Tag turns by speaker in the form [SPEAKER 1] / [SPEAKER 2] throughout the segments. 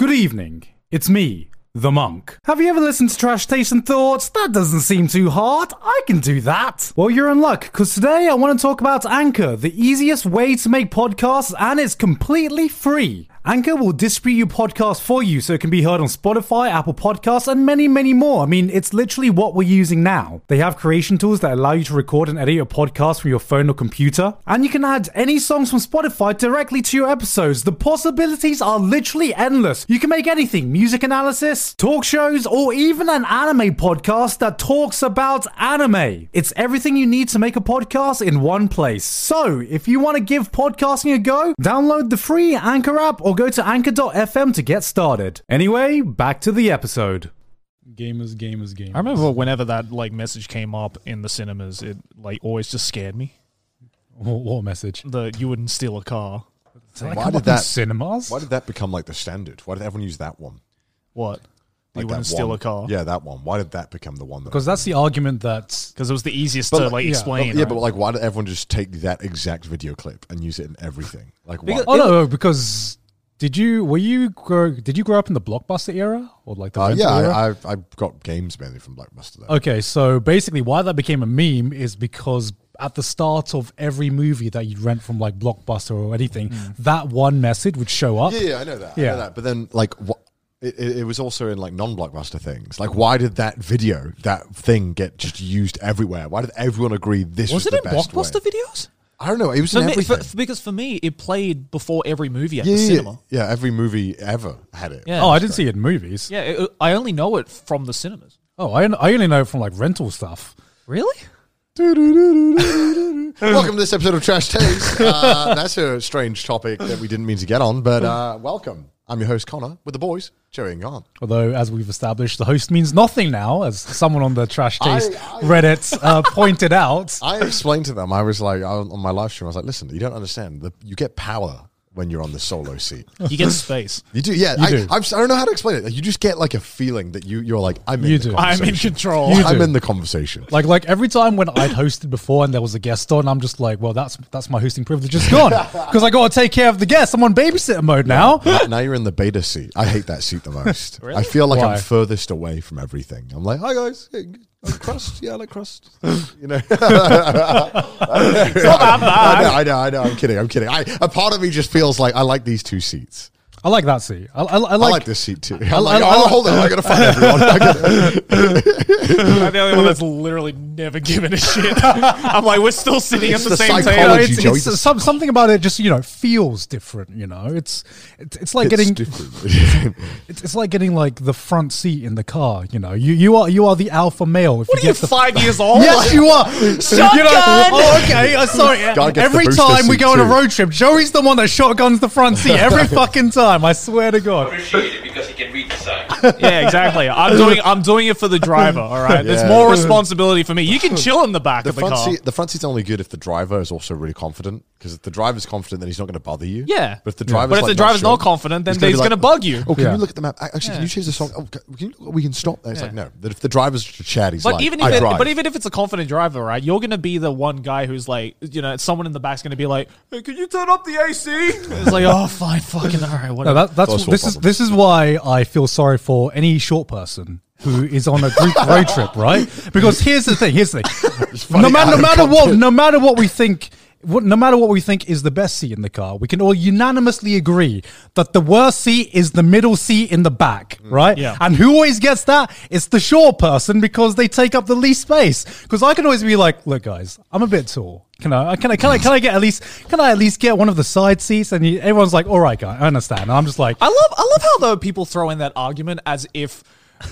[SPEAKER 1] Good evening. It's me, the monk. Have you ever listened to Trash Taste and thought, that doesn't seem too hard? I can do that. Well, you're in luck, because today I want to talk about Anchor, the easiest way to make podcasts, and it's completely free. Anchor will distribute your podcast for you so it can be heard on Spotify, Apple Podcasts, and many, many more. I mean, it's literally what we're using now. They have creation tools that allow you to record and edit your podcast from your phone or computer, and you can add any songs from Spotify directly to your episodes. The possibilities are literally endless. You can make anything music analysis, talk shows, or even an anime podcast that talks about anime. It's everything you need to make a podcast in one place. So, if you want to give podcasting a go, download the free Anchor app or go to anchor.fm to get started. Anyway, back to the episode.
[SPEAKER 2] Gamers, gamers, gamers.
[SPEAKER 3] I remember whenever that like message came up in the cinemas, it like always just scared me.
[SPEAKER 2] What, what message?
[SPEAKER 3] That you wouldn't steal a car.
[SPEAKER 2] Did I
[SPEAKER 4] Why
[SPEAKER 2] come
[SPEAKER 4] did
[SPEAKER 2] up in
[SPEAKER 4] that-
[SPEAKER 2] cinemas?
[SPEAKER 4] Why did that become like the standard? Why did everyone use that one?
[SPEAKER 3] What? you
[SPEAKER 4] Like that
[SPEAKER 3] wouldn't steal
[SPEAKER 4] one.
[SPEAKER 3] a car.
[SPEAKER 4] Yeah, that one. Why did that become the one? That
[SPEAKER 2] Because that's the argument that
[SPEAKER 3] Because it was the easiest
[SPEAKER 4] But
[SPEAKER 3] to
[SPEAKER 4] like-
[SPEAKER 3] like
[SPEAKER 2] yeah.
[SPEAKER 3] explain.
[SPEAKER 4] yeah,
[SPEAKER 3] right?
[SPEAKER 4] but like, why did everyone just take that exact video clip and use it in everything? Like, why?
[SPEAKER 2] Oh no, because did you were you grow, did you grow up in the blockbuster era or like the
[SPEAKER 4] Uh,
[SPEAKER 2] rental
[SPEAKER 4] yeah,
[SPEAKER 2] era?
[SPEAKER 4] I, I I got games mainly from Blockbuster. Though.
[SPEAKER 2] okay, so basically, why that became a meme is because at the start of every movie that you'd rent from like blockbuster or anything, that one message would show up.
[SPEAKER 4] Yeah, yeah, I know that. I
[SPEAKER 2] Yeah.
[SPEAKER 4] know that. But then, like, what? It, it it was also in like non-blockbuster things. Like, why did that video, that thing, get just used everywhere? Why did everyone agree this was,
[SPEAKER 3] was it
[SPEAKER 4] the
[SPEAKER 3] in
[SPEAKER 4] best
[SPEAKER 3] blockbuster
[SPEAKER 4] way?
[SPEAKER 3] videos?
[SPEAKER 4] I don't know. It was
[SPEAKER 3] For
[SPEAKER 4] in
[SPEAKER 3] me, for-
[SPEAKER 4] everything.
[SPEAKER 3] because for me, it played before every movie at
[SPEAKER 4] yeah,
[SPEAKER 3] the
[SPEAKER 4] yeah, yeah,
[SPEAKER 3] cinema.
[SPEAKER 4] yeah, every movie ever had it.
[SPEAKER 3] Yeah.
[SPEAKER 2] Oh, I didn't see it in movies.
[SPEAKER 3] Yeah, it, I only know it from the cinemas.
[SPEAKER 2] Oh, I, on- I only know it from like rental stuff.
[SPEAKER 3] Really?
[SPEAKER 4] Welcome to this episode of Trash Taste. Uh, that's a strange topic that we didn't mean to get on, but uh, welcome. I'm your host Connor with the boys, Jerry and Garn.
[SPEAKER 2] Although, as we've established, the host means nothing now, as someone on the Trash
[SPEAKER 4] I-
[SPEAKER 2] Taste
[SPEAKER 4] I-
[SPEAKER 2] Reddit uh, pointed out.
[SPEAKER 4] I explained to them. I was like on on my live stream. I was like, listen, you don't understand. The, you get power when you're on the solo seat.
[SPEAKER 3] You get space.
[SPEAKER 4] You do, yeah.
[SPEAKER 2] You
[SPEAKER 4] I,
[SPEAKER 2] do.
[SPEAKER 4] I'm, I don't know how to explain it. You just get like a feeling that you you're like I'm in
[SPEAKER 2] You
[SPEAKER 4] the
[SPEAKER 2] do.
[SPEAKER 3] I'm in
[SPEAKER 4] conversation.
[SPEAKER 3] control.
[SPEAKER 2] You
[SPEAKER 4] I'm
[SPEAKER 2] do.
[SPEAKER 4] in the conversation.
[SPEAKER 2] Like like every time when I'd hosted before and there was a guest on, I'm just like, well, that's that's my hosting privilege is gone because I got to take care of the guest. I'm on babysitter mode now.
[SPEAKER 4] Now- now you're in the beta seat. I hate that seat the most. I feel like
[SPEAKER 2] Why?
[SPEAKER 4] I'm furthest away from everything. I'm like, hi guys, Hey, I like crust. Yeah, I like crust. You know, I know, I know, I know. I'm kidding. I'm kidding. I, a part of me just feels like I like these two seats.
[SPEAKER 2] I like that seat. I, I, I
[SPEAKER 4] I
[SPEAKER 2] like,
[SPEAKER 4] like this seat too. I'm like,
[SPEAKER 2] I-
[SPEAKER 4] oh, hold on, I gotta find everyone. I gotta-
[SPEAKER 3] I'm the only one that's literally never given a shit. I'm like, we're still sitting
[SPEAKER 4] It's
[SPEAKER 3] at the,
[SPEAKER 4] the
[SPEAKER 3] same
[SPEAKER 2] You know,
[SPEAKER 4] psychology.
[SPEAKER 3] table.
[SPEAKER 2] it's,
[SPEAKER 4] Joey.
[SPEAKER 2] it's some, something about it just you know feels different. You know, it's it's, it's like
[SPEAKER 4] it's
[SPEAKER 2] getting
[SPEAKER 4] different.
[SPEAKER 2] it's, it's like getting like the front seat in the car. You know, you you are you are the alpha male. If
[SPEAKER 3] What are
[SPEAKER 2] you
[SPEAKER 3] you,
[SPEAKER 2] get the
[SPEAKER 3] five years old?
[SPEAKER 2] Yes, you are. You know- oh, okay.
[SPEAKER 3] uh,
[SPEAKER 2] I'm sorry.
[SPEAKER 4] Guy gets
[SPEAKER 2] Every
[SPEAKER 4] the booster
[SPEAKER 2] time we
[SPEAKER 4] seat
[SPEAKER 2] go on a
[SPEAKER 4] too.
[SPEAKER 2] road trip, Joey's the one that shotguns the front seat every fucking time. I swear to God.
[SPEAKER 5] appreciate it because he can read the signs.
[SPEAKER 3] Yeah, exactly. I'm doing I'm doing it for the driver. All right, there's
[SPEAKER 4] Yeah.
[SPEAKER 3] more responsibility for me. You can chill in the back
[SPEAKER 4] the
[SPEAKER 3] of the
[SPEAKER 4] front
[SPEAKER 3] car.
[SPEAKER 4] seat. The front seat's only good if the driver is also really confident. Because if the driver's confident, then he's not going to bother you.
[SPEAKER 3] Yeah.
[SPEAKER 4] But if the
[SPEAKER 3] Yeah.
[SPEAKER 4] driver's,
[SPEAKER 3] But if
[SPEAKER 4] like,
[SPEAKER 3] the driver's
[SPEAKER 4] sure,
[SPEAKER 3] not confident, then
[SPEAKER 4] be
[SPEAKER 3] he's gonna bug you.
[SPEAKER 4] Oh, can
[SPEAKER 2] Yeah.
[SPEAKER 4] you look at the map? Actually, can you change the song? Oh, ca- can you, we can stop. there. It's like
[SPEAKER 3] Yeah.
[SPEAKER 4] no. That if the driver's chatty, he's
[SPEAKER 3] but
[SPEAKER 4] like,
[SPEAKER 3] even
[SPEAKER 4] I
[SPEAKER 3] if it,
[SPEAKER 4] drive.
[SPEAKER 3] but even if it's a confident driver, right? You're gonna be the one guy who's like, you know, someone in the back's gonna be like, hey, "Can you turn up the AC?" It's like, oh, fine, fucking all right,
[SPEAKER 2] No,
[SPEAKER 3] whatever.
[SPEAKER 2] that, that's
[SPEAKER 4] First world
[SPEAKER 2] this is
[SPEAKER 4] problem.
[SPEAKER 2] this is why I feel sorry for any short person who is on a group road trip, right? Because here's the thing. Here's the thing.
[SPEAKER 4] funny
[SPEAKER 2] No matter
[SPEAKER 4] how
[SPEAKER 2] no matter what
[SPEAKER 4] content-
[SPEAKER 2] no matter what we think what, no matter what we think is the best seat in the car, we can all unanimously agree that the worst seat is the middle seat in the back, right?
[SPEAKER 6] Mm. Yeah.
[SPEAKER 2] And who always gets that? It's the short person because they take up the least space. Because I can always be like, look, guys, I'm a bit tall. Can I? Can I? Can I? Can I get at least? Can I at least get one of the side seats? And you, everyone's like, all right, guy, I understand. And I'm just like,
[SPEAKER 6] I love I love how though people throw in that argument as if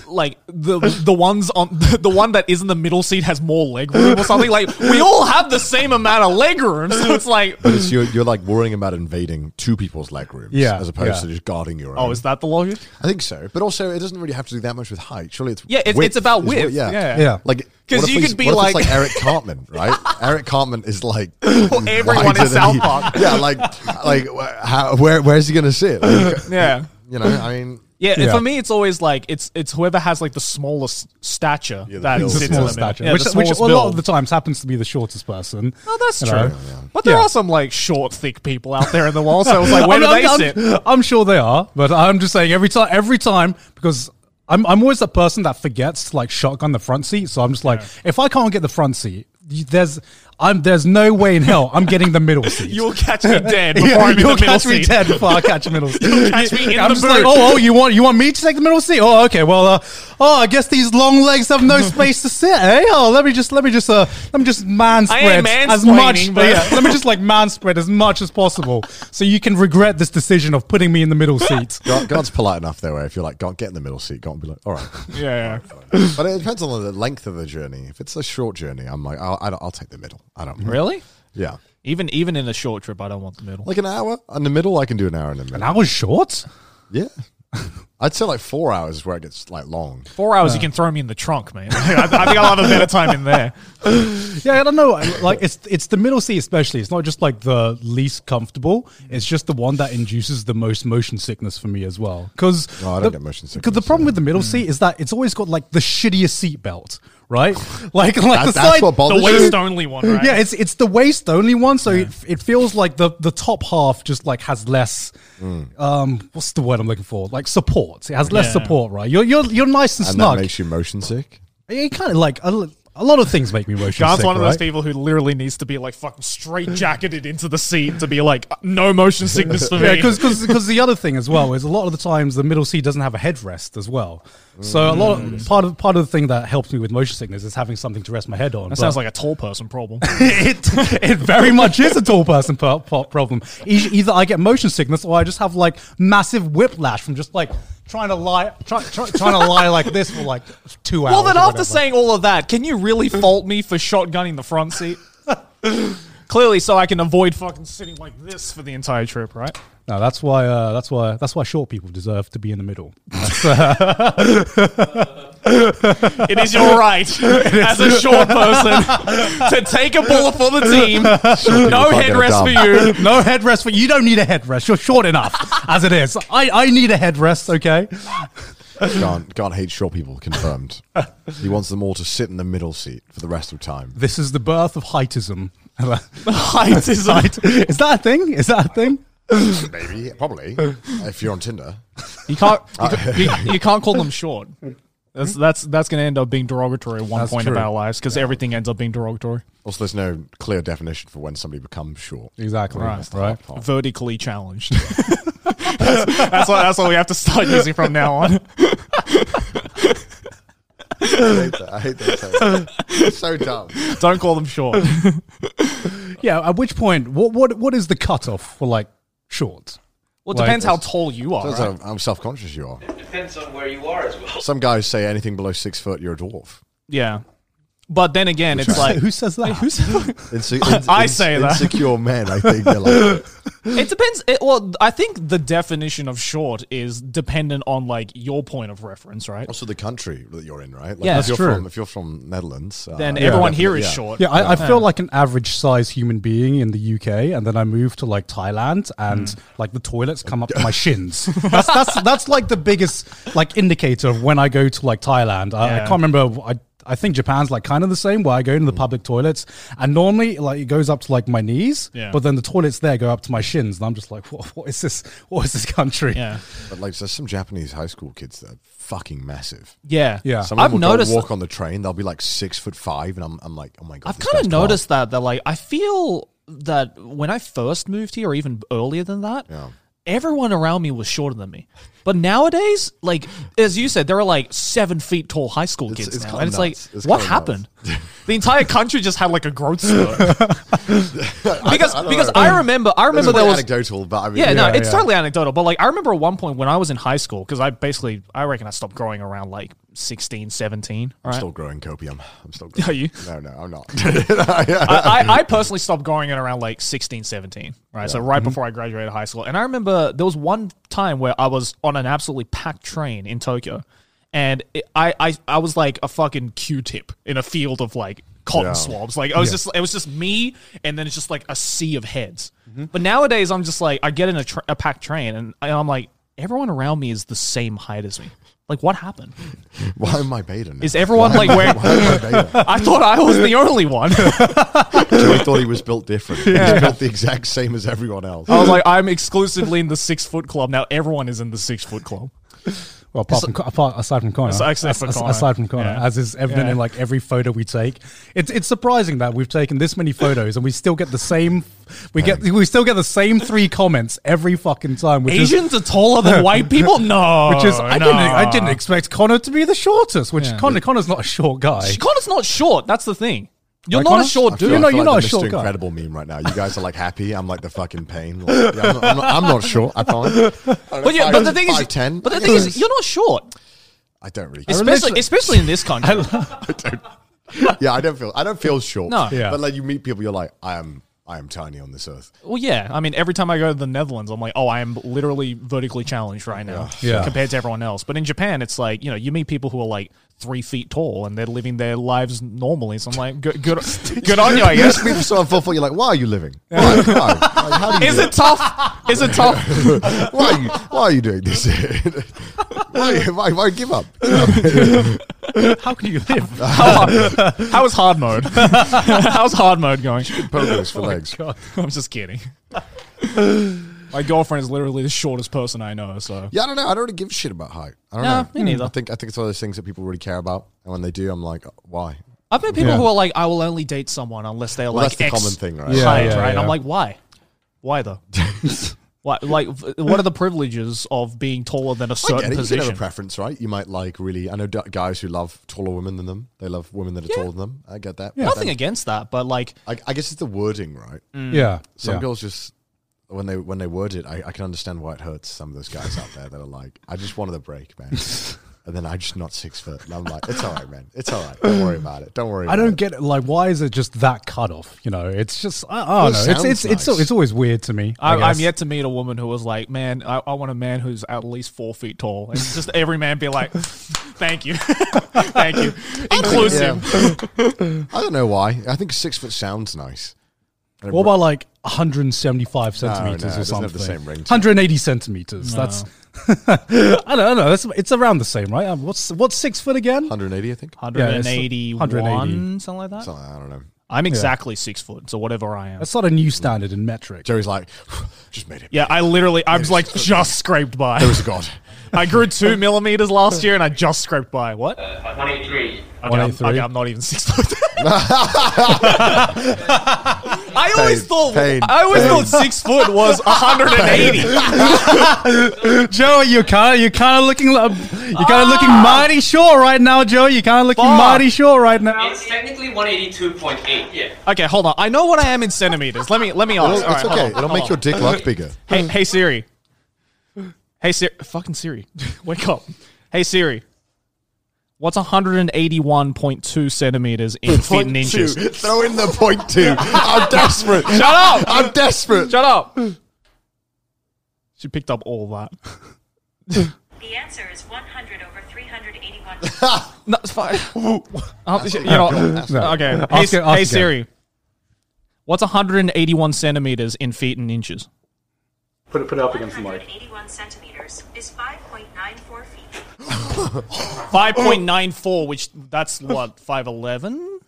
[SPEAKER 6] like the the ones on the one that is in the middle seat has more leg room or something. Like we all have the same amount of leg room, so it's like
[SPEAKER 4] But it's, you're, you're like worrying about invading two people's legrooms,
[SPEAKER 2] Yeah,
[SPEAKER 4] as opposed
[SPEAKER 2] yeah.
[SPEAKER 4] to just guarding your own.
[SPEAKER 6] Oh, is that the logic?
[SPEAKER 4] I think so. But also, it doesn't really have to do that much with height. Surely it's
[SPEAKER 6] Yeah, it's-
[SPEAKER 4] width
[SPEAKER 6] it's about
[SPEAKER 4] is what-
[SPEAKER 6] width.
[SPEAKER 4] yeah,
[SPEAKER 6] Yeah.
[SPEAKER 2] Yeah.
[SPEAKER 4] Like
[SPEAKER 6] 'Cause
[SPEAKER 4] what if
[SPEAKER 6] you
[SPEAKER 4] it's-
[SPEAKER 6] could be
[SPEAKER 4] what if it's
[SPEAKER 6] like-
[SPEAKER 4] like Eric Cartman, right? Eric Cartman is like
[SPEAKER 6] everyone in
[SPEAKER 4] wider than
[SPEAKER 6] South
[SPEAKER 4] he-
[SPEAKER 6] Park.
[SPEAKER 4] Yeah, like like wh- how, where where is he going to sit? Like,
[SPEAKER 6] Yeah.
[SPEAKER 4] you know, I mean,
[SPEAKER 6] Yeah, and
[SPEAKER 2] Yeah.
[SPEAKER 6] for me, it's always like it's it's whoever has like the smallest stature
[SPEAKER 4] the
[SPEAKER 6] that
[SPEAKER 4] build.
[SPEAKER 6] sits
[SPEAKER 4] The
[SPEAKER 6] in
[SPEAKER 2] smallest
[SPEAKER 6] the middle.
[SPEAKER 2] stature,
[SPEAKER 6] Yeah,
[SPEAKER 2] which,
[SPEAKER 6] the
[SPEAKER 2] which
[SPEAKER 6] smallest
[SPEAKER 2] a lot
[SPEAKER 6] build.
[SPEAKER 2] of the times happens to be the shortest person.
[SPEAKER 6] Oh, that's
[SPEAKER 2] You
[SPEAKER 6] true.
[SPEAKER 2] know?
[SPEAKER 6] But there
[SPEAKER 2] Yeah.
[SPEAKER 6] are some like short, thick people out there in the world. So it's like, where do
[SPEAKER 2] I'm,
[SPEAKER 6] they
[SPEAKER 2] I'm-
[SPEAKER 6] sit?
[SPEAKER 2] I'm, I'm sure they are, but I'm just saying every time, every time because I'm I'm always the person that forgets to, like shotgun the front seat. So I'm just like, if I can't get the front seat, you- there's I'm there's no way in hell I'm getting the middle seat.
[SPEAKER 6] You'll catch me dead before I'm in the
[SPEAKER 2] you'll
[SPEAKER 6] middle
[SPEAKER 2] catch me
[SPEAKER 6] seat.
[SPEAKER 2] dead before I catch middle seat.
[SPEAKER 6] catch me in
[SPEAKER 2] I'm
[SPEAKER 6] the
[SPEAKER 2] just like,
[SPEAKER 6] boot.
[SPEAKER 2] oh, oh, you want you want me to take the middle seat? Oh, okay. Well, uh, oh, I guess these long legs have no space to sit. Eh? Oh, let me just let me just uh, let me just manspread as much.
[SPEAKER 6] mansplaining, but-
[SPEAKER 2] yeah, let me just like manspread as much as possible, so you can regret this decision of putting me in the middle seat.
[SPEAKER 4] God, God's polite enough though. Where if you're like, God, get in the middle seat. God, be like, all right.
[SPEAKER 6] Yeah.
[SPEAKER 4] But it depends on the length of the journey. If it's a short journey, I'm like, I'll, I don't, I'll take the middle. I don't
[SPEAKER 6] Really?
[SPEAKER 4] Yeah,
[SPEAKER 6] Even even in a short trip, I don't want the middle.
[SPEAKER 4] like an hour in the middle. I can do an hour in the middle.
[SPEAKER 2] And I was short.
[SPEAKER 4] Yeah. I'd say like four hours is where it gets like long.
[SPEAKER 6] Four hours, you can throw me in the trunk, man. I, I think I'll have a better time in there.
[SPEAKER 2] Yeah, I don't know. Like it's it's the middle seat especially. It's not just like the least comfortable. It's just the one that induces the most motion sickness for me as well. Because
[SPEAKER 4] No, I don't get motion
[SPEAKER 2] Because the
[SPEAKER 4] sickness,
[SPEAKER 2] problem
[SPEAKER 4] yeah.
[SPEAKER 2] with the middle seat is that it's always got like the shittiest seat belt, right? Like like the
[SPEAKER 4] That- that's
[SPEAKER 2] side.
[SPEAKER 4] what bothers
[SPEAKER 6] The
[SPEAKER 4] you?
[SPEAKER 6] waist only one, right?
[SPEAKER 2] yeah, it's it's the waist only one, so it, it feels like the the top half just like has less.
[SPEAKER 4] Hmm.
[SPEAKER 2] Um, what's the word I'm looking for? Like support. It has less
[SPEAKER 6] Yeah.
[SPEAKER 2] support, right? You're you're you're nice and,
[SPEAKER 4] And
[SPEAKER 2] snug.
[SPEAKER 4] that makes you motion sick.
[SPEAKER 2] it kind of like a, l- a lot of things make me motion
[SPEAKER 6] John's
[SPEAKER 2] sick.
[SPEAKER 6] one of
[SPEAKER 2] right?
[SPEAKER 6] those people who literally needs to be like fucking straight jacketed into the seat to be like no motion sickness for me.
[SPEAKER 2] Yeah, because because the other thing as well is a lot of the times the middle seat doesn't have a headrest as well. So a lot of,
[SPEAKER 6] Mm.
[SPEAKER 2] part of part of the thing that helps me with motion sickness is having something to rest my head on.
[SPEAKER 6] that sounds like a tall person problem.
[SPEAKER 2] it, it very much is a tall person pro- pro- problem. E- Either I get motion sickness or I just have like massive whiplash from just like trying to lie try, try, trying to lie like this for like two hours.
[SPEAKER 6] well, then
[SPEAKER 2] or
[SPEAKER 6] after
[SPEAKER 2] whatever.
[SPEAKER 6] saying all of that, can you really fault me for shotgunning the front seat? Clearly, so I can avoid fucking sitting like this for the entire trip, right?
[SPEAKER 2] no, that's why uh, that's why that's why short people deserve to be in the middle.
[SPEAKER 6] It is your right as a short person to take a bullet for the team. No
[SPEAKER 4] can't get a
[SPEAKER 6] headrest
[SPEAKER 4] dime.
[SPEAKER 6] for you.
[SPEAKER 2] No headrest for you. Don't need a headrest. You're short enough as it is. I, I need a headrest. Okay.
[SPEAKER 4] Can't, can't hate short people, confirmed. he wants them all to sit in the middle seat for the rest of time.
[SPEAKER 2] This is the birth of heightism.
[SPEAKER 6] Height is height.
[SPEAKER 2] is that a thing? Is that a thing?
[SPEAKER 4] Maybe, probably, if you're on Tinder.
[SPEAKER 6] You can't. You, ca- you, you can't call them short. That's that's that's going to end up being derogatory at one
[SPEAKER 4] That's
[SPEAKER 6] point
[SPEAKER 4] true.
[SPEAKER 6] of our lives because everything ends up being derogatory.
[SPEAKER 4] Also, there's no clear definition for when somebody becomes short.
[SPEAKER 2] Exactly.
[SPEAKER 6] Right.
[SPEAKER 2] Right.
[SPEAKER 6] Vertically challenged. that's, that's what that's what we have to start using from now on.
[SPEAKER 4] I hate that. I hate that. so much. It's so dumb.
[SPEAKER 6] Don't call them short.
[SPEAKER 2] Yeah. At which point, what what what is the cutoff for like short?
[SPEAKER 6] Well, it
[SPEAKER 2] Like-
[SPEAKER 6] depends how tall you are.
[SPEAKER 4] That's
[SPEAKER 6] right?
[SPEAKER 4] how, how self conscious you are.
[SPEAKER 5] Depends on where you are as well.
[SPEAKER 4] Some guys say anything below six foot, you're a dwarf.
[SPEAKER 6] Yeah. But then again, it's like
[SPEAKER 2] Who says that?
[SPEAKER 6] who's
[SPEAKER 4] Inse- ins-
[SPEAKER 6] I
[SPEAKER 4] ins-
[SPEAKER 6] say that.
[SPEAKER 4] Insecure men, I think they're like,
[SPEAKER 6] It depends. It, well, I think the definition of short is dependent on like your point of reference, right?
[SPEAKER 4] Also, the country that you're in, right? Like,
[SPEAKER 6] Yeah,
[SPEAKER 4] if
[SPEAKER 6] that's
[SPEAKER 4] you're
[SPEAKER 2] true.
[SPEAKER 4] From, if you're from Netherlands, uh,
[SPEAKER 6] Then
[SPEAKER 4] yeah,
[SPEAKER 6] everyone here
[SPEAKER 4] definitely,
[SPEAKER 6] is
[SPEAKER 4] yeah.
[SPEAKER 6] short.
[SPEAKER 2] Yeah, I, I feel like an average size human being in the UK, and then I moved to like Thailand, and
[SPEAKER 6] Mm.
[SPEAKER 2] like the toilets come up to my shins. That's that's that's like the biggest like indicator of when I go to like Thailand. I, I
[SPEAKER 6] Yeah.
[SPEAKER 2] can't remember. I I think Japan's like kind of the same, where I go into
[SPEAKER 6] Mm.
[SPEAKER 2] the public toilets, and normally like it goes up to like my knees,
[SPEAKER 6] Yeah.
[SPEAKER 2] but then the toilets there go up to my shins, and I'm just like, what, what is this? What is this country?
[SPEAKER 6] Yeah.
[SPEAKER 4] But like, there's some Japanese high school kids that are fucking massive.
[SPEAKER 6] Yeah.
[SPEAKER 2] Yeah.
[SPEAKER 4] Some of
[SPEAKER 6] I've
[SPEAKER 4] them will go
[SPEAKER 6] noticed-
[SPEAKER 4] walk on the train; they'll be like six foot five, and I'm, I'm like, oh my god.
[SPEAKER 6] I've
[SPEAKER 4] this
[SPEAKER 6] kind
[SPEAKER 4] guy's
[SPEAKER 6] of noticed that that like I feel that when I first moved here, or even earlier than that,
[SPEAKER 4] Yeah.
[SPEAKER 6] everyone around me was shorter than me. But nowadays, like as you said, there are like seven feet tall high school
[SPEAKER 4] It's-
[SPEAKER 6] kids
[SPEAKER 4] it's
[SPEAKER 6] now,
[SPEAKER 4] kinda
[SPEAKER 6] and it's like,
[SPEAKER 4] nuts. It's
[SPEAKER 6] what
[SPEAKER 4] kinda
[SPEAKER 6] happened? the entire country just had like a growth spurt because
[SPEAKER 4] I don't
[SPEAKER 6] because
[SPEAKER 4] know.
[SPEAKER 6] I remember I remember
[SPEAKER 4] It's
[SPEAKER 6] there was
[SPEAKER 4] anecdotal, but I mean,
[SPEAKER 6] yeah, no, it's
[SPEAKER 2] yeah.
[SPEAKER 6] totally anecdotal. But like, I remember at one point when I was in high school, because I basically, I reckon I stopped growing around like 16, 17. All
[SPEAKER 4] I'm
[SPEAKER 6] right.
[SPEAKER 4] still growing copium. I'm still. Growing.
[SPEAKER 6] Are you?
[SPEAKER 4] No, no, I'm not. Yeah.
[SPEAKER 6] I, I, I personally stopped growing at around like 16, 17, right? So right
[SPEAKER 4] Mm-hmm.
[SPEAKER 6] before I graduated high school. And I remember there was one time where I was on an absolutely packed train in Tokyo. And it, I, I, I was like a fucking Q-tip in a field of like cotton
[SPEAKER 4] Yeah.
[SPEAKER 6] swabs. Like I was just, it was just me, and then it's just like a sea of heads.
[SPEAKER 4] Mm-hmm.
[SPEAKER 6] But nowadays, I'm just like, I get in a, tra- a packed train, and I- I'm like, everyone around me is the same height as me. Like, what happened?
[SPEAKER 4] Why am I beta? Now?
[SPEAKER 6] Is everyone like
[SPEAKER 4] Why
[SPEAKER 6] wearing?
[SPEAKER 4] am I beta?
[SPEAKER 6] I thought I was the only one.
[SPEAKER 4] I thought he was built different. He was built the exact same as everyone else.
[SPEAKER 6] I was like, I'm exclusively in the six foot club. Now everyone is in the six foot club.
[SPEAKER 2] Well, apart from, apart, aside from Connor,
[SPEAKER 6] Aside- except
[SPEAKER 2] as-
[SPEAKER 6] for
[SPEAKER 2] as-
[SPEAKER 6] Connor.
[SPEAKER 2] aside from Connor,
[SPEAKER 6] Yeah.
[SPEAKER 2] as is evident
[SPEAKER 6] Yeah.
[SPEAKER 2] in like every photo we take, it's it's surprising that we've taken this many photos and we still get the same, we get we still get the same three comments every fucking time, which is
[SPEAKER 6] Asians are taller than white people? No.
[SPEAKER 2] which is I
[SPEAKER 6] no.
[SPEAKER 2] didn't I didn't expect Connor to be the shortest, which Connor Connor's not a short guy.
[SPEAKER 6] Connor's not short. That's the thing. You're
[SPEAKER 2] Like
[SPEAKER 6] not
[SPEAKER 2] Connor?
[SPEAKER 6] a short
[SPEAKER 2] I feel
[SPEAKER 6] dude.
[SPEAKER 2] You're not-
[SPEAKER 4] I feel
[SPEAKER 2] you're
[SPEAKER 4] like
[SPEAKER 2] not
[SPEAKER 4] the
[SPEAKER 2] a short
[SPEAKER 4] Mr.
[SPEAKER 2] guy.
[SPEAKER 4] Incredible meme right now. You guys are like happy. I'm like the fucking pain. Like, yeah, I'm, not, I'm, not, I'm not short. I can't.
[SPEAKER 6] But, yeah, but the thing is,
[SPEAKER 4] 5'10"?
[SPEAKER 6] but the thing is, you're not short,
[SPEAKER 4] I don't really.
[SPEAKER 6] especially especially in this country.
[SPEAKER 4] yeah, I don't feel. I don't feel short.
[SPEAKER 6] No.
[SPEAKER 2] Yeah.
[SPEAKER 4] But like you meet people, you're like, I am. I am tiny on this earth.
[SPEAKER 6] well, yeah. I mean, every time I go to the Netherlands, I'm like, oh, I am literally vertically challenged right now
[SPEAKER 2] Yeah.
[SPEAKER 6] compared to everyone else. But in Japan, it's like you know, you meet people who are like three feet tall and they're living their lives normally. So I'm like, good, good, good on you, I
[SPEAKER 4] You
[SPEAKER 6] guess.
[SPEAKER 4] just meet someone full foot. You're like, why are you living? Why? Why? Like, how do you
[SPEAKER 6] Is
[SPEAKER 4] do
[SPEAKER 6] it tough? Is it tough?
[SPEAKER 4] why are you why are you doing this? why, why why give up?
[SPEAKER 2] How can you live?
[SPEAKER 6] how, how is hard mode? How's hard mode going?
[SPEAKER 4] Pogos
[SPEAKER 2] Oh
[SPEAKER 4] for legs.
[SPEAKER 6] I'm just kidding. My girlfriend is literally the shortest person I know, so Mm.
[SPEAKER 4] Yeah, I don't know. I don't really give a shit about height. I don't
[SPEAKER 6] No,
[SPEAKER 4] know.
[SPEAKER 6] me neither.
[SPEAKER 4] I think I think it's one of those things that people really care about, and when they do, I'm like, why?
[SPEAKER 6] I've met people
[SPEAKER 2] Yeah.
[SPEAKER 6] who are like, "I will only date someone unless they are
[SPEAKER 4] Well, that's
[SPEAKER 6] like
[SPEAKER 4] the
[SPEAKER 6] X
[SPEAKER 4] common thing, right?
[SPEAKER 2] Yeah,
[SPEAKER 6] height,
[SPEAKER 2] yeah,
[SPEAKER 6] right?" And I'm
[SPEAKER 2] yeah.
[SPEAKER 6] like, "Why? Why though? Why? Like, v- what are the privileges of being taller than a
[SPEAKER 4] I
[SPEAKER 6] certain
[SPEAKER 4] get it. You can have
[SPEAKER 6] position?"
[SPEAKER 4] a preference, right? You might like really. I know d- guys who love taller women than them. They love women that are taller than them. I get that. But
[SPEAKER 6] Nothing
[SPEAKER 4] then-
[SPEAKER 6] against that, but like,
[SPEAKER 4] I, I guess it's the wording, right?
[SPEAKER 2] Yeah,
[SPEAKER 4] Some
[SPEAKER 2] Mm. yeah.
[SPEAKER 4] girls just when they when they word it, I, I can understand why it hurts some of those guys out there that are like, I just wanted a break, man. And then I'm just not six foot. And I'm like, it's all right, man. It's all right. Don't worry about it. Don't worry.
[SPEAKER 2] I
[SPEAKER 4] about
[SPEAKER 2] don't
[SPEAKER 4] it.
[SPEAKER 2] get it. Like, why is it just that cut off? You know, it's just I, I
[SPEAKER 4] Well,
[SPEAKER 2] don't
[SPEAKER 4] it
[SPEAKER 2] know. It's
[SPEAKER 4] sounds
[SPEAKER 2] it's it's,
[SPEAKER 4] nice.
[SPEAKER 2] it's always weird to me.
[SPEAKER 6] I,
[SPEAKER 2] guess.
[SPEAKER 6] I'm yet to meet a woman who was like, "Man, I, I want a man who's at least four feet tall," and just every man be like, "Thank you, thank you, inclusive."
[SPEAKER 4] Yeah. I don't know why. I think six foot sounds nice. And it
[SPEAKER 2] What
[SPEAKER 4] ro-
[SPEAKER 2] about like 175 centimeters
[SPEAKER 4] no, it
[SPEAKER 2] or
[SPEAKER 4] doesn't
[SPEAKER 2] something?
[SPEAKER 4] have the same ring to it.
[SPEAKER 2] 180 centimeters. That's I don't know. That's, it's around the same, right? Um, What's what's six foot again?
[SPEAKER 4] 180? I think.
[SPEAKER 2] Yeah, it's
[SPEAKER 6] 181,
[SPEAKER 2] 180.
[SPEAKER 6] something like that.
[SPEAKER 4] Something, I don't know.
[SPEAKER 6] I'm exactly six foot, so whatever I am.
[SPEAKER 2] That's not a new standard in metric.
[SPEAKER 4] Jerry's like, just made it.
[SPEAKER 6] yeah, I literally, I was like just scraped by.
[SPEAKER 4] Praise God.
[SPEAKER 6] I grew two millimeters last year, and I just scraped by. What? Okay,
[SPEAKER 5] Uh, 183.
[SPEAKER 6] I'm,
[SPEAKER 2] 183.
[SPEAKER 6] okay, I'm not even six foot. I always
[SPEAKER 4] Pain,
[SPEAKER 6] thought
[SPEAKER 4] pain,
[SPEAKER 6] I always
[SPEAKER 4] pain.
[SPEAKER 6] thought six foot was 180.
[SPEAKER 2] Joe, you're kind of you're kind of looking lo- you're kind of looking
[SPEAKER 3] Ah!
[SPEAKER 2] mighty sure right now, Joe. You're kind of looking
[SPEAKER 6] Fuck.
[SPEAKER 2] mighty sure right now.
[SPEAKER 5] Uh, It's technically 182.8. Yeah.
[SPEAKER 6] okay, hold on. I know what I am in centimeters. Let me let me ask.
[SPEAKER 4] It's
[SPEAKER 6] All right, hold
[SPEAKER 4] okay.
[SPEAKER 6] on,
[SPEAKER 4] It'll
[SPEAKER 6] hold
[SPEAKER 4] make
[SPEAKER 6] on.
[SPEAKER 4] your dick look bigger.
[SPEAKER 6] Hey, hey Siri. Hey Siri, fucking Siri, wake up. Hey Siri, what's 181.2 centimeters in feet
[SPEAKER 4] Point
[SPEAKER 6] and
[SPEAKER 4] two.
[SPEAKER 6] inches? Shut
[SPEAKER 4] Throw in the point two. I'm desperate.
[SPEAKER 6] up!
[SPEAKER 4] I'm desperate.
[SPEAKER 6] Shut up! She picked up all that.
[SPEAKER 1] The answer is 100 over 381.
[SPEAKER 6] No, it's fine.
[SPEAKER 3] Oh,
[SPEAKER 6] Um, you know, okay. Hey,
[SPEAKER 2] Ask it- ask
[SPEAKER 6] hey
[SPEAKER 2] again.
[SPEAKER 6] Siri, what's 181 centimeters in feet and inches?
[SPEAKER 7] Put it, put it up against the mic.
[SPEAKER 1] 181 centimeters is 5.94 feet.
[SPEAKER 6] 5.94, which that's what 511,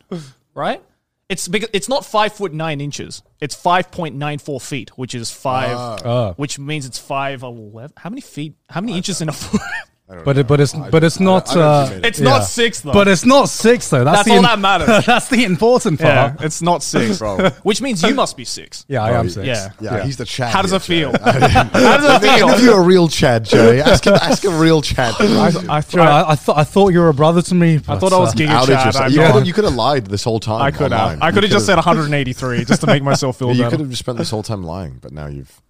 [SPEAKER 6] right? It's because it's not five foot nine inches. It's 5.94 feet,
[SPEAKER 2] Ah.
[SPEAKER 3] Ah.
[SPEAKER 6] which is five, which means it's 511. How many feet? How many inches in a foot?
[SPEAKER 4] don't
[SPEAKER 2] But
[SPEAKER 4] know.
[SPEAKER 2] it, but it's
[SPEAKER 4] I-
[SPEAKER 2] but it's
[SPEAKER 4] I-
[SPEAKER 2] not.
[SPEAKER 4] I don't
[SPEAKER 2] uh,
[SPEAKER 4] think it is.
[SPEAKER 3] It's not
[SPEAKER 2] yeah.
[SPEAKER 3] six though.
[SPEAKER 2] But it's not six though. That's,
[SPEAKER 3] That's
[SPEAKER 2] the
[SPEAKER 3] all that matters.
[SPEAKER 2] that's the important
[SPEAKER 3] yeah,
[SPEAKER 2] part. Yeah,
[SPEAKER 3] it's not six,
[SPEAKER 4] Bro.
[SPEAKER 3] Which means you must be six.
[SPEAKER 2] I
[SPEAKER 4] Oh,
[SPEAKER 2] am six.
[SPEAKER 3] yeah.
[SPEAKER 4] Yeah, he's the Chad.
[SPEAKER 3] How does
[SPEAKER 4] here,
[SPEAKER 3] it feel?
[SPEAKER 4] Joey.
[SPEAKER 3] How does it
[SPEAKER 4] Ask if
[SPEAKER 3] feel?
[SPEAKER 4] you're a real Chad, Joey. Ask, him, ask a real Chad.
[SPEAKER 3] I, I,
[SPEAKER 2] Joey, I, I thought I thought you were a brother to me.
[SPEAKER 3] I
[SPEAKER 2] but,
[SPEAKER 3] thought I was
[SPEAKER 2] uh,
[SPEAKER 3] Giga
[SPEAKER 4] Outed
[SPEAKER 3] Chad.
[SPEAKER 4] yourself.
[SPEAKER 3] I'm
[SPEAKER 4] You
[SPEAKER 3] not.
[SPEAKER 4] could, you could have lied this whole time.
[SPEAKER 3] I could
[SPEAKER 4] online.
[SPEAKER 3] have. I
[SPEAKER 4] You
[SPEAKER 3] could have just said
[SPEAKER 4] could've-
[SPEAKER 3] 183 just to make myself feel
[SPEAKER 4] You
[SPEAKER 3] better.
[SPEAKER 4] could have spent this whole time lying, but now you've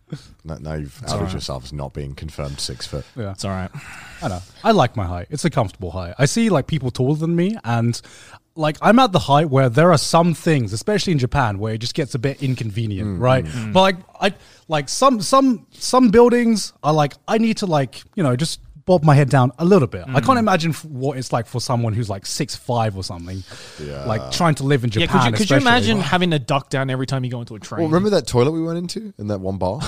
[SPEAKER 4] now- now you've outed yourself as not being confirmed six foot.
[SPEAKER 3] It's all right.
[SPEAKER 2] I know. I like my height. It's a comfortable height. I see like people taller than me and like I'm at the height where there are some things, especially in Japan, where it just gets a bit inconvenient,
[SPEAKER 4] Mm,
[SPEAKER 2] right? But like I like some some some buildings are like I need to like, you know, just bob my head down a little bit. I
[SPEAKER 4] Mm.
[SPEAKER 2] can't imagine f- what it's like for someone who's like six five or something. Like trying to live in
[SPEAKER 3] Yeah,
[SPEAKER 2] Japan.
[SPEAKER 3] could you, could you
[SPEAKER 2] especially.
[SPEAKER 3] imagine having to duck down every time you go into a train?
[SPEAKER 4] Well, remember that toilet we went into in that one bar?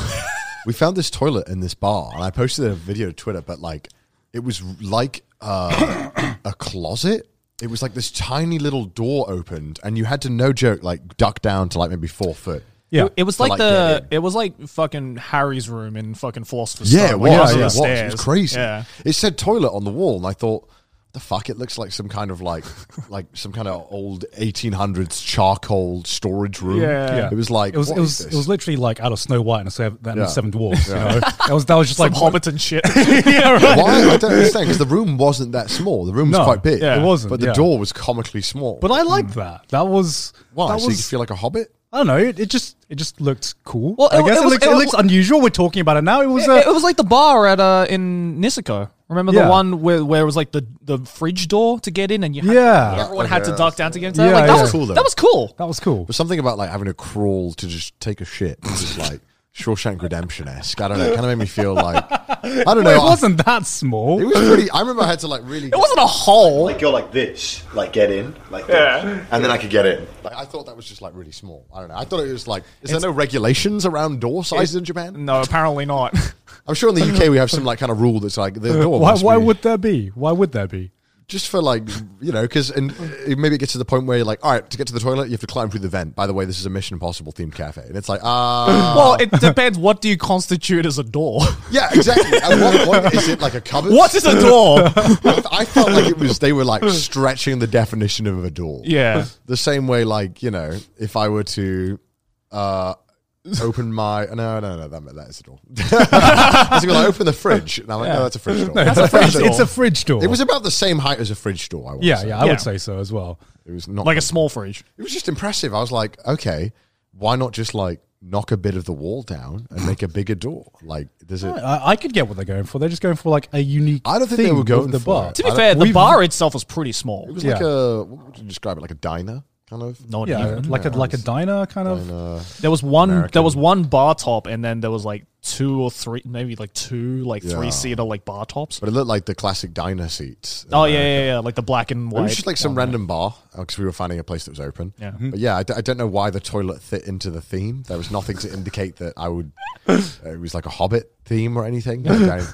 [SPEAKER 4] we found this toilet in this bar, and I posted a video to Twitter. But like, it was like uh, a closet. It was like this tiny little door opened, and you had to no joke like duck down to like maybe four foot.
[SPEAKER 2] Yeah.
[SPEAKER 3] It, it was
[SPEAKER 4] To,
[SPEAKER 3] like,
[SPEAKER 4] like,
[SPEAKER 3] the
[SPEAKER 4] get
[SPEAKER 3] it was like fucking Harry's room in fucking Philosopher's
[SPEAKER 4] Yeah, it
[SPEAKER 3] Stone.
[SPEAKER 4] was.
[SPEAKER 3] Like,
[SPEAKER 4] Yeah,
[SPEAKER 3] those are
[SPEAKER 4] it
[SPEAKER 3] the
[SPEAKER 4] was. It
[SPEAKER 3] stairs.
[SPEAKER 4] was crazy.
[SPEAKER 3] Yeah.
[SPEAKER 4] It said toilet on the wall, and I thought, the fuck? It looks like some kind of like like some kind of old 1800s charcoal storage room.
[SPEAKER 3] Yeah.
[SPEAKER 2] Yeah.
[SPEAKER 4] It was like
[SPEAKER 2] it was
[SPEAKER 4] what
[SPEAKER 2] it
[SPEAKER 4] is
[SPEAKER 2] was
[SPEAKER 4] this?
[SPEAKER 2] it was literally like out of Snow White and the Seven, and the
[SPEAKER 4] Yeah.
[SPEAKER 2] Seven Dwarfs. You know, that was that was just
[SPEAKER 3] Some
[SPEAKER 2] like
[SPEAKER 3] Hobbiton shit.
[SPEAKER 2] yeah, right.
[SPEAKER 4] Why? I don't understand because the room wasn't that small. The room was
[SPEAKER 2] No,
[SPEAKER 4] quite big.
[SPEAKER 3] yeah. It
[SPEAKER 2] wasn't,
[SPEAKER 4] but the
[SPEAKER 2] yeah.
[SPEAKER 4] door was comically small.
[SPEAKER 2] But I liked that. That was
[SPEAKER 4] why?
[SPEAKER 2] That
[SPEAKER 4] So you
[SPEAKER 2] was,
[SPEAKER 4] feel like a hobbit?
[SPEAKER 2] I don't know. It, it just it just looked cool.
[SPEAKER 3] Well,
[SPEAKER 2] I
[SPEAKER 3] it-
[SPEAKER 2] guess
[SPEAKER 3] it
[SPEAKER 2] it,
[SPEAKER 3] was-
[SPEAKER 2] looks,
[SPEAKER 3] it
[SPEAKER 2] it,
[SPEAKER 3] wa-
[SPEAKER 2] looks unusual. We're talking about it now. It was.
[SPEAKER 3] it,
[SPEAKER 2] Uh,
[SPEAKER 3] it was like the bar at uh in Nisiko. Remember
[SPEAKER 2] Yeah.
[SPEAKER 3] the one where, where it was like the, the fridge door to get in and you had,
[SPEAKER 2] Yeah.
[SPEAKER 3] everyone had to
[SPEAKER 4] Okay,
[SPEAKER 3] duck down to get into that?
[SPEAKER 2] Yeah,
[SPEAKER 3] Like, that
[SPEAKER 2] yeah.
[SPEAKER 3] was
[SPEAKER 4] Cool,
[SPEAKER 3] cool
[SPEAKER 4] though.
[SPEAKER 3] That was cool.
[SPEAKER 2] that was cool.
[SPEAKER 4] But something about like having to crawl to just take a shit. It was just like Shawshank Redemption esque. I don't know. It kind of made me feel like I don't know.
[SPEAKER 2] Well, it
[SPEAKER 4] I-
[SPEAKER 2] wasn't that small.
[SPEAKER 4] It was pretty. I remember I had to like really.
[SPEAKER 3] It wasn't a hole.
[SPEAKER 8] Like go like this, like get in, like that, and then I could get in.
[SPEAKER 4] Like, I thought that was just like really small. I don't know. I thought it was like. Is there no regulations around door sizes in Japan?
[SPEAKER 3] No, apparently not.
[SPEAKER 4] I'm sure in the UK we have some like kind of rule that's like the door.
[SPEAKER 2] Uh, why?
[SPEAKER 4] must
[SPEAKER 2] Why
[SPEAKER 4] be-
[SPEAKER 2] would there be? Why would there be?
[SPEAKER 4] just for like you know because and it maybe it gets to the point where you're like all right to get to the toilet you have to climb through the vent by the way this is a mission impossible themed cafe and it's like ah
[SPEAKER 3] well, it depends what do you constitute as a door?
[SPEAKER 4] yeah exactly at what point is it like a cupboard
[SPEAKER 3] What is a door?
[SPEAKER 4] I, I felt like it was they were like stretching the definition of a door
[SPEAKER 3] yeah.
[SPEAKER 4] the same way like you know if I were to uh open my no no no that, that is a door I was gonna be like open the fridge and I'm like no that's a fridge door
[SPEAKER 2] It's a fridge. It's a fridge door.
[SPEAKER 4] it was about the same height as a fridge door I want
[SPEAKER 2] Yeah,
[SPEAKER 4] say.
[SPEAKER 2] yeah. I
[SPEAKER 3] Yeah.
[SPEAKER 2] would say so as well.
[SPEAKER 4] it was not
[SPEAKER 3] Like a small fridge.
[SPEAKER 4] it was just impressive. I was like, okay, why not just like knock a bit of the wall down and make a bigger door? Like, does it?
[SPEAKER 2] I, I could get what they're going for. They're just going for like a unique.
[SPEAKER 4] I don't think they
[SPEAKER 2] theme
[SPEAKER 4] were going
[SPEAKER 2] with the
[SPEAKER 4] for
[SPEAKER 2] bar.
[SPEAKER 4] it.
[SPEAKER 3] To be
[SPEAKER 4] I don't-
[SPEAKER 3] fair, the
[SPEAKER 2] we've-
[SPEAKER 3] bar itself was pretty small.
[SPEAKER 4] It was
[SPEAKER 2] Yeah.
[SPEAKER 4] like a what would you describe it? Like a diner kind of.
[SPEAKER 3] Not
[SPEAKER 2] Yeah,
[SPEAKER 3] even.
[SPEAKER 2] like a like a diner kind of.
[SPEAKER 4] Uh,
[SPEAKER 3] There was one. There was one bar top, and then there was like two or three, maybe like two, like
[SPEAKER 4] Yeah.
[SPEAKER 3] three seater like bar tops.
[SPEAKER 4] but it looked like the classic diner seats.
[SPEAKER 3] oh yeah, yeah, yeah, like the black and
[SPEAKER 4] It
[SPEAKER 3] white.
[SPEAKER 4] was just like some
[SPEAKER 3] one.
[SPEAKER 4] random bar because we were finding a place that was open.
[SPEAKER 3] Yeah.
[SPEAKER 4] But yeah, I, d- I don't know why the toilet fit into the theme. There was nothing to indicate that I would. uh, It was like a Hobbit theme or anything. Like, I-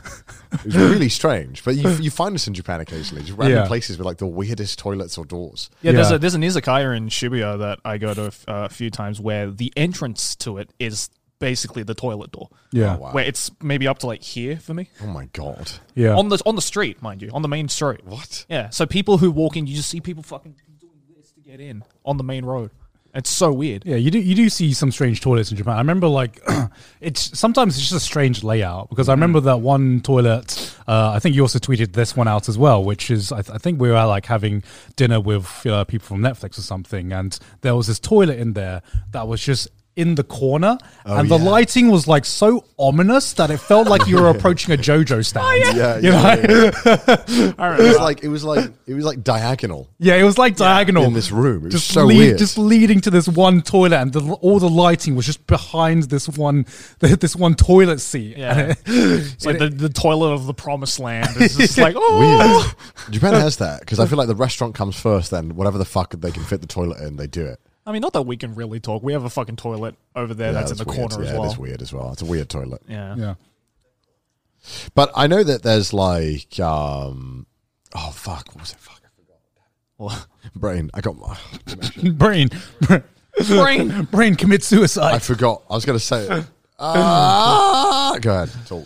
[SPEAKER 4] it was really strange. But you, you find this in Japan occasionally, just random
[SPEAKER 2] Yeah.
[SPEAKER 4] places with like the weirdest toilets or doors.
[SPEAKER 3] Yeah, there's
[SPEAKER 2] Yeah.
[SPEAKER 3] a there's an izakaya in Shibuya that I go to a f- uh, a few times where the entrance to it is basically the toilet door.
[SPEAKER 2] Yeah,
[SPEAKER 4] wow.
[SPEAKER 3] Where it's maybe up to like here for me
[SPEAKER 4] Oh my god!
[SPEAKER 2] yeah.
[SPEAKER 3] on the on the street, mind you, on the main street.
[SPEAKER 4] What?
[SPEAKER 3] Yeah, so people who walk in, you just see people fucking doing this to get in on the main road. It's so weird.
[SPEAKER 2] Yeah, you do you do see some strange toilets in Japan. I remember like it's sometimes it's just a strange layout because I remember that one toilet. Uh, I think you also tweeted this one out as well, which is I, th- I think we were like having dinner with uh, people from Netflix or something, and there was this toilet in there that was just in the corner,
[SPEAKER 4] Oh,
[SPEAKER 2] and the lighting was like so ominous that it felt like you were approaching a JoJo stand.
[SPEAKER 4] Yeah,
[SPEAKER 2] You know?
[SPEAKER 4] yeah, yeah.
[SPEAKER 3] I
[SPEAKER 4] it
[SPEAKER 3] remember
[SPEAKER 4] was
[SPEAKER 3] that.
[SPEAKER 4] like it was like it was like diagonal
[SPEAKER 2] Yeah, it was like diagonal
[SPEAKER 4] in this room. It was
[SPEAKER 2] just
[SPEAKER 4] so
[SPEAKER 2] lead,
[SPEAKER 4] weird.
[SPEAKER 2] just leading to this one toilet, and the, all the lighting was just behind this one, this one toilet seat.
[SPEAKER 3] Yeah. It's like the, the toilet of the promised land. It's just like,
[SPEAKER 4] Weird.
[SPEAKER 3] oh.
[SPEAKER 4] Japan has that because I feel like the restaurant comes first. Then whatever the fuck they can fit the toilet in, they do it.
[SPEAKER 3] I mean, not that we can really talk. We have a fucking toilet over there that's, in the
[SPEAKER 4] weird.
[SPEAKER 3] corner
[SPEAKER 4] yeah,
[SPEAKER 3] as well.
[SPEAKER 4] It's weird as well. It's a weird toilet.
[SPEAKER 3] Yeah.
[SPEAKER 2] yeah,
[SPEAKER 4] But I know that there's like, um, oh fuck, what was it? Fuck, I forgot. Brain, I got. my-
[SPEAKER 2] brain, brain, brain commit suicide.
[SPEAKER 4] I forgot. I was gonna say it. Ah, go ahead, talk.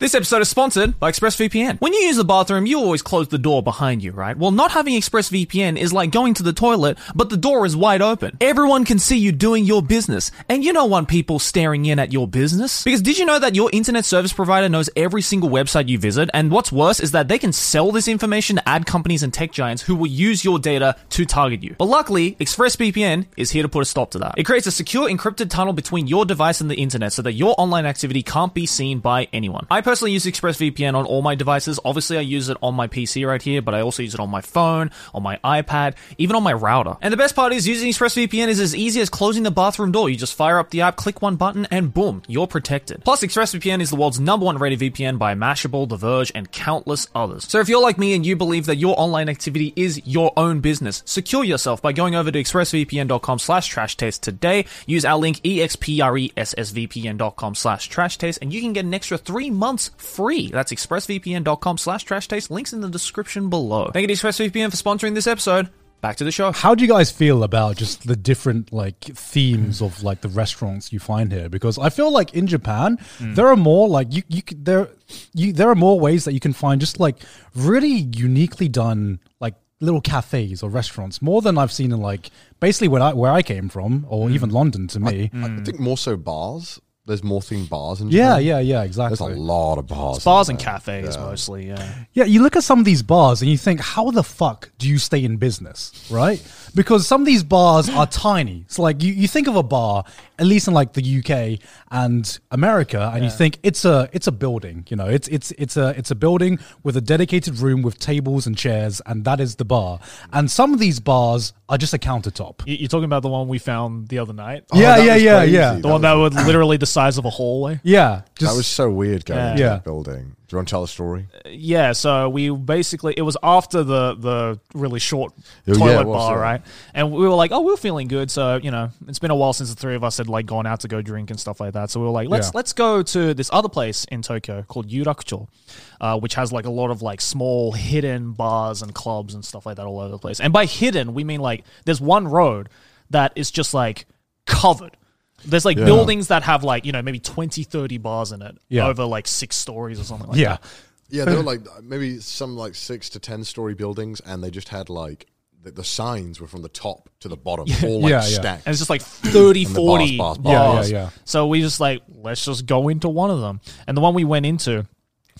[SPEAKER 6] This episode is sponsored by ExpressVPN. When you use the bathroom, you always close the door behind you, right? Well, not having ExpressVPN is like going to the toilet, but the door is wide open. Everyone can see you doing your business, and you don't want people staring in at your business. Because did you know that your internet service provider knows every single website you visit? And what's worse is that they can sell this information to ad companies and tech giants who will use your data to target you. But luckily, ExpressVPN is here to put a stop to that. It creates a secure encrypted tunnel between your device and the internet so that your online activity can't be seen by anyone. I personally use ExpressVPN on all my devices. Obviously, I use it on my PC right here, but I also use it on my phone, on my iPad, even on my router. And the best part is using ExpressVPN is as easy as closing the bathroom door. You just fire up the app, click one button, and boom, you're protected. Plus, ExpressVPN is the world's number one rated VPN by Mashable, The Verge, and countless others. So if you're like me and you believe that your online activity is your own business, secure yourself by going over to expressvpn.com slash trash taste today. Use our link E expressvpn.com slash trash taste, and you can get an extra three months free. That's expressvpn.com slash trash taste. Links in the description below. Thank you to ExpressVPN for sponsoring this episode. Back to the show.
[SPEAKER 2] How do you guys feel about just the different like themes of like the restaurants you find here? Because I feel like in Japan there are more like you you c- there you there are more ways that you can find just like really uniquely done like little cafes or restaurants more than I've seen in like basically where I where I came from or even London to me.
[SPEAKER 4] I think more so bars. There's more thing bars in
[SPEAKER 2] Yeah,
[SPEAKER 4] Japan.
[SPEAKER 2] yeah, yeah,
[SPEAKER 4] There's a
[SPEAKER 2] exactly.
[SPEAKER 4] lot of bars.
[SPEAKER 6] It's bars and cafes mostly, yeah.
[SPEAKER 2] Yeah, you look at some of these bars and you think, how the fuck do you stay in business, right? Because some of these bars are tiny. So like you, you think of a bar, at least in like the UK and America, and you think it's a it's a building, you know, it's it's it's a it's a building with a dedicated room with tables and chairs, and that is the bar. And some of these bars are just a countertop.
[SPEAKER 6] You- You're talking about the one we found the other night?
[SPEAKER 4] Oh,
[SPEAKER 2] yeah,
[SPEAKER 4] that
[SPEAKER 2] yeah,
[SPEAKER 4] was
[SPEAKER 2] yeah,
[SPEAKER 4] crazy.
[SPEAKER 2] yeah.
[SPEAKER 6] The one that was literally the size of a hallway?
[SPEAKER 2] Yeah. Just
[SPEAKER 4] that was so weird going into
[SPEAKER 2] Yeah.
[SPEAKER 4] that building. Do you want to tell a story?
[SPEAKER 6] yeah, so we basically it was after the the really short
[SPEAKER 4] Oh, yeah,
[SPEAKER 6] toilet
[SPEAKER 4] it was,
[SPEAKER 6] bar,
[SPEAKER 4] yeah.
[SPEAKER 6] right? And we were like, oh, we are feeling good, so you know, it's been a while since the three of us had like gone out to go drink and stuff like that. So we were like, let's
[SPEAKER 2] Yeah.
[SPEAKER 6] let's go to this other place in Tokyo called Yurakucho, uh, which has like a lot of like small hidden bars and clubs and stuff like that all over the place. And by hidden, we mean like there's one road that is just like covered. There's like buildings that have like, you know, maybe 20, 30 bars in it
[SPEAKER 2] Yeah.
[SPEAKER 6] over like six stories or something like that.
[SPEAKER 2] yeah.
[SPEAKER 4] Yeah, they were like maybe some like six to ten story buildings, and they just had like the, the signs were from the top to the bottom, all
[SPEAKER 2] Yeah,
[SPEAKER 4] like
[SPEAKER 2] yeah.
[SPEAKER 4] stacked.
[SPEAKER 6] and it's just like 30
[SPEAKER 4] bars,
[SPEAKER 6] 40
[SPEAKER 4] bars,
[SPEAKER 2] Yeah, yeah,
[SPEAKER 6] bars.
[SPEAKER 2] yeah.
[SPEAKER 6] so we just like let's just go into one of them and the one we went into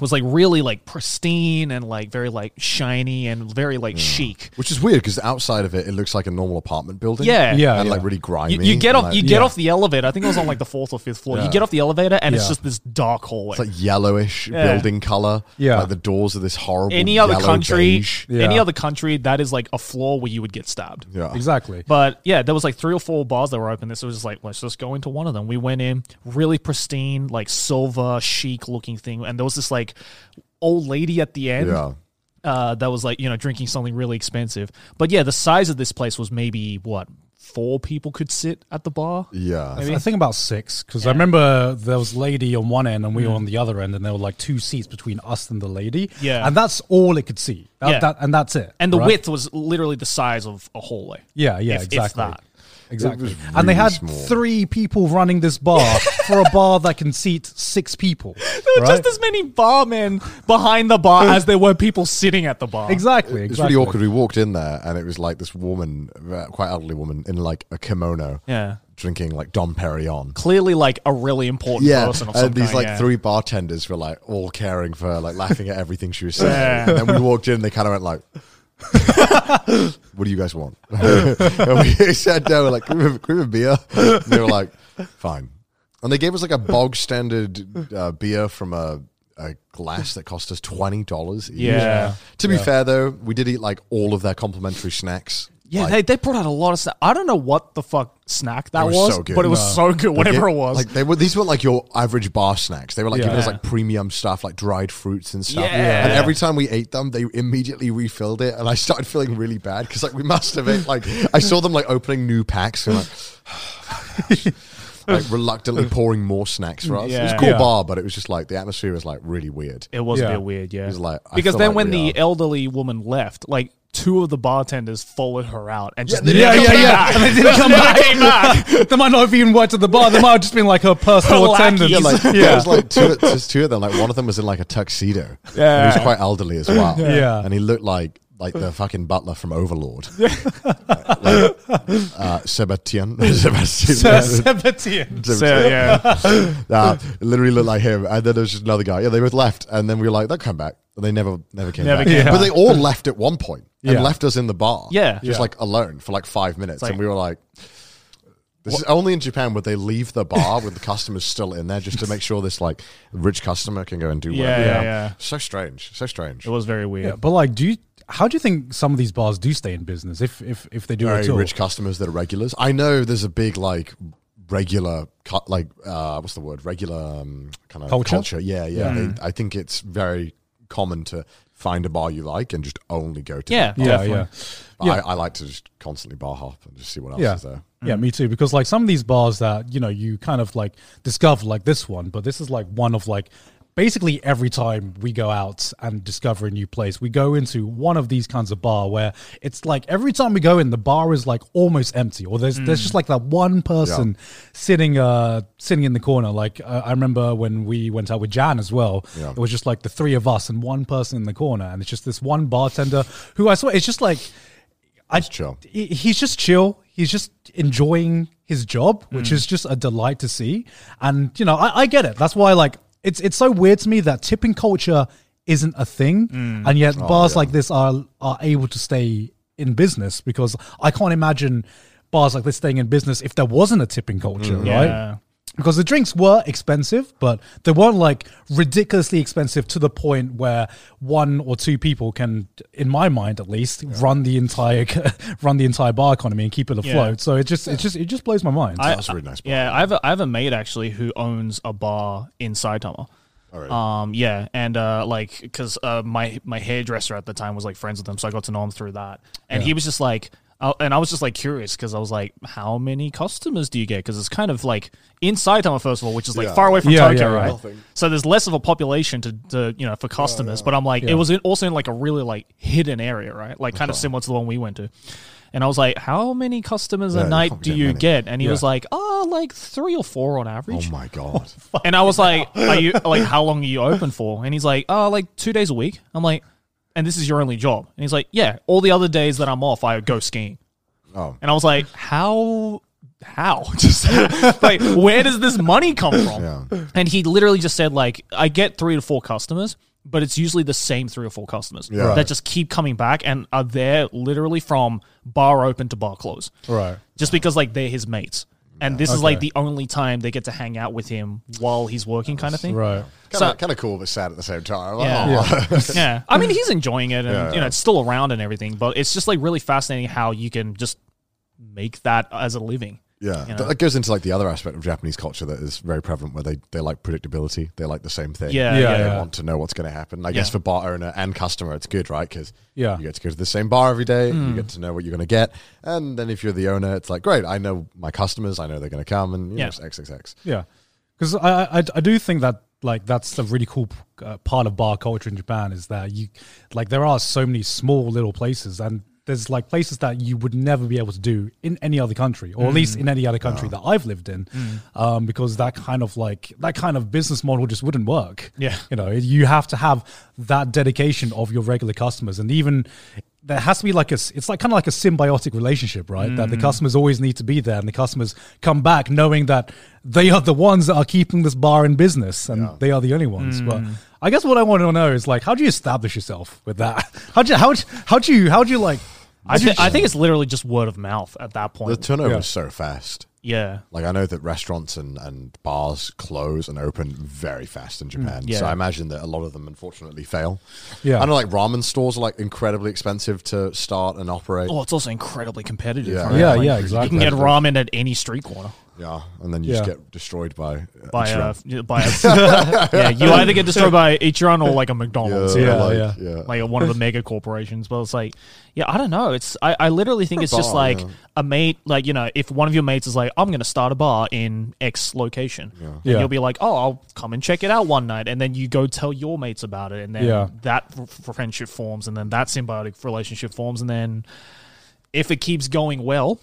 [SPEAKER 6] was like really like pristine and like very like shiny and very like chic
[SPEAKER 4] Which is weird because outside of it, it looks like a normal apartment building.
[SPEAKER 6] Yeah.
[SPEAKER 2] Yeah,
[SPEAKER 4] and like
[SPEAKER 2] yeah.
[SPEAKER 4] really grimy.
[SPEAKER 6] you, you
[SPEAKER 4] and,
[SPEAKER 6] get off
[SPEAKER 4] like,
[SPEAKER 6] you get
[SPEAKER 2] yeah.
[SPEAKER 6] off the elevator i think it was on like the fourth or fifth floor you get off the elevator and it's
[SPEAKER 2] Yeah.
[SPEAKER 6] just this dark hallway
[SPEAKER 4] It's like yellowish
[SPEAKER 6] Yeah.
[SPEAKER 4] building color.
[SPEAKER 2] Yeah.
[SPEAKER 4] like the doors of this horrible.
[SPEAKER 6] any other
[SPEAKER 4] yellow
[SPEAKER 6] country
[SPEAKER 4] beige.
[SPEAKER 6] any
[SPEAKER 2] Yeah.
[SPEAKER 6] other country that is like a floor where you would get stabbed
[SPEAKER 4] Yeah,
[SPEAKER 2] Exactly.
[SPEAKER 6] But yeah, there was like three or four bars that were open. This was just like, let's just go into one of them. We went in, really pristine, like silver, chic looking thing. And there was this like old lady at the end
[SPEAKER 4] Yeah,
[SPEAKER 6] uh, that was like, you know, drinking something really expensive. But yeah, the size of this place was maybe what? Four people could sit at the bar.
[SPEAKER 4] yeah.
[SPEAKER 2] I think about six because I remember there was lady on one end and we were
[SPEAKER 3] Mm.
[SPEAKER 2] on the other end, and there were like two seats between us and the lady.
[SPEAKER 6] Yeah.
[SPEAKER 2] and that's all it could see. That,
[SPEAKER 6] Yeah.
[SPEAKER 2] that, and that's it.
[SPEAKER 6] And the
[SPEAKER 2] right?
[SPEAKER 6] width was literally the size of a hallway.
[SPEAKER 2] Yeah, yeah,
[SPEAKER 6] If- if
[SPEAKER 2] exactly.
[SPEAKER 6] that.
[SPEAKER 2] Exactly.
[SPEAKER 4] was
[SPEAKER 2] and they
[SPEAKER 4] really
[SPEAKER 2] had
[SPEAKER 4] small.
[SPEAKER 2] three people running this bar for a bar that can seat six people.
[SPEAKER 6] There were
[SPEAKER 2] right?
[SPEAKER 6] just as many barmen behind the bar as there were people sitting at the bar.
[SPEAKER 2] exactly. Exactly.
[SPEAKER 4] It's really awkward. We walked in there, and it was like this woman, uh, quite elderly woman, in like a kimono,
[SPEAKER 6] Yeah.
[SPEAKER 4] drinking like Dom Perignon.
[SPEAKER 6] Clearly, like a really important
[SPEAKER 4] Yeah,
[SPEAKER 6] person of some
[SPEAKER 4] and these
[SPEAKER 6] kind,
[SPEAKER 4] like
[SPEAKER 6] yeah.
[SPEAKER 4] three bartenders were like all caring for her, like laughing at everything she was saying.
[SPEAKER 6] Yeah.
[SPEAKER 4] And then we walked in, and they kind of went like, "What do you guys want?" and we sat down, we're like, "Can we have, can we have a beer?" And they were like, "Fine." And they gave us like a bog standard uh, beer from a, a glass that cost us twenty dollars.
[SPEAKER 6] Yeah.
[SPEAKER 4] To be fair, though, we did eat like all of their complimentary snacks.
[SPEAKER 3] Yeah, they, they brought out a lot of snack. I don't know what the fuck snack that
[SPEAKER 4] They were
[SPEAKER 3] was,
[SPEAKER 4] so good.
[SPEAKER 3] but it was so good,
[SPEAKER 4] Like,
[SPEAKER 3] whatever
[SPEAKER 4] yeah,
[SPEAKER 3] it was.
[SPEAKER 4] Like they were, these were like your average bar snacks. They were like
[SPEAKER 3] Yeah.
[SPEAKER 4] giving us like premium stuff, like dried fruits and stuff.
[SPEAKER 3] Yeah.
[SPEAKER 4] And every time we ate them, they immediately refilled it, and I started feeling really bad because like we must have ate. Like I saw them like opening new packs and like, oh, like reluctantly pouring more snacks for us. It was a
[SPEAKER 3] Yeah.
[SPEAKER 4] cool
[SPEAKER 3] Yeah.
[SPEAKER 4] bar, but it was just like the atmosphere was like really weird.
[SPEAKER 3] It was a bit weird, yeah.
[SPEAKER 4] It was like I
[SPEAKER 3] because
[SPEAKER 4] feel
[SPEAKER 3] then
[SPEAKER 4] like
[SPEAKER 3] when
[SPEAKER 4] we
[SPEAKER 3] the
[SPEAKER 4] are-
[SPEAKER 3] elderly woman left, like two of the bartenders followed her out and just
[SPEAKER 2] Yeah,
[SPEAKER 3] never
[SPEAKER 2] yeah,
[SPEAKER 3] came
[SPEAKER 2] yeah.
[SPEAKER 3] back.
[SPEAKER 2] And they didn't come
[SPEAKER 3] Never
[SPEAKER 2] back.
[SPEAKER 3] came back.
[SPEAKER 2] they might not have even worked at the bar. They might have just been like her
[SPEAKER 3] Her
[SPEAKER 2] personal
[SPEAKER 3] lackeys.
[SPEAKER 2] attendant.
[SPEAKER 4] yeah, like
[SPEAKER 2] yeah.
[SPEAKER 4] there was like two, just two of them. Like one of them was in like a tuxedo.
[SPEAKER 2] Yeah.
[SPEAKER 4] and he was quite elderly as well.
[SPEAKER 2] Yeah.
[SPEAKER 4] and he looked like like the fucking butler from Overlord. like, uh, Sebastian. Sebastian.
[SPEAKER 2] Sebastian.
[SPEAKER 3] So, yeah.
[SPEAKER 4] Nah, it literally looked like him. And then there was just another guy. Yeah, they both left, and then we were like, they'll come back. But they never, never came
[SPEAKER 3] Never
[SPEAKER 4] back.
[SPEAKER 3] came
[SPEAKER 4] But
[SPEAKER 3] back.
[SPEAKER 4] they all left at one point and
[SPEAKER 2] Yeah.
[SPEAKER 4] left us in the bar.
[SPEAKER 3] Yeah.
[SPEAKER 4] just
[SPEAKER 3] Yeah.
[SPEAKER 4] like alone for like five minutes,
[SPEAKER 3] like-
[SPEAKER 4] and we were like. This is only in Japan where they leave the bar with the customers still in there just to make sure this like rich customer can go and do
[SPEAKER 3] Yeah,
[SPEAKER 4] whatever.
[SPEAKER 3] yeah, yeah.
[SPEAKER 4] So strange. So strange.
[SPEAKER 3] It was very weird.
[SPEAKER 2] Yeah, but like, do you? How do you think some of these bars do stay in business if if if they do
[SPEAKER 4] very
[SPEAKER 2] at all?
[SPEAKER 4] rich customers that are regulars. I know there's a big like regular cu- like uh, what's the word regular um, kind of
[SPEAKER 2] Culture?
[SPEAKER 4] Yeah, yeah. They- I think it's very common to find a bar you like and just only go to.
[SPEAKER 3] Yeah,
[SPEAKER 4] that bar.
[SPEAKER 2] yeah, yeah,
[SPEAKER 4] But I, I like to just constantly bar hop and just see what else
[SPEAKER 2] yeah.
[SPEAKER 4] is there.
[SPEAKER 2] Yeah, me too. Because like some of these bars that you know you kind of like discover, like this one, but this is like one of like basically every time we go out and discover a new place, we go into one of these kinds of bar where it's like every time we go in, the bar is like almost empty, or there's there's just like that one person sitting uh sitting in the corner. Like uh, I remember when we went out with Jan as well,
[SPEAKER 4] Yeah.
[SPEAKER 2] it was just like the three of us and one person in the corner, and it's just this one bartender who I swear it's just like. I
[SPEAKER 4] chill.
[SPEAKER 2] he- he's just chill. He's just enjoying his job, which is just a delight to see. And you know, I, I get it. That's why, like, it's it's so weird to me that tipping culture isn't a thing, and yet bars like this are are able to stay in business because I can't imagine bars like this staying in business if there wasn't a tipping culture, right?
[SPEAKER 3] Yeah.
[SPEAKER 2] because the drinks were expensive, but they weren't like ridiculously expensive to the point where one or two people can, in my mind at least, run the entire run the entire bar economy and keep it afloat. So it just it just it just blows my mind.
[SPEAKER 3] I-
[SPEAKER 4] That's a really nice bar.
[SPEAKER 3] Yeah, I have a, I have a mate actually who owns a bar in Saitama. Um, yeah, and uh, like, cause uh, my my hairdresser at the time was like friends with him, so I got to know him through that, and he was just like. I- And I was just like curious because I was like, "How many customers do you get?" Because it's kind of like in Saitama, first of all, which is like
[SPEAKER 4] Yeah.
[SPEAKER 3] far away from
[SPEAKER 2] Yeah,
[SPEAKER 3] Tokyo,
[SPEAKER 2] yeah, yeah.
[SPEAKER 3] right? So there's less of a population to, to you know for customers. But I'm like, it was in, also in like a really like hidden area, right? Like kind of
[SPEAKER 4] Uh-huh.
[SPEAKER 3] similar to the one we went to. And I was like, "How many customers
[SPEAKER 4] Yeah,
[SPEAKER 3] a
[SPEAKER 4] you
[SPEAKER 3] night
[SPEAKER 4] can't
[SPEAKER 3] do
[SPEAKER 4] get
[SPEAKER 3] you
[SPEAKER 4] many.
[SPEAKER 3] get?" And he was like, "Oh, like three or four on
[SPEAKER 4] Oh
[SPEAKER 3] average."
[SPEAKER 4] my god.
[SPEAKER 3] And I was like, "Are you like how long are you open for?" And he's like, "Oh, like two days a week." I'm like, "And this is your only job?" And he's like, "Yeah, all the other days that I'm off, I go skiing."
[SPEAKER 4] Oh.
[SPEAKER 3] And I was like, "How?" How? Just like, where does this money come from? And he literally just said, like, I get three to four customers, but it's usually the same three or four customers
[SPEAKER 4] Yeah. Right.
[SPEAKER 3] that just keep coming back and are there literally from bar open to bar close
[SPEAKER 2] right.
[SPEAKER 3] just because like they're his mates and this is like the only time they get to hang out with him while he's working kind of thing
[SPEAKER 2] Right.
[SPEAKER 4] Kind of
[SPEAKER 3] So-
[SPEAKER 4] kind of cool, but sad at the same time.
[SPEAKER 3] yeah.
[SPEAKER 4] Oh.
[SPEAKER 3] Yeah. i mean he's enjoying it and you know it's still around and everything but it's just like really fascinating how you can just make that as a living
[SPEAKER 4] Yeah,
[SPEAKER 3] you know?
[SPEAKER 4] Th- that goes into like the other aspect of Japanese culture that is very prevalent, where they, they like predictability. They like the same thing.
[SPEAKER 3] Yeah,
[SPEAKER 4] they
[SPEAKER 3] yeah,
[SPEAKER 4] don't
[SPEAKER 2] yeah.
[SPEAKER 4] want to know what's going to happen. I guess
[SPEAKER 3] Yeah.
[SPEAKER 4] for bar owner and customer, it's good, right? Because
[SPEAKER 2] Yeah.
[SPEAKER 4] you get to go to the same bar every day.
[SPEAKER 3] Hmm.
[SPEAKER 4] You get to know what you're going to get, and then if you're the owner, it's like great. I know my customers. I know they're going to come, and you
[SPEAKER 3] Yeah.
[SPEAKER 4] know, it's XXX.
[SPEAKER 2] Yeah, because I, I I do think that like that's a really cool uh, part of bar culture in Japan is that you like there are so many small little places and there's like places that you would never be able to do in any other country or at least in any other country that I've lived in um, because that kind of like that kind of business model just wouldn't work
[SPEAKER 3] Yeah.
[SPEAKER 2] you know you have to have that dedication of your regular customers and even there has to be like a s- it's like kind of like a symbiotic relationship right that the customers always need to be there and the customers come back knowing that they are the ones that are keeping this bar in business and they are the only ones but i guess what i want to know is like how do you establish yourself with that how do you how, do- how do you how do you like
[SPEAKER 3] I, thi- I think it's literally just word of mouth at that
[SPEAKER 4] The
[SPEAKER 3] point
[SPEAKER 4] turnover
[SPEAKER 2] Yeah.
[SPEAKER 4] is so fast.
[SPEAKER 3] Yeah.
[SPEAKER 4] Like I know that restaurants and, and bars close and open very fast in Japan.
[SPEAKER 3] Hmm. yeah.
[SPEAKER 4] So I imagine that a lot of them unfortunately fail.
[SPEAKER 3] Yeah.
[SPEAKER 4] I know like ramen stores are like incredibly expensive to start and operate.
[SPEAKER 3] Oh, it's also incredibly competitive.
[SPEAKER 4] Yeah.
[SPEAKER 3] right?
[SPEAKER 4] Yeah,
[SPEAKER 3] Like,
[SPEAKER 4] yeah,
[SPEAKER 3] You
[SPEAKER 4] exactly.
[SPEAKER 3] can get ramen at any street corner.
[SPEAKER 4] Yeah. And then you just get destroyed by uh,
[SPEAKER 3] By a,
[SPEAKER 4] Ichiran.
[SPEAKER 3] yeah, by a, yeah, you either get destroyed by Ichiran or like a McDonald's,
[SPEAKER 4] Yeah,
[SPEAKER 3] you know,
[SPEAKER 4] yeah,
[SPEAKER 3] like,
[SPEAKER 4] yeah. Yeah.
[SPEAKER 3] like one of the mega corporations. But it's like, yeah, I don't know. It's I, I literally think
[SPEAKER 4] A
[SPEAKER 3] it's just
[SPEAKER 4] bar,
[SPEAKER 3] like
[SPEAKER 4] yeah.
[SPEAKER 3] a mate, like you know, if one of your mates is like, I'm going to start a bar in X location, and
[SPEAKER 2] Yeah.
[SPEAKER 3] you'll be like, oh, I'll come and check it out one night, and then you go tell your mates about it, and then
[SPEAKER 2] Yeah.
[SPEAKER 3] that f- f- friendship forms, and then that symbiotic relationship forms, and then if it keeps going well,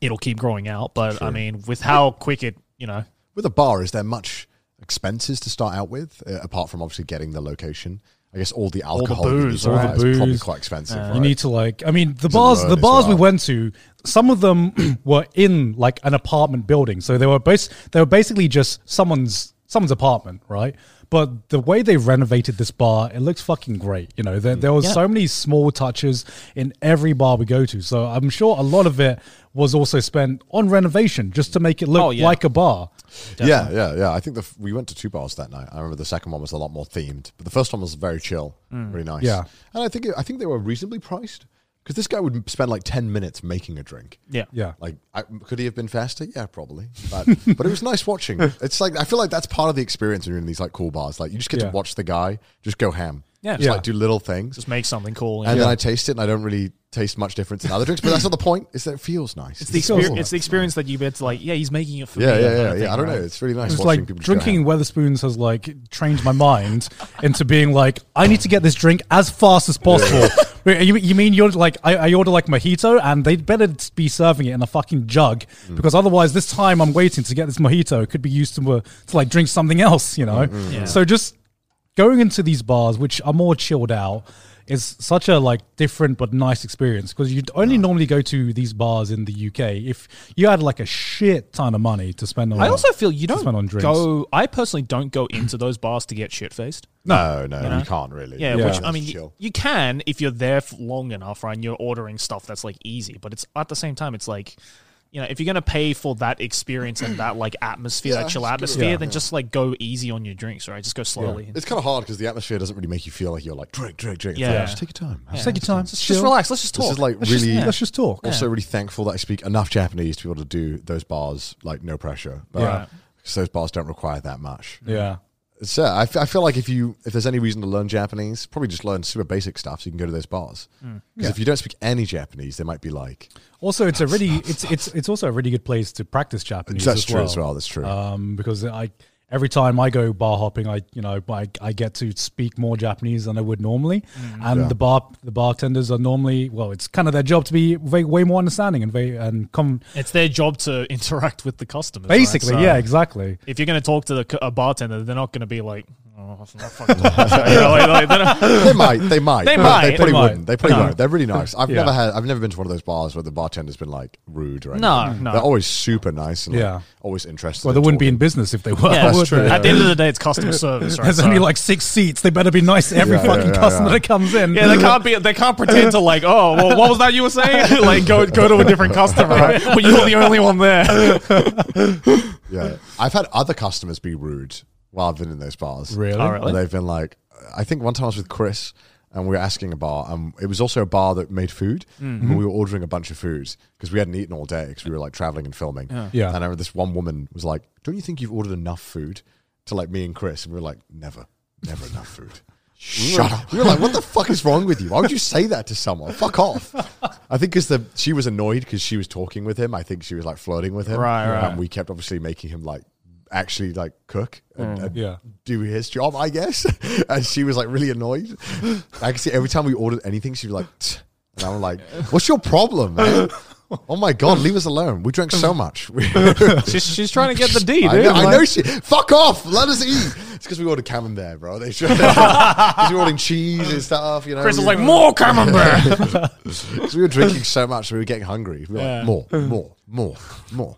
[SPEAKER 3] it'll keep growing out. But I mean, with how quick it, you know,
[SPEAKER 4] With a bar, is there much expenses to start out with uh, apart from obviously getting the location? I guess all the
[SPEAKER 2] the
[SPEAKER 4] alcohol,
[SPEAKER 2] booze, all the
[SPEAKER 4] is probably
[SPEAKER 2] booze.
[SPEAKER 4] quite expensive.
[SPEAKER 2] You
[SPEAKER 4] right?
[SPEAKER 2] need to like. I mean, the
[SPEAKER 4] It's a
[SPEAKER 2] bars.
[SPEAKER 4] load
[SPEAKER 2] The
[SPEAKER 4] as
[SPEAKER 2] bars we
[SPEAKER 4] well.
[SPEAKER 2] went to. Some of them were in like an apartment building, so they were bas- They were basically just someone's someone's apartment, right? But the way they renovated this bar, it looks fucking great. You know,
[SPEAKER 4] Mm.
[SPEAKER 2] there there was
[SPEAKER 3] Yeah.
[SPEAKER 2] so many small touches in every bar we go to. So I'm sure a lot of it was also spent on renovation just to make it look
[SPEAKER 3] Oh, yeah.
[SPEAKER 2] like a bar.
[SPEAKER 4] Yeah, yeah, yeah. I think the f- we went to two bars that night. I remember the second one was a lot more themed, but the first one was very chill, really nice.
[SPEAKER 2] Mm. Yeah.
[SPEAKER 4] and I think I think they were reasonably priced because this guy would spend like ten minutes making a drink.
[SPEAKER 3] yeah,
[SPEAKER 2] Yeah.
[SPEAKER 4] Like, I, could he have been faster? Yeah, probably. But, but it was nice watching. It's like I feel like that's part of the experience when you're in these like cool bars. Like you just get
[SPEAKER 2] Yeah.
[SPEAKER 4] to watch the guy just go ham.
[SPEAKER 3] Yeah.
[SPEAKER 4] just
[SPEAKER 3] Yeah.
[SPEAKER 4] like do little things.
[SPEAKER 3] just make something cool.
[SPEAKER 4] and then I taste it, and I don't really taste much difference in other drinks. But that's not the point. Is that it feels nice.
[SPEAKER 3] it's the
[SPEAKER 4] It feels
[SPEAKER 3] experience.
[SPEAKER 4] nice.
[SPEAKER 3] It's the experience that you get to like. Yeah, he's making it for
[SPEAKER 4] Yeah,
[SPEAKER 3] me.
[SPEAKER 4] yeah,
[SPEAKER 3] kind
[SPEAKER 4] yeah,
[SPEAKER 3] of
[SPEAKER 4] yeah.
[SPEAKER 3] thing,
[SPEAKER 4] I don't know.
[SPEAKER 3] right?
[SPEAKER 4] It's really nice
[SPEAKER 2] It's
[SPEAKER 4] watching
[SPEAKER 2] like
[SPEAKER 4] people just go
[SPEAKER 2] drinking
[SPEAKER 4] ham.
[SPEAKER 2] Weatherspoons has like changed my mind into being like, I need to get this drink as fast as possible. Wait, you, you mean you're like, I, I order like mojito and they better be serving it in a fucking jug
[SPEAKER 4] Mm.
[SPEAKER 2] because otherwise this time I'm waiting to get this mojito could be used to, uh, to like drink something else, you know?
[SPEAKER 4] Mm-hmm.
[SPEAKER 3] Yeah.
[SPEAKER 2] So just going into these bars, which are more chilled out, is such a like different but nice experience because you'd only normally go to these bars in the UK if you had like a shit ton of money to spend on
[SPEAKER 3] I also feel you
[SPEAKER 2] to
[SPEAKER 3] don't
[SPEAKER 2] spend on drinks.
[SPEAKER 3] go. I personally don't go into those bars to get shit faced.
[SPEAKER 4] No, no, you,
[SPEAKER 3] know?
[SPEAKER 4] can't really.
[SPEAKER 3] Yeah,
[SPEAKER 2] Yeah.
[SPEAKER 3] which I
[SPEAKER 4] That's
[SPEAKER 3] mean, you,
[SPEAKER 4] chill.
[SPEAKER 3] you can if you're there for long enough, right? And you're ordering stuff that's like easy, but it's at the same time, it's like, you know, if you're gonna pay for that experience and that like atmosphere,
[SPEAKER 4] Yeah,
[SPEAKER 3] that
[SPEAKER 4] just
[SPEAKER 3] chill
[SPEAKER 4] give it a
[SPEAKER 3] atmosphere,
[SPEAKER 4] go.
[SPEAKER 3] then just like go easy on your drinks, right? Just go slowly.
[SPEAKER 4] It's kind of hard because the atmosphere doesn't really make you feel like you're like drink, drink, drink. It's like,
[SPEAKER 3] Yeah.
[SPEAKER 4] just take your time.
[SPEAKER 2] Just take your time.
[SPEAKER 3] Just,
[SPEAKER 2] chill.
[SPEAKER 3] just relax. Let's just talk.
[SPEAKER 4] This is like
[SPEAKER 2] Let's
[SPEAKER 4] really.
[SPEAKER 2] just- let's just talk.
[SPEAKER 4] Also, really thankful that I speak enough Japanese to be able to do those bars like no pressure. But,
[SPEAKER 2] Right.
[SPEAKER 4] 'cause those bars don't require that much.
[SPEAKER 2] Yeah.
[SPEAKER 4] So I, f- I feel like if you if there's any reason to learn Japanese, probably just learn super basic stuff so you can go to those bars.
[SPEAKER 2] Hmm.
[SPEAKER 4] Because if you don't speak any Japanese, they might be like
[SPEAKER 2] Also, it's a really it's it's it's also a really good place to practice Japanese.
[SPEAKER 4] that's
[SPEAKER 2] as
[SPEAKER 4] true
[SPEAKER 2] well.
[SPEAKER 4] as well. That's true.
[SPEAKER 2] Um, because I every time I go bar hopping, I you know I, I get to speak more Japanese than I would normally,
[SPEAKER 3] Mm.
[SPEAKER 2] and the bar the bartenders are normally well, it's kind of their job to be way, way more understanding and way and come
[SPEAKER 3] It's their job to interact with the customers. right?
[SPEAKER 2] basically
[SPEAKER 3] So
[SPEAKER 2] yeah exactly
[SPEAKER 3] If you're going to talk to the, cu- a bartender, they're not going to be like, oh, that's not fucking you know, like- like, they're not-
[SPEAKER 4] they might. They might.
[SPEAKER 3] They
[SPEAKER 4] but
[SPEAKER 3] might,
[SPEAKER 4] They
[SPEAKER 3] they
[SPEAKER 4] probably
[SPEAKER 2] might.
[SPEAKER 4] wouldn't. They probably
[SPEAKER 2] No.
[SPEAKER 4] won't. They're really nice. I've
[SPEAKER 2] Yeah.
[SPEAKER 4] never had. I've never been to one of those bars where the bartender's been like rude or anything.
[SPEAKER 3] No, no.
[SPEAKER 4] They're always super nice and
[SPEAKER 2] Yeah.
[SPEAKER 4] yeah. always interested.
[SPEAKER 2] well
[SPEAKER 4] in
[SPEAKER 2] they wouldn't be in
[SPEAKER 4] talking.
[SPEAKER 2] business if they were
[SPEAKER 3] Yeah,
[SPEAKER 2] would they?
[SPEAKER 3] At the end of the day, it's customer service, right?
[SPEAKER 2] there's
[SPEAKER 3] So-
[SPEAKER 2] only like six seats they better be nice to every
[SPEAKER 4] Yeah, yeah,
[SPEAKER 2] fucking
[SPEAKER 4] yeah,
[SPEAKER 2] customer
[SPEAKER 4] yeah.
[SPEAKER 2] that comes in
[SPEAKER 3] yeah, they can't be. They can't pretend to like. Oh, well, what was that you were saying? like, go go to a different customer. Right? Well, you're the only one there.
[SPEAKER 4] Yeah, I've had other customers be rude while I've been in those bars.
[SPEAKER 2] Really? Oh,
[SPEAKER 3] really?
[SPEAKER 4] And they've been like, I think one time I was with Chris and we were asking a bar, and it was also a bar that made food.
[SPEAKER 2] Mm. Mm-hmm.
[SPEAKER 4] And we were ordering a bunch of foods because we hadn't eaten all day because we were like traveling and filming.
[SPEAKER 2] Yeah.
[SPEAKER 4] And I remember this one woman was like, "Don't you think you've ordered enough food?" To like me and Chris, and we were like, "Never, never enough food." Shut up. We were like, what the fuck is wrong with you? Why would you say that to someone? Fuck off. I think because the she was annoyed because she was talking with him. I think she was like flirting with him.
[SPEAKER 3] Right, right.
[SPEAKER 4] And we kept obviously making him like actually like cook and,
[SPEAKER 3] Mm.
[SPEAKER 4] and
[SPEAKER 2] yeah.
[SPEAKER 4] do his job, I guess. and she was like really annoyed. I could see every time we ordered anything, she'd be like, "Tch." and I'm like, what's your problem, man? Oh my god, leave us alone. We drank so much. We-
[SPEAKER 3] She's, she's trying to get the D, dude.
[SPEAKER 4] I know, I
[SPEAKER 3] Like-
[SPEAKER 4] know she. Fuck off. Let us eat. It's because we ordered camembert, bro. They should. Because we were ordering cheese and stuff. You know,
[SPEAKER 3] Chris
[SPEAKER 4] we
[SPEAKER 3] is
[SPEAKER 4] were-
[SPEAKER 3] like more camembert.
[SPEAKER 4] 'cause we were drinking so much, we were getting hungry. We were
[SPEAKER 3] Yeah.
[SPEAKER 4] like, more, more, more, more.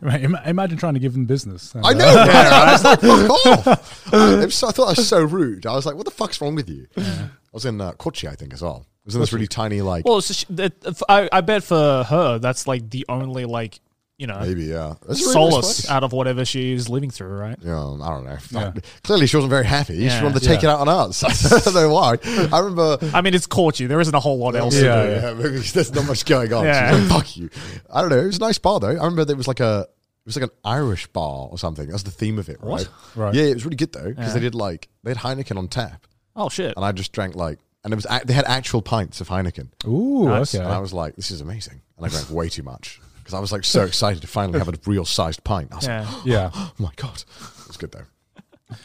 [SPEAKER 2] Right, im- imagine trying to give them business
[SPEAKER 4] I know. man. I was like, fuck off. I, it was so- I thought I was so rude. I was like, what the fuck's wrong with you? I was in uh, Kochi, I think, as well. was in this really tiny like
[SPEAKER 3] Well, it's just, that- if- I, I bet for her, that's like the only like you know
[SPEAKER 4] Maybe, yeah. That's a really nice
[SPEAKER 3] solace Uh,
[SPEAKER 4] place.
[SPEAKER 3] out of whatever she's living through, right?
[SPEAKER 4] you know, I don't know. Clearly, she wasn't very happy.
[SPEAKER 3] Yeah.
[SPEAKER 4] She wanted to take
[SPEAKER 3] Yeah.
[SPEAKER 4] it out on us. I don't know why. I remember.
[SPEAKER 3] I mean, it's caught you. There isn't a whole lot else.
[SPEAKER 4] yeah,
[SPEAKER 3] to do.
[SPEAKER 4] yeah, maybe There's not much going on.
[SPEAKER 3] Yeah.
[SPEAKER 4] She's like, fuck you. I don't know. It was a nice bar though. I remember there was like a it was like an Irish bar or something. That was the theme of it,
[SPEAKER 3] What?
[SPEAKER 4] right?
[SPEAKER 2] Right.
[SPEAKER 4] Yeah, it was really good though because
[SPEAKER 3] Yeah.
[SPEAKER 4] they did like they had Heineken on tap,
[SPEAKER 3] Oh shit!
[SPEAKER 4] and I just drank like and it was ac- they had actual pints of Heineken.
[SPEAKER 2] Ooh,
[SPEAKER 3] Nice.
[SPEAKER 2] okay.
[SPEAKER 4] And I was like, this is amazing. And I drank way too much because I was like so excited to finally have a real sized pint. I was
[SPEAKER 3] Yeah.
[SPEAKER 4] like,
[SPEAKER 2] yeah.
[SPEAKER 4] oh my God. It was good though.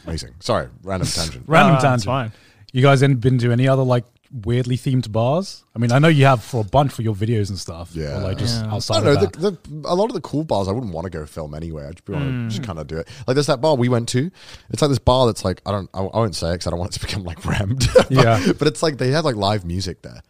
[SPEAKER 4] Amazing. Sorry, random tangent.
[SPEAKER 2] Random
[SPEAKER 3] Uh, it's
[SPEAKER 2] tangent.
[SPEAKER 3] fine.
[SPEAKER 2] You guys ain't been to any other like weirdly themed bars? I mean, I know you have for a bunch for your videos and stuff.
[SPEAKER 4] Yeah.
[SPEAKER 2] Or, like just
[SPEAKER 3] Yeah.
[SPEAKER 2] outside
[SPEAKER 4] I don't know.
[SPEAKER 2] of that. Hmm.
[SPEAKER 4] The, the, a lot of the cool bars, I wouldn't want to go film anyway. I'd just be want to just kind of do it. Like there's that bar we went to. It's like this bar that's like I don't. I, I won't say because I don't want it to become like rammed. but,
[SPEAKER 2] Yeah.
[SPEAKER 4] But it's like they had like live music there,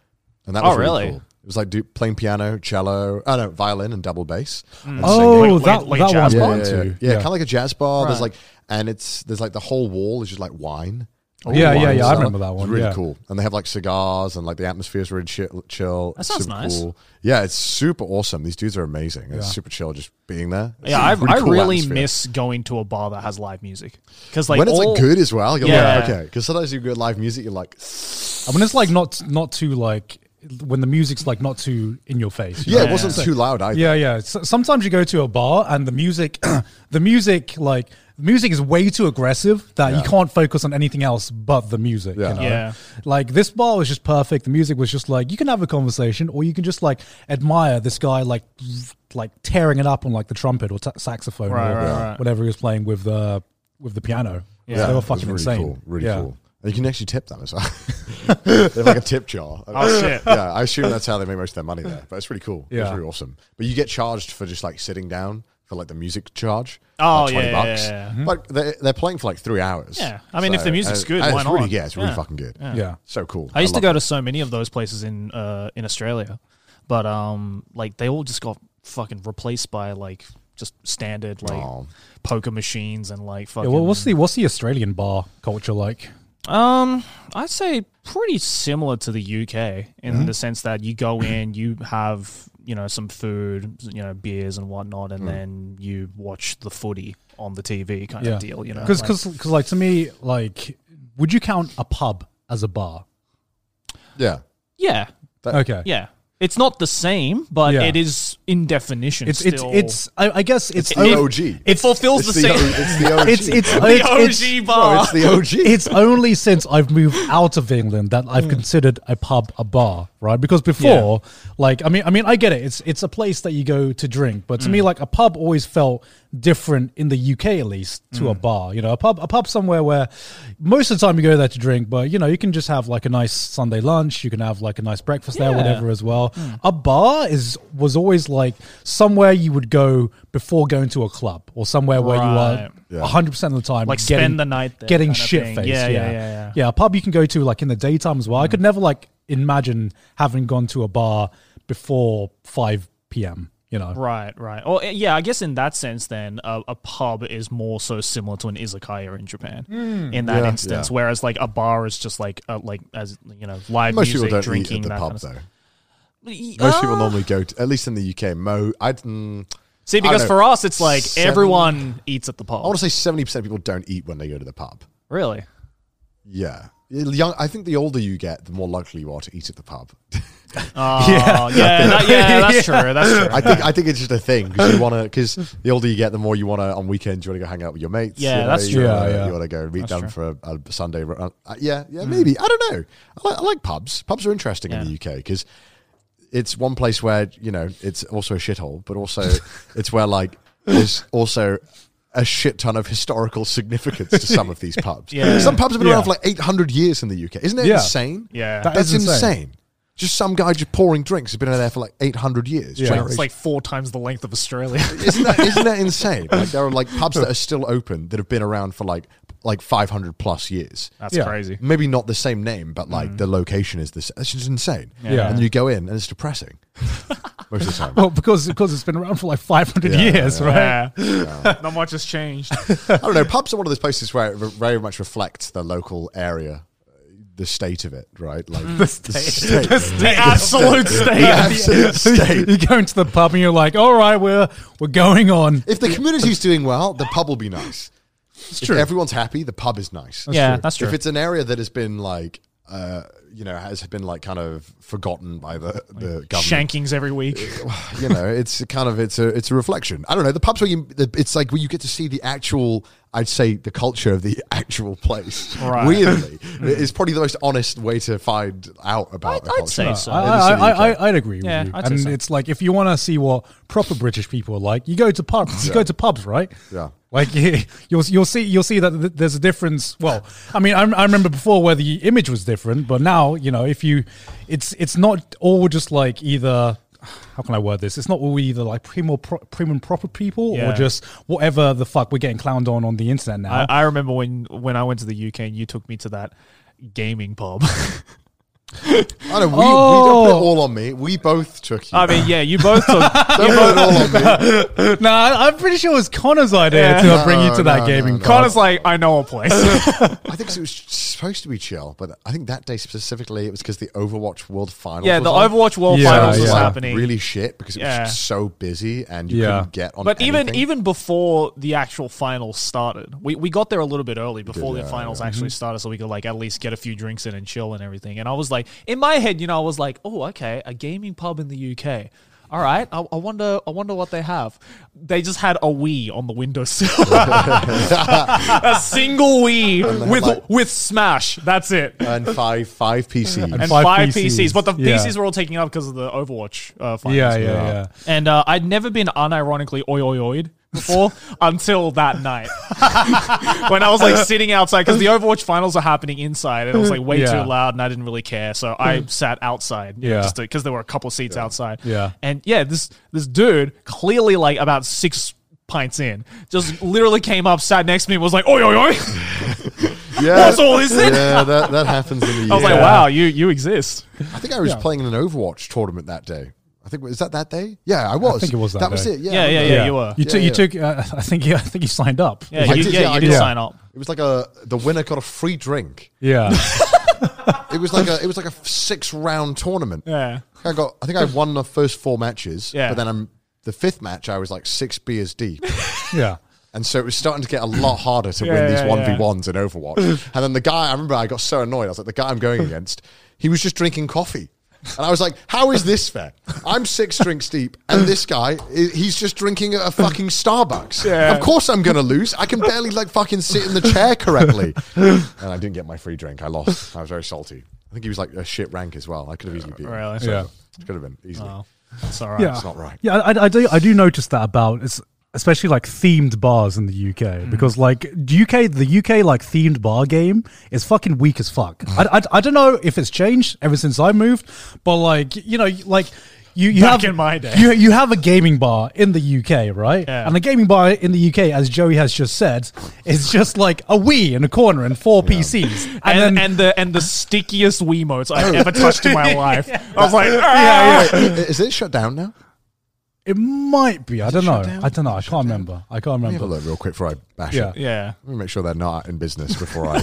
[SPEAKER 4] and that
[SPEAKER 3] Oh,
[SPEAKER 4] was really?
[SPEAKER 3] really?
[SPEAKER 4] cool. It was like do, playing piano, cello, I don't know, violin and double bass. and
[SPEAKER 2] oh,
[SPEAKER 4] singing.
[SPEAKER 3] Like-
[SPEAKER 2] that,
[SPEAKER 3] like
[SPEAKER 2] that
[SPEAKER 3] jazz
[SPEAKER 2] one.
[SPEAKER 4] yeah,
[SPEAKER 2] I went
[SPEAKER 4] yeah,
[SPEAKER 2] to.
[SPEAKER 4] yeah, kind of like a jazz bar. There's
[SPEAKER 3] Right.
[SPEAKER 4] like, and it's there's like the whole wall is just like wine.
[SPEAKER 2] Yeah,
[SPEAKER 4] Wine
[SPEAKER 2] yeah, yeah. I
[SPEAKER 4] cellar.
[SPEAKER 2] remember that one.
[SPEAKER 4] It's really
[SPEAKER 2] yeah.
[SPEAKER 4] cool, and they have like cigars, and like the atmosphere's really chill. chill. It's
[SPEAKER 3] sounds
[SPEAKER 4] super
[SPEAKER 3] nice.
[SPEAKER 4] Cool. Yeah, it's super awesome. These dudes are amazing. It's super chill just being there. It's
[SPEAKER 3] Yeah,
[SPEAKER 4] a
[SPEAKER 3] I, I
[SPEAKER 4] cool
[SPEAKER 3] really
[SPEAKER 4] atmosphere.
[SPEAKER 3] miss going to a bar that has live music because like
[SPEAKER 4] when it's
[SPEAKER 3] all-
[SPEAKER 4] like good as well. You're
[SPEAKER 3] Yeah.
[SPEAKER 4] like okay, because sometimes you go live music, you're like
[SPEAKER 2] I mean, it's like not not too like when the music's like not too in your face. you
[SPEAKER 4] yeah,
[SPEAKER 2] know?
[SPEAKER 4] it wasn't too loud either.
[SPEAKER 2] Yeah, yeah. So, sometimes you go to a bar and the music, the music, like the music is way too aggressive that you can't focus on anything else but the music. you
[SPEAKER 4] Yeah.
[SPEAKER 2] know?
[SPEAKER 3] Yeah.
[SPEAKER 2] Like this bar was just perfect. The music was just like you can have a conversation or you can just like admire this guy like like tearing it up on like the trumpet or t- saxophone
[SPEAKER 3] Right,
[SPEAKER 2] or
[SPEAKER 3] right, right.
[SPEAKER 2] whatever he was playing with the with the piano. Yeah, they
[SPEAKER 4] it
[SPEAKER 2] were
[SPEAKER 4] was
[SPEAKER 2] fucking
[SPEAKER 4] really
[SPEAKER 2] insane.
[SPEAKER 4] Cool, really
[SPEAKER 2] Yeah.
[SPEAKER 4] cool. And you can actually tip them as well. they have like a tip jar.
[SPEAKER 3] Oh, shit.
[SPEAKER 4] Yeah, I assume that's how they make most of their money there. But it's pretty cool. It's
[SPEAKER 2] Yeah.
[SPEAKER 4] really awesome. But you get charged for just like sitting down for like the music charge.
[SPEAKER 3] Oh,
[SPEAKER 4] like 20
[SPEAKER 3] yeah,
[SPEAKER 4] bucks.
[SPEAKER 3] yeah, yeah, yeah.
[SPEAKER 4] But they, they're playing for like three hours.
[SPEAKER 3] Yeah. I mean, if the music's
[SPEAKER 4] and-
[SPEAKER 3] good,
[SPEAKER 4] and
[SPEAKER 3] why
[SPEAKER 4] it's really-
[SPEAKER 3] not?
[SPEAKER 4] Yeah, it's really
[SPEAKER 3] Yeah.
[SPEAKER 4] fucking good.
[SPEAKER 2] Yeah.
[SPEAKER 4] So cool.
[SPEAKER 3] I used to
[SPEAKER 4] love
[SPEAKER 3] go
[SPEAKER 4] it.
[SPEAKER 3] to so many of those places in uh, in Australia, but um, like they all just got fucking replaced by like just standard like
[SPEAKER 4] Oh.
[SPEAKER 3] poker machines and like
[SPEAKER 2] Yeah,
[SPEAKER 3] fucking.
[SPEAKER 2] well, what's the what's the Australian bar culture like?
[SPEAKER 3] Um, I'd say pretty similar to the UK in
[SPEAKER 4] Mm-hmm.
[SPEAKER 3] the sense that you go in, you have you know some food, you know beers and whatnot,
[SPEAKER 4] Mm.
[SPEAKER 3] and then you watch the footy on the TV kind of deal. You know,
[SPEAKER 2] because
[SPEAKER 3] like-
[SPEAKER 2] because like, to me like would you count a pub as a bar
[SPEAKER 4] Yeah.
[SPEAKER 3] yeah,
[SPEAKER 2] okay
[SPEAKER 3] yeah, it's not the same, but
[SPEAKER 2] Yeah.
[SPEAKER 3] it is in definition.
[SPEAKER 2] it's it's
[SPEAKER 3] still,
[SPEAKER 2] it's I, I guess it's
[SPEAKER 4] The
[SPEAKER 3] It-
[SPEAKER 2] o-
[SPEAKER 4] OG.
[SPEAKER 3] it fulfills
[SPEAKER 4] It's
[SPEAKER 3] the, same.
[SPEAKER 4] the, O- it's the OG.
[SPEAKER 2] it's it's
[SPEAKER 3] the
[SPEAKER 2] it's,
[SPEAKER 3] OG
[SPEAKER 2] it's-
[SPEAKER 3] bar.
[SPEAKER 4] Bro, it's the OG.
[SPEAKER 2] it's only since I've moved out of England that I've considered a pub a bar, right? Because before, like I mean, I mean, I get it. It's it's a place that you go to drink, but to me, like a pub always felt different in the UK, at least, to a bar. You know, a pub a pub somewhere where most of the time you go there to drink, but you know, you can just have like a nice Sunday lunch. You can have like a nice breakfast there, whatever, as well. A bar is was always like somewhere you would go before going to a club or somewhere where
[SPEAKER 3] Right.
[SPEAKER 2] you are 100% of the time
[SPEAKER 3] Like, spend the night there
[SPEAKER 2] getting
[SPEAKER 3] kind of
[SPEAKER 2] shit
[SPEAKER 3] thing.
[SPEAKER 2] faced. Yeah
[SPEAKER 3] Yeah, yeah,
[SPEAKER 2] yeah,
[SPEAKER 3] yeah, Mm. yeah.
[SPEAKER 2] a pub you can go to like in the daytime as well. I could never like imagine having gone to a bar before five p.m. You know,
[SPEAKER 3] Right, right. Or eh, yeah, I guess in that sense, then a, a pub is more so similar to an izakaya in Japan.
[SPEAKER 2] Hmm.
[SPEAKER 3] in that
[SPEAKER 4] Yeah,
[SPEAKER 3] instance,
[SPEAKER 4] yeah.
[SPEAKER 3] whereas like a bar is just like uh, like as you know live
[SPEAKER 4] Most
[SPEAKER 3] music,
[SPEAKER 4] people don't
[SPEAKER 3] drinking,
[SPEAKER 4] eat at
[SPEAKER 3] that
[SPEAKER 4] the
[SPEAKER 3] kind
[SPEAKER 4] pub
[SPEAKER 3] of stuff.
[SPEAKER 4] though.
[SPEAKER 3] Y-
[SPEAKER 4] Most
[SPEAKER 3] uh,
[SPEAKER 4] people normally go to, at least in the UK. Mo, I'd. Mm,
[SPEAKER 3] see
[SPEAKER 4] don't
[SPEAKER 3] because
[SPEAKER 4] know,
[SPEAKER 3] for us it's like
[SPEAKER 4] seven-
[SPEAKER 3] everyone eats at the pub.
[SPEAKER 4] I want to say seventy percent of people don't eat when they go to the pub.
[SPEAKER 3] really?
[SPEAKER 4] Yeah, young. I think the older you get, the more likely you are to eat at the pub.
[SPEAKER 3] Uh, yeah, yeah, that- yeah, that's true. That's true.
[SPEAKER 4] I think I think it's just a thing because you want to. Because the older you get, the more you want to. On weekends, you want to go hang out with your mates.
[SPEAKER 3] Yeah, Mm.
[SPEAKER 4] you know,
[SPEAKER 3] that's
[SPEAKER 4] you
[SPEAKER 3] true.
[SPEAKER 4] Wanna,
[SPEAKER 2] Yeah, yeah.
[SPEAKER 4] You want to go meet them for a, a Sunday. ru- Uh, yeah, yeah, maybe. I don't know. I like, I like pubs. Pubs are interesting in the UK because it's one place where you know it's also a shithole, but also it's where like there's also a shit ton of historical significance to some of these pubs.
[SPEAKER 3] Yeah.
[SPEAKER 4] Some pubs have been around
[SPEAKER 2] Yeah.
[SPEAKER 4] for like 800 years in the UK. Isn't it
[SPEAKER 2] Yeah.
[SPEAKER 4] insane?
[SPEAKER 3] Yeah.
[SPEAKER 2] That
[SPEAKER 4] That's
[SPEAKER 2] is
[SPEAKER 4] insane.
[SPEAKER 2] insane.
[SPEAKER 4] Just some guy just pouring drinks has been in there for like 800 years.
[SPEAKER 2] Yeah.
[SPEAKER 3] It's like four times the length of Australia.
[SPEAKER 4] isn't, that, isn't that insane? Like there are like pubs that are still open that have been around for like like 500 plus years.
[SPEAKER 3] that's
[SPEAKER 2] Yeah.
[SPEAKER 3] crazy.
[SPEAKER 4] Maybe not the same name, but like the location is this. It's just insane.
[SPEAKER 2] Mm. Yeah.
[SPEAKER 4] And you go in and it's depressing most of the time.
[SPEAKER 2] well, because because it's been around for like five hundred
[SPEAKER 4] Yeah,
[SPEAKER 2] years, right?
[SPEAKER 3] Yeah. Not much has changed.
[SPEAKER 4] I don't know. Pubs are one of those places where it re- very much reflects the local area. the state of it, right? Like
[SPEAKER 2] The state. The state.
[SPEAKER 4] The
[SPEAKER 2] absolute state.
[SPEAKER 4] The absolute state.
[SPEAKER 2] You go into the pub and you're like, all right, we're we're going on.
[SPEAKER 4] If the community's doing well, the pub will be nice. It's
[SPEAKER 2] true.
[SPEAKER 4] If everyone's happy, the pub is nice.
[SPEAKER 3] That's Yeah, true. that's true.
[SPEAKER 4] If it's an area that has been like, uh, you know, has been like kind of forgotten by the the government.
[SPEAKER 3] Shankings every week.
[SPEAKER 4] you know, it's kind of it's a it's a reflection. I don't know. The pubs where you the- it's like where you get to see the actual. I'd say the culture of the actual place.
[SPEAKER 3] Right.
[SPEAKER 4] Weirdly, it's probably the most honest way to find out about. a
[SPEAKER 3] I'd
[SPEAKER 4] culture.
[SPEAKER 3] say so.
[SPEAKER 2] I,
[SPEAKER 4] In the city of
[SPEAKER 2] I, I,
[SPEAKER 4] Cape.
[SPEAKER 2] I, I'd agree
[SPEAKER 3] Yeah,
[SPEAKER 2] with you.
[SPEAKER 3] I'd say
[SPEAKER 2] and
[SPEAKER 3] so.
[SPEAKER 2] it's like, if you want to see what proper British people are like, you go to pubs. You
[SPEAKER 4] Yeah.
[SPEAKER 2] go to pubs, right?
[SPEAKER 4] Yeah.
[SPEAKER 2] Like you, you'll you'll see you'll see that th- there's a difference. Well, I mean, I, I remember before where the image was different, but now you know if you, it's it's not all just like either. How can I word this? It's not all either like primo pro, prim and proper people
[SPEAKER 3] Yeah.
[SPEAKER 2] or just whatever the fuck we're getting clowned on on the internet now.
[SPEAKER 3] I, I remember when when I went to the UK and you took me to that gaming pub.
[SPEAKER 4] I don't. We, we don't put it all on me. We both took you.
[SPEAKER 3] I mean, yeah, you both took.
[SPEAKER 4] don't put it all on me.
[SPEAKER 2] no, I, I'm pretty sure it was Connor's idea
[SPEAKER 3] Yeah.
[SPEAKER 2] to bring you to
[SPEAKER 4] No,
[SPEAKER 2] that
[SPEAKER 4] no,
[SPEAKER 2] gaming.
[SPEAKER 4] no.
[SPEAKER 2] club.
[SPEAKER 3] Connor's like, I know a place.
[SPEAKER 4] I think 'cause it was supposed to be chill, but I think that day specifically it was because the Overwatch World Finals.
[SPEAKER 3] yeah,
[SPEAKER 4] was
[SPEAKER 3] the
[SPEAKER 4] on.
[SPEAKER 3] Overwatch World
[SPEAKER 2] Yeah,
[SPEAKER 3] Finals was
[SPEAKER 2] yeah.
[SPEAKER 3] happening.
[SPEAKER 4] Really shit because it
[SPEAKER 3] Yeah.
[SPEAKER 4] was just so busy and you
[SPEAKER 2] Yeah.
[SPEAKER 4] couldn't get on.
[SPEAKER 3] But even
[SPEAKER 4] anything.
[SPEAKER 3] even before the actual finals started, we, we got there a little bit early before
[SPEAKER 4] yeah,
[SPEAKER 3] the finals
[SPEAKER 2] Mm-hmm.
[SPEAKER 3] actually started, so we could like at least get a few drinks in and chill and everything. And I was like, in my head, you know, I was like, oh, okay, a gaming pub in the UK. All right, I, I wonder, I wonder what they have. They just had a Wii on the windowsill, a single Wii
[SPEAKER 4] had,
[SPEAKER 3] with
[SPEAKER 4] like-
[SPEAKER 3] with Smash. That's it.
[SPEAKER 4] and five five PCs.
[SPEAKER 3] and
[SPEAKER 2] five
[SPEAKER 3] five,
[SPEAKER 2] PCs.
[SPEAKER 3] PCs. but the
[SPEAKER 2] Yeah.
[SPEAKER 3] PCs were all taken up because of the Overwatch uh, finals.
[SPEAKER 2] Yeah, yeah, yeah.
[SPEAKER 3] And uh, I'd never been unironically oi oi oid before until that night when I was like sitting outside because the Overwatch finals are happening inside and it was like way
[SPEAKER 2] Yeah.
[SPEAKER 3] too loud and I didn't really care, so I sat outside. you know,
[SPEAKER 2] Yeah.
[SPEAKER 3] just because there were a couple seats outside.
[SPEAKER 2] Yeah.
[SPEAKER 3] and yeah, this this dude clearly like about six pints in just literally came up sat next to me and was like oi oi oi
[SPEAKER 4] yeah,
[SPEAKER 3] that's all is it
[SPEAKER 4] yeah, that, that happens in the.
[SPEAKER 3] i was like
[SPEAKER 4] UK.
[SPEAKER 3] wow you you exist
[SPEAKER 4] I think I was playing in an Overwatch tournament that day. I think is that that day? Yeah, I was.
[SPEAKER 2] think it was that
[SPEAKER 4] was
[SPEAKER 2] day.
[SPEAKER 4] it. Yeah,
[SPEAKER 3] yeah yeah yeah,
[SPEAKER 4] yeah.
[SPEAKER 3] you were
[SPEAKER 2] You took.
[SPEAKER 4] Yeah,
[SPEAKER 2] You
[SPEAKER 4] yeah.
[SPEAKER 2] took. Uh, I think. Yeah, I think you signed up.
[SPEAKER 3] Yeah,
[SPEAKER 4] I
[SPEAKER 3] you,
[SPEAKER 4] did-
[SPEAKER 3] yeah,
[SPEAKER 4] yeah, I
[SPEAKER 3] you did
[SPEAKER 4] did.
[SPEAKER 3] sign up.
[SPEAKER 4] It was like a the winner got a free drink.
[SPEAKER 2] Yeah.
[SPEAKER 4] It was like a it was like a six round tournament.
[SPEAKER 3] Yeah.
[SPEAKER 4] I got. I think I won the first four matches.
[SPEAKER 3] Yeah.
[SPEAKER 4] But then I'm the fifth match. I was like six beers deep,
[SPEAKER 2] yeah.
[SPEAKER 4] and so it was starting to get a lot harder to
[SPEAKER 3] Yeah,
[SPEAKER 4] win these
[SPEAKER 3] yeah,
[SPEAKER 4] one
[SPEAKER 3] yeah.
[SPEAKER 4] v ones in Overwatch. And then the guy, I remember, I got so annoyed. I was like, the guy I'm going against, he was just drinking coffee. And I was like, "How is this fair? I'm six drinks deep, and this guy, i- he's just drinking a fucking Starbucks. Of course, I'm gonna lose. I can barely like fucking sit in the chair correctly." and I didn't get my free drink. I lost. I was very salty. I think he was like a shit rank as well. I could have easily beaten. him.
[SPEAKER 3] Really?
[SPEAKER 4] So,
[SPEAKER 2] Yeah.
[SPEAKER 4] could have been easily.
[SPEAKER 3] That's all right.
[SPEAKER 2] Yeah.
[SPEAKER 4] It's not right.
[SPEAKER 2] Yeah, I, I do. I do notice that about it's especially like themed bars in the
[SPEAKER 3] Mm-hmm.
[SPEAKER 2] UK because like UK the UK like themed bar game is fucking weak as fuck.
[SPEAKER 4] Mm-hmm.
[SPEAKER 2] I, I, I don't know if it's changed ever since I moved, but like you know like. You, you
[SPEAKER 3] Back
[SPEAKER 2] have
[SPEAKER 3] in my day.
[SPEAKER 2] You, you have a gaming bar in the UK, right?
[SPEAKER 3] Yeah.
[SPEAKER 2] And the gaming bar in the UK, as Joey has just said, is just like a Wii in a corner and four PCs, and,
[SPEAKER 3] And,
[SPEAKER 2] then
[SPEAKER 3] and, the and the stickiest Wiimotes I've ever touched in my life. I was like, "Ah."
[SPEAKER 4] Wait, i- is it shut down now?
[SPEAKER 2] it might be. I don't know.
[SPEAKER 4] shut down?
[SPEAKER 2] I don't know. I can't remember. I can't
[SPEAKER 4] Let me have a
[SPEAKER 2] remember.
[SPEAKER 4] look real quick before I bash
[SPEAKER 2] Yeah.
[SPEAKER 4] it.
[SPEAKER 3] yeah.
[SPEAKER 4] Let me make sure they're not in business before I.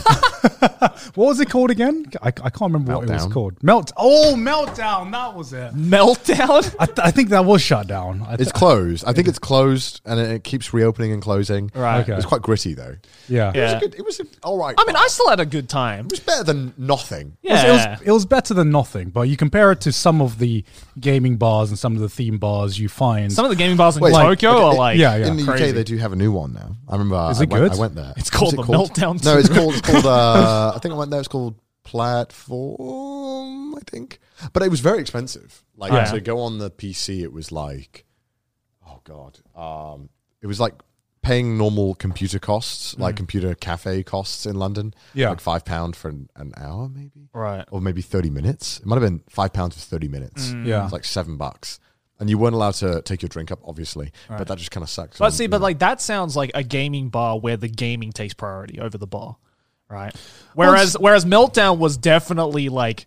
[SPEAKER 2] What was it called again? I, I can't remember what it was
[SPEAKER 4] Meltdown.
[SPEAKER 2] called. Melt. Oh, meltdown. That was it.
[SPEAKER 3] Meltdown.
[SPEAKER 2] I, th- I think that was shut down. I th-
[SPEAKER 4] it's closed. I think it's closed, and it, it keeps reopening and closing.
[SPEAKER 3] Right.
[SPEAKER 2] Okay.
[SPEAKER 4] It was quite gritty though.
[SPEAKER 2] yeah.
[SPEAKER 4] It
[SPEAKER 3] Yeah.
[SPEAKER 4] was, a good, it was a, all right.
[SPEAKER 3] I mean, I still had a good time.
[SPEAKER 4] it was better than nothing.
[SPEAKER 2] It was,
[SPEAKER 3] Yeah.
[SPEAKER 2] it, was, it was better than nothing, but you compare it to some of the gaming bars and some of the theme bars you find.
[SPEAKER 3] Some of the gaming bars in
[SPEAKER 4] Wait,
[SPEAKER 3] Tokyo
[SPEAKER 4] okay,
[SPEAKER 3] are
[SPEAKER 4] it-
[SPEAKER 3] like,
[SPEAKER 2] yeah, yeah.
[SPEAKER 4] in the
[SPEAKER 3] crazy.
[SPEAKER 4] UK, they do have a new one now. I remember.
[SPEAKER 2] Is
[SPEAKER 4] I,
[SPEAKER 2] it
[SPEAKER 4] went,
[SPEAKER 2] good?
[SPEAKER 4] I went there. It's
[SPEAKER 3] called the Meltdown
[SPEAKER 4] No, it's called. It's called. Uh, I think I went there. It's called Platform. I think, but it was very expensive. Like
[SPEAKER 3] Yeah.
[SPEAKER 4] to go on the PC, it was like, oh god, um, it was like paying normal computer costs, like computer cafe costs in London.
[SPEAKER 2] Yeah.
[SPEAKER 4] like five pound for an, an hour, maybe,
[SPEAKER 3] right.
[SPEAKER 4] or maybe thirty minutes. It might have been five pounds for thirty minutes.
[SPEAKER 2] Yeah.
[SPEAKER 4] it's like seven bucks. And you weren't allowed to take your drink up, obviously, but that just kind of sucks. Um,
[SPEAKER 3] But see, but like that sounds like a gaming bar where the gaming takes priority over the bar, right? Whereas whereas Meltdown was definitely like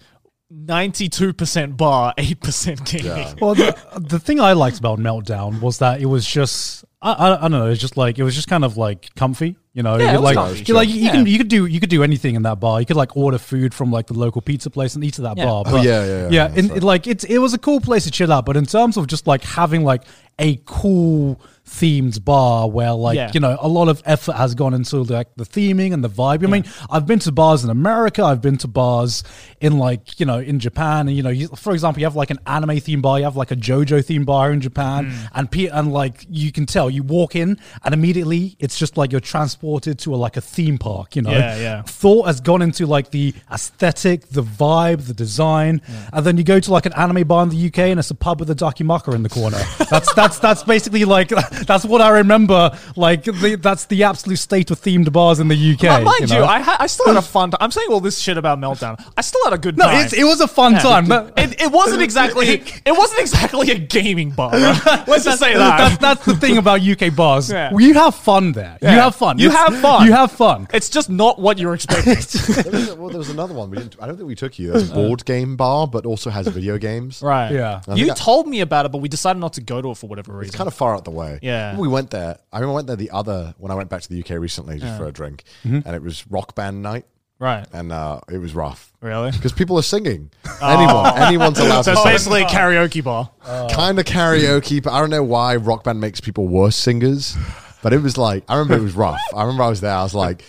[SPEAKER 3] ninety two percent bar, eight percent gaming.
[SPEAKER 2] well, the, the thing I liked about Meltdown was that it was just, I, I, I don't know, it's just like, it was just kind of like comfy. You know, you
[SPEAKER 3] Yeah, it
[SPEAKER 2] could, like
[SPEAKER 3] was Irish,
[SPEAKER 2] you
[SPEAKER 3] sure.
[SPEAKER 2] like you
[SPEAKER 3] Yeah.
[SPEAKER 2] can you could do you could do anything in that bar. You could like order food from like the local pizza place and eat at that
[SPEAKER 3] Yeah.
[SPEAKER 2] bar.
[SPEAKER 3] Oh,
[SPEAKER 4] yeah, yeah, yeah,
[SPEAKER 2] yeah.
[SPEAKER 4] yeah,
[SPEAKER 2] and
[SPEAKER 4] so-
[SPEAKER 2] it, like it's it was a cool place to chill out, but in terms of just like having like a cool themed bar where like
[SPEAKER 3] Yeah.
[SPEAKER 2] you know a lot of effort has gone into like the theming and the vibe. I mean, I've been to bars in America. I've been to bars in like you know in Japan, and you know, you, for example, you have like an anime themed bar, you have like a JoJo themed bar in Japan,
[SPEAKER 3] Mm.
[SPEAKER 2] and pe- and like you can tell, you walk in and immediately it's just like you're transported to a, like a theme park. You know,
[SPEAKER 3] Yeah, yeah.
[SPEAKER 2] thought has gone into like the aesthetic, the vibe, the design, and then you go to like an anime bar in the UK and it's a pub with a dakimaku in the corner. that's that's that's basically like that's what I remember. Like the, that's the absolute state of themed bars in the UK.
[SPEAKER 3] Mind you,
[SPEAKER 2] know?
[SPEAKER 3] I, ha- I still had a fun time. I'm saying all this shit about meltdown. I still had a good
[SPEAKER 2] no,
[SPEAKER 3] time.
[SPEAKER 2] it's, it was a fun time. but-
[SPEAKER 3] it, it wasn't exactly. It wasn't exactly a gaming bar. Let's just say that.
[SPEAKER 2] That's, that's the thing about UK bars.
[SPEAKER 3] Yeah.
[SPEAKER 2] You have fun there. You
[SPEAKER 3] Yeah.
[SPEAKER 2] have fun.
[SPEAKER 3] You have fun.
[SPEAKER 2] You have fun.
[SPEAKER 3] it's just not what you're expecting.
[SPEAKER 4] there was, well, there was another one. We didn't. I don't think we took you. That's a board game bar, but also has video games.
[SPEAKER 3] right.
[SPEAKER 2] Yeah.
[SPEAKER 4] I
[SPEAKER 3] You
[SPEAKER 4] think I-
[SPEAKER 3] told me about it, but we decided not to go to it for whatever reason.
[SPEAKER 4] It's kind of far out the way.
[SPEAKER 3] Yeah.
[SPEAKER 4] We went there. I remember I went there the other when I went back to the UK recently just for a drink,
[SPEAKER 3] Mm-hmm.
[SPEAKER 4] and it was rock band night,
[SPEAKER 3] right.
[SPEAKER 4] and uh, it was rough
[SPEAKER 3] Really?
[SPEAKER 4] because people are singing. Anyone, anyone's allowed.
[SPEAKER 3] So
[SPEAKER 4] to
[SPEAKER 3] it's
[SPEAKER 4] sing.
[SPEAKER 3] basically a karaoke bar.
[SPEAKER 4] kind of karaoke, but I don't know why rock band makes people worse singers. But it was like I remember it was rough. I remember I was there. I was like,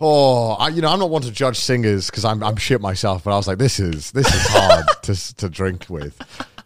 [SPEAKER 4] oh, I, you know, I'm not one to judge singers because I'm I'm shit myself. But I was like, this is this is hard to s- to drink with.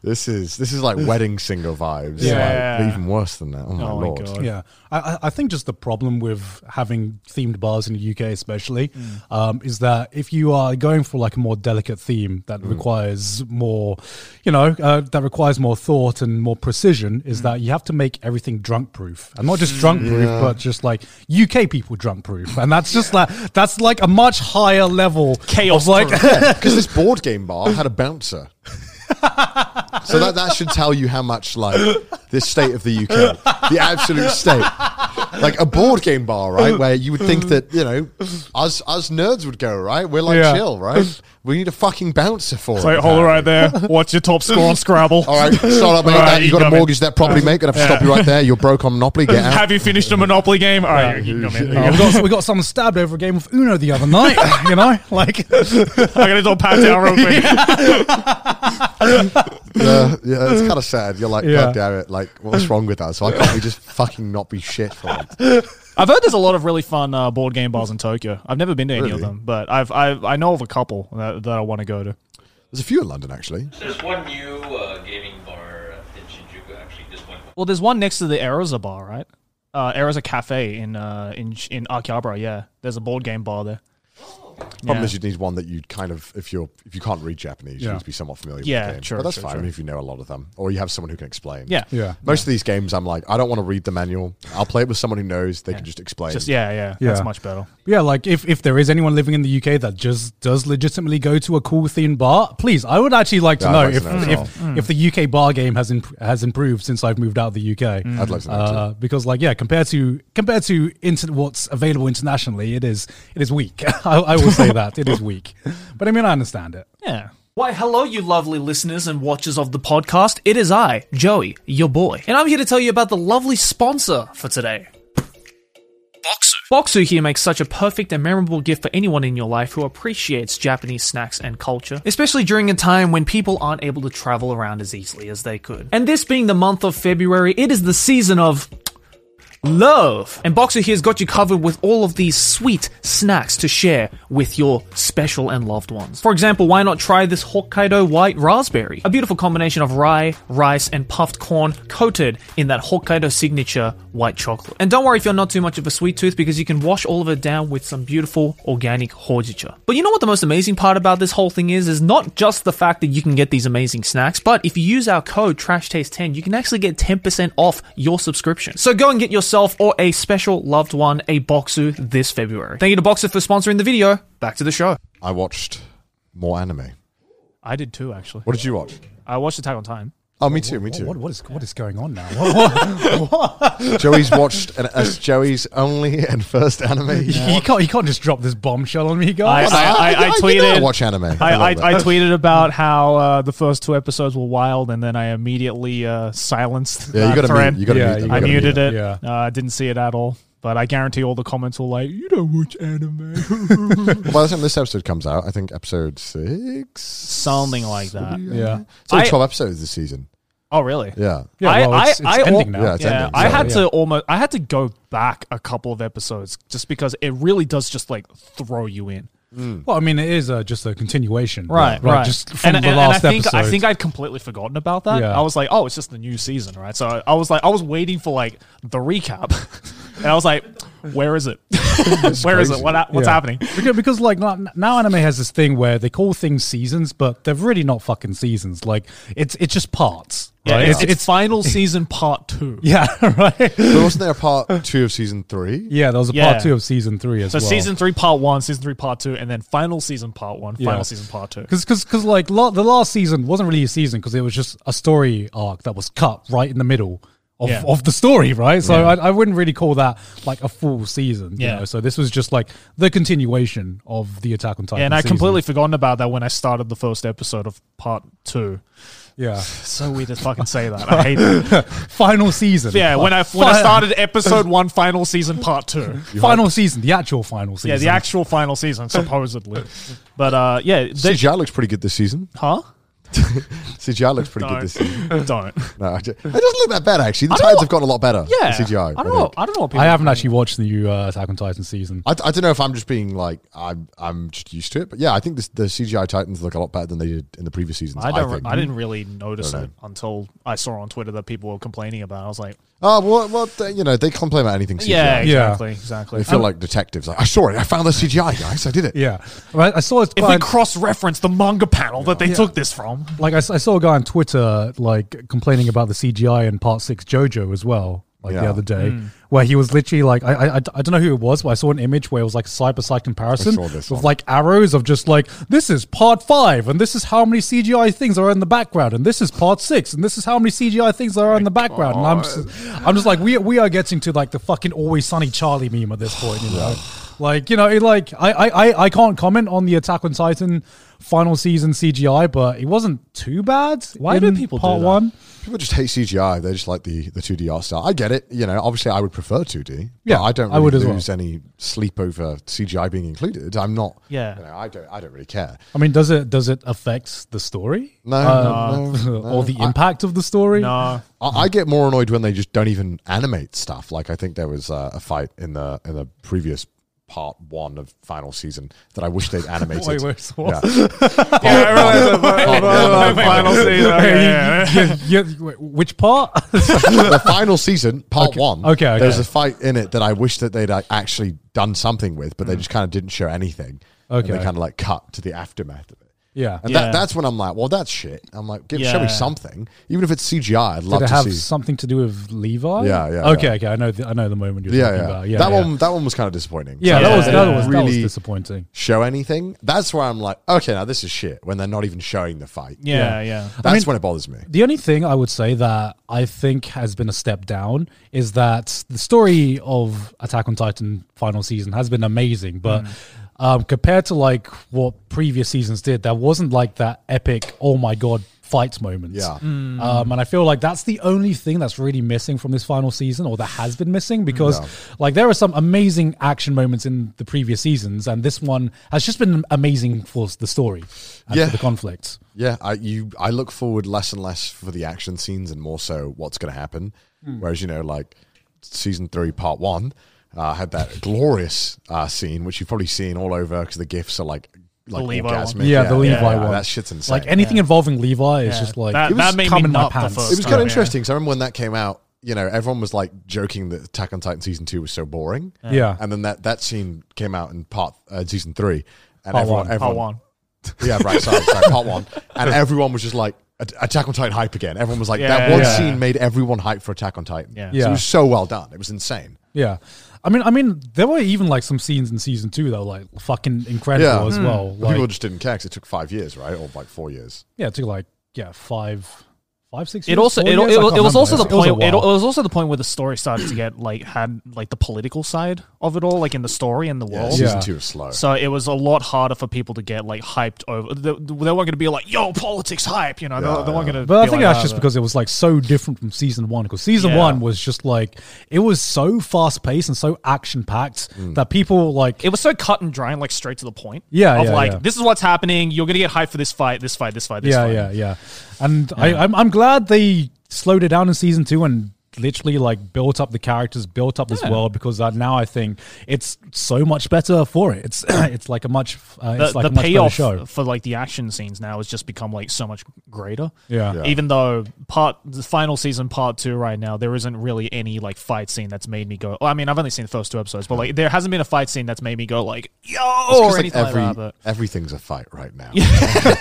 [SPEAKER 4] This is this is like wedding singer vibes.
[SPEAKER 3] Yeah.
[SPEAKER 4] like, but even worse than that. Oh my
[SPEAKER 3] Oh my
[SPEAKER 4] lord.
[SPEAKER 3] god.
[SPEAKER 2] Yeah, I, I- I think just the problem with having themed bars in the UK, especially,
[SPEAKER 4] Mm.
[SPEAKER 2] um, is that if you are going for like a more delicate theme that
[SPEAKER 4] Mm.
[SPEAKER 2] requires more, you know, uh, that requires more thought and more precision,
[SPEAKER 4] Mm.
[SPEAKER 2] is that you have to make everything drunk proof, and not just drunk proof, but just like UK people drunk proof, and that's just like that's like a much higher level
[SPEAKER 3] Chaos
[SPEAKER 2] of like.
[SPEAKER 3] proof.
[SPEAKER 4] Because this board game bar had a bouncer. so that, that should tell you how much like this state of the UK, the absolute state. Like a board game bar, right? Where you would think that, you know, us us nerds would go, right? We're like
[SPEAKER 2] Yeah.
[SPEAKER 4] chill, right? We need a fucking bouncer for it.
[SPEAKER 3] Wait, hold it right there. What's your top score on Scrabble?
[SPEAKER 4] All right, start up, mate.
[SPEAKER 3] All right,
[SPEAKER 4] That-
[SPEAKER 3] you
[SPEAKER 4] You've got
[SPEAKER 3] come
[SPEAKER 4] to
[SPEAKER 3] in.
[SPEAKER 4] mortgage that property, mate. Gonna have to stop you right there. You're broke on Monopoly. Get out.
[SPEAKER 3] Have you finished a Monopoly game? All right, you can come in.
[SPEAKER 2] we got we got someone stabbed over a game of Uno the other night. You know, like
[SPEAKER 3] I gotta do a pat down real quick.
[SPEAKER 4] yeah, yeah, it's kind of sad. You're like,
[SPEAKER 2] Yeah.
[SPEAKER 4] God damn it. Like, what's wrong with us? Why can't we just fucking not be shit for it?
[SPEAKER 3] I've heard there's a lot of really fun uh, board game bars in Tokyo. I've never been to any of them, but I've, I've I know of a couple that, that I want to go to.
[SPEAKER 4] There's a few in London, actually.
[SPEAKER 5] There's one new uh, gaming bar in Shinjuku, actually, just one.
[SPEAKER 3] Well, there's one next to the Erza bar, right? Uh, Erza Cafe in uh, in Sh- in Akihabara. Yeah, there's a board game bar there.
[SPEAKER 4] Problem
[SPEAKER 3] Yeah.
[SPEAKER 4] is, you'd need one that you kind of, if you're, if you can't read Japanese, you need to be somewhat familiar
[SPEAKER 3] Yeah,
[SPEAKER 4] with the game.
[SPEAKER 3] sure,
[SPEAKER 4] but that's
[SPEAKER 3] sure,
[SPEAKER 4] fine
[SPEAKER 3] sure.
[SPEAKER 4] if you know a lot of them, or you have someone who can explain.
[SPEAKER 3] Yeah.
[SPEAKER 2] Yeah.
[SPEAKER 4] Most of these games, I'm like, I don't want to read the manual. I'll play it with someone who knows. They can just explain.
[SPEAKER 3] Just yeah, yeah,
[SPEAKER 2] Yeah.
[SPEAKER 3] That's much better.
[SPEAKER 2] Yeah, like if, if there is anyone living in the UK that just does legitimately go to a cool themed bar, please, I would actually like to
[SPEAKER 4] Yeah, I'd
[SPEAKER 2] know
[SPEAKER 4] like to
[SPEAKER 2] if
[SPEAKER 4] know as
[SPEAKER 2] if,
[SPEAKER 4] well.
[SPEAKER 3] Hmm.
[SPEAKER 2] if the UK bar game has imp- has improved since I've moved out of the UK.
[SPEAKER 3] Hmm.
[SPEAKER 4] I'd like to know
[SPEAKER 2] Uh, because like yeah, compared to compared to inter- what's available internationally, it is it is weak. I, I will say that it is weak, but I mean I understand it.
[SPEAKER 3] Yeah. Why, hello, you lovely listeners and watchers of the podcast. It is I, Joey, your boy, and I'm here to tell you about the lovely sponsor for today. Boxu here makes such a perfect and memorable gift for anyone in your life who appreciates Japanese snacks and culture, especially during a time when people aren't able to travel around as easily as they could. And this being the month of February, it is the season of love. And Boxer here's got you covered with all of these sweet snacks to share with your special and loved ones. For example, why not try this Hokkaido white raspberry? A beautiful combination of rye, rice, and puffed corn coated in that Hokkaido signature white chocolate. And don't worry if you're not too much of a sweet tooth because you can wash all of it down with some beautiful organic horchata. But you know what the most amazing part about this whole thing is is not just the fact that you can get these amazing snacks, but if you use our code TrashTaste10, you can actually get 10% off your subscription. So go and get yourself or a special loved one a Boxu this February. Thank you to Boxu for sponsoring the video. Back to the show.
[SPEAKER 4] I watched more anime.
[SPEAKER 3] I did too, actually.
[SPEAKER 4] What did you watch?
[SPEAKER 3] I watched Attack on Time.
[SPEAKER 4] Oh, me too. Me
[SPEAKER 2] What-
[SPEAKER 4] too.
[SPEAKER 2] what, what is what is going on now? What- what- what?
[SPEAKER 4] Joey's watched an, as Joey's only and first anime.
[SPEAKER 2] You can't you can't just drop this bombshell on me,
[SPEAKER 3] I,
[SPEAKER 2] guys.
[SPEAKER 3] I, I, I
[SPEAKER 4] you know
[SPEAKER 3] tweeted.
[SPEAKER 4] watch anime.
[SPEAKER 3] I, I,
[SPEAKER 4] love
[SPEAKER 3] I
[SPEAKER 4] it.
[SPEAKER 3] tweeted about how uh, the first two episodes were wild, and then I immediately uh, silenced
[SPEAKER 4] Yeah, you
[SPEAKER 3] that
[SPEAKER 4] gotta
[SPEAKER 3] thread.
[SPEAKER 4] mute. You gotta
[SPEAKER 2] Yeah,
[SPEAKER 4] mute.
[SPEAKER 2] you
[SPEAKER 4] them.
[SPEAKER 3] I
[SPEAKER 4] You gotta mute
[SPEAKER 3] muted
[SPEAKER 4] them.
[SPEAKER 3] it.
[SPEAKER 2] Yeah.
[SPEAKER 3] Uh, didn't see it at all. But I guarantee all the comments will like, you don't watch anime.
[SPEAKER 4] Well, by the time this episode comes out, I think episode six,
[SPEAKER 3] something like that.
[SPEAKER 4] Yeah, it's only
[SPEAKER 3] I-
[SPEAKER 4] twelve episodes this season.
[SPEAKER 3] Oh, really?
[SPEAKER 4] Yeah.
[SPEAKER 3] I, I, I, al-
[SPEAKER 4] Yeah, it's ending.
[SPEAKER 3] I had
[SPEAKER 4] Sorry,
[SPEAKER 3] to almost, I had to go back a couple of episodes just because it really does just like throw you in.
[SPEAKER 2] Well, I mean, it is uh, just a continuation,
[SPEAKER 3] Right, right.
[SPEAKER 2] Just from the last
[SPEAKER 3] I think,
[SPEAKER 2] episode.
[SPEAKER 3] I think I'd completely forgotten about that.
[SPEAKER 2] Yeah.
[SPEAKER 3] I was like, oh, it's just the new season, right? So I, I was like, I was waiting for like the recap, and I was like, where is it? Where is it? What, ha- what's
[SPEAKER 2] Yeah.
[SPEAKER 3] happening?
[SPEAKER 2] Because, because, like now- now, anime has this thing where they call things seasons, but they're really not fucking seasons. Like it's it's just parts.
[SPEAKER 3] Yeah,
[SPEAKER 2] right?
[SPEAKER 3] it's, it's, final season part two.
[SPEAKER 2] yeah, right.
[SPEAKER 4] But wasn't there a part two of season three?
[SPEAKER 2] Yeah, there was a
[SPEAKER 3] Yeah.
[SPEAKER 2] part two of season three as
[SPEAKER 3] So
[SPEAKER 2] well.
[SPEAKER 3] season three, part one, season three, part two, and then final season, part one,
[SPEAKER 2] Yeah.
[SPEAKER 3] final season, part two.
[SPEAKER 2] Because, because, because, like la- the last season wasn't really a season because it was just a story arc that was cut right in the middle of,
[SPEAKER 3] Yeah.
[SPEAKER 2] of the story, right? So
[SPEAKER 3] Yeah.
[SPEAKER 2] I, I wouldn't really call that like a full season.
[SPEAKER 3] Yeah.
[SPEAKER 2] You know? So this was just like the continuation of the Attack on Titan.
[SPEAKER 3] Yeah, and I
[SPEAKER 2] season.
[SPEAKER 3] completely forgotten about that when I started the first episode of part two.
[SPEAKER 2] yeah
[SPEAKER 3] So weird to fucking say that. I hate it.
[SPEAKER 2] final season.
[SPEAKER 3] Yeah, when I when I
[SPEAKER 2] Fi-
[SPEAKER 3] started episode one, final season, part two.
[SPEAKER 2] final season, the actual final season.
[SPEAKER 3] Yeah, the actual final season, supposedly. But uh, yeah, they,
[SPEAKER 4] CGI looks pretty good this season.
[SPEAKER 3] huh?
[SPEAKER 4] CGI looks pretty good
[SPEAKER 3] Don't.
[SPEAKER 4] this season.
[SPEAKER 3] Don't.
[SPEAKER 4] No, I ju- it doesn't look that bad actually. The
[SPEAKER 3] I don't
[SPEAKER 4] tides
[SPEAKER 3] know-
[SPEAKER 4] have gotten a lot better.
[SPEAKER 3] Yeah,
[SPEAKER 4] in CGI.
[SPEAKER 3] I don't
[SPEAKER 4] think.
[SPEAKER 3] know. I don't know. What people
[SPEAKER 2] I haven't actually watched the new uh, Attack on Titan season.
[SPEAKER 4] I, I don't know if I'm just being like I'm I'm just used to it, but yeah, I think this, the CGI Titans look a lot better than they did in the previous seasons.
[SPEAKER 3] I
[SPEAKER 4] I,
[SPEAKER 3] don't.
[SPEAKER 4] think.
[SPEAKER 3] I, didn't really notice
[SPEAKER 4] Don't know.
[SPEAKER 3] it until I saw on Twitter that people were complaining about. it. I was like,
[SPEAKER 4] Oh well, well, they- you know, they complain about anything CGI.
[SPEAKER 2] Yeah.
[SPEAKER 3] yeah, exactly, exactly.
[SPEAKER 4] They feel like detectives. Like, I saw it. I found the CGI guys. I did it.
[SPEAKER 2] Yeah, right. I saw it.
[SPEAKER 3] if we cross-reference the manga panel that they took this from,
[SPEAKER 2] like I, s- I saw a guy on Twitter like complaining about the CGI in Part Six JoJo as well. Like the
[SPEAKER 4] Yeah.
[SPEAKER 2] other day, where he was literally like, I, I, I d- I don't know who it was, but I saw an image where it was like a side by side comparison
[SPEAKER 4] saw this
[SPEAKER 2] with
[SPEAKER 4] one.
[SPEAKER 2] like arrows of just like this is part five, and this is how many CGI things are in the background, and this is part six, and this is how many CGI things are in the background. And I'm just, I'm just like, we we are getting to like the fucking always sunny Charlie meme at this point, you know. Like you know, it, like I, I I I can't comment on the Attack on Titan final season CGI, but it wasn't too bad.
[SPEAKER 3] Why
[SPEAKER 2] in
[SPEAKER 3] do people do
[SPEAKER 2] part
[SPEAKER 3] that?
[SPEAKER 2] one?
[SPEAKER 4] People just hate CGI. They just like the the 2D art style. I get it. You know, obviously, I would prefer 2D. but
[SPEAKER 2] Yeah,
[SPEAKER 4] I don't. Really
[SPEAKER 2] I would as well.
[SPEAKER 4] lose any sleep over CGI being included. I'm not.
[SPEAKER 3] Yeah.
[SPEAKER 4] you know, I don't. I don't really care.
[SPEAKER 2] I mean, does it does it affect the story?
[SPEAKER 4] No,
[SPEAKER 2] Uh,
[SPEAKER 4] no, no.
[SPEAKER 2] or the impact of the story?
[SPEAKER 3] no,
[SPEAKER 4] I, I get more annoyed when they just don't even animate stuff. Like I think there was uh, a fight in the in the previous part one of final season that I wish they'd animated.
[SPEAKER 2] Wait, wait, so what?
[SPEAKER 4] Yeah.
[SPEAKER 3] final season. okay, yeah.
[SPEAKER 2] Yeah, wait, which part?
[SPEAKER 4] the final season, part one.
[SPEAKER 2] okay, okay.
[SPEAKER 4] There's a fight in it that I wish that they'd like, actually done something with, but they just kind of didn't show anything. And they
[SPEAKER 2] Mm. Okay.
[SPEAKER 4] kind of like cut to the aftermath of it.
[SPEAKER 2] yeah.
[SPEAKER 4] And
[SPEAKER 3] Yeah.
[SPEAKER 4] that, that's when I'm like, well, that's shit. I'm like, give, show
[SPEAKER 3] Yeah.
[SPEAKER 4] me something. Even if it's CGI, I'd love
[SPEAKER 2] Did it
[SPEAKER 4] to
[SPEAKER 2] have
[SPEAKER 4] see.
[SPEAKER 2] something to do with Levi?
[SPEAKER 4] Yeah, yeah,
[SPEAKER 2] Okay,
[SPEAKER 4] yeah.
[SPEAKER 2] okay. I know. The, I know the moment you're
[SPEAKER 4] yeah,
[SPEAKER 2] talking
[SPEAKER 4] yeah.
[SPEAKER 2] about. Yeah,
[SPEAKER 4] that
[SPEAKER 2] yeah.
[SPEAKER 4] one, that one was kind of disappointing.
[SPEAKER 2] Yeah, that
[SPEAKER 4] So
[SPEAKER 2] was
[SPEAKER 4] they
[SPEAKER 2] that
[SPEAKER 4] didn't
[SPEAKER 2] was, that was
[SPEAKER 4] really
[SPEAKER 2] disappointing.
[SPEAKER 4] show anything. That's where I'm like, okay, now this is shit. When they're not even showing the fight.
[SPEAKER 3] yeah, yeah,
[SPEAKER 4] That's when it bothers me.
[SPEAKER 2] The only thing I would say that I think has been a step down is that the story of Attack on Titan final season has been amazing, but
[SPEAKER 4] Mm.
[SPEAKER 2] um, compared to like what previous seasons did, there wasn't like that epic "oh my god" fight moment.
[SPEAKER 4] Yeah.
[SPEAKER 2] um, and I feel like that's the only thing that's really missing from this final season, or that has been missing, because like there are some amazing action moments in the previous seasons, and this one has just been amazing for the story and
[SPEAKER 4] Yeah.
[SPEAKER 2] for the conflict.
[SPEAKER 4] Yeah, I you I look forward less and less for the action scenes and more so what's going to happen.
[SPEAKER 2] Hmm.
[SPEAKER 4] Whereas you know, like season three, part one, uh, had that glorious uh, scene which you've probably seen all over because the gifs are like like
[SPEAKER 3] Levi one.
[SPEAKER 4] orgasmic.
[SPEAKER 2] Yeah, the Levi one.
[SPEAKER 4] That shit's insane.
[SPEAKER 2] Like anything involving Levi is
[SPEAKER 3] Yeah.
[SPEAKER 2] just like
[SPEAKER 3] That-
[SPEAKER 2] it was
[SPEAKER 3] that made me
[SPEAKER 2] cum in my
[SPEAKER 3] nut the
[SPEAKER 2] pants.
[SPEAKER 3] first
[SPEAKER 4] it
[SPEAKER 3] time.
[SPEAKER 4] was
[SPEAKER 3] Yeah.
[SPEAKER 4] kind of interesting. So I remember when that came out. You know, everyone was like joking that Attack on Titan season two was so boring.
[SPEAKER 2] Yeah.
[SPEAKER 4] and then that that scene came out in part uh, season three, and
[SPEAKER 2] Part
[SPEAKER 4] everyone,
[SPEAKER 2] one.
[SPEAKER 3] Part
[SPEAKER 4] everyone
[SPEAKER 3] one.
[SPEAKER 4] yeah, right. Sorry, sorry. Part one, and everyone was just like "At- Attack on Titan hype again. Everyone was like that
[SPEAKER 3] Yeah.
[SPEAKER 4] one
[SPEAKER 3] Yeah.
[SPEAKER 4] scene made everyone hype for Attack on Titan.
[SPEAKER 3] Yeah.
[SPEAKER 4] So
[SPEAKER 2] Yeah.
[SPEAKER 4] it was so well done. It was insane.
[SPEAKER 2] Yeah. I mean, I mean, there were even like some scenes in season two that were like fucking incredible
[SPEAKER 4] Yeah.
[SPEAKER 3] Hmm.
[SPEAKER 2] as well.
[SPEAKER 4] But people
[SPEAKER 2] Like,
[SPEAKER 4] just didn't care because it took five years, right, or like four years.
[SPEAKER 2] yeah, it took like yeah five, five five, six.
[SPEAKER 3] It
[SPEAKER 2] years?
[SPEAKER 3] also
[SPEAKER 2] Four
[SPEAKER 3] it, it,
[SPEAKER 2] years? I can't
[SPEAKER 3] it was also the
[SPEAKER 2] remember.
[SPEAKER 3] point.
[SPEAKER 2] It was a
[SPEAKER 3] It, it
[SPEAKER 2] while.
[SPEAKER 3] was also the point where the story started to get like had like the political side of it all, like in the story and the world.
[SPEAKER 4] season Yeah. two was slow.
[SPEAKER 3] So it was a lot harder for people to get like hyped over. They, they weren't going to be like, "Yo, politics hype," you know. they, they weren't going to.
[SPEAKER 2] But I think that's just because it was like so different from season one. Because season
[SPEAKER 3] "Ah, Yeah.
[SPEAKER 2] one was just like it was so fast paced and so action packed
[SPEAKER 4] Hmm.
[SPEAKER 2] that people like
[SPEAKER 3] it was so cut and dry and like straight to the point.
[SPEAKER 2] Yeah,
[SPEAKER 3] of
[SPEAKER 2] yeah,
[SPEAKER 3] like
[SPEAKER 2] yeah.
[SPEAKER 3] this is what's happening. You're going to get hyped for this fight, this fight, this fight, this
[SPEAKER 2] yeah,
[SPEAKER 3] fight.
[SPEAKER 2] yeah, yeah. And I, I'm I'm glad they slowed it down in season two and literally like built up the characters, built up this
[SPEAKER 3] Yeah.
[SPEAKER 2] world because uh, now I think it's so much better for it. It's it's like a much uh,
[SPEAKER 3] the,
[SPEAKER 2] it's like
[SPEAKER 3] the
[SPEAKER 2] a much better
[SPEAKER 3] payoff
[SPEAKER 2] show.
[SPEAKER 3] for like the action scenes now has just become like so much greater.
[SPEAKER 2] Yeah. Yeah.
[SPEAKER 3] Even though part the final season part two right now there isn't really any like fight scene that's made me go. I mean I've only seen the first two episodes, but like there hasn't been a fight scene that's made me go like yo
[SPEAKER 4] It's 'cause,
[SPEAKER 3] or
[SPEAKER 4] like,
[SPEAKER 3] anything
[SPEAKER 4] every-
[SPEAKER 3] like that.
[SPEAKER 4] Everything's a fight right now.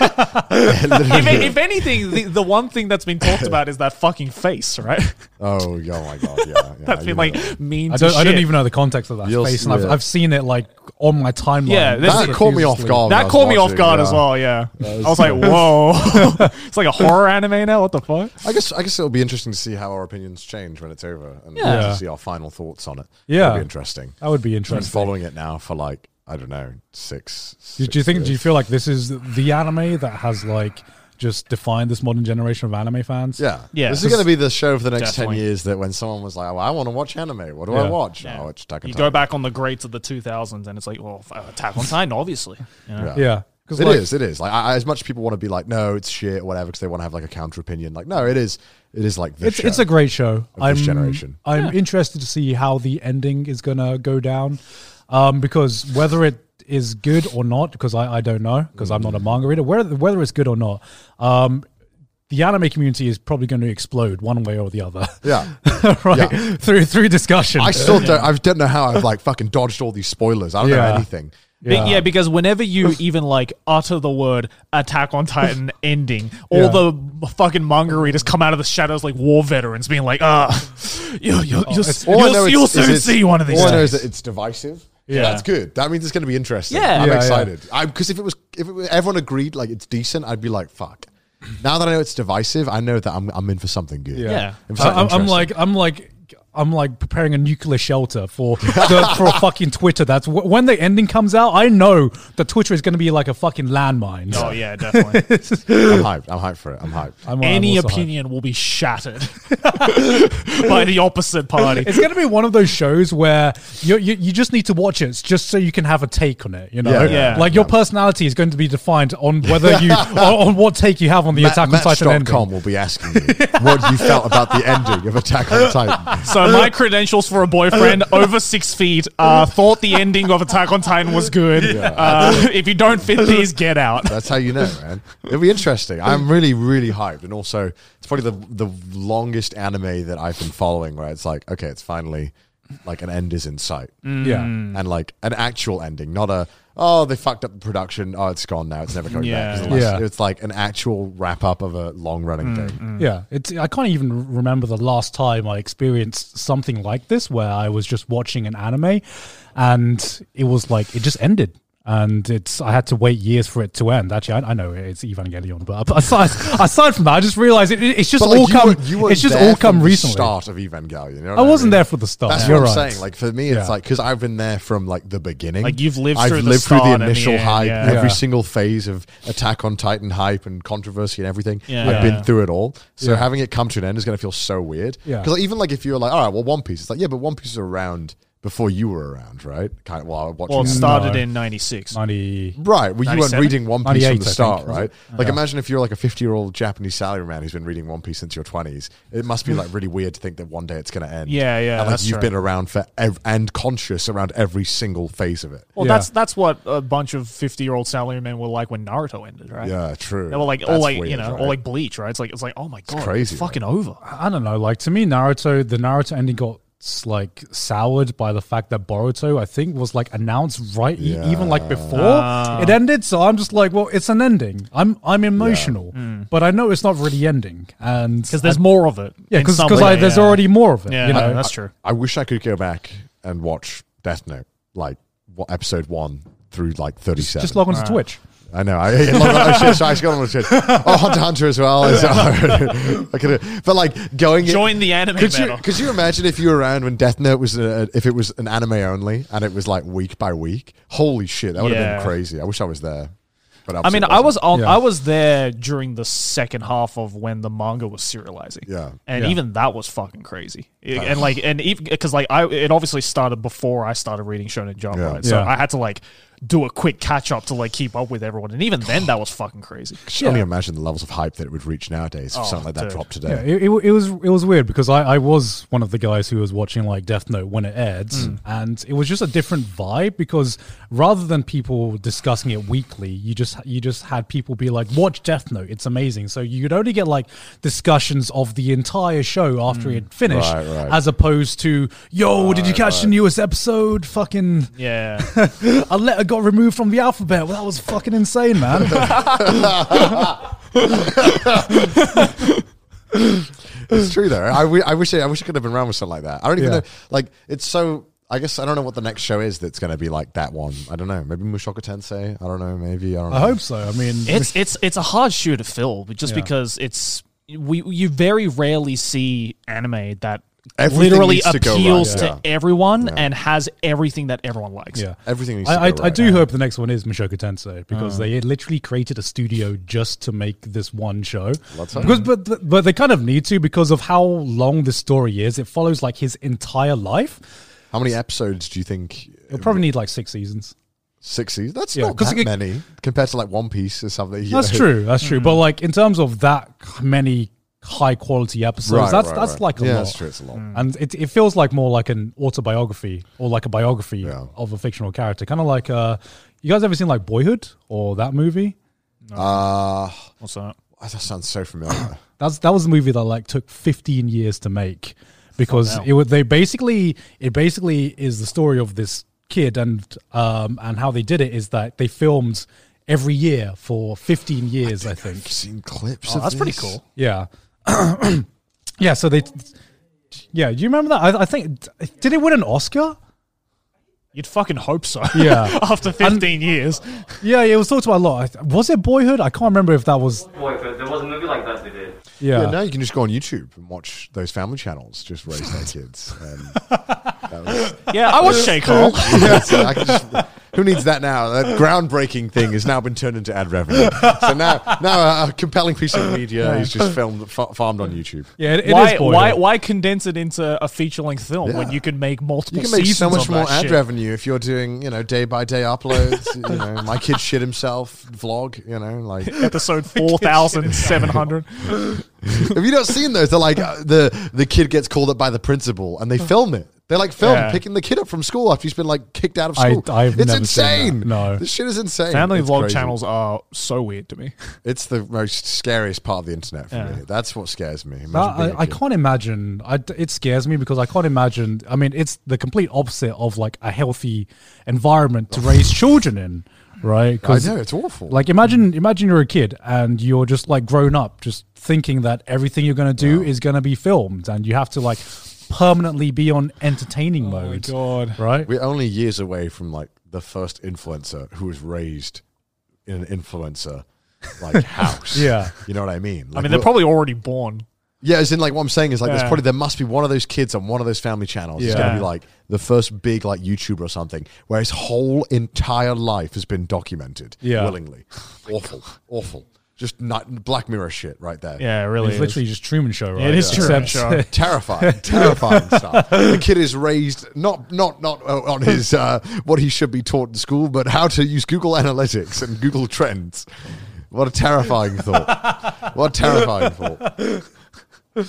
[SPEAKER 3] But if,
[SPEAKER 4] Literally.
[SPEAKER 3] if anything, the, the one thing that's been talked about is that fucking face, right?
[SPEAKER 4] oh, yeah, oh my god, yeah. yeah
[SPEAKER 3] that's
[SPEAKER 4] you
[SPEAKER 3] been like
[SPEAKER 4] know.
[SPEAKER 3] mean.
[SPEAKER 2] I
[SPEAKER 3] to
[SPEAKER 2] don't I don't
[SPEAKER 3] shit.
[SPEAKER 2] even know the context of that
[SPEAKER 4] You'll
[SPEAKER 2] space,
[SPEAKER 4] see
[SPEAKER 2] and I've,
[SPEAKER 4] it.
[SPEAKER 2] I've seen it like on my timeline.
[SPEAKER 3] Yeah, this
[SPEAKER 4] That
[SPEAKER 3] is-
[SPEAKER 4] caught me off guard. when I
[SPEAKER 3] That
[SPEAKER 4] was
[SPEAKER 3] caught me off
[SPEAKER 4] watching, uh,
[SPEAKER 3] guard
[SPEAKER 4] yeah.
[SPEAKER 3] as well. Yeah,
[SPEAKER 4] That
[SPEAKER 3] I was like, whoa, it's like a horror anime now. What the fuck?
[SPEAKER 4] I guess I guess it'll be interesting to see how our opinions change when it's over, and
[SPEAKER 3] Yeah.
[SPEAKER 4] to see our final thoughts on it.
[SPEAKER 2] Yeah.
[SPEAKER 4] That'll be interesting.
[SPEAKER 2] That would be
[SPEAKER 4] Been
[SPEAKER 2] interesting.
[SPEAKER 4] following it now for like I don't know six.
[SPEAKER 2] Do, do you
[SPEAKER 4] six
[SPEAKER 2] think? Do you
[SPEAKER 4] years.
[SPEAKER 2] feel like this is the anime that has like just defined this modern generation of anime fans?
[SPEAKER 4] Yeah, This is going to be the show for the next
[SPEAKER 3] Definitely.
[SPEAKER 4] ten years. That when someone was like, oh, "I want to watch anime. What do I
[SPEAKER 2] Yeah.
[SPEAKER 4] watch?" Oh,
[SPEAKER 3] Yeah.
[SPEAKER 4] I watch Attack on
[SPEAKER 3] you go
[SPEAKER 4] Titan.
[SPEAKER 3] back on the greats of the 2000s and it's like, well, f- uh, Attack on Titan, obviously. you know?
[SPEAKER 2] Yeah. 'Cause
[SPEAKER 4] It is.
[SPEAKER 2] like-
[SPEAKER 4] It is. Like I, I- as much people want to be like, "No, it's shit," or whatever, because they want to have like a counter opinion. Like, no, it is. It is like this.
[SPEAKER 2] it's it's a great show.
[SPEAKER 4] Of this generation.
[SPEAKER 2] I'm interested to see how the ending is gonna go down, um, because whether it is good or not, because I, I don't know, because I'm not a manga reader. Whether whether it's good or not, um, the anime community is probably going to explode one way or the other.
[SPEAKER 4] Yeah.
[SPEAKER 2] right through through discussion.
[SPEAKER 4] I still don't. I don't know how I've like fucking dodged all these spoilers. I don't know
[SPEAKER 2] Yeah.
[SPEAKER 4] anything.
[SPEAKER 3] Be-
[SPEAKER 4] Um,
[SPEAKER 3] Yeah. because whenever you even like utter the word Attack on Titan ending, all
[SPEAKER 2] Yeah.
[SPEAKER 3] the b- fucking manga readers come out of the shadows like war veterans being like, ah, you'll, you'll, you'll,
[SPEAKER 4] Oh, It's-
[SPEAKER 3] you'll,
[SPEAKER 4] all I
[SPEAKER 3] you'll,
[SPEAKER 4] know is- is
[SPEAKER 3] soon
[SPEAKER 4] it's-
[SPEAKER 3] see one of these
[SPEAKER 4] All I know
[SPEAKER 3] days.
[SPEAKER 4] is that it's divisive. Yeah,
[SPEAKER 3] Yeah.
[SPEAKER 4] that's good. That means it's going to be interesting.
[SPEAKER 3] Yeah.
[SPEAKER 4] I'm
[SPEAKER 3] Yeah, yeah.
[SPEAKER 4] excited. I because if it was if it, was- everyone agreed like it's decent, I'd be like fuck. Now that I know it's divisive, I know that I'm I'm in for something good.
[SPEAKER 3] Yeah.
[SPEAKER 4] I'm,
[SPEAKER 2] I, I'm- I'm like I'm like I'm like preparing a nuclear shelter for the, for fucking Twitter. That's wh- when the ending comes out. I know that Twitter is going to be like a fucking landmine.
[SPEAKER 3] Oh, yeah, definitely.
[SPEAKER 4] I'm hyped. I'm hyped for it. I'm hyped.
[SPEAKER 2] I'm- I'm
[SPEAKER 3] Any
[SPEAKER 2] also hyped.
[SPEAKER 3] opinion will be shattered by the opposite party.
[SPEAKER 2] It's going to be one of those shows where you, you you just need to watch it just so you can have a take on it. You know,
[SPEAKER 4] Yeah, yeah,
[SPEAKER 2] like your personality is going to be defined on whether you on, on what take you have on the
[SPEAKER 4] Ma-
[SPEAKER 2] Attack on Titan ending.
[SPEAKER 4] Match.com will be asking you what you felt about the ending of Attack on Titan.
[SPEAKER 3] So my credentials for a boyfriend over six feet uh, thought the ending of Attack on Titan was good. Uh, if you don't fit these, get out.
[SPEAKER 4] That's how you know, man. It'll be interesting. I'm really, really hyped, and also it's probably the the longest anime that I've been following. Where it's like, okay, it's finally like an end is in sight,
[SPEAKER 3] Mm.
[SPEAKER 2] Yeah,
[SPEAKER 4] and like an actual ending, not a oh they fucked up the production, oh it's gone now, it's never coming
[SPEAKER 3] Yeah.
[SPEAKER 4] back. It's,
[SPEAKER 2] Yeah. Mm,
[SPEAKER 4] it's like an actual wrap up of a long running thing.
[SPEAKER 2] yeah. It's I can't even remember the last time I experienced something like this where I was just watching an anime, and it was like it just ended. And it's I had to wait years for it to end. Actually, I, I know it's Evangelion, but aside, aside from that, I just realized it, it's just
[SPEAKER 4] But, like,
[SPEAKER 2] all
[SPEAKER 4] you
[SPEAKER 2] come.
[SPEAKER 4] weren't- you weren't
[SPEAKER 2] it's just
[SPEAKER 4] there
[SPEAKER 2] all come
[SPEAKER 4] from
[SPEAKER 2] recently.
[SPEAKER 4] The start of Evangelion. you know
[SPEAKER 2] I
[SPEAKER 4] what
[SPEAKER 2] wasn't
[SPEAKER 4] mean?
[SPEAKER 2] there for the start.
[SPEAKER 4] That's
[SPEAKER 2] You're
[SPEAKER 4] what I'm
[SPEAKER 2] right.
[SPEAKER 4] saying. Like for me, it's
[SPEAKER 2] Yeah.
[SPEAKER 4] like because I've been there from like the beginning.
[SPEAKER 3] Like, you've lived
[SPEAKER 4] I've
[SPEAKER 3] through the
[SPEAKER 4] lived through
[SPEAKER 3] start
[SPEAKER 4] the
[SPEAKER 3] and the
[SPEAKER 4] initial
[SPEAKER 3] end,
[SPEAKER 4] hype,
[SPEAKER 3] yeah.
[SPEAKER 4] every
[SPEAKER 2] Yeah.
[SPEAKER 4] single phase of Attack on Titan hype and controversy and everything.
[SPEAKER 3] Yeah.
[SPEAKER 4] I've
[SPEAKER 3] Yeah.
[SPEAKER 4] been through it all. So
[SPEAKER 2] Yeah.
[SPEAKER 4] having it come to an end is going to feel so weird.
[SPEAKER 2] Yeah.
[SPEAKER 4] Because even like if you're like, all right, well, One Piece, it's like yeah, but One Piece is around before you were around, right? Kind of while watching.
[SPEAKER 3] Well, it
[SPEAKER 4] anime.
[SPEAKER 3] started
[SPEAKER 2] No.
[SPEAKER 3] in '96.
[SPEAKER 2] Ninety.
[SPEAKER 4] Right, well, you weren't
[SPEAKER 3] 97?
[SPEAKER 4] reading One Piece
[SPEAKER 2] 98,
[SPEAKER 4] from
[SPEAKER 2] I
[SPEAKER 4] the
[SPEAKER 2] think,
[SPEAKER 4] start,
[SPEAKER 2] was it?
[SPEAKER 4] right? Like, imagine if you're like a 50 year old Japanese salaryman who's been reading One Piece since your 20s. It must be like really weird to think that one day it's going to end.
[SPEAKER 3] Yeah, yeah,
[SPEAKER 4] And like
[SPEAKER 3] that's true.
[SPEAKER 4] you've been around for ev- and conscious around every single phase of it.
[SPEAKER 3] Well,
[SPEAKER 2] Yeah.
[SPEAKER 3] that's that's what a bunch of fifty-year-old salarymen were like when Naruto ended, right?
[SPEAKER 4] Yeah, true.
[SPEAKER 3] They were like, or
[SPEAKER 4] That's
[SPEAKER 3] like you
[SPEAKER 4] weird,
[SPEAKER 3] know,
[SPEAKER 4] right?
[SPEAKER 3] or like Bleach, right? It's like it's like, oh my god, it's,
[SPEAKER 4] crazy,
[SPEAKER 3] fucking over.
[SPEAKER 2] I don't know. Like to me, Naruto, the Naruto ending got like soured by the fact that Boruto, I think, was like announced right e- even like before
[SPEAKER 3] Ah.
[SPEAKER 2] it ended. So I'm just like, well, it's an ending. I'm I'm emotional, but I know it's not really ending, and
[SPEAKER 3] Because Hmm. there's more of it.
[SPEAKER 2] yeah,
[SPEAKER 3] in
[SPEAKER 2] because
[SPEAKER 3] some way,
[SPEAKER 2] there's
[SPEAKER 3] yeah.
[SPEAKER 2] already more of it.
[SPEAKER 3] Yeah,
[SPEAKER 2] you know?
[SPEAKER 3] that's true.
[SPEAKER 4] I wish I could go back and watch Death Note, like what, episode one through like 37.
[SPEAKER 2] Just log onto Twitch.
[SPEAKER 4] I know. I, I love that. Oh, shit. Sorry, I just got on the shit. Oh, Hunter x Hunter as well. Is, I could, but like going.
[SPEAKER 3] Join the anime
[SPEAKER 4] Could you,
[SPEAKER 3] battle.
[SPEAKER 4] could you imagine if you were around when Death Note was a, if it was an anime only and it was like week by week? Holy shit, that would have
[SPEAKER 3] Yeah.
[SPEAKER 4] been crazy. I wish I was there. But
[SPEAKER 3] I
[SPEAKER 4] obviously
[SPEAKER 3] mean,
[SPEAKER 4] it
[SPEAKER 3] I
[SPEAKER 4] wasn't.
[SPEAKER 3] was on. I was there during the second half of when the manga was serializing.
[SPEAKER 4] Yeah.
[SPEAKER 3] and
[SPEAKER 4] Yeah.
[SPEAKER 3] even that was fucking crazy. It- and like, and even because like I, it obviously started before I started reading Shonen Jump,
[SPEAKER 4] Yeah.
[SPEAKER 3] right? So
[SPEAKER 4] Yeah.
[SPEAKER 3] I had to like do a quick catch up to like keep up with everyone. And even then, that was fucking crazy.
[SPEAKER 4] Could you only imagine the levels of hype that it would reach nowadays if
[SPEAKER 3] Oh,
[SPEAKER 4] something like that
[SPEAKER 3] dude.
[SPEAKER 4] dropped today?
[SPEAKER 2] Yeah, it, it, it was it was weird because I, I was one of the guys who was watching like Death Note when it aired,
[SPEAKER 4] Mm.
[SPEAKER 2] and it was just a different vibe because rather than people discussing it weekly, you just you just had people be like, "Watch Death Note, it's amazing." So you could only get like discussions of the entire show after it finished,
[SPEAKER 4] Mm. Right, right.
[SPEAKER 2] as opposed to, "Yo, did you
[SPEAKER 4] Right,
[SPEAKER 2] catch the
[SPEAKER 4] right.
[SPEAKER 2] newest episode? Fucking
[SPEAKER 3] Yeah.
[SPEAKER 2] a letter got removed from the alphabet. Well, that was fucking insane, man."
[SPEAKER 4] it's true though. I, wi- I wish I, I wish I could have been around with something like that. I don't even
[SPEAKER 2] Yeah.
[SPEAKER 4] know. Like it's so. I guess I don't know what the next show is that's going to be like that one. I don't know. Maybe Mushoku Tensei. I don't know. Maybe I don't.
[SPEAKER 2] I
[SPEAKER 4] know.
[SPEAKER 2] hope so. I mean,
[SPEAKER 3] It's it's it's a hard shoe to fill, but just
[SPEAKER 2] Yeah.
[SPEAKER 3] because it's we you very rarely see anime that
[SPEAKER 4] Everything
[SPEAKER 3] literally
[SPEAKER 4] needs to go right,
[SPEAKER 3] appeals to,
[SPEAKER 4] yeah.
[SPEAKER 3] everyone and has everything that everyone likes.
[SPEAKER 2] Yeah.
[SPEAKER 4] Everything needs to
[SPEAKER 2] I, I,
[SPEAKER 4] go
[SPEAKER 2] I
[SPEAKER 4] right
[SPEAKER 2] do
[SPEAKER 4] now.
[SPEAKER 2] hope the next one is Mushoku Tensei because they literally created a studio just to make this one show.
[SPEAKER 4] Let's hope.
[SPEAKER 2] Because, but but- but they kind of need to because of how long this story is. It follows like his entire life.
[SPEAKER 4] How many episodes do you think?
[SPEAKER 2] You'll probably need like six seasons.
[SPEAKER 4] Six seasons. That's
[SPEAKER 2] Yeah,
[SPEAKER 4] not
[SPEAKER 2] 'cause
[SPEAKER 4] that
[SPEAKER 2] it-
[SPEAKER 4] many compared to like One Piece or something. you
[SPEAKER 2] That's
[SPEAKER 4] know.
[SPEAKER 2] true. That's true. But like in terms of that many high quality episodes,
[SPEAKER 4] Right,
[SPEAKER 2] that's
[SPEAKER 4] right,
[SPEAKER 2] that's
[SPEAKER 4] right.
[SPEAKER 2] like a
[SPEAKER 4] Yeah,
[SPEAKER 2] lot.
[SPEAKER 4] that's true, it's a lot.
[SPEAKER 2] And it, it feels like more like an autobiography or like a biography
[SPEAKER 4] Yeah.
[SPEAKER 2] of a fictional character. Kind of like uh, you guys ever seen like Boyhood or that movie?
[SPEAKER 4] Uh,
[SPEAKER 3] What's that?
[SPEAKER 4] that sounds so familiar.
[SPEAKER 2] That's that was a movie that like took 15 years to make because it was they basically it basically is the story of this kid and um and how they did it is that they filmed every year for 15 years I, think.
[SPEAKER 4] I've seen clips.
[SPEAKER 3] Oh,
[SPEAKER 4] of
[SPEAKER 3] that's pretty
[SPEAKER 4] this.
[SPEAKER 3] cool.
[SPEAKER 2] Yeah. yeah, so they Yeah, do you remember that? I, I think did it win an Oscar?
[SPEAKER 3] You'd fucking hope so.
[SPEAKER 2] Yeah.
[SPEAKER 3] After 15 years.
[SPEAKER 2] Yeah, it was talked about a lot. I- Was it Boyhood? I can't remember if that was
[SPEAKER 9] Boy, but there was a movie like that they did.
[SPEAKER 2] yeah.
[SPEAKER 4] Yeah. now you can just go on YouTube and watch those family channels just raise their kids. And that was,
[SPEAKER 3] Yeah, I watched Shake Hall.
[SPEAKER 4] Yeah, so I can just- who needs that now? That groundbreaking thing has now been turned into ad revenue. So now, now a compelling piece of media is just filmed, fa- farmed on YouTube.
[SPEAKER 2] Yeah, it, it is
[SPEAKER 3] Why,
[SPEAKER 2] Boyhood.
[SPEAKER 3] why, why condense it into a feature length film when
[SPEAKER 4] Yeah.
[SPEAKER 3] you can make multiple
[SPEAKER 4] You can make
[SPEAKER 3] seasons
[SPEAKER 4] so much
[SPEAKER 3] of
[SPEAKER 4] more
[SPEAKER 3] that
[SPEAKER 4] ad
[SPEAKER 3] shit?
[SPEAKER 4] revenue if you're doing, you know, day by day uploads. you know, my kid shit himself vlog. You know, like
[SPEAKER 3] Episode 4,700.
[SPEAKER 4] Have you not seen those? They're like uh, the the kid gets called up by the principal, and they
[SPEAKER 2] Oh.
[SPEAKER 4] film it. They like film
[SPEAKER 3] Yeah.
[SPEAKER 4] picking the kid up from school after he's been like kicked out of
[SPEAKER 2] I-
[SPEAKER 4] school.
[SPEAKER 2] I've
[SPEAKER 4] it's
[SPEAKER 2] never seen that.
[SPEAKER 4] insane.
[SPEAKER 2] No.
[SPEAKER 4] this shit is insane.
[SPEAKER 3] Family
[SPEAKER 4] It's
[SPEAKER 3] vlog
[SPEAKER 4] crazy.
[SPEAKER 3] channels are so weird to me.
[SPEAKER 4] It's the most scariest part of the internet for me. That's what scares me. Imagine
[SPEAKER 2] That,
[SPEAKER 4] being a
[SPEAKER 2] I, I
[SPEAKER 4] kid.
[SPEAKER 2] can't imagine. I, it scares me because I can't imagine. I mean, it's the complete opposite of like a healthy environment to raise children in, right?
[SPEAKER 4] Oh. I
[SPEAKER 2] 'Cause,
[SPEAKER 4] know it's awful.
[SPEAKER 2] Like, imagine, imagine you're a kid and you're just like grown up, just thinking that everything you're gonna do is gonna be filmed, and you have to like permanently be on entertaining
[SPEAKER 4] Oh
[SPEAKER 2] mode,
[SPEAKER 3] God.
[SPEAKER 2] right?
[SPEAKER 4] we're only years away from like the first influencer who was raised in an influencer like house.
[SPEAKER 2] Yeah.
[SPEAKER 4] you know what I mean.
[SPEAKER 3] I
[SPEAKER 4] Like,
[SPEAKER 3] mean, they're
[SPEAKER 4] we'll-
[SPEAKER 3] probably already born.
[SPEAKER 4] Yeah, as in like what I'm saying is like
[SPEAKER 3] Yeah.
[SPEAKER 4] there's probably there must be one of those kids on one of those family channels. It's gonna
[SPEAKER 3] Yeah.
[SPEAKER 4] be like the first big like YouTuber or something where his whole entire life has been documented
[SPEAKER 2] Yeah.
[SPEAKER 4] willingly. awful, awful. Just not black mirror shit right there.
[SPEAKER 3] Yeah, it really
[SPEAKER 2] It's
[SPEAKER 3] is.
[SPEAKER 2] literally just Truman Show, right?
[SPEAKER 3] it is true.
[SPEAKER 2] Except-
[SPEAKER 3] Sure.
[SPEAKER 4] Terrifying, terrifying stuff. The kid is raised not not not uh, on his uh, what he should be taught in school, but how to use Google Analytics and Google Trends. What a terrifying thought! What a terrifying thought!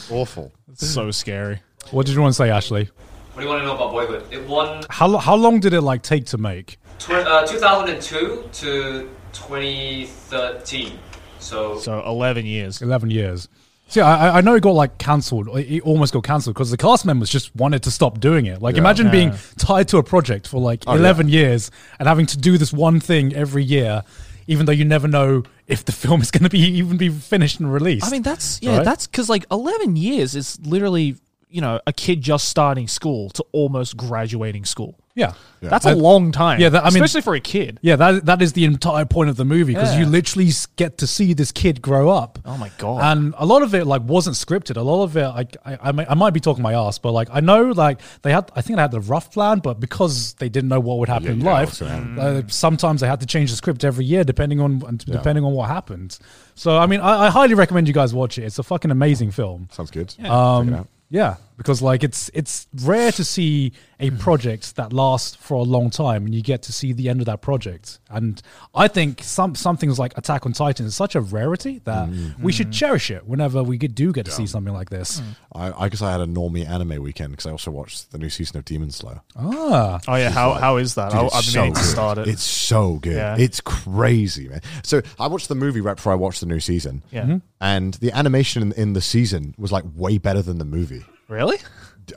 [SPEAKER 4] Awful.
[SPEAKER 3] It's so scary.
[SPEAKER 2] What did you want to say, Ashley?
[SPEAKER 5] What do you want to know about Boyhood? It won
[SPEAKER 2] How lo- how long did it like take to make?
[SPEAKER 5] tw- uh, 2002 to 2013. So,
[SPEAKER 3] So 11 years.
[SPEAKER 2] 11 years. See, I, I- I know it got like cancelled. It it almost got cancelled because the cast members just wanted to stop doing it. Like, imagine being tied to a project for
[SPEAKER 3] Oh,
[SPEAKER 2] like 11 years and having to do this one thing every year, even though you never know if the film is going to be even be finished and released.
[SPEAKER 3] I mean, that's yeah,
[SPEAKER 2] Right?
[SPEAKER 3] that's because like eleven years is literally you know a kid just starting school to almost graduating school.
[SPEAKER 2] Yeah. Yeah.
[SPEAKER 3] that's a
[SPEAKER 2] That-
[SPEAKER 3] long time.
[SPEAKER 2] Yeah, that- I mean-
[SPEAKER 3] especially for a kid.
[SPEAKER 2] Yeah, that that is the entire point of the movie because
[SPEAKER 3] Yeah.
[SPEAKER 2] you literally s- get to see this kid grow up.
[SPEAKER 3] Oh my god!
[SPEAKER 2] And a lot of it like wasn't scripted. A lot of it, like I, I, may- I might be talking my ass, but like I know like they had, I think they had the rough plan, but because they didn't know what would happen
[SPEAKER 4] Yeah,
[SPEAKER 2] in
[SPEAKER 4] you don't know
[SPEAKER 2] life,
[SPEAKER 4] what's gonna happen.
[SPEAKER 2] uh, sometimes they had to change the script every year depending on and depending on what happened. So I mean, I, I highly recommend you guys watch it. It's a fucking amazing film.
[SPEAKER 4] Sounds good. Check it
[SPEAKER 2] Um,
[SPEAKER 4] out.
[SPEAKER 2] yeah, because like it's it's rare to see a
[SPEAKER 4] Hmm.
[SPEAKER 2] project that lasts for a long time, and you get to see the end of that project. And I think some something like Attack on Titan is such a rarity that
[SPEAKER 4] Hmm.
[SPEAKER 2] we should cherish it whenever we get- do get to see something like this.
[SPEAKER 4] I, I guess I had a normie anime weekend because I also watched the new season of Demon Slayer.
[SPEAKER 2] Ah,
[SPEAKER 3] Oh yeah, how how is that?
[SPEAKER 4] Dude,
[SPEAKER 3] I,
[SPEAKER 4] it's
[SPEAKER 3] I've been meaning to
[SPEAKER 4] good.
[SPEAKER 3] start it.
[SPEAKER 4] It's so good.
[SPEAKER 3] Yeah.
[SPEAKER 4] It's crazy, man. So I watched the movie right before I watched the new season.
[SPEAKER 3] Yeah. Mhm.
[SPEAKER 4] And the animation in, in the season was like way better than the movie.
[SPEAKER 3] really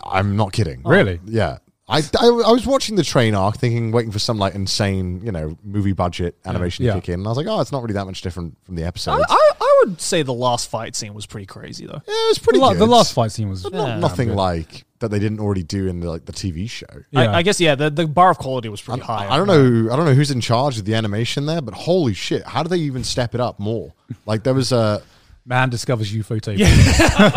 [SPEAKER 4] I'm not kidding.
[SPEAKER 2] Oh. Really?
[SPEAKER 4] Yeah. I, I, I was watching the train arc thinking, waiting for some like insane, you know, movie budget animation
[SPEAKER 2] Yeah.
[SPEAKER 4] to kick in. And I was like, oh, it's not really that much different from the
[SPEAKER 3] I,
[SPEAKER 4] episode.
[SPEAKER 3] I, I would say the last fight scene was pretty crazy though.
[SPEAKER 4] yeah, it was pretty
[SPEAKER 2] the, la-
[SPEAKER 4] good.
[SPEAKER 2] the last fight scene was
[SPEAKER 4] But not,
[SPEAKER 3] Yeah.
[SPEAKER 4] nothing
[SPEAKER 2] good.
[SPEAKER 4] like that they didn't already do in like the TV show.
[SPEAKER 2] Yeah.
[SPEAKER 3] I, I guess yeah, the, the bar of quality was pretty high.
[SPEAKER 4] I don't know. I don't know who's in charge of the animation there, but holy shit! How do they even step it up more? Like there was a
[SPEAKER 2] man discovers UFO tape.
[SPEAKER 3] Dude,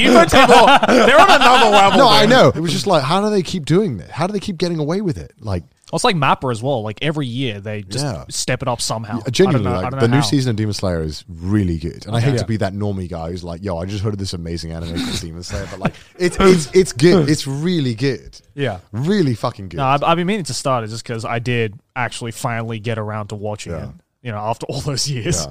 [SPEAKER 3] you were taking- they're on another level.
[SPEAKER 4] no.
[SPEAKER 3] dude.
[SPEAKER 4] I know it was just like how do they keep doing this? How do they keep getting away with it? Like
[SPEAKER 3] Well, it's like Mapper as well. Like every year they just
[SPEAKER 4] Yeah.
[SPEAKER 3] step it up somehow.
[SPEAKER 4] genuinely,
[SPEAKER 3] I don't know, I
[SPEAKER 4] like,
[SPEAKER 3] don't
[SPEAKER 4] the
[SPEAKER 3] know
[SPEAKER 4] new
[SPEAKER 3] how.
[SPEAKER 4] season of Demon Slayer is really good, and I hate
[SPEAKER 2] Yeah.
[SPEAKER 4] to be that normie guy who's like, "Yo, I just heard of this amazing animation of Demon Slayer," but like it's it's it's good. It's really good.
[SPEAKER 2] Yeah.
[SPEAKER 4] really fucking good.
[SPEAKER 3] No, I've, I've been meaning to start it just because I did actually finally get around to watching
[SPEAKER 4] Yeah.
[SPEAKER 3] it. You know, after all those years,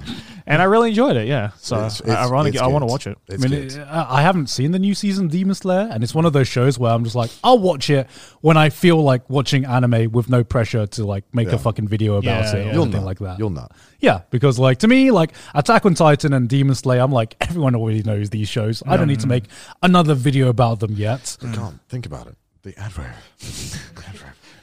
[SPEAKER 3] and I really enjoyed it. Yeah, so
[SPEAKER 4] It's-
[SPEAKER 3] I, uh, I
[SPEAKER 4] it's-
[SPEAKER 3] want
[SPEAKER 4] it's
[SPEAKER 3] to I want to
[SPEAKER 4] good.
[SPEAKER 3] watch it.
[SPEAKER 2] I
[SPEAKER 4] It's
[SPEAKER 2] mean,
[SPEAKER 4] good.
[SPEAKER 2] it- I I haven't seen the new season of Demon Slayer, and it's one of those shows where I'm just like, I'll watch it when I feel like watching anime with no pressure to like make a
[SPEAKER 4] Yeah.
[SPEAKER 2] fucking video about
[SPEAKER 3] Yeah,
[SPEAKER 2] it or
[SPEAKER 3] yeah.
[SPEAKER 4] You'll
[SPEAKER 2] anything
[SPEAKER 4] not
[SPEAKER 2] like that.
[SPEAKER 4] You'll not.
[SPEAKER 2] Yeah, because like to me, like Attack on Titan and Demon Slayer, I'm like everyone already knows these shows. I don't need
[SPEAKER 4] Mm.
[SPEAKER 2] to make another video about them yet.
[SPEAKER 3] Mm.
[SPEAKER 4] Can't think about it. The adverb.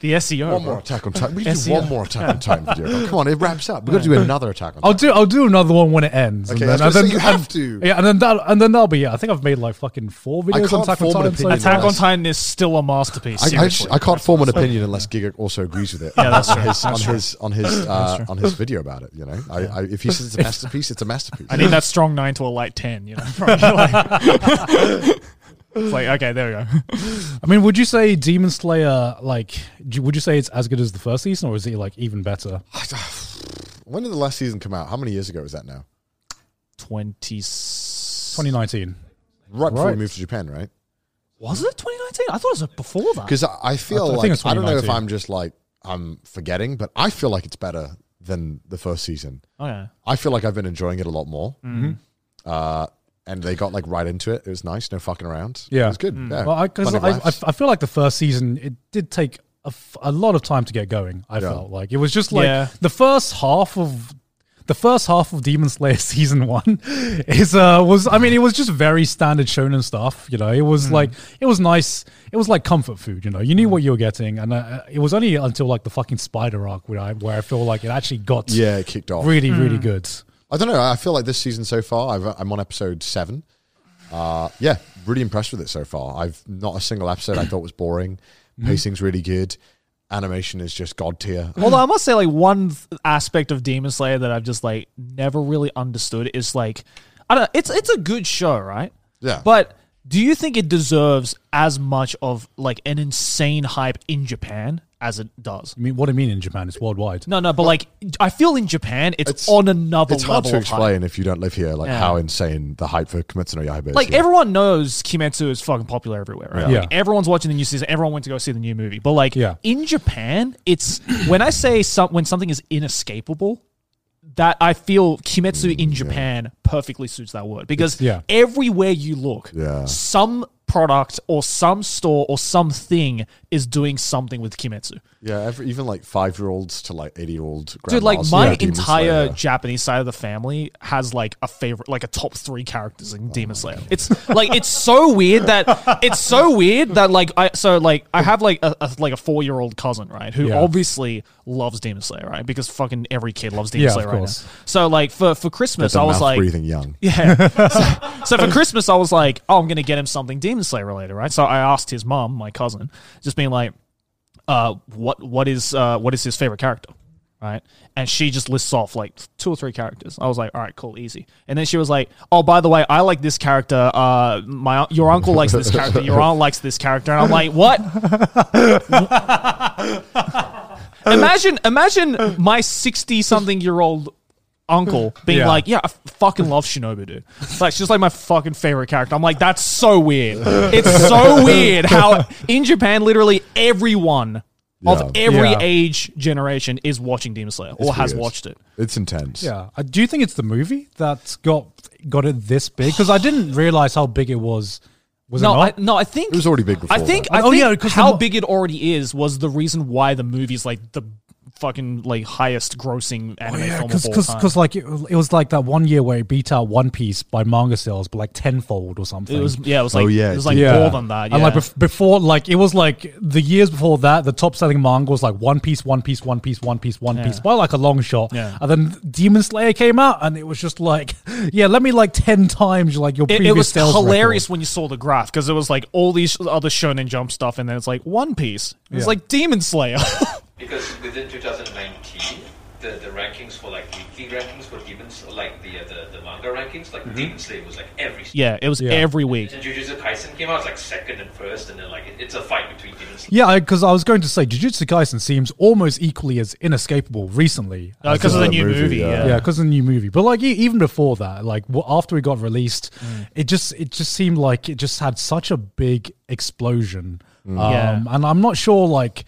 [SPEAKER 3] The SEO.
[SPEAKER 4] One
[SPEAKER 3] bro.
[SPEAKER 4] more attack on time. We need to do
[SPEAKER 3] SEO.
[SPEAKER 4] one more attack on time video. Oh, come on, it wraps up. We've got to do another attack on time.
[SPEAKER 2] I'll do I'll do another one when it ends.
[SPEAKER 4] Okay, I was gonna say, you have
[SPEAKER 2] and-
[SPEAKER 4] to.
[SPEAKER 2] Yeah, and then that and then that'll be it. I think I've made like fucking four videos on
[SPEAKER 4] can't
[SPEAKER 2] Attack on
[SPEAKER 4] form an
[SPEAKER 2] Titan. So
[SPEAKER 4] opinion
[SPEAKER 2] far.
[SPEAKER 3] Attack on Titan is still a masterpiece.
[SPEAKER 4] I, I,
[SPEAKER 3] seriously.
[SPEAKER 4] I can't form an opinion unless Giga also agrees with it. Yeah,
[SPEAKER 3] that's
[SPEAKER 4] on
[SPEAKER 3] true.
[SPEAKER 4] his
[SPEAKER 3] That's
[SPEAKER 4] on
[SPEAKER 3] true.
[SPEAKER 4] his on his uh, on his video about it. You know, I, I, if he says it's a masterpiece, it's a masterpiece.
[SPEAKER 3] I need that strong nine to a light ten. You know, Like- it's like okay, there we go.
[SPEAKER 2] I mean, would you say Demon Slayer like? do you- Would you say it's as good as the first season, or is it like even better?
[SPEAKER 4] When did the last season come out? How many years ago was that now?
[SPEAKER 3] Twenty
[SPEAKER 2] 2019.
[SPEAKER 4] Right before
[SPEAKER 2] Right.
[SPEAKER 4] we moved to Japan, right?
[SPEAKER 3] was it twenty nineteen? I thought it was before that.
[SPEAKER 4] Because I, I feel
[SPEAKER 2] I think
[SPEAKER 4] like
[SPEAKER 2] it's
[SPEAKER 4] I don't know if
[SPEAKER 2] 2019.
[SPEAKER 4] I'm just like I'm forgetting, but I feel like it's better than the first season.
[SPEAKER 3] Oh yeah.
[SPEAKER 4] I feel like I've been enjoying it a lot more.
[SPEAKER 2] Mm-hmm.
[SPEAKER 4] Uh, and they got like right into it. It was nice, no fucking around.
[SPEAKER 2] Yeah. Mm.
[SPEAKER 4] it was good. Yeah.
[SPEAKER 2] Well, I, cause
[SPEAKER 4] Plenty of
[SPEAKER 2] I, I,
[SPEAKER 4] Oh, laughs.
[SPEAKER 2] I feel like the first season it did take a, f- a lot of time to get going. I felt like it was just like
[SPEAKER 3] Yeah.
[SPEAKER 2] the first half of the first half of Demon Slayer season one is uh was I mean it was just very standard shonen stuff. You know, it was like it was nice. It was like comfort food. You know, you knew
[SPEAKER 4] Hmm.
[SPEAKER 2] what you were getting, and uh, it was only until like the fucking spider arc where I where I feel like it actually got
[SPEAKER 4] yeah, it kicked off.
[SPEAKER 2] really really good.
[SPEAKER 4] I don't know. I feel like this season so far, I've, I'm on episode seven. Uh, yeah, really impressed with it so far. I've not a single episode I thought was boring.
[SPEAKER 3] Mm-hmm.
[SPEAKER 4] Pacing's really good. Animation is just god tier.
[SPEAKER 3] Although I must say, like one th- aspect of Demon Slayer that I've just like never really understood is like, I don't. It's it's a good show, right?
[SPEAKER 4] Yeah.
[SPEAKER 3] But do you think it deserves as much of like an insane hype in Japan as it does?
[SPEAKER 2] I mean, what do you mean in Japan? It's worldwide.
[SPEAKER 3] No, no. But like, I feel in Japan, it's, on another
[SPEAKER 4] It's hard
[SPEAKER 3] level
[SPEAKER 4] to
[SPEAKER 3] of hype.
[SPEAKER 4] explain if you don't live here, like
[SPEAKER 3] Yeah.
[SPEAKER 4] how insane the hype for Kimetsu no Yaiba is.
[SPEAKER 3] Like
[SPEAKER 4] here.
[SPEAKER 3] everyone knows Kimetsu is fucking popular everywhere, right?
[SPEAKER 2] Yeah.
[SPEAKER 3] Like everyone's watching the new season. Everyone went to go see the new movie. But like
[SPEAKER 2] Yeah.
[SPEAKER 3] in Japan, it's when I say some, when something is inescapable, that I feel Kimetsu in Japan perfectly suits that word because
[SPEAKER 2] It's- yeah.
[SPEAKER 3] everywhere you look,
[SPEAKER 4] Yeah.
[SPEAKER 3] some product or some store or something is doing something with Kimetsu.
[SPEAKER 4] Yeah, every, even like five year olds to like eighty year old.
[SPEAKER 3] Dude, like my entire Japanese side of the family has like a favorite, like a top three characters in
[SPEAKER 2] Oh
[SPEAKER 3] Demon Slayer. It's like it's so weird that it's so weird that like I so like I have like a, a like a four year old cousin right who
[SPEAKER 2] Yeah.
[SPEAKER 3] obviously loves Demon Slayer right because fucking every kid loves Demon
[SPEAKER 2] Yeah,
[SPEAKER 3] Slayer
[SPEAKER 2] of
[SPEAKER 3] right
[SPEAKER 2] course.
[SPEAKER 3] now. So like for for Christmas I was like
[SPEAKER 4] breathing young.
[SPEAKER 3] yeah. So, so for Christmas, I was like, oh, I'm going to get him something Demon Slayer related, right? So I asked his mum, my cousin, just being like, uh, what what is uh, what is his favorite character, right? And she just lists off like two or three characters. I was like, all right, cool, easy. And then she was like, oh, by the way, I like this character. Uh, my your uncle likes this character. Your aunt likes this character. And I'm like, what? imagine imagine my 60 something year old uncle being
[SPEAKER 2] Yeah.
[SPEAKER 3] like yeah i f- fucking love shinobu dude like she's like my fucking favorite character i'm like that's so weird it's so weird how in japan literally everyone of
[SPEAKER 4] Yeah.
[SPEAKER 3] every
[SPEAKER 2] Yeah.
[SPEAKER 3] age generation is watching demon slayer or has watched it
[SPEAKER 4] It's intense.
[SPEAKER 2] Yeah. Uh, Do you think it's the movie that's got got it this big? Because I didn't realize how big it was. Was
[SPEAKER 3] no
[SPEAKER 2] it
[SPEAKER 3] I,
[SPEAKER 2] not?
[SPEAKER 3] no i think
[SPEAKER 4] It was already big before.
[SPEAKER 3] i think
[SPEAKER 4] that.
[SPEAKER 3] i
[SPEAKER 2] Oh,
[SPEAKER 3] think
[SPEAKER 2] yeah, 'cause the
[SPEAKER 3] how
[SPEAKER 2] mo-
[SPEAKER 3] big it already is was the reason why the movie's like the fucking like highest grossing
[SPEAKER 4] Oh,
[SPEAKER 3] anime film of all time
[SPEAKER 2] because like it, it was like that one year where it beat out One Piece by manga sales, but like tenfold or something.
[SPEAKER 3] it was yeah it was like
[SPEAKER 4] Oh, yeah,
[SPEAKER 3] it was like
[SPEAKER 4] yeah.
[SPEAKER 3] more than that yeah.
[SPEAKER 2] And like bef- before, like it was like the years before that, the top selling manga was like One Piece, One Piece, One Piece, One Piece, One Piece by like a long shot.
[SPEAKER 3] Yeah.
[SPEAKER 2] And then Demon Slayer came out, and it was just like, yeah, let me like ten times like your
[SPEAKER 3] It,
[SPEAKER 2] previous
[SPEAKER 3] it was
[SPEAKER 2] sales
[SPEAKER 3] hilarious
[SPEAKER 2] record.
[SPEAKER 3] when you saw the graph because it was like all these other Shonen Jump stuff, and then it's like One Piece. It's
[SPEAKER 2] Yeah.
[SPEAKER 3] like Demon Slayer.
[SPEAKER 5] Because within 2019, the, the rankings for like weekly rankings for demons, like the uh, the, the manga rankings, like Demon Slayer was like every.
[SPEAKER 3] yeah, it was every week.
[SPEAKER 5] And Jujutsu Kaisen came out it's like second and first, and then like it, it's a fight between Demon Slayer.
[SPEAKER 2] Yeah, because I, was going to say Jujutsu Kaisen seems almost equally as inescapable recently. as
[SPEAKER 3] Because of the
[SPEAKER 4] that
[SPEAKER 3] new movie.
[SPEAKER 4] movie,
[SPEAKER 3] yeah.
[SPEAKER 4] yeah.
[SPEAKER 2] yeah because of the new movie but like e- even before that like w- after it got released
[SPEAKER 3] Mm.
[SPEAKER 2] it just it just seemed like it just had such a big explosion um,
[SPEAKER 3] Yeah.
[SPEAKER 2] and i'm not sure like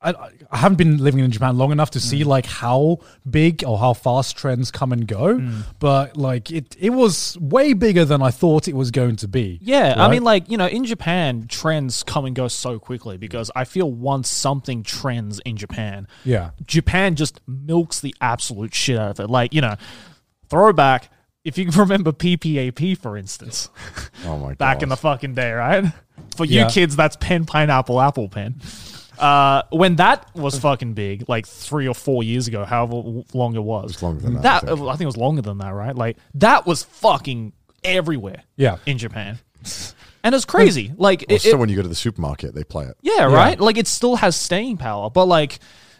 [SPEAKER 2] I, I haven't been living in japan long enough to
[SPEAKER 3] Mm.
[SPEAKER 2] see like how big or how fast trends come and go
[SPEAKER 3] Mm.
[SPEAKER 2] but like it it was way bigger than i thought it was going to be
[SPEAKER 3] Yeah, I
[SPEAKER 2] right?
[SPEAKER 3] mean, like you know, in Japan, trends come and go so quickly because I feel once something trends in Japan,
[SPEAKER 2] Yeah.
[SPEAKER 3] Japan just milks the absolute shit out of it. Like you know, throwback. If you can remember PPAP, for instance,
[SPEAKER 4] Oh my god.
[SPEAKER 3] back in the fucking day, right? For you
[SPEAKER 2] Yeah.
[SPEAKER 3] kids, that's pen, pineapple, apple pen. Uh, when that was fucking big, like three or four years ago, however w- long it was.
[SPEAKER 4] longer than that,
[SPEAKER 3] Mm-hmm. that
[SPEAKER 4] I
[SPEAKER 3] I think. it was longer than that, right? Like that was fucking everywhere.
[SPEAKER 2] Yeah.
[SPEAKER 3] in Japan, and it's crazy. Like
[SPEAKER 4] Well,
[SPEAKER 3] it,
[SPEAKER 4] still,
[SPEAKER 3] it-
[SPEAKER 4] when you go to the supermarket, they play it.
[SPEAKER 3] yeah, right. Like it still has staying power, but like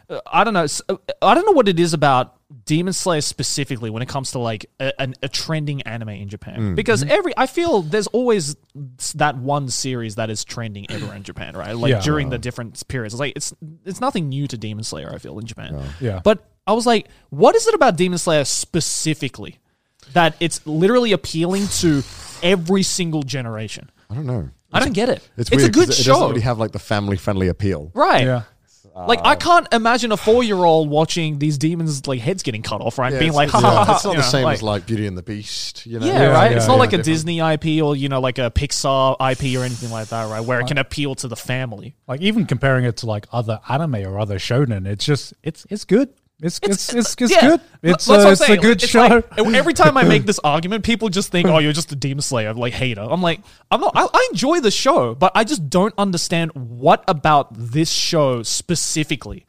[SPEAKER 3] uh, I don't know. s- uh, I don't know what it is about Demon Slayer specifically when it comes to like a, an, a trending anime in Japan. Because every I feel there's always s- that one series that is trending everywhere in Japan, right? Like
[SPEAKER 2] Yeah.
[SPEAKER 3] during the different periods. It's like it's it's nothing new to Demon Slayer. I feel in Japan.
[SPEAKER 2] Yeah.
[SPEAKER 3] But I was like, what is it about Demon Slayer specifically that it's literally appealing to every single generation?
[SPEAKER 4] I don't know.
[SPEAKER 3] I don't get it. It's,
[SPEAKER 4] It's, weird
[SPEAKER 3] a good
[SPEAKER 4] 'cause it, It
[SPEAKER 3] show.
[SPEAKER 4] doesn't really have like the family friendly appeal.
[SPEAKER 3] Right.
[SPEAKER 2] Yeah.
[SPEAKER 3] Like I can't imagine a four-year-old watching these demons like heads getting cut off, right?
[SPEAKER 4] Yeah,
[SPEAKER 3] Being
[SPEAKER 4] it's-
[SPEAKER 3] like,
[SPEAKER 4] it's
[SPEAKER 3] ha, ha, ha,
[SPEAKER 4] not-
[SPEAKER 3] ha,"
[SPEAKER 4] it's not
[SPEAKER 3] you
[SPEAKER 4] the
[SPEAKER 3] know,
[SPEAKER 4] same
[SPEAKER 3] like-
[SPEAKER 4] as like Beauty and the Beast. You know?
[SPEAKER 3] yeah, right.
[SPEAKER 2] yeah,
[SPEAKER 3] it's not
[SPEAKER 2] yeah,
[SPEAKER 3] like a
[SPEAKER 4] different.
[SPEAKER 3] Disney IP or you know like a Pixar IP or anything like that, right? Where it can appeal to the family.
[SPEAKER 2] like even comparing it to like other anime or other shonen it's just it's it's good it's it's it's, it's,
[SPEAKER 3] Yeah,
[SPEAKER 2] good
[SPEAKER 3] th-
[SPEAKER 2] it's,
[SPEAKER 3] that's what
[SPEAKER 2] uh,
[SPEAKER 3] I'm
[SPEAKER 2] it's a
[SPEAKER 3] saying.
[SPEAKER 2] good
[SPEAKER 3] It's
[SPEAKER 2] show
[SPEAKER 3] like, e-, every time I make this argument, people just think, "Oh, you're just a demon slayer, like hater." I'm like, I'm not. I, I enjoy the show, but I just don't understand what about this show specifically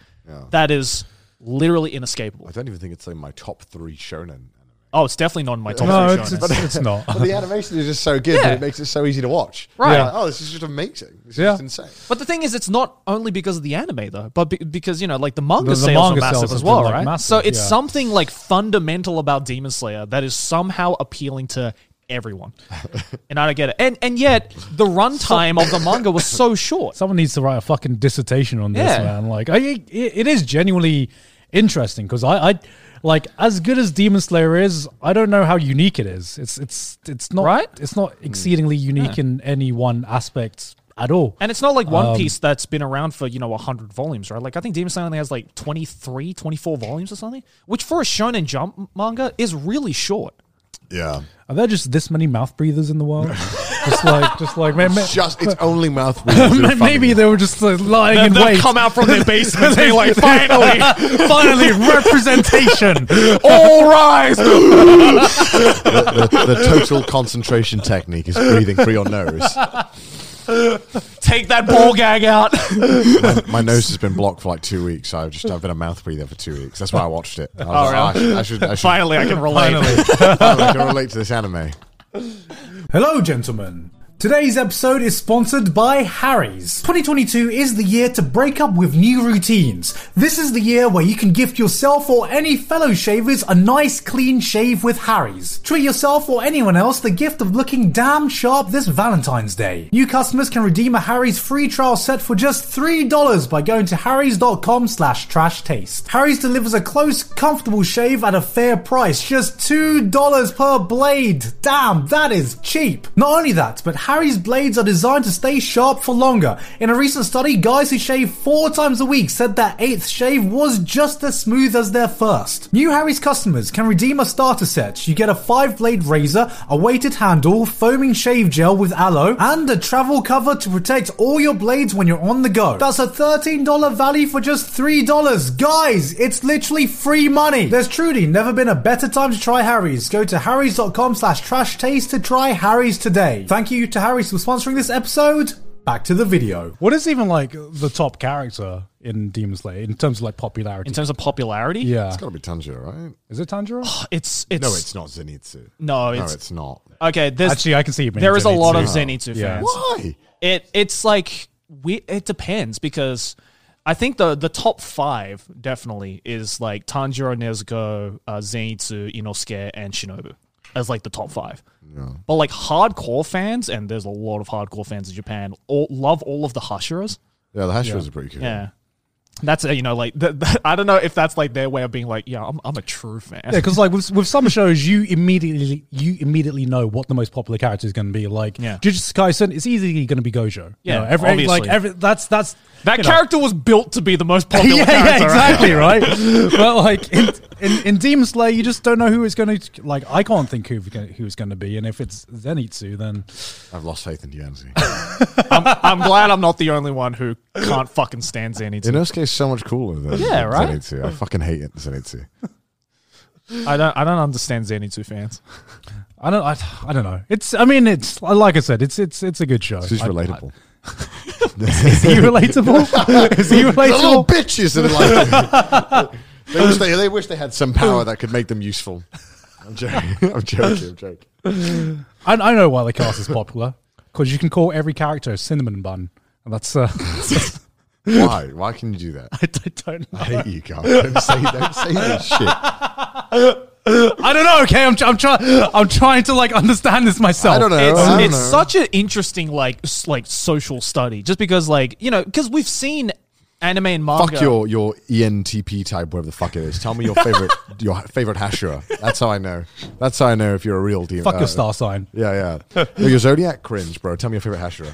[SPEAKER 3] that is literally inescapable.
[SPEAKER 4] I don't even think it's in my top three shonen.
[SPEAKER 3] Oh, it's definitely not in my top
[SPEAKER 2] no
[SPEAKER 3] three
[SPEAKER 2] it's,
[SPEAKER 3] shonen.
[SPEAKER 2] it's, it's not
[SPEAKER 4] But the animation is just so good
[SPEAKER 3] Yeah.
[SPEAKER 4] that it makes it so easy to watch.
[SPEAKER 3] Right.
[SPEAKER 4] You're like, oh, this is just amazing. This is
[SPEAKER 2] Yeah.
[SPEAKER 4] just insane.
[SPEAKER 3] But the thing is, it's not only because of the anime though, but be- because you know, like the
[SPEAKER 2] The-
[SPEAKER 3] manga
[SPEAKER 2] the
[SPEAKER 3] sales
[SPEAKER 2] manga
[SPEAKER 3] are massive
[SPEAKER 2] sales
[SPEAKER 3] as
[SPEAKER 2] have
[SPEAKER 3] well,
[SPEAKER 2] been, like,
[SPEAKER 3] right?
[SPEAKER 2] massive,
[SPEAKER 3] so it's
[SPEAKER 2] yeah.
[SPEAKER 3] something like fundamental about Demon Slayer that is somehow appealing to everyone, and I don't get it. And and yet the runtime of the manga was so short.
[SPEAKER 2] someone needs to write a fucking dissertation on this
[SPEAKER 3] Yeah.
[SPEAKER 2] man like I, it, it is genuinely interesting because I, I like as good as demon slayer is i don't know how unique it is it's it's it's not
[SPEAKER 3] Right?
[SPEAKER 2] it's not exceedingly unique in any one aspect at all
[SPEAKER 3] And it's not like
[SPEAKER 2] Um,
[SPEAKER 3] One Piece that's been around for, you know, 100 volumes, right? Like, I think Demon Slayer only has like 23, 24 volumes or something, which for a Shonen Jump manga is really short.
[SPEAKER 4] Yeah.
[SPEAKER 2] are there just this many mouth breathers in the world Just like, just like, man, man-
[SPEAKER 4] Just its only mouth. movements are funny.
[SPEAKER 2] maybe they were just like, lying
[SPEAKER 6] Then
[SPEAKER 2] in
[SPEAKER 6] they'll
[SPEAKER 2] wait.
[SPEAKER 6] come out from their basements being like, "Finally!"
[SPEAKER 2] finally, representation.
[SPEAKER 6] All rise.
[SPEAKER 4] the, the total concentration technique is breathing through your nose.
[SPEAKER 6] Take that ball gag out.
[SPEAKER 4] My, my nose has been blocked for like two weeks. I've just I've been a mouth breather for two weeks. That's why I watched it. I, was like, "Oh, I should, I should, I should
[SPEAKER 6] Finally, I can relate.
[SPEAKER 4] Finally, I can relate to this anime.
[SPEAKER 1] Hello, gentlemen. Today's episode is sponsored by Harry's. 2022 is the year to break up with new routines. This is the year where you can gift yourself or any fellow shavers a nice clean shave with Harry's. Treat yourself or anyone else the gift of looking damn sharp this Valentine's Day. New customers can redeem a Harry's free trial set for just $3 by going to harrys.com slash trash taste. Harry's delivers a close, comfortable shave at a fair price, just $2 per blade. Damn, that is cheap. Not only that, but Harry's blades are designed to stay sharp for longer. In a recent study, guys who shave four times a week said their eighth shave was just as smooth as their first. New Harry's customers can redeem a starter set. You get a five blade razor, a weighted handle, foaming shave gel with aloe, and a travel cover to protect all your blades when you're on the go. That's a $13 value for just $3. Guys, it's literally free money. There's truly never been a better time to try Harry's. Go to harrys.com slash trash taste to try Harry's today. Thank you to Harry's for sponsoring this episode. Back to the video.
[SPEAKER 2] What is even like the top character in Demon Slayer in terms of like popularity?
[SPEAKER 6] In terms of Oh, popularity,
[SPEAKER 2] yeah,
[SPEAKER 4] It's got to be Tanjiro, right?
[SPEAKER 2] is it Tanjiro?
[SPEAKER 6] it's it's
[SPEAKER 4] No, it's not Zenitsu.
[SPEAKER 6] No,
[SPEAKER 4] no,
[SPEAKER 6] it's-
[SPEAKER 4] it's not.
[SPEAKER 6] okay. There's,
[SPEAKER 2] Actually, I can see it being
[SPEAKER 6] There is a lot of
[SPEAKER 2] Zenitsu.
[SPEAKER 6] Zenitsu
[SPEAKER 2] Yeah.
[SPEAKER 6] fans.
[SPEAKER 4] Why?
[SPEAKER 6] It it's like we it depends because I think the the top five definitely is like Tanjiro Nezuko, uh, Zenitsu, Inosuke, and Shinobu as like the top five. But like hardcore fans, and there's a lot of hardcore fans in Japan, all, love all of the Hashiras.
[SPEAKER 4] Yeah, the Hashiras are pretty cool.
[SPEAKER 6] Yeah. That's uh, you know like th th- I don't know if that's like their way of being like yeah I'm I'm a true fan
[SPEAKER 2] Yeah, because like with, with some shows, you immediately you immediately know what the most popular character is going to be. Like
[SPEAKER 6] Yeah.
[SPEAKER 2] Jujutsu Kaisen, it's easily going to be Gojo. You
[SPEAKER 6] Yeah,
[SPEAKER 2] know, every, like
[SPEAKER 6] obviously.
[SPEAKER 2] every that's that's
[SPEAKER 6] that
[SPEAKER 2] you know.
[SPEAKER 6] character was built to be the most popular
[SPEAKER 2] yeah,
[SPEAKER 6] character
[SPEAKER 2] yeah,
[SPEAKER 6] right?
[SPEAKER 2] exactly, right? but like in, in, in Demon Slayer, you just don't know who it's going to like. I can't think who who it's going to be, and if it's Zenitsu, then
[SPEAKER 4] I've lost faith in humanity.
[SPEAKER 6] I'm glad I'm not the only one who can't fucking stand Zenitsu.
[SPEAKER 4] Inosuke is so much cooler than
[SPEAKER 6] Yeah,
[SPEAKER 4] than
[SPEAKER 6] right?
[SPEAKER 4] Zenitsu. I fucking hate it, Zenitsu.
[SPEAKER 6] I don't. I don't understand Zenitsu fans.
[SPEAKER 2] I don't I, I don't know. It's I mean it's like I said, it's it's it's a good show.
[SPEAKER 4] It's just
[SPEAKER 2] I-
[SPEAKER 4] relatable.
[SPEAKER 2] Is he relatable? is he
[SPEAKER 4] They're little
[SPEAKER 2] relatable?
[SPEAKER 4] bitches and like they wish they, they wish they had some power that could make them useful. I'm joking. I'm joking. I'm joking.
[SPEAKER 2] I, I know why the cast is popular because you can call every character a cinnamon bun, and that's uh,
[SPEAKER 4] Why? Why can you do that?
[SPEAKER 2] I don't- don't know.
[SPEAKER 4] I hate you, Carl. Don't say, don't say this shit. I
[SPEAKER 2] I don't know. Okay, I'm tr- I'm trying I'm trying to like understand this myself.
[SPEAKER 4] don't know.
[SPEAKER 6] It's,
[SPEAKER 4] I don't
[SPEAKER 6] it's
[SPEAKER 4] know.
[SPEAKER 6] such an interesting like s- like social study, just because like you know because we've seen anime and manga.
[SPEAKER 4] Fuck your, your E ENTP type, whatever the fuck it is. Tell me your favorite your favorite Hashira. That's how I know. That's how I know if you're a real demon.
[SPEAKER 2] Fuck
[SPEAKER 4] uh,
[SPEAKER 2] your star sign.
[SPEAKER 4] Yeah, yeah. No, your zodiac cringe, bro. Tell me your favorite Hashira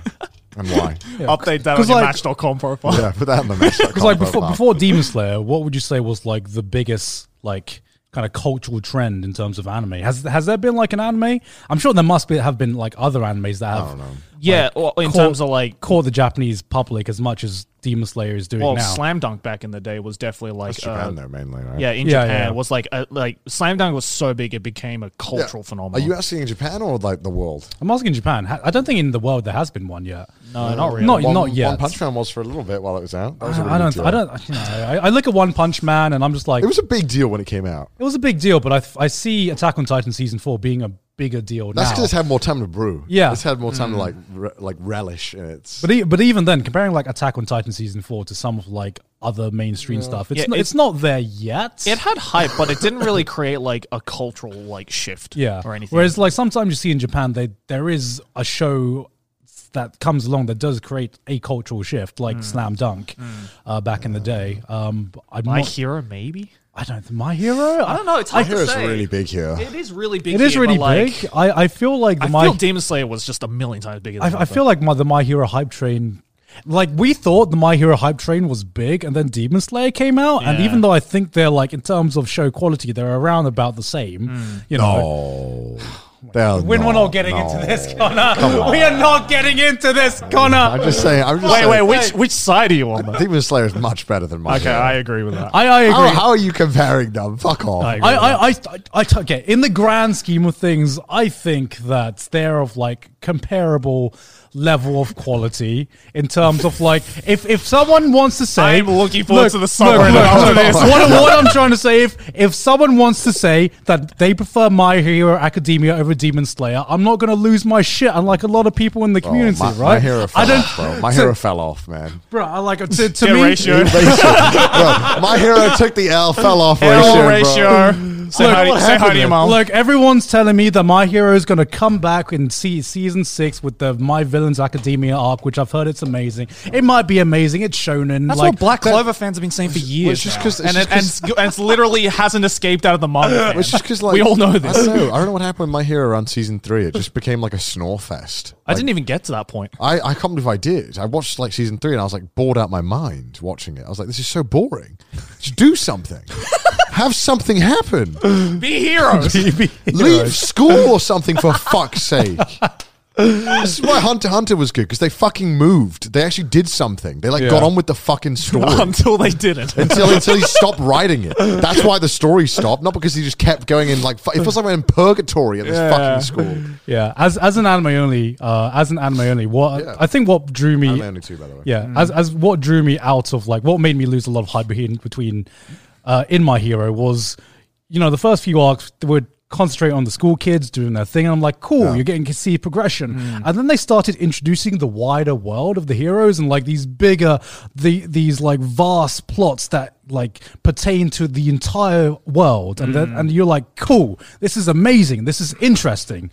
[SPEAKER 4] and why.
[SPEAKER 6] Update that on
[SPEAKER 2] 'Cause,
[SPEAKER 6] your
[SPEAKER 2] like-
[SPEAKER 6] Match.com profile.
[SPEAKER 4] Yeah, put that in the match.
[SPEAKER 2] Because like before before Demon Slayer, what would you say was like the biggest like kind of cultural trend in terms of anime? Has has there been like an anime? I'm sure there must be have been like other animes that have
[SPEAKER 6] Yeah, well, in
[SPEAKER 2] caught-
[SPEAKER 6] terms of like
[SPEAKER 2] caught the Japanese public as much as Demon Slayer is doing
[SPEAKER 6] well,
[SPEAKER 2] now.
[SPEAKER 6] Slam Dunk back in the day was definitely like
[SPEAKER 4] Japan
[SPEAKER 6] uh,
[SPEAKER 4] though mainly, right?
[SPEAKER 6] yeah in
[SPEAKER 2] Yeah,
[SPEAKER 6] Japan
[SPEAKER 2] yeah.
[SPEAKER 6] was like a, like Slam Dunk was so big it became a cultural phenomenon.
[SPEAKER 4] Are you asking in Japan or like the world?
[SPEAKER 2] I'm asking Japan. Ha- I don't think in the world there has been one yet.
[SPEAKER 6] no, not really.
[SPEAKER 2] Not
[SPEAKER 4] One,
[SPEAKER 2] Oh, not yet.
[SPEAKER 4] One Punch Man was for a little bit while it was out. That was a really
[SPEAKER 2] I don't.
[SPEAKER 4] big deal.
[SPEAKER 2] I don't. You know, I, I look at One Punch Man and I'm just like,
[SPEAKER 4] It was a big deal when it came out.
[SPEAKER 2] a big deal, but I th- I see Attack on Titan season four being a bigger deal
[SPEAKER 4] That's
[SPEAKER 2] now.
[SPEAKER 4] because it's had more time to brew.
[SPEAKER 2] Yeah. Mm.
[SPEAKER 4] it's had more time to like re- like relish in its.
[SPEAKER 2] But e- but even then, comparing like Attack on Titan season four to some of like other mainstream stuff, it's
[SPEAKER 6] Yeah,
[SPEAKER 2] not,
[SPEAKER 6] it-
[SPEAKER 2] it's not there yet.
[SPEAKER 6] It had hype, but it didn't really create like a cultural like shift.
[SPEAKER 2] yeah.
[SPEAKER 6] or anything.
[SPEAKER 2] Whereas like sometimes you see in Japan, they there is a show that comes along that does create a cultural shift, like
[SPEAKER 6] Hmm.
[SPEAKER 2] Slam Dunk, uh, back in the day. Um, but I'm
[SPEAKER 6] My
[SPEAKER 2] not-
[SPEAKER 6] Hero maybe.
[SPEAKER 2] I don't th- my hero.
[SPEAKER 6] I don't know. It's
[SPEAKER 4] I
[SPEAKER 6] hard
[SPEAKER 4] hear
[SPEAKER 6] to
[SPEAKER 4] it's
[SPEAKER 6] say.
[SPEAKER 4] really big here.
[SPEAKER 6] It is really big.
[SPEAKER 2] It is
[SPEAKER 6] here,
[SPEAKER 2] really
[SPEAKER 6] but, like,
[SPEAKER 2] big. I, I feel like the
[SPEAKER 6] I
[SPEAKER 2] my
[SPEAKER 6] feel Demon Slayer was just a million times bigger. Than
[SPEAKER 2] I, I feel like my, the My Hero hype train. Like we thought the My Hero hype train was big, and then Demon Slayer came out, and
[SPEAKER 6] Yeah.
[SPEAKER 2] even though I think they're like in terms of show quality, they're around about the same. You know,
[SPEAKER 4] Oh, They are
[SPEAKER 2] We're
[SPEAKER 4] not-
[SPEAKER 2] not getting
[SPEAKER 4] no.
[SPEAKER 2] into this, Oh, Connor.
[SPEAKER 4] Come on.
[SPEAKER 2] We are not getting into this, Connor.
[SPEAKER 4] I'm just saying. I'm just
[SPEAKER 3] wait,
[SPEAKER 4] saying,
[SPEAKER 3] wait, which which side are you on?
[SPEAKER 4] I think Demon Slayer is much better than Monster.
[SPEAKER 3] Okay, I agree with that.
[SPEAKER 2] I, I agree.
[SPEAKER 4] How,
[SPEAKER 3] Oh,
[SPEAKER 4] how are you comparing them? Fuck off.
[SPEAKER 2] I, I, I, I t- okay. In the grand scheme of things, I think that they're of like comparable level of quality in terms of like if if someone wants to say
[SPEAKER 3] I'm looking forward to the summer
[SPEAKER 2] look,
[SPEAKER 3] and
[SPEAKER 2] look,
[SPEAKER 3] after
[SPEAKER 2] look,
[SPEAKER 3] this.
[SPEAKER 2] What, what I'm trying to say if if someone wants to say that they prefer My Hero Academia over Demon Slayer, I'm not going to lose my shit. Unlike a lot of people in the
[SPEAKER 4] Oh,
[SPEAKER 2] community,
[SPEAKER 4] my,
[SPEAKER 2] right?
[SPEAKER 4] my hero fell
[SPEAKER 2] I don't.
[SPEAKER 4] off, bro. My
[SPEAKER 2] so-
[SPEAKER 4] hero fell off, man.
[SPEAKER 2] bro, I like to, to
[SPEAKER 3] Get
[SPEAKER 2] me.
[SPEAKER 3] ratio.
[SPEAKER 4] Bro, my hero took the L, fell off
[SPEAKER 3] L
[SPEAKER 4] ratio. bro.
[SPEAKER 3] ratio. Say,
[SPEAKER 2] Look,
[SPEAKER 3] hi, to-
[SPEAKER 2] what
[SPEAKER 3] say hi to
[SPEAKER 4] happened
[SPEAKER 3] your
[SPEAKER 4] there?
[SPEAKER 3] mom.
[SPEAKER 2] Look, everyone's telling me that My Hero is going to come back in se- season six with the My Villains Academia arc, which I've heard it's amazing. It might be amazing. It's shonen.
[SPEAKER 3] That's
[SPEAKER 2] like,
[SPEAKER 3] what Black
[SPEAKER 2] that-
[SPEAKER 3] Clover fans have been saying for years.
[SPEAKER 4] just
[SPEAKER 3] now.
[SPEAKER 4] 'cause-
[SPEAKER 3] and,
[SPEAKER 4] it's just
[SPEAKER 3] it, and, it's- and it's literally hasn't escaped out of the manga.
[SPEAKER 4] It's just because, like,
[SPEAKER 3] we all know
[SPEAKER 4] I
[SPEAKER 3] this.
[SPEAKER 4] don't know. I don't know what happened with my hero around season three. It just became like a snore fest.
[SPEAKER 3] I didn't even get to that point.
[SPEAKER 4] I, I can't believe I did. I watched like season three and I was like bored out my mind watching it. I was like, this is so boring. Just do something. Have something happen.
[SPEAKER 3] Be heroes.
[SPEAKER 4] Leave school or something for fuck's sake. This is why Hunter x Hunter was good because they fucking moved. They actually did something. They like got on with the fucking story
[SPEAKER 3] Until they didn't.
[SPEAKER 4] until until he stopped writing it. That's why the story stopped, not because he just kept going in like fu- it feels like we're in purgatory at this fucking school.
[SPEAKER 2] Yeah, as as an anime only, uh, as an anime only, what I think what drew me,
[SPEAKER 4] Anime only too, by the way.
[SPEAKER 2] yeah, as as what drew me out of like what made me lose a lot of hype between between uh, in my hero was, you know, the first few arcs would concentrate on the school kids doing their thing, and I'm like, cool, you're getting to see progression, and then they started introducing the wider world of the heroes and like these bigger, the these like vast plots that like pertain to the entire world, and then and you're like, cool, this is amazing, this is interesting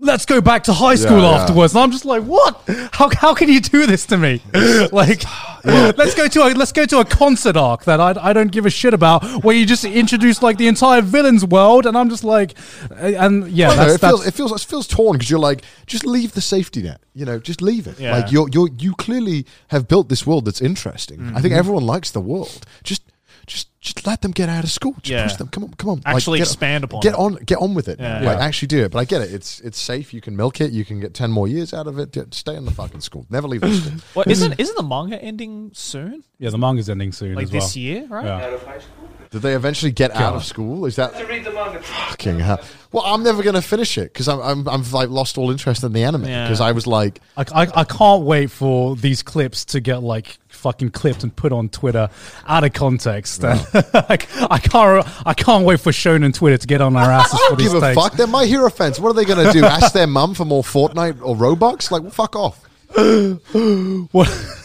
[SPEAKER 2] let's go back to high school
[SPEAKER 4] yeah.
[SPEAKER 2] afterwards. And I'm just like, what? How, how can you do this to me? like, let's go to a let's go to a concert arc that I, I don't give a shit about, where you just introduce like the entire villains world, and I'm just like, eh, and yeah,
[SPEAKER 4] I don't know,
[SPEAKER 2] that's,
[SPEAKER 4] it feels
[SPEAKER 2] that's
[SPEAKER 4] it feels it feels torn because you're like just leave the safety net, you know, just leave it.
[SPEAKER 3] Yeah.
[SPEAKER 4] Like you're you are you clearly have built this world that's interesting. I
[SPEAKER 3] Mm-hmm.
[SPEAKER 4] think everyone likes the world. Just just just let them get out of school. Just
[SPEAKER 3] Yeah.
[SPEAKER 4] push them. Come on, come on.
[SPEAKER 3] Actually
[SPEAKER 4] get-
[SPEAKER 3] expand upon
[SPEAKER 4] Get
[SPEAKER 3] it.
[SPEAKER 4] on get on with it.
[SPEAKER 3] Yeah.
[SPEAKER 4] Like
[SPEAKER 3] Yeah.
[SPEAKER 4] actually do it. But I get it. It's it's safe. You can milk it. You can get ten more years out of it. D- Stay in the fucking school. Never leave the school.
[SPEAKER 3] Well, isn't
[SPEAKER 2] Mm.
[SPEAKER 3] isn't the manga ending soon?
[SPEAKER 2] yeah. The manga's ending soon,
[SPEAKER 3] Like
[SPEAKER 2] as well.
[SPEAKER 3] this year, right?
[SPEAKER 2] Yeah.
[SPEAKER 5] out of high school.
[SPEAKER 4] Did they eventually get out of school? Is that
[SPEAKER 5] To read the manga.
[SPEAKER 4] fucking hell? Well, I'm never gonna finish it because I'm, I'm I'm like lost all interest in the anime
[SPEAKER 3] Yeah.
[SPEAKER 4] because I was like.
[SPEAKER 2] I, I, I can't wait for these clips to get like fucking clipped and put on Twitter out of context. like, I can't I can't wait for Shonen Twitter to get on our asses
[SPEAKER 4] I
[SPEAKER 2] for
[SPEAKER 4] don't
[SPEAKER 2] these
[SPEAKER 4] give a
[SPEAKER 2] takes.
[SPEAKER 4] fuck. They're my hero fans. What are they going to do? Ask their mum for more Fortnite or Robux? Like, well, fuck off.
[SPEAKER 2] What-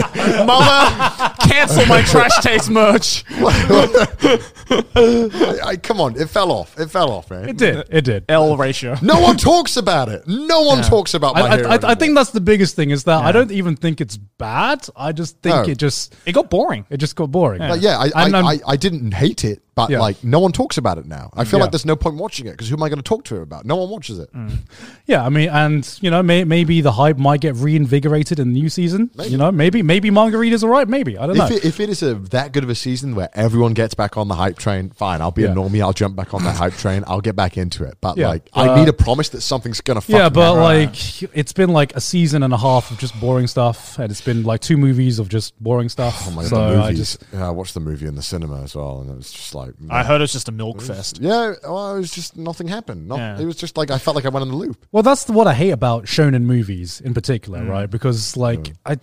[SPEAKER 3] Mama, cancel my trash taste merch.
[SPEAKER 4] I, I- come on, it fell off. It fell off, man.
[SPEAKER 2] It did. It did.
[SPEAKER 3] L ratio.
[SPEAKER 4] No one talks about it. No one talks about my
[SPEAKER 2] I, I,
[SPEAKER 4] hero.
[SPEAKER 2] I, I think
[SPEAKER 4] anymore.
[SPEAKER 2] that's the biggest thing is that I don't even think it's bad. I just think
[SPEAKER 4] No.
[SPEAKER 2] it just
[SPEAKER 3] It got boring.
[SPEAKER 2] it just got boring.
[SPEAKER 4] But yeah, I,
[SPEAKER 2] And um, I'm-
[SPEAKER 4] I, I, I didn't hate it, but
[SPEAKER 2] Yeah.
[SPEAKER 4] like no one talks about it now. I feel
[SPEAKER 2] Yeah. Mm.
[SPEAKER 4] like there's no point watching it because who am I going to talk to about? No one watches it.
[SPEAKER 2] yeah. I mean, and you know, may, maybe the hype might get reinvigorated in the new season. You know, maybe maybe manga readers are right. Maybe I don't
[SPEAKER 4] If,
[SPEAKER 2] know.
[SPEAKER 4] it, if it is a that good of a season where everyone gets back on the hype train, fine. I'll be
[SPEAKER 2] Yeah.
[SPEAKER 4] a normie. I'll jump back on that hype train. I'll get back into it. But
[SPEAKER 2] Yeah.
[SPEAKER 4] like, I
[SPEAKER 2] Uh,
[SPEAKER 4] need a promise that something's going to.
[SPEAKER 2] yeah, but like it's been like a season and a half of just boring stuff, and it's been like two movies of just boring stuff.
[SPEAKER 4] Oh my god,
[SPEAKER 2] so
[SPEAKER 4] the
[SPEAKER 2] I
[SPEAKER 4] movies.
[SPEAKER 2] just
[SPEAKER 4] yeah, I watched the movie in the cinema as well, and it was just like
[SPEAKER 3] I heard it's just a milk fest.
[SPEAKER 4] Yeah, well, it was just nothing happened. Not,
[SPEAKER 3] Yeah.
[SPEAKER 4] It was just like I felt like I went in the loop.
[SPEAKER 2] Well, that's the- what I hate about shonen movies in particular,
[SPEAKER 4] Mm.
[SPEAKER 2] right? Because like I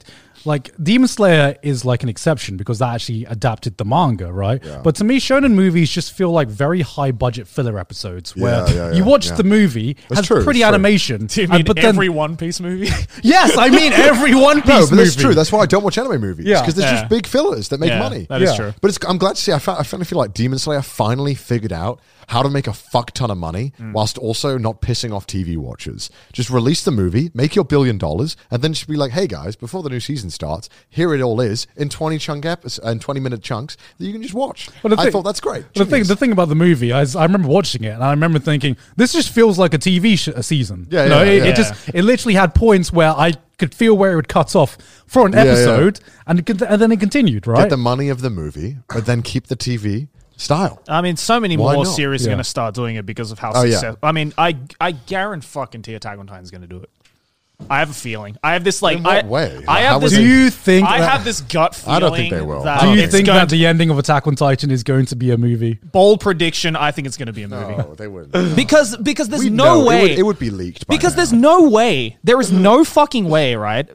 [SPEAKER 2] like Demon Slayer is like an exception because that actually adapted the manga, right? But to me, shonen movies just feel like very high budget filler episodes where
[SPEAKER 4] Yeah, yeah, yeah,
[SPEAKER 2] you watch
[SPEAKER 4] yeah.
[SPEAKER 2] the movie,
[SPEAKER 4] That's
[SPEAKER 2] has
[SPEAKER 4] true,
[SPEAKER 2] pretty
[SPEAKER 4] it's true.
[SPEAKER 2] animation,
[SPEAKER 3] Do you
[SPEAKER 2] and-
[SPEAKER 3] mean
[SPEAKER 2] but then
[SPEAKER 3] every One Piece movie?
[SPEAKER 2] yes, I mean every One Piece
[SPEAKER 4] No, but
[SPEAKER 2] movie.
[SPEAKER 4] that's true. That's why I don't watch anime movies.
[SPEAKER 2] Yeah.
[SPEAKER 4] because there's
[SPEAKER 3] Yeah.
[SPEAKER 4] just big fillers that make
[SPEAKER 3] Yeah,
[SPEAKER 4] money.
[SPEAKER 3] that is Yeah. true.
[SPEAKER 4] But it's, I'm glad to see. I, fa- I finally feel like Demon Slayer finally figured out how to make a fuck ton of money
[SPEAKER 2] Mm.
[SPEAKER 4] whilst also not pissing off TV watchers. Just release the movie, make your billion dollars, and then just be like, "Hey guys, before the new season starts, here it all is in 20 chunk episodes and 20 minute chunks that you can just watch."
[SPEAKER 2] But the
[SPEAKER 4] I
[SPEAKER 2] thing-
[SPEAKER 4] thought that's great.
[SPEAKER 2] The thing,
[SPEAKER 4] Genius.
[SPEAKER 2] the thing about the movie, I, I remember watching it and I remember thinking, this just feels like a TV sh- a season.
[SPEAKER 4] Yeah,
[SPEAKER 2] you know,
[SPEAKER 4] yeah,
[SPEAKER 2] it,
[SPEAKER 4] yeah.
[SPEAKER 2] it just it literally had points where I could feel where it would cut off for an
[SPEAKER 4] Yeah, yeah.
[SPEAKER 2] episode, and it, con- and then it continued, right?
[SPEAKER 4] Get the money of the movie, but then keep the TV. style.
[SPEAKER 3] I mean, so many
[SPEAKER 4] Why
[SPEAKER 3] more
[SPEAKER 4] not?
[SPEAKER 3] series are
[SPEAKER 4] Yeah.
[SPEAKER 3] going to start doing it because of how
[SPEAKER 4] Oh, yeah.
[SPEAKER 3] successful. I mean, I I guarantee fucking T Attack on Titan is going to do it. I have a feeling. I have this like.
[SPEAKER 4] In what
[SPEAKER 3] I,
[SPEAKER 4] way?
[SPEAKER 3] I
[SPEAKER 4] How
[SPEAKER 3] have
[SPEAKER 4] would
[SPEAKER 3] this.
[SPEAKER 4] they- Do you
[SPEAKER 2] think
[SPEAKER 3] I
[SPEAKER 2] that-
[SPEAKER 3] have this gut feeling?
[SPEAKER 4] I don't think they will.
[SPEAKER 3] That
[SPEAKER 2] Do you
[SPEAKER 3] it's
[SPEAKER 2] think
[SPEAKER 3] going,
[SPEAKER 2] that the ending of Attack on Titan is going to be a movie?
[SPEAKER 3] bold prediction? I think it's going to be a movie.
[SPEAKER 4] No, they wouldn't.
[SPEAKER 3] Because because there's
[SPEAKER 4] We
[SPEAKER 3] no
[SPEAKER 4] know. It
[SPEAKER 3] way
[SPEAKER 4] would- it would be leaked by
[SPEAKER 3] because
[SPEAKER 4] now.
[SPEAKER 3] there's no way there is no fucking way right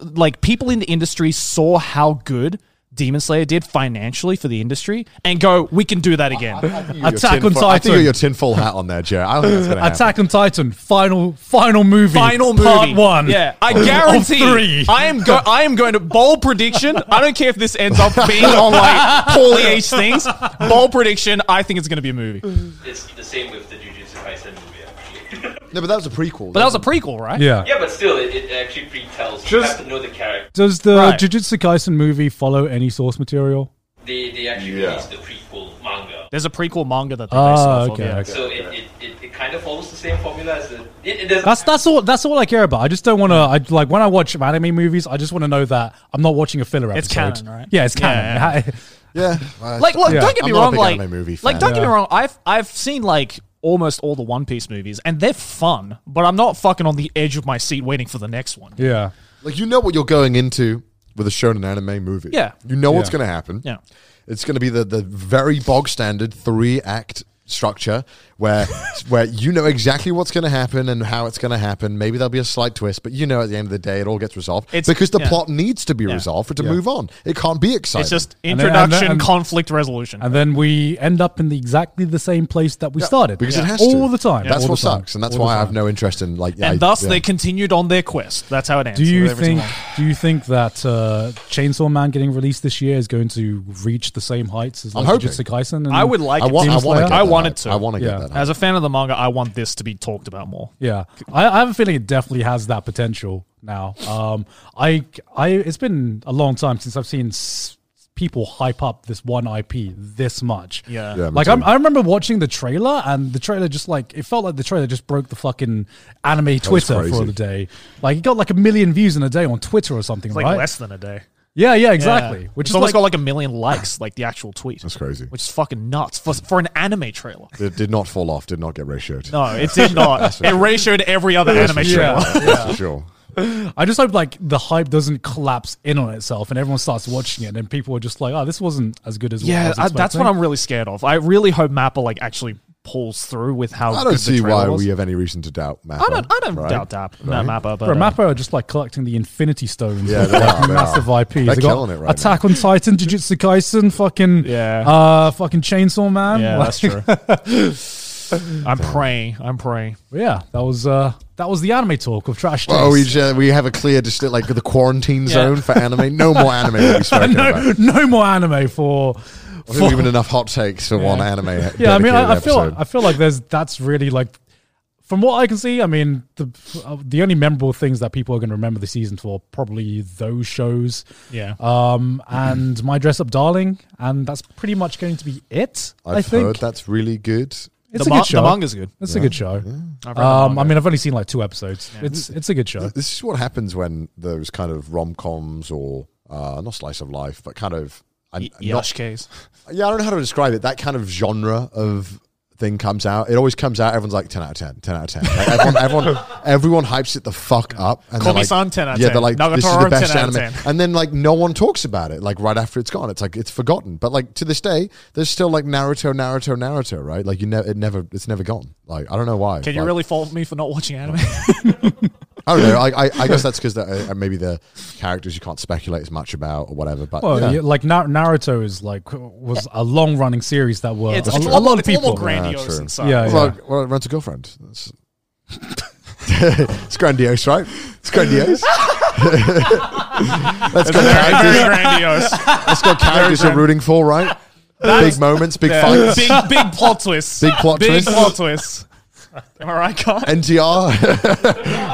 [SPEAKER 3] like people in the industry saw how good Demon Slayer did financially for the industry and go we can do that again
[SPEAKER 4] Your
[SPEAKER 2] Attack on
[SPEAKER 4] tinfoil- I think
[SPEAKER 2] Titan.
[SPEAKER 4] you're your tinfoil hat on there, Joe. I don't think that's going to happen.
[SPEAKER 2] Attack on Titan, final final movie,
[SPEAKER 3] final movie
[SPEAKER 2] part one.
[SPEAKER 3] yeah I
[SPEAKER 2] of
[SPEAKER 3] guarantee
[SPEAKER 2] three.
[SPEAKER 3] I am go- I am going to bold prediction I don't care if this ends up being on like poorly aged things bold prediction I think it's going to be a movie but
[SPEAKER 5] It's the same with the Jujutsu Kaisen movie, actually.
[SPEAKER 4] No, but that was a prequel.
[SPEAKER 3] that was a prequel right
[SPEAKER 2] yeah.
[SPEAKER 5] yeah, but still, it, it actually pre-tells. you
[SPEAKER 3] Just-
[SPEAKER 5] have to know the character.
[SPEAKER 2] Does the
[SPEAKER 3] Right.
[SPEAKER 2] Jujutsu Kaisen movie follow any source material?
[SPEAKER 5] They, they actually
[SPEAKER 4] Yeah.
[SPEAKER 5] released the prequel manga.
[SPEAKER 3] there's a prequel manga that they
[SPEAKER 2] Ah,
[SPEAKER 3] based it off of,
[SPEAKER 2] okay,
[SPEAKER 3] yeah.
[SPEAKER 2] okay.
[SPEAKER 5] So it, it, it, it kind of follows the same formula as the. It, it doesn't,
[SPEAKER 2] That's that's all that's all I care about. I just don't want to. I like when I watch anime movies. I just want to know that I'm not watching a filler
[SPEAKER 3] It's
[SPEAKER 2] episode.
[SPEAKER 3] canon, right?
[SPEAKER 2] Yeah, it's canon.
[SPEAKER 3] Yeah,
[SPEAKER 4] yeah. Well,
[SPEAKER 3] like, look,
[SPEAKER 2] Yeah.
[SPEAKER 3] don't get me
[SPEAKER 4] I'm not a
[SPEAKER 3] wrong.
[SPEAKER 4] big
[SPEAKER 3] Like,
[SPEAKER 4] anime movie
[SPEAKER 3] like,
[SPEAKER 4] fan.
[SPEAKER 3] don't get me
[SPEAKER 2] Yeah.
[SPEAKER 3] wrong. I've I've seen like almost all the One Piece movies, and they're fun. But I'm not fucking on the edge of my seat waiting for the next one.
[SPEAKER 2] yeah.
[SPEAKER 4] Like you know what you're going into with a shonen anime movie.
[SPEAKER 3] Yeah.
[SPEAKER 4] You know what's
[SPEAKER 2] Yeah.
[SPEAKER 4] going to happen.
[SPEAKER 3] Yeah.
[SPEAKER 4] It's going to be the the very bog standard three act structure where where you know exactly what's going to happen and how it's going to happen. Maybe there'll be a slight twist, but you know at the end of the day it all gets resolved
[SPEAKER 3] It's-
[SPEAKER 4] because the
[SPEAKER 3] yeah.
[SPEAKER 4] plot needs to be resolved for it to move on. It can't be exciting.
[SPEAKER 3] It's just
[SPEAKER 2] And then- and
[SPEAKER 3] introduction,
[SPEAKER 2] then- and-
[SPEAKER 3] conflict resolution.
[SPEAKER 2] And then we end up in the, exactly the same place that we started
[SPEAKER 4] because it has to.
[SPEAKER 2] all the time.
[SPEAKER 4] That's
[SPEAKER 2] all
[SPEAKER 4] what
[SPEAKER 2] the time,
[SPEAKER 4] sucks, and that's
[SPEAKER 2] all the
[SPEAKER 4] why I have
[SPEAKER 2] time.
[SPEAKER 4] no interest in like.
[SPEAKER 3] and
[SPEAKER 4] I-
[SPEAKER 3] thus
[SPEAKER 4] yeah.
[SPEAKER 3] they continued on their quest. That's how it ends.
[SPEAKER 2] Do you
[SPEAKER 3] with every
[SPEAKER 2] think?
[SPEAKER 3] single one.
[SPEAKER 2] Do you think that uh, Chainsaw Man getting released this year is going to reach the same heights as
[SPEAKER 4] I'm
[SPEAKER 2] like,
[SPEAKER 4] hoping.
[SPEAKER 2] Jujutsu Kaisen? And
[SPEAKER 3] I would like.
[SPEAKER 4] I
[SPEAKER 3] it
[SPEAKER 4] want.
[SPEAKER 3] to
[SPEAKER 4] I
[SPEAKER 3] be
[SPEAKER 2] Demon
[SPEAKER 4] want.
[SPEAKER 2] Slayer?
[SPEAKER 3] I want it to.
[SPEAKER 4] I want to
[SPEAKER 2] Yeah.
[SPEAKER 4] get that.
[SPEAKER 3] As a fan of the manga, I want this to be talked about more.
[SPEAKER 2] Yeah, I, I have a feeling it definitely has that potential now. Um, I, I, it's been a long time since I've seen s- people hype up this one IP this much.
[SPEAKER 3] Yeah.
[SPEAKER 4] Yeah, me
[SPEAKER 2] like I'm,
[SPEAKER 4] too.
[SPEAKER 2] I remember watching the trailer, and the trailer just like it felt like the trailer just broke the fucking anime Twitter
[SPEAKER 4] crazy.
[SPEAKER 2] for the day. Like it got like a million views in a day on Twitter or something,
[SPEAKER 3] It's like
[SPEAKER 2] right?
[SPEAKER 3] less than a day.
[SPEAKER 2] yeah, yeah, exactly.
[SPEAKER 3] Yeah.
[SPEAKER 2] Which
[SPEAKER 3] It's
[SPEAKER 2] is
[SPEAKER 3] almost
[SPEAKER 2] like,
[SPEAKER 3] got like a million likes, like the actual tweet.
[SPEAKER 4] That's crazy.
[SPEAKER 3] Which is fucking nuts for, for an anime trailer.
[SPEAKER 4] It did not fall off. Did not get ratioed.
[SPEAKER 3] No, it did not. it ratioed every other
[SPEAKER 4] That's
[SPEAKER 3] anime
[SPEAKER 4] for sure.
[SPEAKER 3] trailer.
[SPEAKER 4] That's for sure.
[SPEAKER 2] I just hope like the hype doesn't collapse in on itself, and everyone starts watching it, and people are just like, "Oh, this wasn't as good as what I
[SPEAKER 3] Yeah,
[SPEAKER 2] was
[SPEAKER 3] I, that's what
[SPEAKER 2] expecting."
[SPEAKER 3] I'm really scared of. I really hope Mappa like actually pulls through with how.
[SPEAKER 4] I don't
[SPEAKER 3] good
[SPEAKER 4] see
[SPEAKER 3] the trailer
[SPEAKER 4] why
[SPEAKER 3] was.
[SPEAKER 4] we have any reason to doubt Mappa.
[SPEAKER 3] I don't. I don't
[SPEAKER 4] right?
[SPEAKER 3] doubt that. No, uh, Mappa, but
[SPEAKER 2] Bro,
[SPEAKER 3] uh,
[SPEAKER 2] Mappa are just like collecting the Infinity Stones.
[SPEAKER 4] Yeah,
[SPEAKER 2] Yeah,
[SPEAKER 4] they are, they
[SPEAKER 2] massive
[SPEAKER 4] are.
[SPEAKER 2] IPs.
[SPEAKER 4] They're
[SPEAKER 2] They
[SPEAKER 4] killing it right
[SPEAKER 2] Attack on Titan, Jujutsu Kaisen, fucking
[SPEAKER 3] Yeah.
[SPEAKER 2] uh, fucking Chainsaw Man.
[SPEAKER 3] yeah,
[SPEAKER 2] Like,
[SPEAKER 3] that's true. I'm praying. I'm praying.
[SPEAKER 2] yeah, that was uh, that was the anime talk of trash.
[SPEAKER 4] Oh, we
[SPEAKER 2] Taste.
[SPEAKER 4] just, we have a clear just like the quarantine zone for anime. No more anime will be spoken about.
[SPEAKER 2] no, no more anime for.
[SPEAKER 4] I think we've been enough hot takes for one anime.
[SPEAKER 2] Yeah, I mean, I, I
[SPEAKER 4] dedicated
[SPEAKER 2] feel
[SPEAKER 4] episode.
[SPEAKER 2] I feel like there's that's really like. From what I can see, I mean, the uh, the only memorable things that people are going to remember the season for are probably those shows,
[SPEAKER 3] Yeah.
[SPEAKER 2] um, and My Dress Up Darling, and that's pretty much going to be it. I
[SPEAKER 4] I've
[SPEAKER 2] think
[SPEAKER 4] heard that's really good.
[SPEAKER 2] It's
[SPEAKER 3] the,
[SPEAKER 2] a
[SPEAKER 3] ma-
[SPEAKER 2] good show.
[SPEAKER 3] the manga's good.
[SPEAKER 2] It's a good show.
[SPEAKER 3] I've read the
[SPEAKER 2] Um,
[SPEAKER 3] manga.
[SPEAKER 2] I mean, I've only seen like two episodes. It's it's a good show.
[SPEAKER 4] This is what happens when those kind of rom coms or uh, not slice of life, but kind of I'm
[SPEAKER 3] Y-
[SPEAKER 4] not
[SPEAKER 3] Yashke's.
[SPEAKER 4] Yeah, I don't know how to describe it. That kind of genre of thing comes out. It always comes out. Everyone's like 10 out of 10, 10 out of 10. Like everyone, everyone, everyone hypes it the fuck up. And they're
[SPEAKER 3] Komi-san,
[SPEAKER 4] like,
[SPEAKER 3] 10 out of
[SPEAKER 4] Yeah, they're
[SPEAKER 3] 10.
[SPEAKER 4] like, this is the
[SPEAKER 3] Nagatoro,
[SPEAKER 4] best
[SPEAKER 3] 10 out of
[SPEAKER 4] anime.
[SPEAKER 3] 10.
[SPEAKER 4] And then like no one talks about it. Like right after it's gone, it's like, it's forgotten. But like to this day, there's still like Naruto, Naruto, Naruto, right? Like you never, it never, it's never gone. Like, I don't know why.
[SPEAKER 3] Can you
[SPEAKER 4] Like,
[SPEAKER 3] really fault me for not watching anime?
[SPEAKER 4] I don't know. I, I, I guess that's because uh, maybe the characters you can't speculate as much about or whatever. But
[SPEAKER 2] Well,
[SPEAKER 4] yeah.
[SPEAKER 2] yeah, like Na- Naruto is like was a long running series that were
[SPEAKER 3] it's
[SPEAKER 2] a,
[SPEAKER 3] a,
[SPEAKER 2] a
[SPEAKER 3] lot,
[SPEAKER 2] lot of
[SPEAKER 3] it's a lot
[SPEAKER 2] people.
[SPEAKER 3] more grandiose
[SPEAKER 4] true.
[SPEAKER 3] inside.
[SPEAKER 2] Yeah,
[SPEAKER 4] Well,
[SPEAKER 2] Oh, yeah.
[SPEAKER 4] like, well, rent a girlfriend. That's it's grandiose, right? It's grandiose. That's got
[SPEAKER 3] Very
[SPEAKER 4] characters.
[SPEAKER 3] grandiose.
[SPEAKER 4] That's got characters you're rooting for, right? big moments, big fights,
[SPEAKER 3] big big plot twists.
[SPEAKER 4] Big plot
[SPEAKER 3] big
[SPEAKER 4] twists.
[SPEAKER 3] plot twists. Am I right, Carl?
[SPEAKER 4] NTR.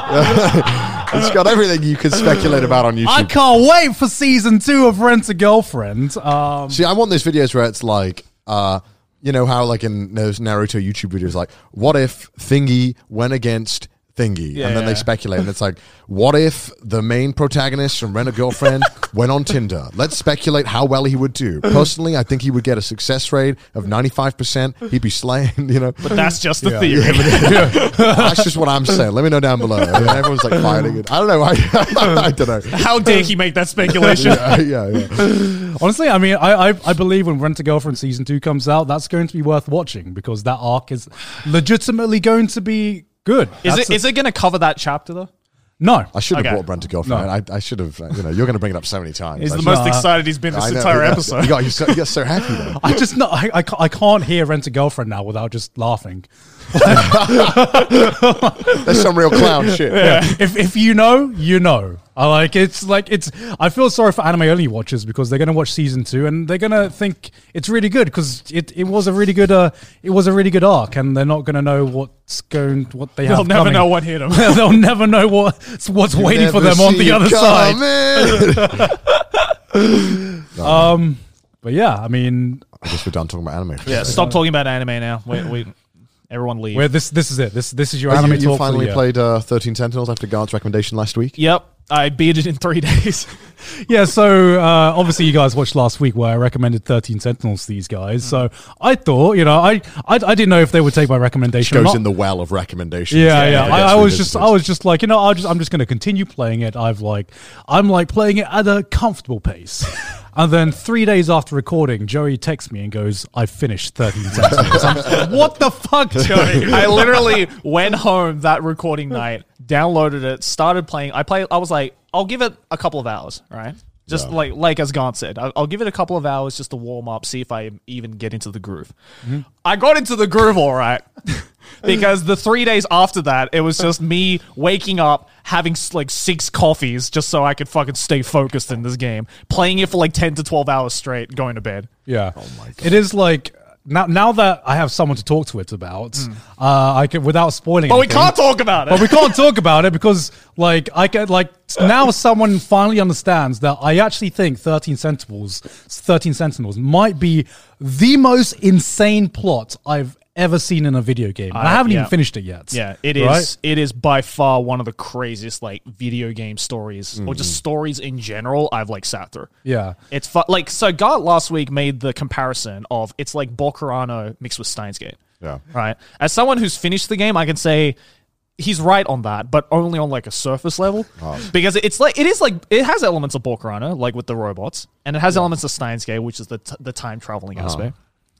[SPEAKER 4] it's got everything you can speculate about on YouTube.
[SPEAKER 2] I can't wait for season two of Rent a Girlfriend. Um,
[SPEAKER 4] See, I want those videos where it's like, uh, you know how like in those Naruto YouTube videos, like, what if Thingy went against thingy,
[SPEAKER 3] Yeah,
[SPEAKER 4] and then
[SPEAKER 3] yeah.
[SPEAKER 4] they speculate, and it's like, what if the main protagonist from Rent a Girlfriend went on Tinder? Let's speculate how well he would do. Personally, I think he would get a success rate of ninety five percent. He'd be slaying, you know.
[SPEAKER 3] But that's just the
[SPEAKER 4] Yeah.
[SPEAKER 3] theory.
[SPEAKER 4] Yeah, but- yeah. That's just what I'm saying. Let me know down below. And everyone's like fighting it. I don't know. I, I don't know.
[SPEAKER 3] How dare he make that speculation?
[SPEAKER 4] yeah, yeah, yeah.
[SPEAKER 2] Honestly, I mean, I, I I believe when Rent a Girlfriend season two comes out, that's going to be worth watching because that arc is legitimately going to be good.
[SPEAKER 3] Is
[SPEAKER 2] That's
[SPEAKER 3] it,
[SPEAKER 2] a-
[SPEAKER 3] is it going to cover that chapter though?
[SPEAKER 2] No,
[SPEAKER 4] I should have
[SPEAKER 3] Okay.
[SPEAKER 4] brought Brent to girlfriend. I, I should have. uh, You know, you're going to bring it up so many times.
[SPEAKER 3] He's
[SPEAKER 4] I
[SPEAKER 3] the
[SPEAKER 4] should-
[SPEAKER 3] most excited he's been
[SPEAKER 4] I
[SPEAKER 3] this
[SPEAKER 4] know,
[SPEAKER 3] entire
[SPEAKER 4] yeah.
[SPEAKER 3] episode.
[SPEAKER 4] You got, you, so, you got so happy though.
[SPEAKER 2] I just not. I, I, ca- I can't hear Rent a Girlfriend now without just laughing.
[SPEAKER 4] That's some real clown shit.
[SPEAKER 2] If if you know, you know. I like it's like it's. I feel sorry for anime only watchers because they're gonna watch season two and they're gonna think it's really good because it, it was a really good uh it was a really good arc and they're not gonna know what's going what they
[SPEAKER 3] They'll
[SPEAKER 2] have.
[SPEAKER 3] never
[SPEAKER 2] coming.
[SPEAKER 3] know what hit him.
[SPEAKER 2] They'll never know what what's waiting for them on the other side.
[SPEAKER 4] side.
[SPEAKER 2] But yeah, I mean,
[SPEAKER 4] I guess we're done talking about anime.
[SPEAKER 3] Yeah, stop talking about anime now. We, we, everyone leave.
[SPEAKER 2] where this this is it. This this is your
[SPEAKER 4] You,
[SPEAKER 2] anime
[SPEAKER 4] you
[SPEAKER 2] talk. for the
[SPEAKER 4] finally
[SPEAKER 2] year.
[SPEAKER 4] played uh, 13 Sentinels after Guard's recommendation last week.
[SPEAKER 3] yep, I beat it in three days.
[SPEAKER 2] Yeah, so uh, obviously you guys watched last week where I recommended Thirteen Sentinels to these guys. So I thought, you know, I, I I didn't know if they would take my recommendation. or
[SPEAKER 4] Goes
[SPEAKER 2] not.
[SPEAKER 4] in the well of recommendations.
[SPEAKER 2] Yeah, yeah. I,
[SPEAKER 4] It gets
[SPEAKER 2] I was just,
[SPEAKER 4] revisited.
[SPEAKER 2] I was just like, you know, I just, I'm just going to continue playing it. I've like, I'm like playing it at a comfortable pace. And then three days after recording, Joey texts me and goes, "I finished 13 sentences." I'm just like, what the fuck, Joey?
[SPEAKER 3] I literally went home that recording night, downloaded it, started playing. I play. I was like, I'll give it a couple of hours, right? Just like like as Gant said, I- I'll give it a couple of hours just to warm up, see if I even get into the groove. I got into the groove, all right, because the three days after that, it was just me waking up, having s- like six coffees just so I could fucking stay focused in this game, playing it for like ten to twelve hours straight, going to bed.
[SPEAKER 2] Yeah. Oh my god. It is like now, now that I have someone to talk to it about, uh, I can without spoiling.
[SPEAKER 3] But we
[SPEAKER 2] anything-
[SPEAKER 3] can't talk about it.
[SPEAKER 2] But we can't talk about it because, like, I can like now someone finally understands that I actually think Thirteen Sentinels, Thirteen Sentinels, might be the most insane plot I've ever seen in a video game. And I
[SPEAKER 3] Uh,
[SPEAKER 2] haven't
[SPEAKER 3] yeah.
[SPEAKER 2] even finished it yet.
[SPEAKER 3] Yeah, it is.
[SPEAKER 2] Right?
[SPEAKER 3] It is by far one of the craziest like video game stories or just stories in general I've like sat through.
[SPEAKER 2] Yeah.
[SPEAKER 3] It's fu- like so. Gart last week made the comparison of it's like Bocarano mixed with Steins Gate.
[SPEAKER 4] Yeah.
[SPEAKER 3] Right. As someone who's finished the game, I can say he's right on that, but only on like a surface level
[SPEAKER 4] Uh,
[SPEAKER 3] because it's like it is like it has elements of Bocarano, like with the robots, and it has elements of Steins Gate, which is the t- the time traveling
[SPEAKER 4] uh,
[SPEAKER 3] aspect.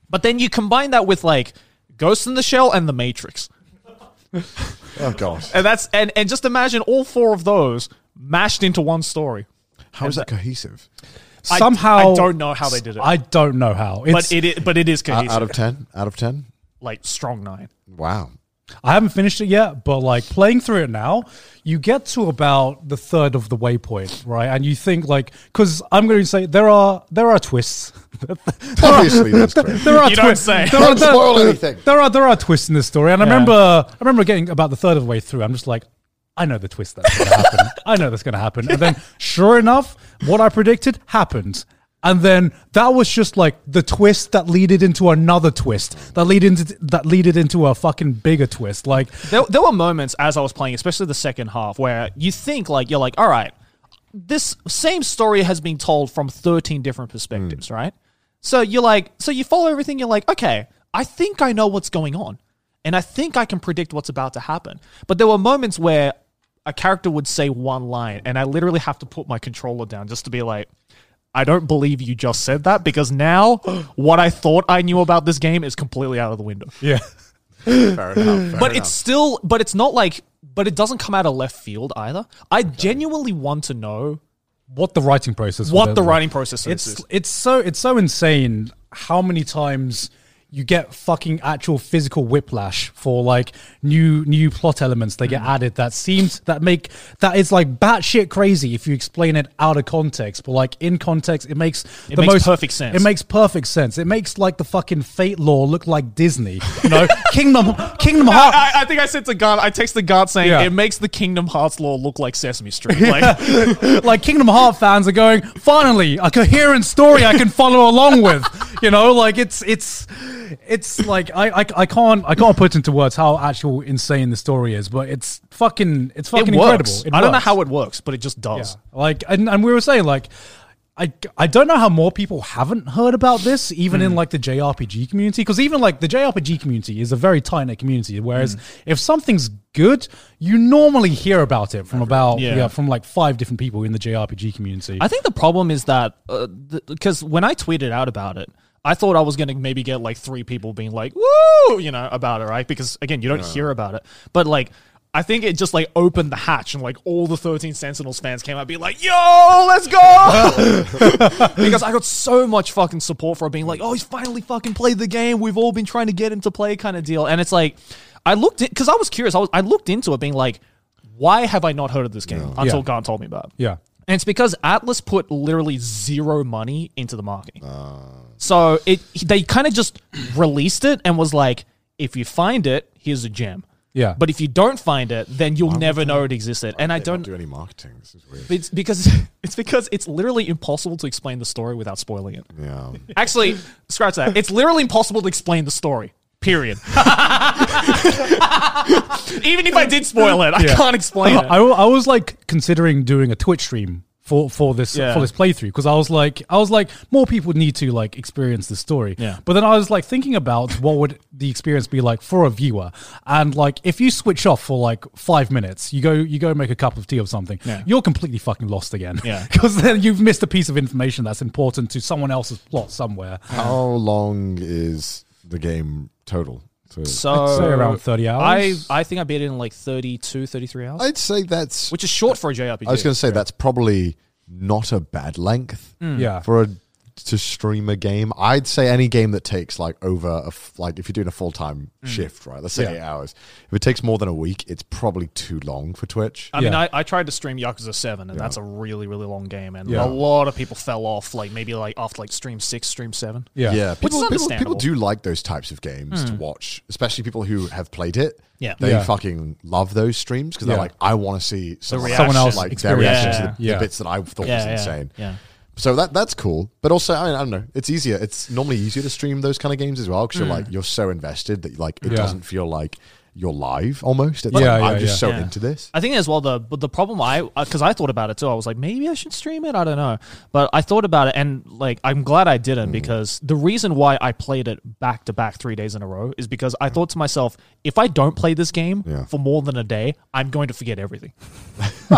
[SPEAKER 3] But then you combine that with like Ghost in the Shell and The Matrix.
[SPEAKER 4] Oh god,
[SPEAKER 2] Uh,
[SPEAKER 3] And that's and, and just imagine all four of those mashed into one story.
[SPEAKER 4] how
[SPEAKER 2] uh,
[SPEAKER 4] is that cohesive?
[SPEAKER 3] I-
[SPEAKER 2] Somehow,
[SPEAKER 3] I don't know how they did it.
[SPEAKER 2] I don't know how. It's,
[SPEAKER 3] but it is, but it is
[SPEAKER 4] Out,
[SPEAKER 3] cohesive.
[SPEAKER 4] Uh, out of ten, out of ten.
[SPEAKER 3] like strong nine.
[SPEAKER 4] Wow.
[SPEAKER 2] I haven't finished it yet, but like playing through it now, you get to about the third of the waypoint, right? And you think like, because I'm going to say there are there are twists.
[SPEAKER 4] Obviously, that's correct.
[SPEAKER 2] There are
[SPEAKER 3] You
[SPEAKER 2] twists.
[SPEAKER 3] don't say.
[SPEAKER 2] There are,
[SPEAKER 4] Don't spoil anything.
[SPEAKER 2] There are there are twists in this story, and I remember I remember getting about the third of the way through. I'm just like, I know the twist that's going to happen. I know that's going to happen. And then, sure enough, what I predicted happened. And then that was just like the twist that leaded into another twist that lead into that leaded into a fucking bigger twist. Like
[SPEAKER 3] There, there were moments as I was playing, especially the second half, where you think like you're like, all right, this same story has been told from 13 different perspectives, right? So you're like, so you follow everything. You're like, okay, I think I know what's going on, and I think I can predict what's about to happen. But there were moments where a character would say one line, and I literally have to put my controller down just to be like. I don't believe you just said that because now what I thought I knew about this game is completely out of the window
[SPEAKER 2] yeah,
[SPEAKER 4] Fair enough. fair
[SPEAKER 3] but
[SPEAKER 4] enough.
[SPEAKER 3] it's still but it's not like but it doesn't come out of left field either i genuinely want to know
[SPEAKER 2] what the writing process? was
[SPEAKER 3] what the
[SPEAKER 2] like.
[SPEAKER 3] writing process is
[SPEAKER 2] It's it's so it's so insane how many times you get fucking actual physical whiplash for like new new plot elements they
[SPEAKER 3] Mm.
[SPEAKER 2] get added that seems that make that is like batshit crazy if you explain it out of context, but like in context it makes
[SPEAKER 3] It makes perfect sense.
[SPEAKER 2] It makes perfect sense. It makes like the fucking fate law look like Disney. You know, Kingdom Kingdom Hearts.
[SPEAKER 3] I, I think I said to God, I texted the God saying
[SPEAKER 2] Yeah.
[SPEAKER 3] it makes the Kingdom Hearts lore look like Sesame Street. Like,
[SPEAKER 2] like Kingdom Heart fans are going, finally, a coherent story I can follow along with. You know, like it's it's it's like I, I I can't I can't put into words how actual insane the story is, but it's fucking it's fucking
[SPEAKER 3] it works.
[SPEAKER 2] incredible. It
[SPEAKER 3] I don't know
[SPEAKER 2] works.
[SPEAKER 3] how it works, but it just does.
[SPEAKER 2] Yeah. Like, and, and we were saying, like, I, I don't know how more people haven't heard about this, even in like the JRPG community, because even like the JRPG community is a very tight knit community. Whereas if something's good, you normally hear about it from about
[SPEAKER 3] Yeah.
[SPEAKER 2] yeah. from like five different people in the JRPG community.
[SPEAKER 3] I think the problem is that because when I tweeted out about it, I thought I was going to maybe get like three people being like, "Woo!" you know, about it, right? Because again, you don't hear about it, but like. I think it just like opened the hatch and like all the 13 Sentinels fans came out being like, yo, let's go! because I got so much fucking support for it being like, oh, he's finally fucking played the game. We've all been trying to get him to play kind of deal. And it's like, I looked it, because I was curious. I, was, I looked into it being like, why have I not heard of this game until
[SPEAKER 2] Yeah.
[SPEAKER 3] Grant told me about it?
[SPEAKER 2] yeah.
[SPEAKER 3] And it's because Atlas put literally zero money into the marketing.
[SPEAKER 4] Uh.
[SPEAKER 3] so it they kind of just released it and was like, if you find it, here's a gem.
[SPEAKER 2] Yeah.
[SPEAKER 3] But if you don't find it, then you'll never know it existed. And I
[SPEAKER 4] They don't
[SPEAKER 3] don't
[SPEAKER 4] do any marketing. This is weird.
[SPEAKER 3] it's because it's because it's literally impossible to explain the story without spoiling it.
[SPEAKER 4] Yeah.
[SPEAKER 3] Actually, scratch that. It's literally impossible to explain the story. Period. Even if I did spoil it, I
[SPEAKER 2] Yeah.
[SPEAKER 3] can't explain it.
[SPEAKER 2] I, I was like considering doing a Twitch stream for for this
[SPEAKER 3] Yeah.
[SPEAKER 2] for this playthrough because I was like I was like more people need to like experience this story.
[SPEAKER 3] Yeah.
[SPEAKER 2] But then I was like thinking about what would the experience be like for a viewer, and like if you switch off for like five minutes, you go you go make a cup of tea or something,
[SPEAKER 3] Yeah.
[SPEAKER 2] you're completely fucking lost again.
[SPEAKER 3] Yeah.
[SPEAKER 2] Because then you've missed a piece of information that's important to someone else's plot somewhere.
[SPEAKER 4] How long is the game total? So
[SPEAKER 3] So
[SPEAKER 2] I'd say around 30 hours.
[SPEAKER 3] I, I think I beat it in like 32, 33 hours,
[SPEAKER 4] I'd say that's.
[SPEAKER 3] which is short for a JRPG.
[SPEAKER 4] I was going to say that's probably not a bad length
[SPEAKER 3] Mm.
[SPEAKER 2] Yeah.
[SPEAKER 4] for a to stream a game. I'd say any game that takes like over a f- like if you're doing a full time shift, right? Let's say
[SPEAKER 2] Yeah.
[SPEAKER 4] eight hours. If it takes more than a week, it's probably too long for Twitch.
[SPEAKER 3] I mean,
[SPEAKER 2] Yeah.
[SPEAKER 3] I, I tried to stream Yakuza 7, and that's a really, really long game. And
[SPEAKER 2] Yeah.
[SPEAKER 3] a lot of people fell off, like maybe like after like stream 6, stream 7.
[SPEAKER 2] yeah.
[SPEAKER 4] Yeah, people, people,
[SPEAKER 3] understandable.
[SPEAKER 4] people do like those types of games to watch, especially people who have played it.
[SPEAKER 3] Yeah.
[SPEAKER 4] they
[SPEAKER 2] Yeah.
[SPEAKER 4] fucking love those streams because they're
[SPEAKER 2] Yeah.
[SPEAKER 4] like, I want to see someone,
[SPEAKER 3] reaction.
[SPEAKER 4] else
[SPEAKER 3] Someone
[SPEAKER 4] like
[SPEAKER 2] else
[SPEAKER 4] their reaction
[SPEAKER 3] experience
[SPEAKER 4] to the,
[SPEAKER 3] it.
[SPEAKER 4] the
[SPEAKER 2] Yeah.
[SPEAKER 4] bits that I thought
[SPEAKER 3] Yeah,
[SPEAKER 4] was
[SPEAKER 3] yeah,
[SPEAKER 4] insane.
[SPEAKER 3] yeah.
[SPEAKER 4] So that that's cool, but also I, mean, I don't know. It's easier. It's normally easier to stream those kind of games as well because you're like you're so invested that like it
[SPEAKER 2] Yeah.
[SPEAKER 4] doesn't feel like you're live almost. It's
[SPEAKER 2] Yeah,
[SPEAKER 4] like,
[SPEAKER 2] yeah,
[SPEAKER 4] I'm just
[SPEAKER 2] yeah.
[SPEAKER 4] so
[SPEAKER 3] Yeah.
[SPEAKER 4] into this.
[SPEAKER 3] I think as well the but the problem I because I thought about it too. I was like, maybe I should stream it. I don't know, but I thought about it and like I'm glad I didn't
[SPEAKER 4] Hmm.
[SPEAKER 3] because the reason why I played it back to back three days in a row is because I thought to myself, if I don't play this game
[SPEAKER 4] Yeah.
[SPEAKER 3] for more than a day, I'm going to forget everything.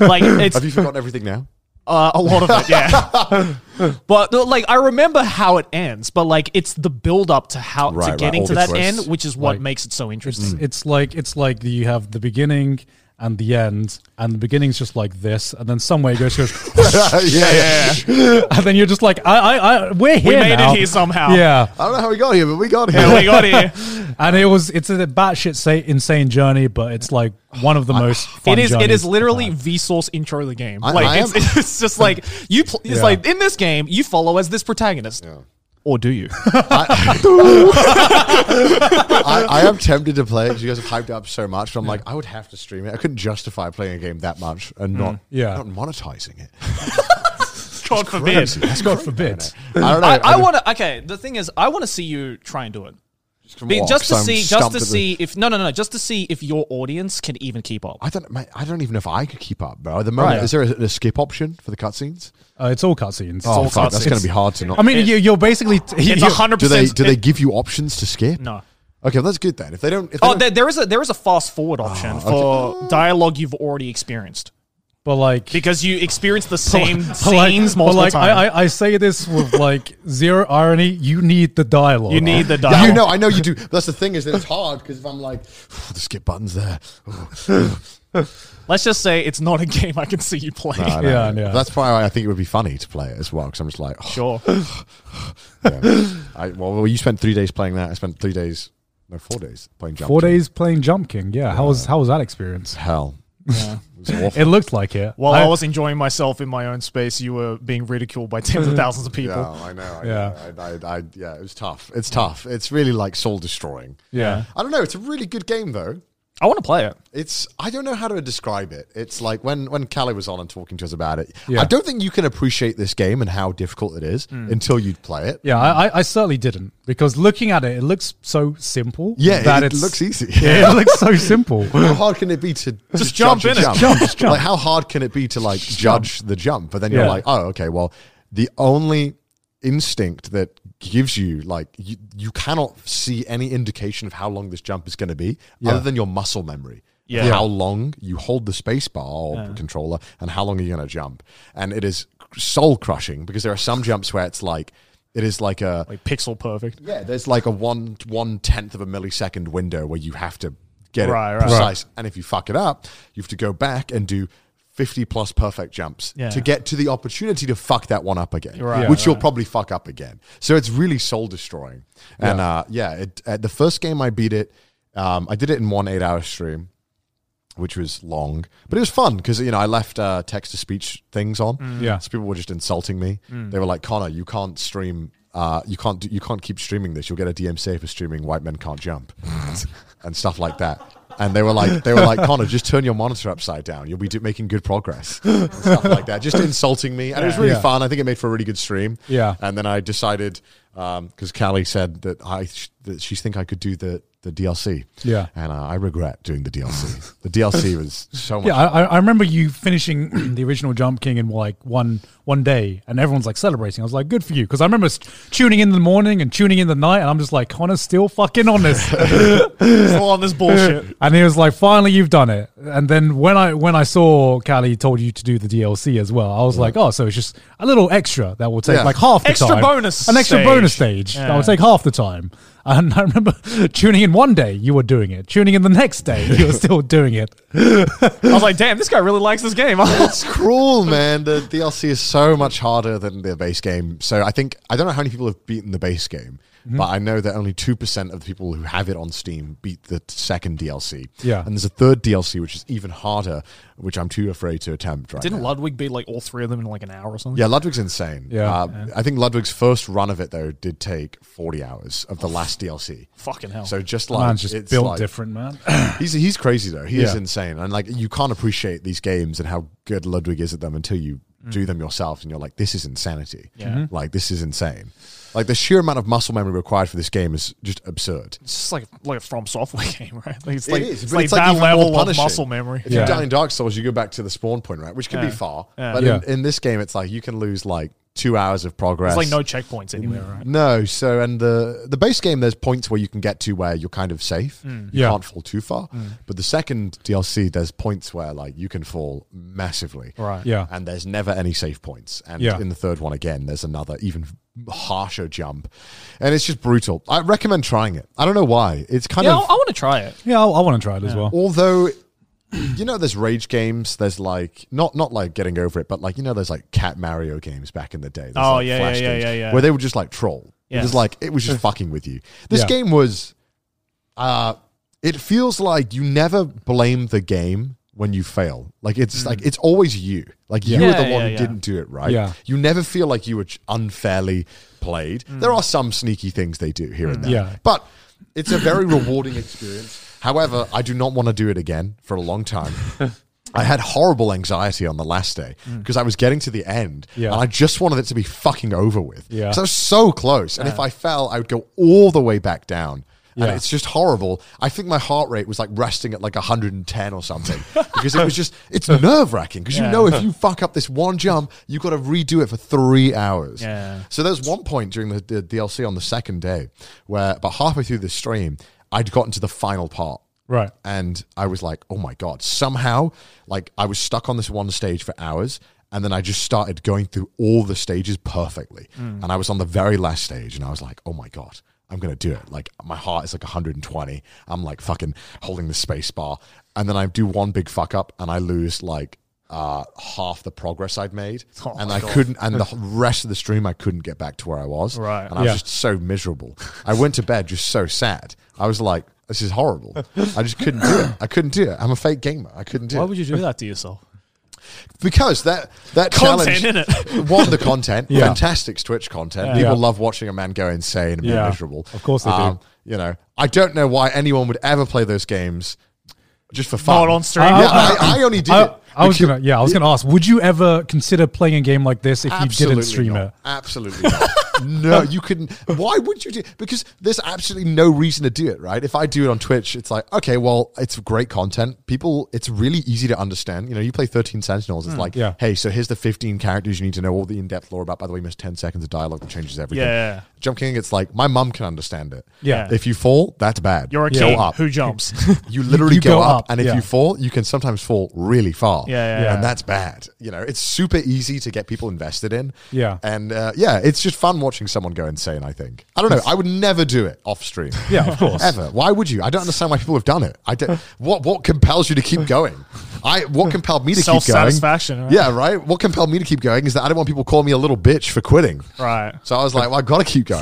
[SPEAKER 3] like it's
[SPEAKER 4] Have you forgotten everything now?
[SPEAKER 3] uh, a lot of it, yeah. but no, like I remember how it ends, but like it's the build up to how
[SPEAKER 4] Right,
[SPEAKER 3] to
[SPEAKER 4] right,
[SPEAKER 3] getting
[SPEAKER 4] all
[SPEAKER 3] to
[SPEAKER 4] the
[SPEAKER 3] that
[SPEAKER 4] twists.
[SPEAKER 3] end, which is what
[SPEAKER 2] Like-
[SPEAKER 3] makes it
[SPEAKER 4] mm-hmm.
[SPEAKER 3] so
[SPEAKER 2] It's,
[SPEAKER 3] interesting.
[SPEAKER 2] it's like it's like you have the beginning and the end, and the beginning's just like this, and then somewhere it goes, goes
[SPEAKER 4] yeah, yeah.
[SPEAKER 2] and then you're just like, I, I, I we're here.
[SPEAKER 3] We made
[SPEAKER 2] now.
[SPEAKER 3] it here somehow.
[SPEAKER 2] Yeah,
[SPEAKER 4] I don't know how we got here, but we got here.
[SPEAKER 3] And we got here.
[SPEAKER 2] and it was it's a batshit say, insane journey, but it's like one of the most. Fun
[SPEAKER 3] It is. It
[SPEAKER 2] journeys
[SPEAKER 3] is literally
[SPEAKER 2] I've had.
[SPEAKER 3] Vsauce intro of the game.
[SPEAKER 4] I-
[SPEAKER 3] like
[SPEAKER 4] I
[SPEAKER 3] it's,
[SPEAKER 4] am-
[SPEAKER 3] it's just like you. Pl- it's
[SPEAKER 2] Yeah.
[SPEAKER 3] like in this game, you follow as this protagonist, or do you?
[SPEAKER 4] I, I am tempted to play it because you guys have hyped it up so much. But I'm like, I would have to stream it. I couldn't justify playing a game that much and
[SPEAKER 3] Mm,
[SPEAKER 4] not
[SPEAKER 2] Yeah.
[SPEAKER 4] not monetizing it.
[SPEAKER 3] God forbid.
[SPEAKER 4] That's
[SPEAKER 2] God forbid.
[SPEAKER 4] I don't know.
[SPEAKER 3] I, I want to. Okay, the thing is, I want to see you try and do it. Be- just to see, just to see if no, no, no, no, just to see if your audience can even keep up.
[SPEAKER 4] I don't. mate, I don't even know if I could keep up, bro. At the moment,
[SPEAKER 3] Right.
[SPEAKER 4] is there a, a skip option for the cutscenes?
[SPEAKER 2] Uh, it's all cutscenes. It's
[SPEAKER 4] Oh,
[SPEAKER 2] all
[SPEAKER 4] fuck, that's
[SPEAKER 2] cutscenes.
[SPEAKER 4] going to be hard to not.
[SPEAKER 2] I mean, you, you're basically
[SPEAKER 3] It's
[SPEAKER 2] you're-
[SPEAKER 3] hundred
[SPEAKER 4] do they
[SPEAKER 3] percent.
[SPEAKER 4] do they give you options to skip?
[SPEAKER 3] No.
[SPEAKER 4] Okay, well, that's good then. If they don't, if they
[SPEAKER 3] Oh,
[SPEAKER 4] don't-
[SPEAKER 3] there, there is a there is a fast forward option
[SPEAKER 4] Oh,
[SPEAKER 3] for dialogue you've already experienced
[SPEAKER 2] but like
[SPEAKER 3] because you experience the same
[SPEAKER 2] but like-
[SPEAKER 3] scenes
[SPEAKER 2] but
[SPEAKER 3] multiple
[SPEAKER 2] like,
[SPEAKER 3] times.
[SPEAKER 2] I, I, I say this with like zero irony. You need the dialogue.
[SPEAKER 3] you need the
[SPEAKER 4] Yeah,
[SPEAKER 3] dialogue.
[SPEAKER 4] you know, I know you do. That's the thing is that it's hard because if I'm like, the skip button's there.
[SPEAKER 3] Let's just say it's not a game I can see you play.
[SPEAKER 4] I know.
[SPEAKER 2] Yeah, yeah.
[SPEAKER 4] That's probably why I think it would be funny to play it as well because I'm just like, oh,
[SPEAKER 3] Sure.
[SPEAKER 4] yeah. I, well, you spent three days playing that. I spent three days, no, four days playing Jump
[SPEAKER 2] Four
[SPEAKER 4] King.
[SPEAKER 2] days playing Jump King. Yeah. How was how was that experience?
[SPEAKER 4] Hell. it was awful.
[SPEAKER 2] It looked like it.
[SPEAKER 3] While I, was enjoying myself in my own space, you were being ridiculed by tens of thousands of people.
[SPEAKER 4] Yeah, I know. I,
[SPEAKER 2] Yeah.
[SPEAKER 4] yeah. I, I, I, yeah, it was tough. It's tough. It's really like soul destroying.
[SPEAKER 2] Yeah.
[SPEAKER 4] I don't know. It's a really good game though.
[SPEAKER 3] I want to play it.
[SPEAKER 4] It's I don't know how to describe it. It's like when when Callie was on and talking to us about it.
[SPEAKER 2] Yeah.
[SPEAKER 4] I don't think you can appreciate this game and how difficult it is
[SPEAKER 2] Mm.
[SPEAKER 4] until you play it.
[SPEAKER 2] Yeah, I, I- I certainly didn't because looking at it, it looks so simple.
[SPEAKER 4] Yeah,
[SPEAKER 2] that
[SPEAKER 4] it
[SPEAKER 2] it's-
[SPEAKER 4] looks easy.
[SPEAKER 2] Yeah, it looks so simple.
[SPEAKER 4] How hard can it be to
[SPEAKER 2] Just jump
[SPEAKER 4] judge a
[SPEAKER 2] in it. Jump, just jump.
[SPEAKER 4] Like how hard can it be to like judge the jump? But then you're
[SPEAKER 2] Yeah.
[SPEAKER 4] like, oh, okay. Well, the only instinct that gives you like you, you cannot see any indication of how long this jump is going to be
[SPEAKER 2] Yeah.
[SPEAKER 4] other than your muscle memory.
[SPEAKER 2] Yeah.
[SPEAKER 4] How long you hold the space bar or
[SPEAKER 2] Yeah.
[SPEAKER 4] controller and how long are you going to jump? And it is soul crushing because there are some jumps where it's like it is like a
[SPEAKER 3] like pixel perfect.
[SPEAKER 4] Yeah, there's like a one one tenth of a millisecond window where you have to get
[SPEAKER 3] Right,
[SPEAKER 4] it
[SPEAKER 3] right.
[SPEAKER 4] precise. And if you fuck it up, you have to go back and do. 50 plus perfect jumps
[SPEAKER 3] Yeah.
[SPEAKER 4] to get to the opportunity to fuck that one up again,
[SPEAKER 3] Right, Yeah.
[SPEAKER 4] which you'll
[SPEAKER 3] right.
[SPEAKER 4] probably fuck up again. So it's really soul destroying. And yeah, uh, yeah it, uh, the first game I beat it, um, I did it in one eight hour stream which was long, but it was fun because you know I left uh, text to speech things on.
[SPEAKER 2] Mm. Yeah.
[SPEAKER 4] so people were just insulting me.
[SPEAKER 2] Mm.
[SPEAKER 4] They were like, "Connor, you can't stream. Uh, you can't. Do, you can't keep streaming this. You'll get a DMCA for streaming white men can't jump and stuff like that." And they were like, "They were like, Connor, just turn your monitor upside down. You'll be do- making good progress and stuff like that." Just insulting me, and it was
[SPEAKER 2] Yeah.
[SPEAKER 4] really
[SPEAKER 2] Yeah.
[SPEAKER 4] fun. I think it made for a really good stream.
[SPEAKER 2] Yeah.
[SPEAKER 4] and then I decided because Callie said that I sh- that she think I could do the the DLC.
[SPEAKER 2] Yeah.
[SPEAKER 4] and uh, I regret doing the DLC. the DLC was so much.
[SPEAKER 2] Yeah, I, I I remember you finishing the original Jump King in like one one day, and everyone's like celebrating. I was like, "Good for you," because I remember st- tuning in the morning and tuning in the night, and I'm just like, "Connor's still fucking on this,
[SPEAKER 3] Still on this bullshit.
[SPEAKER 2] And he was like, "Finally, you've done it." And then when I when I saw Callie told you to do the DLC as well, I was like, "Oh, so it's just a little extra that will take
[SPEAKER 3] Yeah.
[SPEAKER 2] like half the
[SPEAKER 3] Extra
[SPEAKER 2] time,
[SPEAKER 3] bonus
[SPEAKER 2] an extra
[SPEAKER 3] stage.
[SPEAKER 2] bonus stage that
[SPEAKER 3] Yeah.
[SPEAKER 2] will take half the time." And I remember tuning in one day, you were doing it. Tuning in the next day, you were still doing it.
[SPEAKER 3] I was like, damn, this guy really likes this game.
[SPEAKER 4] it's cruel, man. The DLC is so much harder than the base game. So I think I don't know how many people have beaten the base game,
[SPEAKER 2] Mhm.
[SPEAKER 4] but I know that only two percent of the people who have it on Steam beat the second DLC.
[SPEAKER 2] Yeah.
[SPEAKER 4] and there's a third DLC which is even harder, which I'm too afraid to attempt. Right?
[SPEAKER 3] Didn't
[SPEAKER 4] now.
[SPEAKER 3] Ludwig beat like all three of them in like an hour or something?
[SPEAKER 4] Yeah, Ludwig's insane.
[SPEAKER 3] Yeah.
[SPEAKER 4] Uh,
[SPEAKER 3] Yeah.
[SPEAKER 4] I think Ludwig's first run of it though did take forty hours of the last DLC.
[SPEAKER 3] Fucking hell.
[SPEAKER 4] So just
[SPEAKER 2] Oh, The
[SPEAKER 4] like
[SPEAKER 2] man's just
[SPEAKER 4] it's
[SPEAKER 2] built
[SPEAKER 4] like-
[SPEAKER 2] different, man.
[SPEAKER 4] he's he's crazy though. He is
[SPEAKER 2] Yeah.
[SPEAKER 4] insane, and like you can't appreciate these games and how good Ludwig is at them until you do them yourself, and you're like, this is insanity.
[SPEAKER 3] Yeah. Mhm.
[SPEAKER 4] Like this is insane. Like the sheer amount of muscle memory required for this game is just absurd.
[SPEAKER 3] It's just like like a From Software game, right? Like it's
[SPEAKER 4] It
[SPEAKER 3] like,
[SPEAKER 4] is,
[SPEAKER 3] it's
[SPEAKER 4] but
[SPEAKER 3] like
[SPEAKER 4] it's,
[SPEAKER 3] that
[SPEAKER 4] even more
[SPEAKER 3] level of
[SPEAKER 4] punishing.
[SPEAKER 3] muscle memory.
[SPEAKER 4] If you die in Dark Souls, you go back to the spawn point, right? Which can
[SPEAKER 3] Yeah.
[SPEAKER 4] be far,
[SPEAKER 3] Yeah.
[SPEAKER 4] but
[SPEAKER 3] Yeah.
[SPEAKER 4] in, in this game, it's like you can lose like two hours of progress.
[SPEAKER 3] There's like no checkpoints anywhere, right?
[SPEAKER 4] No, so and the the base game there's points where you can get to where you're kind of safe.
[SPEAKER 3] Mm.
[SPEAKER 4] You
[SPEAKER 3] Yeah.
[SPEAKER 4] can't fall too far.
[SPEAKER 3] Mm.
[SPEAKER 4] But the second DLC there's points where like you can fall massively.
[SPEAKER 3] Right.
[SPEAKER 2] Yeah.
[SPEAKER 4] And there's never any safe points. And
[SPEAKER 2] Yeah.
[SPEAKER 4] in the third one again there's another even harsher jump. And it's just brutal. I recommend trying it. I don't know why. It's kind
[SPEAKER 3] yeah,
[SPEAKER 4] of
[SPEAKER 3] I, want to try it.
[SPEAKER 2] Yeah, I, I want to try it as well.
[SPEAKER 4] Although, you know, there's rage games. There's like not not like getting over it, but like you know, there's like Cat Mario games back in the day. There's,
[SPEAKER 3] Oh,
[SPEAKER 4] like,
[SPEAKER 3] yeah,
[SPEAKER 4] Flash
[SPEAKER 3] yeah, yeah,
[SPEAKER 4] games
[SPEAKER 3] yeah, yeah.
[SPEAKER 4] Where they were just like troll. It
[SPEAKER 3] Yeah.
[SPEAKER 4] was like it was just fucking with you. This
[SPEAKER 2] Yeah.
[SPEAKER 4] game was, uh, it feels like you never blame the game when you fail. Like it's like
[SPEAKER 3] Mm.
[SPEAKER 4] it's always you. Like you
[SPEAKER 2] Yeah.
[SPEAKER 4] were the
[SPEAKER 2] Yeah,
[SPEAKER 4] one
[SPEAKER 2] yeah,
[SPEAKER 4] who
[SPEAKER 2] yeah.
[SPEAKER 4] didn't do it right.
[SPEAKER 2] Yeah.
[SPEAKER 4] You never feel like you were j- unfairly played.
[SPEAKER 3] Mm.
[SPEAKER 4] There are some sneaky things they do here and there.
[SPEAKER 2] Yeah.
[SPEAKER 4] But it's a very rewarding experience. However, I do not want to do it again for a long time. I had horrible anxiety on the last day because I was getting to the end
[SPEAKER 2] Mm. Yeah.
[SPEAKER 4] and I just wanted it to be fucking over with.
[SPEAKER 2] Yeah.
[SPEAKER 4] 'Cause I was so close. And if I fell, I would go all the way back down. And
[SPEAKER 2] Yeah.
[SPEAKER 4] it's just horrible. I think my heart rate was like resting at like 110 or something because it was just, it's nerve wracking because
[SPEAKER 3] Yeah.
[SPEAKER 4] you know if you fuck up this one jump, you've got to redo it for three hours.
[SPEAKER 3] Yeah.
[SPEAKER 4] So there was one point during the, the DLC on the second day where, about halfway through the stream, I'd gotten to the final part.
[SPEAKER 2] Right.
[SPEAKER 4] And I was like, oh my God. Somehow, like, I was stuck on this one stage for hours. And then I just started going through all the stages perfectly.
[SPEAKER 2] Mm.
[SPEAKER 4] And I was on the very last stage and I was like, oh my God. I'm gonna do it. Like my heart is like 120. I'm like fucking holding the space bar, and then I do one big fuck up, and I lose like uh, half the progress I'd made,
[SPEAKER 3] Oh
[SPEAKER 4] and
[SPEAKER 3] my
[SPEAKER 4] I
[SPEAKER 3] God.
[SPEAKER 4] couldn't. And the rest of the stream, I couldn't get back to where I was.
[SPEAKER 3] Right.
[SPEAKER 4] And I was
[SPEAKER 3] Yeah.
[SPEAKER 4] just so miserable. I went to bed just so sad. I was like, this is horrible. I just couldn't do it. I couldn't do it. I'm a fake gamer. I couldn't do
[SPEAKER 3] Why
[SPEAKER 4] it.
[SPEAKER 3] would you do that to yourself?
[SPEAKER 4] Because that that
[SPEAKER 3] Content,
[SPEAKER 4] challenge,
[SPEAKER 3] innit?
[SPEAKER 4] one the content,
[SPEAKER 2] Yeah.
[SPEAKER 4] fantastic Twitch content.
[SPEAKER 2] Yeah.
[SPEAKER 4] People
[SPEAKER 2] Yeah.
[SPEAKER 4] love watching a man go insane and be
[SPEAKER 2] Yeah.
[SPEAKER 4] miserable. Um,
[SPEAKER 2] Of course they do.
[SPEAKER 4] You know, I don't know why anyone would ever play those games. just for fun.
[SPEAKER 3] Not on stream.
[SPEAKER 4] Yeah, I, I only did
[SPEAKER 2] I,
[SPEAKER 4] it.
[SPEAKER 2] I was
[SPEAKER 4] because-
[SPEAKER 2] gonna, yeah, I was gonna ask. Would you ever consider playing a game like this if you didn't
[SPEAKER 4] Absolutely
[SPEAKER 2] stream
[SPEAKER 4] not.
[SPEAKER 2] it?
[SPEAKER 4] Absolutely not. no, you couldn't. Why would you do? Because there's absolutely no reason to do it, right? If I do it on Twitch, it's like, okay, well, it's great content. People, it's really easy to understand. You know, you play 13 Sentinels. It's
[SPEAKER 2] Hmm.
[SPEAKER 4] like,
[SPEAKER 2] Yeah.
[SPEAKER 4] hey, so here's the 15 characters you need to know all the in-depth lore about. By the way, miss 10 seconds of dialogue that changes everything.
[SPEAKER 3] Yeah.
[SPEAKER 4] Jump King, it's like my mum can understand it.
[SPEAKER 3] Yeah.
[SPEAKER 4] If you fall, that's bad.
[SPEAKER 3] You're a
[SPEAKER 4] Go
[SPEAKER 3] king
[SPEAKER 4] up.
[SPEAKER 3] who jumps.
[SPEAKER 4] You literally
[SPEAKER 2] you
[SPEAKER 4] go,
[SPEAKER 2] go
[SPEAKER 4] up,
[SPEAKER 2] up,
[SPEAKER 4] and if
[SPEAKER 2] yeah.
[SPEAKER 4] you fall, you can sometimes fall really far.
[SPEAKER 3] Yeah, yeah, yeah.
[SPEAKER 4] And that's bad. You know, it's super easy to get people invested in.
[SPEAKER 2] Yeah.
[SPEAKER 4] And uh, yeah, it's just fun watching someone go insane, I think. I don't know. I would never do it off stream.
[SPEAKER 2] Yeah, of course.
[SPEAKER 4] Ever. Why would you? I don't understand why people have done it. I don't, what what compels you to keep going? I what compelled me to keep going?
[SPEAKER 3] Self-satisfaction, right?
[SPEAKER 4] Yeah, right? What compelled me to keep going is that I don't want people to call me a little bitch for quitting.
[SPEAKER 3] Right.
[SPEAKER 4] So I was like, well, I got to keep going.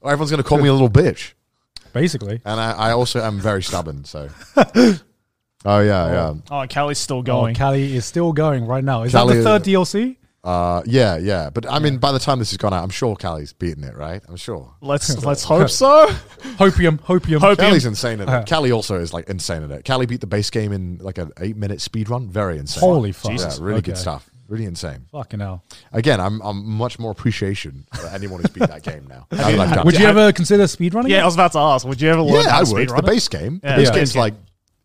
[SPEAKER 4] Or everyone's going to call me a little bitch.
[SPEAKER 2] Basically,
[SPEAKER 4] And I, I also am very stubborn, so. Oh yeah,
[SPEAKER 3] Oh, and Callie's still
[SPEAKER 2] oh,
[SPEAKER 3] going.
[SPEAKER 2] Cali is still going right now. Is that
[SPEAKER 4] Cali-
[SPEAKER 2] the third DLC?
[SPEAKER 4] yeah, uh, yeah, yeah. But I mean, by the time this has gone out, I'm sure Callie's beaten it, right? I'm sure.
[SPEAKER 3] Let's let's hope so.
[SPEAKER 2] Hopium, hopium.
[SPEAKER 3] Hopium.
[SPEAKER 4] Callie's insane at
[SPEAKER 2] Uh-huh.
[SPEAKER 4] it. Callie also is like insane at it. Callie beat the base game in like an eight minute speed run. Very insane.
[SPEAKER 2] Holy fuck. Jesus.
[SPEAKER 4] Yeah, really good
[SPEAKER 2] Okay.
[SPEAKER 4] stuff. Really insane.
[SPEAKER 2] Fucking hell.
[SPEAKER 4] Again, I'm I'm much more appreciation for anyone who's beat that game now. now that I've done
[SPEAKER 2] Uh, Would
[SPEAKER 4] it.
[SPEAKER 2] you ever consider speedrunning?
[SPEAKER 3] Yeah, I
[SPEAKER 2] it?
[SPEAKER 3] was about to ask. Would you ever learn?
[SPEAKER 4] yeah,
[SPEAKER 3] how
[SPEAKER 4] I
[SPEAKER 3] to
[SPEAKER 4] would. The
[SPEAKER 3] speedrun it?
[SPEAKER 4] base game.
[SPEAKER 3] Yeah,
[SPEAKER 4] the base
[SPEAKER 3] yeah.
[SPEAKER 4] game's
[SPEAKER 3] Base game.
[SPEAKER 4] like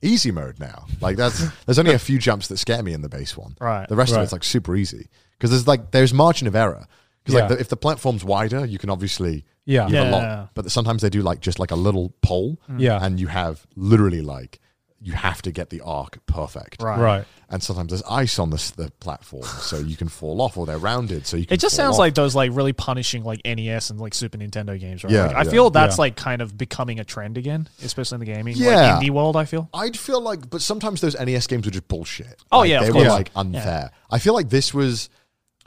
[SPEAKER 4] easy mode now. Like that's there's only a few jumps that scare me in the base one.
[SPEAKER 3] Right.
[SPEAKER 4] The rest of
[SPEAKER 2] Right.
[SPEAKER 4] it's like super easy because there's like there's margin of error because
[SPEAKER 2] Yeah.
[SPEAKER 4] like the, if the platform's wider, you can obviously
[SPEAKER 2] Yeah.
[SPEAKER 4] you have a
[SPEAKER 3] Yeah. Mm.
[SPEAKER 4] lot. But sometimes they do like just like a little pole.
[SPEAKER 2] Yeah.
[SPEAKER 4] and you have literally like you have to get the arc perfect.
[SPEAKER 3] Right.
[SPEAKER 2] Right.
[SPEAKER 4] And sometimes there's ice on the, s- the platform, so you can fall off, or they're rounded, so you can.
[SPEAKER 3] It just
[SPEAKER 4] fall
[SPEAKER 3] sounds
[SPEAKER 4] off.
[SPEAKER 3] like those like really punishing like NES and like Super Nintendo games, right?
[SPEAKER 4] Yeah,
[SPEAKER 3] Like, I
[SPEAKER 4] yeah.
[SPEAKER 3] feel that's
[SPEAKER 2] Yeah.
[SPEAKER 3] like kind of becoming a trend again, especially in the gaming
[SPEAKER 4] Yeah.
[SPEAKER 3] like indie world. I feel.
[SPEAKER 4] I'd feel like, but sometimes those NES games were just bullshit.
[SPEAKER 3] Oh,
[SPEAKER 4] Like,
[SPEAKER 3] yeah, of
[SPEAKER 4] they
[SPEAKER 3] course.
[SPEAKER 4] were like unfair. I feel like this was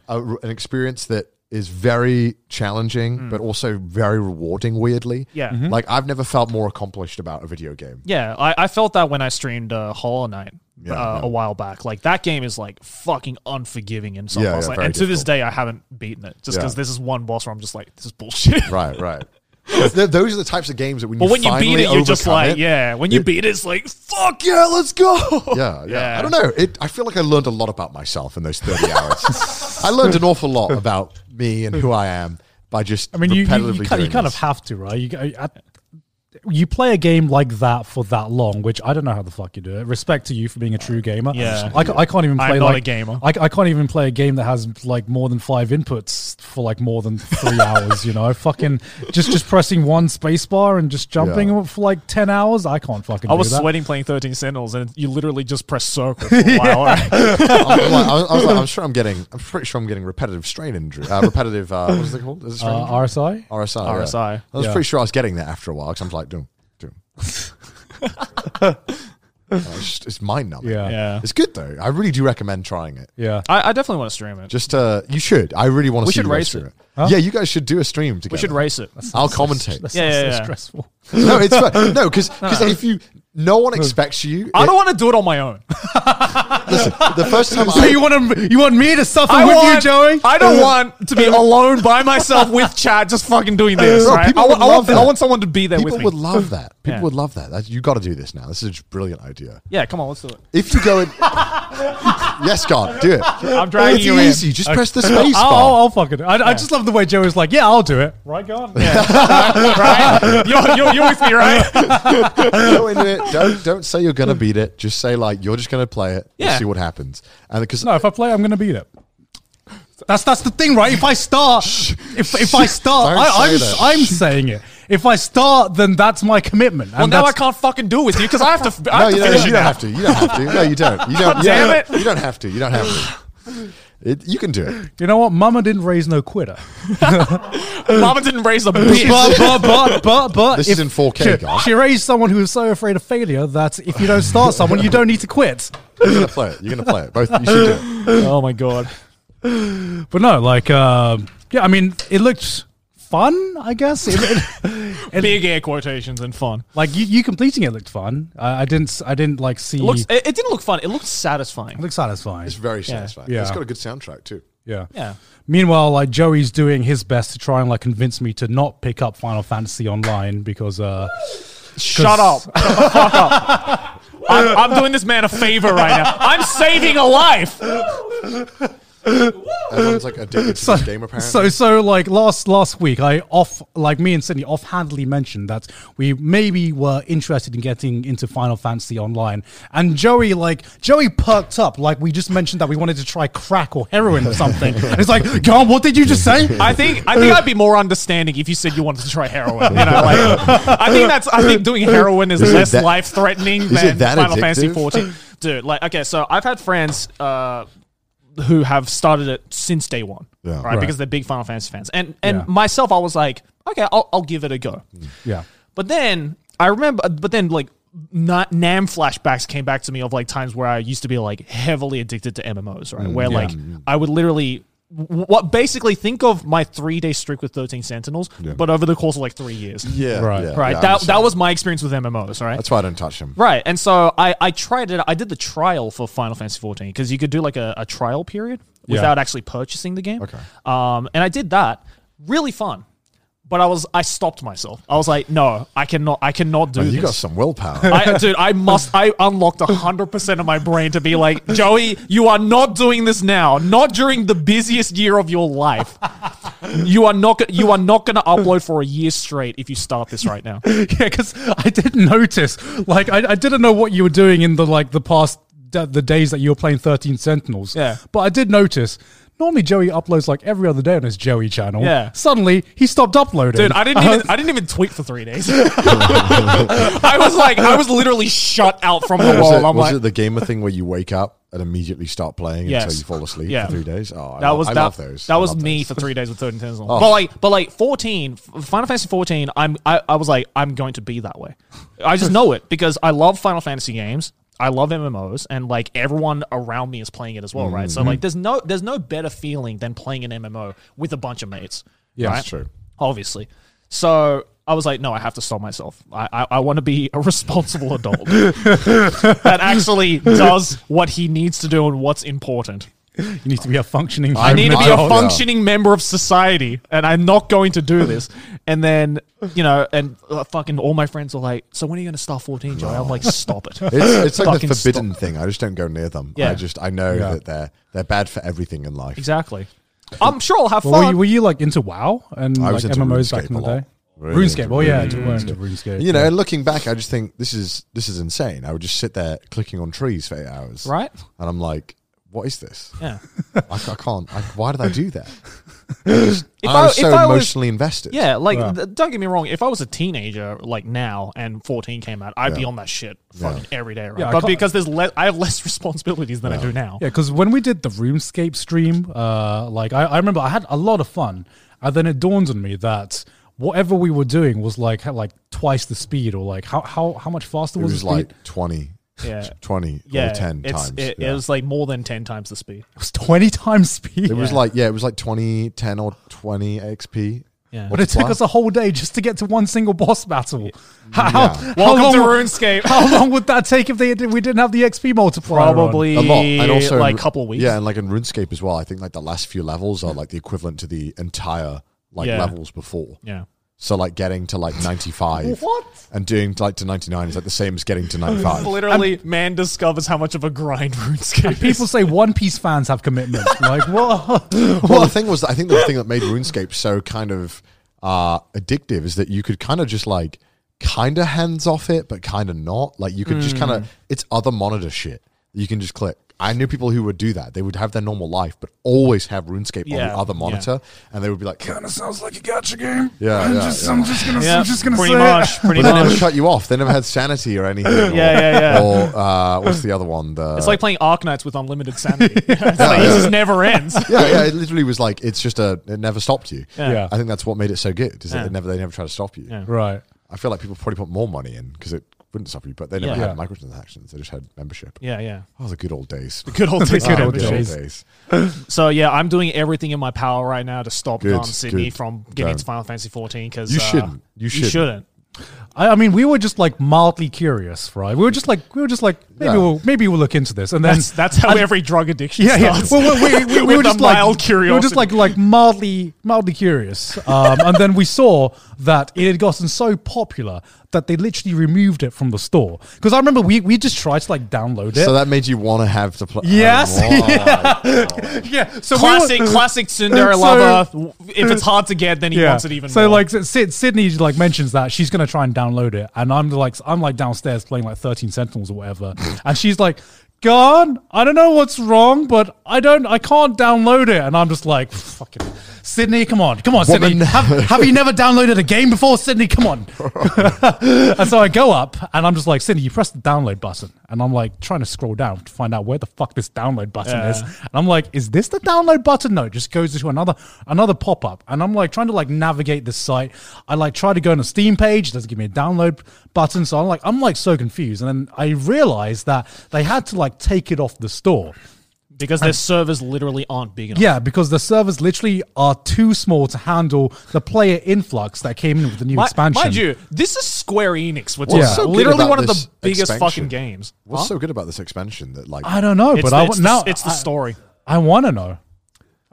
[SPEAKER 4] a, an experience that is very challenging, but also very rewarding. Weirdly,
[SPEAKER 3] Hmm. Yeah.
[SPEAKER 2] Mm-hmm.
[SPEAKER 3] Mhm.
[SPEAKER 4] Like I've never felt more accomplished about a video game.
[SPEAKER 3] Yeah, I, I felt that when I streamed uh, Hollow Knight
[SPEAKER 4] Yeah,
[SPEAKER 3] uh,
[SPEAKER 4] yeah.
[SPEAKER 3] a while back. Like that game is like fucking unforgiving in some
[SPEAKER 4] Yeah, yeah,
[SPEAKER 3] ways. Like,
[SPEAKER 4] very
[SPEAKER 3] and to this
[SPEAKER 4] difficult.
[SPEAKER 3] day, I haven't beaten it just
[SPEAKER 4] Yeah.
[SPEAKER 3] because this is one boss where I'm just like, this is bullshit.
[SPEAKER 4] Right, right. Th- Those are the types of games that when
[SPEAKER 3] But
[SPEAKER 4] you
[SPEAKER 3] when you beat
[SPEAKER 4] finally
[SPEAKER 3] it, you're just
[SPEAKER 4] overcome
[SPEAKER 3] like,
[SPEAKER 4] it-
[SPEAKER 3] yeah. When you
[SPEAKER 4] it-
[SPEAKER 3] beat it, it's like, fuck yeah, let's go.
[SPEAKER 4] Yeah, yeah, I don't know. It, I feel like I learned a lot about myself in those 30 hours. I learned an awful lot about me and who I am by just
[SPEAKER 2] I mean, you you, you,
[SPEAKER 4] repetitively
[SPEAKER 2] kind, you
[SPEAKER 4] doing
[SPEAKER 2] kind of
[SPEAKER 4] this.
[SPEAKER 2] have to, right? You go- at, you play a game like that for that long, which I don't know how the fuck you do it. Respect to you for being a true gamer.
[SPEAKER 3] Yeah.
[SPEAKER 2] I, ca- I can't even
[SPEAKER 3] I'm
[SPEAKER 2] play
[SPEAKER 3] not
[SPEAKER 2] like
[SPEAKER 3] a gamer.
[SPEAKER 2] I, I can't even play a game that has like more than five inputs for like more than three hours. You know, fucking just just pressing one space bar and just jumping
[SPEAKER 4] Yeah.
[SPEAKER 2] for like ten hours. I can't fucking.
[SPEAKER 3] I
[SPEAKER 2] do
[SPEAKER 3] was
[SPEAKER 2] that.
[SPEAKER 3] sweating playing 13 Sentinels, and you literally just press circle for a while. right?
[SPEAKER 4] I was like, I was, I was like, I'm sure I'm getting, I'm pretty sure I'm getting repetitive strain injury, uh, repetitive, uh, what is it called? Is it strain
[SPEAKER 2] Uh,
[SPEAKER 4] injury?
[SPEAKER 2] RSI.
[SPEAKER 4] RSI. yeah.
[SPEAKER 3] RSI.
[SPEAKER 4] I was
[SPEAKER 2] Yeah.
[SPEAKER 4] pretty sure I was getting that after a while because I'm like, doom, doom. Uh, it's, just- it's mind numbing.
[SPEAKER 2] Yeah.
[SPEAKER 3] Yeah.
[SPEAKER 4] It's good though. I really do recommend trying it.
[SPEAKER 2] Yeah.
[SPEAKER 3] I, I definitely want to stream it.
[SPEAKER 4] Just, uh, you should. I really want to
[SPEAKER 3] We
[SPEAKER 4] see
[SPEAKER 3] should
[SPEAKER 4] you guys
[SPEAKER 3] race
[SPEAKER 4] stream
[SPEAKER 3] it.
[SPEAKER 4] Yeah, you guys should do a stream together.
[SPEAKER 3] we should race it.
[SPEAKER 4] I'll commentate.
[SPEAKER 2] That's,
[SPEAKER 3] Yeah,
[SPEAKER 2] that's
[SPEAKER 3] yeah,
[SPEAKER 2] so
[SPEAKER 3] yeah.
[SPEAKER 2] stressful.
[SPEAKER 4] no, it's fine. No, because if you, no one expects you.
[SPEAKER 3] I don't want to do it on my own.
[SPEAKER 4] listen, the first time
[SPEAKER 2] So
[SPEAKER 4] I,
[SPEAKER 2] you want to you want me to suffer with you, Joey?
[SPEAKER 3] I don't want to be alone by myself with Chad just fucking doing this.
[SPEAKER 4] Bro,
[SPEAKER 3] right?
[SPEAKER 4] people
[SPEAKER 3] I, wa-
[SPEAKER 4] would
[SPEAKER 3] I
[SPEAKER 4] love
[SPEAKER 3] want, I
[SPEAKER 4] that.
[SPEAKER 3] want someone to be there
[SPEAKER 4] people
[SPEAKER 3] with me.
[SPEAKER 4] would love that. People
[SPEAKER 3] Yeah.
[SPEAKER 4] would love that. That you got to do this now. This is a brilliant idea.
[SPEAKER 3] yeah, come on, let's do it.
[SPEAKER 4] If you go in, yes, God, do it.
[SPEAKER 3] I'm dragging
[SPEAKER 4] it's
[SPEAKER 3] you in.
[SPEAKER 4] easy. Just press the space
[SPEAKER 2] I'll, I'll,
[SPEAKER 4] bar.
[SPEAKER 2] I'll fucking. I, I just love the way Joe was like, "Yeah, I'll do it." Right, go on.
[SPEAKER 3] right? You're, you're, you're with me, right?
[SPEAKER 4] go into it. Don't don't say you're gonna beat it. Just say like you're just gonna play it. We'll
[SPEAKER 3] Yeah.
[SPEAKER 4] see what happens. And because
[SPEAKER 2] No, if I play, I'm gonna beat it. That's that's the thing, right? If I start, if if I start,
[SPEAKER 4] Don't
[SPEAKER 2] I,
[SPEAKER 4] say
[SPEAKER 2] I'm
[SPEAKER 4] that.
[SPEAKER 2] I'm saying it. If I start, then that's my commitment. And
[SPEAKER 3] Well, now I
[SPEAKER 2] that's-
[SPEAKER 3] can't fucking do it with you because I have to. I
[SPEAKER 4] no,
[SPEAKER 3] have
[SPEAKER 4] you
[SPEAKER 3] to
[SPEAKER 4] don't,
[SPEAKER 3] finish
[SPEAKER 4] you
[SPEAKER 3] you
[SPEAKER 4] don't
[SPEAKER 3] now.
[SPEAKER 4] have to. You don't have to. No, you don't. You don't. You
[SPEAKER 3] Damn
[SPEAKER 4] don't,
[SPEAKER 3] it.
[SPEAKER 4] You don't have to. You don't have to. It, you can do it.
[SPEAKER 2] You know what? Mama didn't raise no quitter.
[SPEAKER 3] Mama didn't raise a bitch.
[SPEAKER 2] but but but but but
[SPEAKER 4] This is in 4K,
[SPEAKER 2] she,
[SPEAKER 4] guys.
[SPEAKER 2] she raised someone who was so afraid of failure that if you don't start someone, you don't need to quit.
[SPEAKER 4] You're gonna play it. You're gonna play it. Both. You should do it.
[SPEAKER 3] oh my god.
[SPEAKER 2] But no, like, um, yeah, I mean, it looked fun. I guess it, it- it-
[SPEAKER 3] Big air quotations and fun.
[SPEAKER 2] like you, you completing it looked fun. I, I didn't, s- I didn't like see.
[SPEAKER 3] It looks. It, it didn't look fun. It looked satisfying.
[SPEAKER 2] it looked satisfying.
[SPEAKER 4] It's very satisfying.
[SPEAKER 2] Yeah.
[SPEAKER 4] It's got a good soundtrack too.
[SPEAKER 2] yeah.
[SPEAKER 3] yeah.
[SPEAKER 2] Meanwhile, like Joey's doing his best to try and like convince me to not pick up Final Fantasy Online because uh,
[SPEAKER 3] Shut up.
[SPEAKER 6] I'm, I'm doing this man a favor right now. I'm saving a life.
[SPEAKER 4] Everyone's like addicted to
[SPEAKER 2] So,
[SPEAKER 4] this game apparently.
[SPEAKER 2] so so like last last week I off like me and Sydney offhandedly mentioned that we maybe were interested in getting into Final Fantasy online and Joey like Joey perked up like we just mentioned that we wanted to try crack or heroin or something. And it's like, God, what did you just say?
[SPEAKER 6] I think I think I'd be more understanding if you said you wanted to try heroin. You know, like I think that's I think doing heroin is,
[SPEAKER 4] Is it
[SPEAKER 6] less
[SPEAKER 4] that-
[SPEAKER 6] life threatening
[SPEAKER 4] is
[SPEAKER 6] than
[SPEAKER 4] it that
[SPEAKER 6] Final Fantasy
[SPEAKER 4] addictive?
[SPEAKER 6] fourteen. Dude, like okay, so I've had friends uh, who have started it since day one.
[SPEAKER 4] Yeah.
[SPEAKER 6] Right,
[SPEAKER 4] Right.
[SPEAKER 6] Because they're big Final Fantasy fans. And and
[SPEAKER 2] Yeah.
[SPEAKER 6] myself, I was like, okay, I'll, I'll give it a go.
[SPEAKER 2] yeah.
[SPEAKER 6] But then I remember, but then like not Nam flashbacks came back to me of like times where I used to be like heavily addicted to MMOs, right? where
[SPEAKER 2] yeah.
[SPEAKER 6] like I would literally w- what basically think of my three day streak with 13 Sentinels, but over the course of like three years.
[SPEAKER 4] yeah,
[SPEAKER 2] Right.
[SPEAKER 4] yeah,
[SPEAKER 6] Right.
[SPEAKER 4] yeah, I
[SPEAKER 6] that,
[SPEAKER 4] understand.
[SPEAKER 6] that was my experience with MMOs, right?
[SPEAKER 4] That's why I don't touch them.
[SPEAKER 6] Right, and so I, I tried it. I did the trial for Final Fantasy 14 because you could do like a, a trial period
[SPEAKER 2] Yeah.
[SPEAKER 6] without actually purchasing the game. Okay. Um, and I did that. Really fun, but I was I stopped myself. I was like, no, I cannot. I cannot do
[SPEAKER 4] Man,
[SPEAKER 6] this.
[SPEAKER 4] you got some willpower.
[SPEAKER 6] I, dude, I must. I unlocked hundred percent of my brain to be like, Joey, you are not doing this now. Not during the busiest year of your life. You are not. go- You are not going to upload for a year straight if you start this right now.
[SPEAKER 2] Yeah, because I didn't notice. Like, I, I didn't know what you were doing in the like the past d- the days that you were playing Thirteen Sentinels.
[SPEAKER 6] Yeah.
[SPEAKER 2] but I did notice. Normally, Joey uploads like every other day on his Joey channel.
[SPEAKER 6] Yeah.
[SPEAKER 2] Suddenly, he stopped uploading.
[SPEAKER 6] Dude, I didn't
[SPEAKER 2] Uh,
[SPEAKER 6] even I didn't even tweet for three days. I was like, I was literally shut out from the
[SPEAKER 4] Was,
[SPEAKER 6] world.
[SPEAKER 4] it,
[SPEAKER 6] I'm
[SPEAKER 4] was
[SPEAKER 6] like,
[SPEAKER 4] it the gamer thing where you wake up and immediately start playing
[SPEAKER 6] Yes.
[SPEAKER 4] until you fall asleep
[SPEAKER 6] Yeah.
[SPEAKER 4] for three days? Oh, I
[SPEAKER 6] that
[SPEAKER 4] love,
[SPEAKER 6] was
[SPEAKER 4] I
[SPEAKER 6] that,
[SPEAKER 4] love those.
[SPEAKER 6] that
[SPEAKER 4] I
[SPEAKER 6] was
[SPEAKER 4] love
[SPEAKER 6] me
[SPEAKER 4] those.
[SPEAKER 6] for three days with thirteen Sentinels.
[SPEAKER 4] Oh.
[SPEAKER 6] But like, but like fourteen, Final Fantasy fourteen. I'm I, I was like, I'm going to be that way. I just know it because I love Final Fantasy games. I love MMOs, and like everyone around me is playing it as well, right? So
[SPEAKER 4] Mm-hmm.
[SPEAKER 6] like, there's no there's no better feeling than playing an MMO with a bunch of mates.
[SPEAKER 2] Yeah,
[SPEAKER 6] right?
[SPEAKER 2] that's true.
[SPEAKER 6] Obviously, so. I was like, no, I have to stop myself. I, I, I want to be a responsible adult that actually does what he needs to do and what's important.
[SPEAKER 2] you need to be a functioning.
[SPEAKER 6] I need to be a
[SPEAKER 4] not-
[SPEAKER 6] functioning member of society, and I'm not going to do this. And then, you know, and uh, fucking all my friends are like, "So when are you going to start 14, Joey?" I'm like, "Stop it."
[SPEAKER 4] It's, it's like the
[SPEAKER 6] Fucking stop.
[SPEAKER 4] forbidden thing. I just don't go near them.
[SPEAKER 6] Yeah.
[SPEAKER 4] I just I know
[SPEAKER 2] Yeah.
[SPEAKER 4] that they're they're bad for everything in life.
[SPEAKER 6] Exactly. I'm sure I'll have
[SPEAKER 2] Well, were,
[SPEAKER 6] fun.
[SPEAKER 2] you, were you like into WoW and
[SPEAKER 4] I
[SPEAKER 2] like
[SPEAKER 4] was into
[SPEAKER 2] MMOs back
[SPEAKER 4] RuneScape
[SPEAKER 2] in the
[SPEAKER 4] a lot.
[SPEAKER 2] day?
[SPEAKER 4] Really
[SPEAKER 2] RuneScape.
[SPEAKER 4] into
[SPEAKER 2] Oh yeah,
[SPEAKER 4] RuneScape.
[SPEAKER 2] you were into RuneScape.
[SPEAKER 4] You know, and looking back, I just think this is this is insane. I would just sit there clicking on trees for eight hours,
[SPEAKER 6] Right.
[SPEAKER 4] And I'm like, what is this?
[SPEAKER 6] yeah.
[SPEAKER 4] I, I can't. I, why did I do that? I just-
[SPEAKER 6] If
[SPEAKER 4] I was
[SPEAKER 6] I-
[SPEAKER 4] so
[SPEAKER 6] if I was-
[SPEAKER 4] emotionally invested.
[SPEAKER 6] Yeah, like th- don't get me wrong. If I was a teenager, like now, and fourteen came out, I'd be on that shit fucking every day, right?
[SPEAKER 2] Yeah, I
[SPEAKER 6] but
[SPEAKER 2] can't-
[SPEAKER 6] because there's le- I have less responsibilities than I do now.
[SPEAKER 2] Yeah, because when we did the RuneScape stream, uh, like I, I remember I had a lot of fun, and then it dawned on me that whatever we were doing was like ha- like twice the speed, or like how how how much faster
[SPEAKER 4] it
[SPEAKER 2] was,
[SPEAKER 4] was
[SPEAKER 2] the speed?
[SPEAKER 4] like 20,
[SPEAKER 6] Yeah.
[SPEAKER 4] 20
[SPEAKER 6] Yeah,
[SPEAKER 4] or 10
[SPEAKER 6] it's-
[SPEAKER 4] times.
[SPEAKER 6] It,
[SPEAKER 4] Yeah.
[SPEAKER 6] it was like more than ten times the speed.
[SPEAKER 2] It was twenty times speed.
[SPEAKER 4] It was
[SPEAKER 6] Yeah.
[SPEAKER 4] like yeah, it was like 20, 10 or twenty XP.
[SPEAKER 6] Yeah.
[SPEAKER 2] but it took
[SPEAKER 4] What?
[SPEAKER 2] us a whole day just to get to one single boss battle. How, how- how
[SPEAKER 6] Welcome
[SPEAKER 2] long
[SPEAKER 6] to
[SPEAKER 2] would-
[SPEAKER 6] RuneScape.
[SPEAKER 2] How long would that take if they did, we didn't have the XP multiplier? on?
[SPEAKER 6] Probably
[SPEAKER 4] A lot, and also in
[SPEAKER 6] like
[SPEAKER 4] Ru-
[SPEAKER 6] couple of weeks.
[SPEAKER 4] Yeah, and like in RuneScape as well. I think like the last few levels are like the equivalent to the entire like
[SPEAKER 6] Yeah.
[SPEAKER 4] levels before.
[SPEAKER 6] yeah.
[SPEAKER 4] So like getting to like ninety five,
[SPEAKER 6] What?
[SPEAKER 4] and doing like to ninety nine is like the same as getting to ninety five.
[SPEAKER 6] Literally, man discovers how much of a grind RuneScape
[SPEAKER 2] People say One Piece fans have commitment. like what?
[SPEAKER 4] well, the thing was, I think the thing that made RuneScape so kind of uh, addictive is that you could kind of just like kind of hands off it, but kind of not. Like you could just kind
[SPEAKER 6] Hmm.
[SPEAKER 4] of it's other monitor shit. You can just click. I knew people who would do that. They would have their normal life, but always have RuneScape on
[SPEAKER 6] Yeah,
[SPEAKER 4] the other
[SPEAKER 6] yeah.
[SPEAKER 4] monitor, and they would be like, kind of
[SPEAKER 2] sounds like a gacha game.
[SPEAKER 4] Yeah,
[SPEAKER 2] I'm
[SPEAKER 4] yeah,
[SPEAKER 2] just,
[SPEAKER 4] yeah.
[SPEAKER 2] I'm just gonna, I'm just gonna
[SPEAKER 6] pretty
[SPEAKER 2] say it.
[SPEAKER 6] much, pretty
[SPEAKER 4] But they never
[SPEAKER 6] much.
[SPEAKER 4] shut you off. They never had sanity or anything. or,
[SPEAKER 6] yeah, yeah.
[SPEAKER 4] Or uh, what's the other one? The
[SPEAKER 6] It's like playing Arknights with unlimited sanity. it's like, it just never ends.
[SPEAKER 4] yeah, yeah. It literally was like it's just a. It never stopped you.
[SPEAKER 6] Yeah.
[SPEAKER 2] Yeah.
[SPEAKER 4] I think that's what made it so good. Is that
[SPEAKER 6] Yeah.
[SPEAKER 4] they never they never try to stop you.
[SPEAKER 2] Right.
[SPEAKER 4] I feel like people probably put more money in because it wouldn't stop you, but they never
[SPEAKER 6] Yeah.
[SPEAKER 4] had microtransactions. They just had membership.
[SPEAKER 6] Yeah, yeah.
[SPEAKER 4] Oh, the good old days. The
[SPEAKER 6] Good old days.
[SPEAKER 2] Good
[SPEAKER 6] yeah.
[SPEAKER 2] old days.
[SPEAKER 6] So yeah, I'm doing everything in my power right now to stop
[SPEAKER 4] Good,
[SPEAKER 6] Don Sydney
[SPEAKER 4] good.
[SPEAKER 6] from getting into
[SPEAKER 4] Don't.
[SPEAKER 6] Final Fantasy 14 because
[SPEAKER 3] uh,
[SPEAKER 4] You shouldn't. You
[SPEAKER 6] You
[SPEAKER 4] shouldn't.
[SPEAKER 6] shouldn't.
[SPEAKER 2] I, I mean, we were just like mildly curious, right? We were just like, we were just like, Maybe we'll maybe we'll look into this, and then
[SPEAKER 3] That's- that's how
[SPEAKER 2] and-
[SPEAKER 3] every drug addiction starts.
[SPEAKER 2] Well, we, we, we, we
[SPEAKER 3] With
[SPEAKER 2] were
[SPEAKER 3] a
[SPEAKER 2] just like
[SPEAKER 3] mild
[SPEAKER 2] we were just like like mildly mildly curious, um, and then we saw that it had gotten so popular that they literally removed it from the store. Because I remember we we just tried to like download it.
[SPEAKER 4] So that Oh, made you want to have to play.
[SPEAKER 2] Yes. yeah. So we
[SPEAKER 3] classic,
[SPEAKER 2] were-
[SPEAKER 3] classic Cinderella
[SPEAKER 2] So-
[SPEAKER 3] lover. If it's hard to get, then he wants it even
[SPEAKER 2] so
[SPEAKER 3] more.
[SPEAKER 2] like Sid, Sydney like mentions that she's gonna try and download it, and I'm like I'm like downstairs playing like 13 Sentinels or whatever, and she's like, "Gone, I don't know what's wrong, but I don't, I can't download it," and I'm just like, "Fucking Sydney, come on, come on, Sydney,
[SPEAKER 4] Woman.
[SPEAKER 2] have, have you never downloaded a game before, Sydney? Come on." and so I go up, and I'm just like, "Sydney, you press the download button," and I'm like trying to scroll down to find out where the fuck this download button
[SPEAKER 3] Yeah.
[SPEAKER 2] is, and I'm like, is this the download button? No, it just goes to another another pop up, and I'm like trying to like navigate this site. I like try to go on a Steam page, it doesn't give me a download button, so I'm like I'm like so confused, and then I realized that they had to like take it off the store.
[SPEAKER 3] because their servers literally aren't big enough.
[SPEAKER 2] Yeah, because the servers literally are too small to handle the player influx that came in with the new
[SPEAKER 3] Mi-
[SPEAKER 2] expansion.
[SPEAKER 3] Mind you, this is Square Enix, which
[SPEAKER 2] What's
[SPEAKER 3] is
[SPEAKER 2] so
[SPEAKER 4] good
[SPEAKER 3] literally
[SPEAKER 4] about
[SPEAKER 3] one of
[SPEAKER 4] this
[SPEAKER 3] the biggest
[SPEAKER 4] expansion?
[SPEAKER 3] fucking games.
[SPEAKER 4] What's
[SPEAKER 3] Huh?
[SPEAKER 4] so good about this expansion that like
[SPEAKER 2] I don't know,
[SPEAKER 3] It's
[SPEAKER 2] but
[SPEAKER 3] the-
[SPEAKER 2] I
[SPEAKER 3] it's
[SPEAKER 2] want
[SPEAKER 3] the-
[SPEAKER 2] now
[SPEAKER 3] it's the
[SPEAKER 2] I-
[SPEAKER 3] story.
[SPEAKER 2] I, want to know.